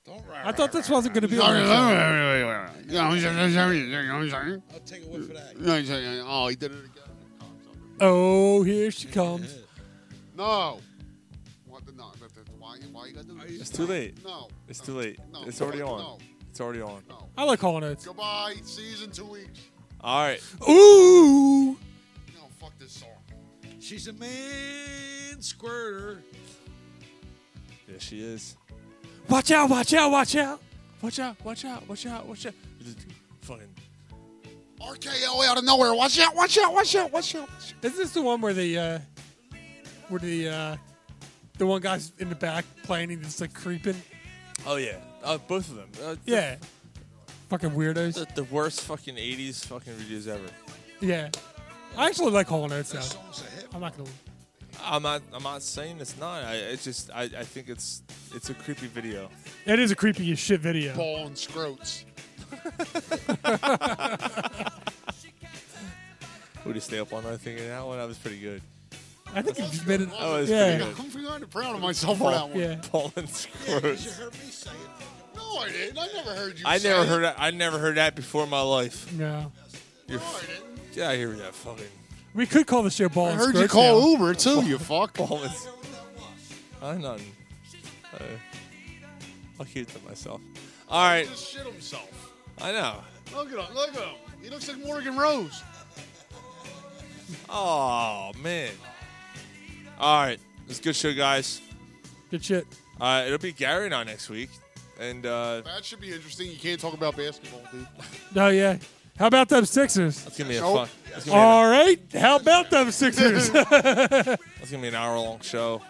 [SPEAKER 8] Don't
[SPEAKER 5] I thought this wasn't going to be on the show.
[SPEAKER 8] I'll take a whiff of that.
[SPEAKER 7] Oh, he did it again.
[SPEAKER 5] Oh, here she comes.
[SPEAKER 7] No. What the, no that- that- why, why you gotta do this?
[SPEAKER 6] It's too late.
[SPEAKER 7] No.
[SPEAKER 6] It's
[SPEAKER 7] no,
[SPEAKER 6] too late.
[SPEAKER 7] No,
[SPEAKER 6] it's already
[SPEAKER 7] no,
[SPEAKER 6] on.
[SPEAKER 7] No.
[SPEAKER 6] It's already on.
[SPEAKER 7] no.
[SPEAKER 5] I like calling it.
[SPEAKER 7] Goodbye. Season two weeks.
[SPEAKER 6] All right.
[SPEAKER 5] Ooh.
[SPEAKER 7] No, fuck this song.
[SPEAKER 8] She's a man squirter.
[SPEAKER 6] There she is.
[SPEAKER 5] Watch out! Watch out! Watch out!
[SPEAKER 6] Watch out! Watch out! Watch out! Watch out! Just Fucking.
[SPEAKER 7] RKO out of nowhere. Watch out! Watch out! Watch out! Watch out! watch out.
[SPEAKER 5] Is this the one where the uh, where the uh, the one guy's in the back playing and it's like creeping?
[SPEAKER 6] Oh yeah. Uh, both of them. Uh, the-
[SPEAKER 5] Yeah. Fucking weirdos.
[SPEAKER 6] The, the worst fucking '80s fucking reviews ever.
[SPEAKER 5] Yeah. I actually like Hall and Oates
[SPEAKER 8] That
[SPEAKER 5] now.
[SPEAKER 8] song's a hit.
[SPEAKER 5] I'm not gonna.
[SPEAKER 6] I'm not. I'm not saying it's not. I. It's just. I. I think it's. It's a creepy video.
[SPEAKER 5] It is a creepy as shit video.
[SPEAKER 7] Ball and scroats.
[SPEAKER 6] Would you stay up all night thinking that one? That was pretty good.
[SPEAKER 5] I think you just made it.
[SPEAKER 6] That was
[SPEAKER 5] Yeah.
[SPEAKER 6] pretty
[SPEAKER 7] I'm kind of proud of myself for that one.
[SPEAKER 5] Yeah.
[SPEAKER 6] good. Paul and
[SPEAKER 8] Yeah, 'cause
[SPEAKER 6] Scrooge.
[SPEAKER 8] you heard me say it.
[SPEAKER 7] No, I didn't. I never heard you.
[SPEAKER 6] I
[SPEAKER 7] say
[SPEAKER 6] never
[SPEAKER 7] it.
[SPEAKER 6] heard. That, I never heard that before in my life.
[SPEAKER 5] No.
[SPEAKER 6] You're,
[SPEAKER 7] No, I didn't.
[SPEAKER 6] get out of here with that fucking
[SPEAKER 5] We could call the show ball.
[SPEAKER 7] I
[SPEAKER 5] and
[SPEAKER 7] heard you
[SPEAKER 5] Scrooge
[SPEAKER 7] call
[SPEAKER 5] now.
[SPEAKER 7] Uber too. You fuck.
[SPEAKER 6] Paul and. I'm not. Uh, I'll keep it to myself. All right.
[SPEAKER 7] Just shit himself.
[SPEAKER 6] I know.
[SPEAKER 7] Look at him. Look at him. He looks like Morgan Rose.
[SPEAKER 6] Oh man. All right. It's a good show, guys.
[SPEAKER 5] Good shit.
[SPEAKER 6] Uh, it'll be Gary and I next week, and uh,
[SPEAKER 7] That should be interesting. You can't talk about basketball, dude.
[SPEAKER 5] Oh yeah. How about them Sixers?
[SPEAKER 6] it's gonna be a
[SPEAKER 7] Nope.
[SPEAKER 6] fun. It's gonna, be an-
[SPEAKER 5] All right. How about them Sixers?
[SPEAKER 6] it's gonna be an hour-long show.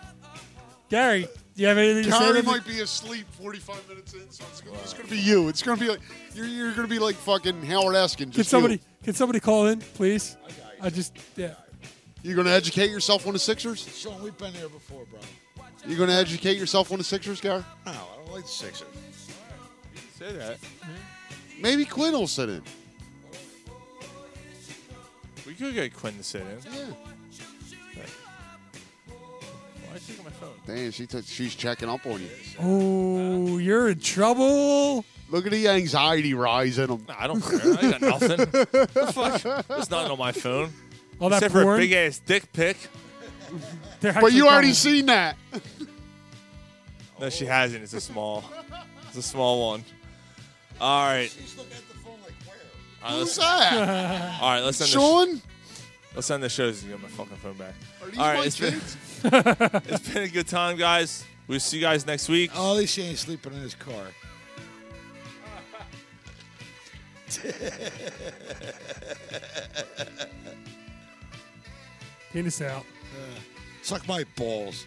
[SPEAKER 5] Gary, you have anything to say?
[SPEAKER 7] Gary
[SPEAKER 5] to me?
[SPEAKER 7] might be asleep 45 minutes in, so it's gonna, it's gonna be you. It's gonna be like you're, you're gonna be like fucking Howard Eskin.
[SPEAKER 5] Can
[SPEAKER 7] Just you.
[SPEAKER 5] somebody can somebody call in, please? I just yeah.
[SPEAKER 7] You. are gonna educate yourself on the Sixers.
[SPEAKER 8] Sean, we've been there before, bro.
[SPEAKER 7] You are gonna educate yourself on the Sixers, Gary?
[SPEAKER 8] No, I don't like the Sixers.
[SPEAKER 6] Say that.
[SPEAKER 7] Maybe Quinn will sit in.
[SPEAKER 6] We could get Quinn to sit in.
[SPEAKER 7] Yeah.
[SPEAKER 6] Why is she on my phone?
[SPEAKER 7] Damn, she took she's checking up on you.
[SPEAKER 5] Oh, you're in trouble.
[SPEAKER 7] Look at the anxiety rise in him.
[SPEAKER 6] Nah, I don't care. I got nothing. the fuck? There's nothing on my phone.
[SPEAKER 5] All that
[SPEAKER 6] Except for a
[SPEAKER 5] porn.
[SPEAKER 6] big ass dick pic.
[SPEAKER 5] They're
[SPEAKER 7] But
[SPEAKER 5] actually
[SPEAKER 7] you already
[SPEAKER 5] calling.
[SPEAKER 7] seen that.
[SPEAKER 6] No, she hasn't. It's a small. It's a small one. All right.
[SPEAKER 8] She's looking at the phone like, where?
[SPEAKER 6] All right,
[SPEAKER 7] Who's
[SPEAKER 6] let's,
[SPEAKER 7] that?
[SPEAKER 6] all right, let's end the sh-
[SPEAKER 7] Sean?
[SPEAKER 6] let's end the shows and get my fucking phone back.
[SPEAKER 7] Are these
[SPEAKER 6] All right,
[SPEAKER 7] my
[SPEAKER 6] it's been,
[SPEAKER 7] kids?
[SPEAKER 6] it's been a good time, guys. We'll see you guys next week.
[SPEAKER 7] Uh,
[SPEAKER 8] Oh, at least she ain't sleeping in his car.
[SPEAKER 5] Penis out.
[SPEAKER 8] Suck my balls.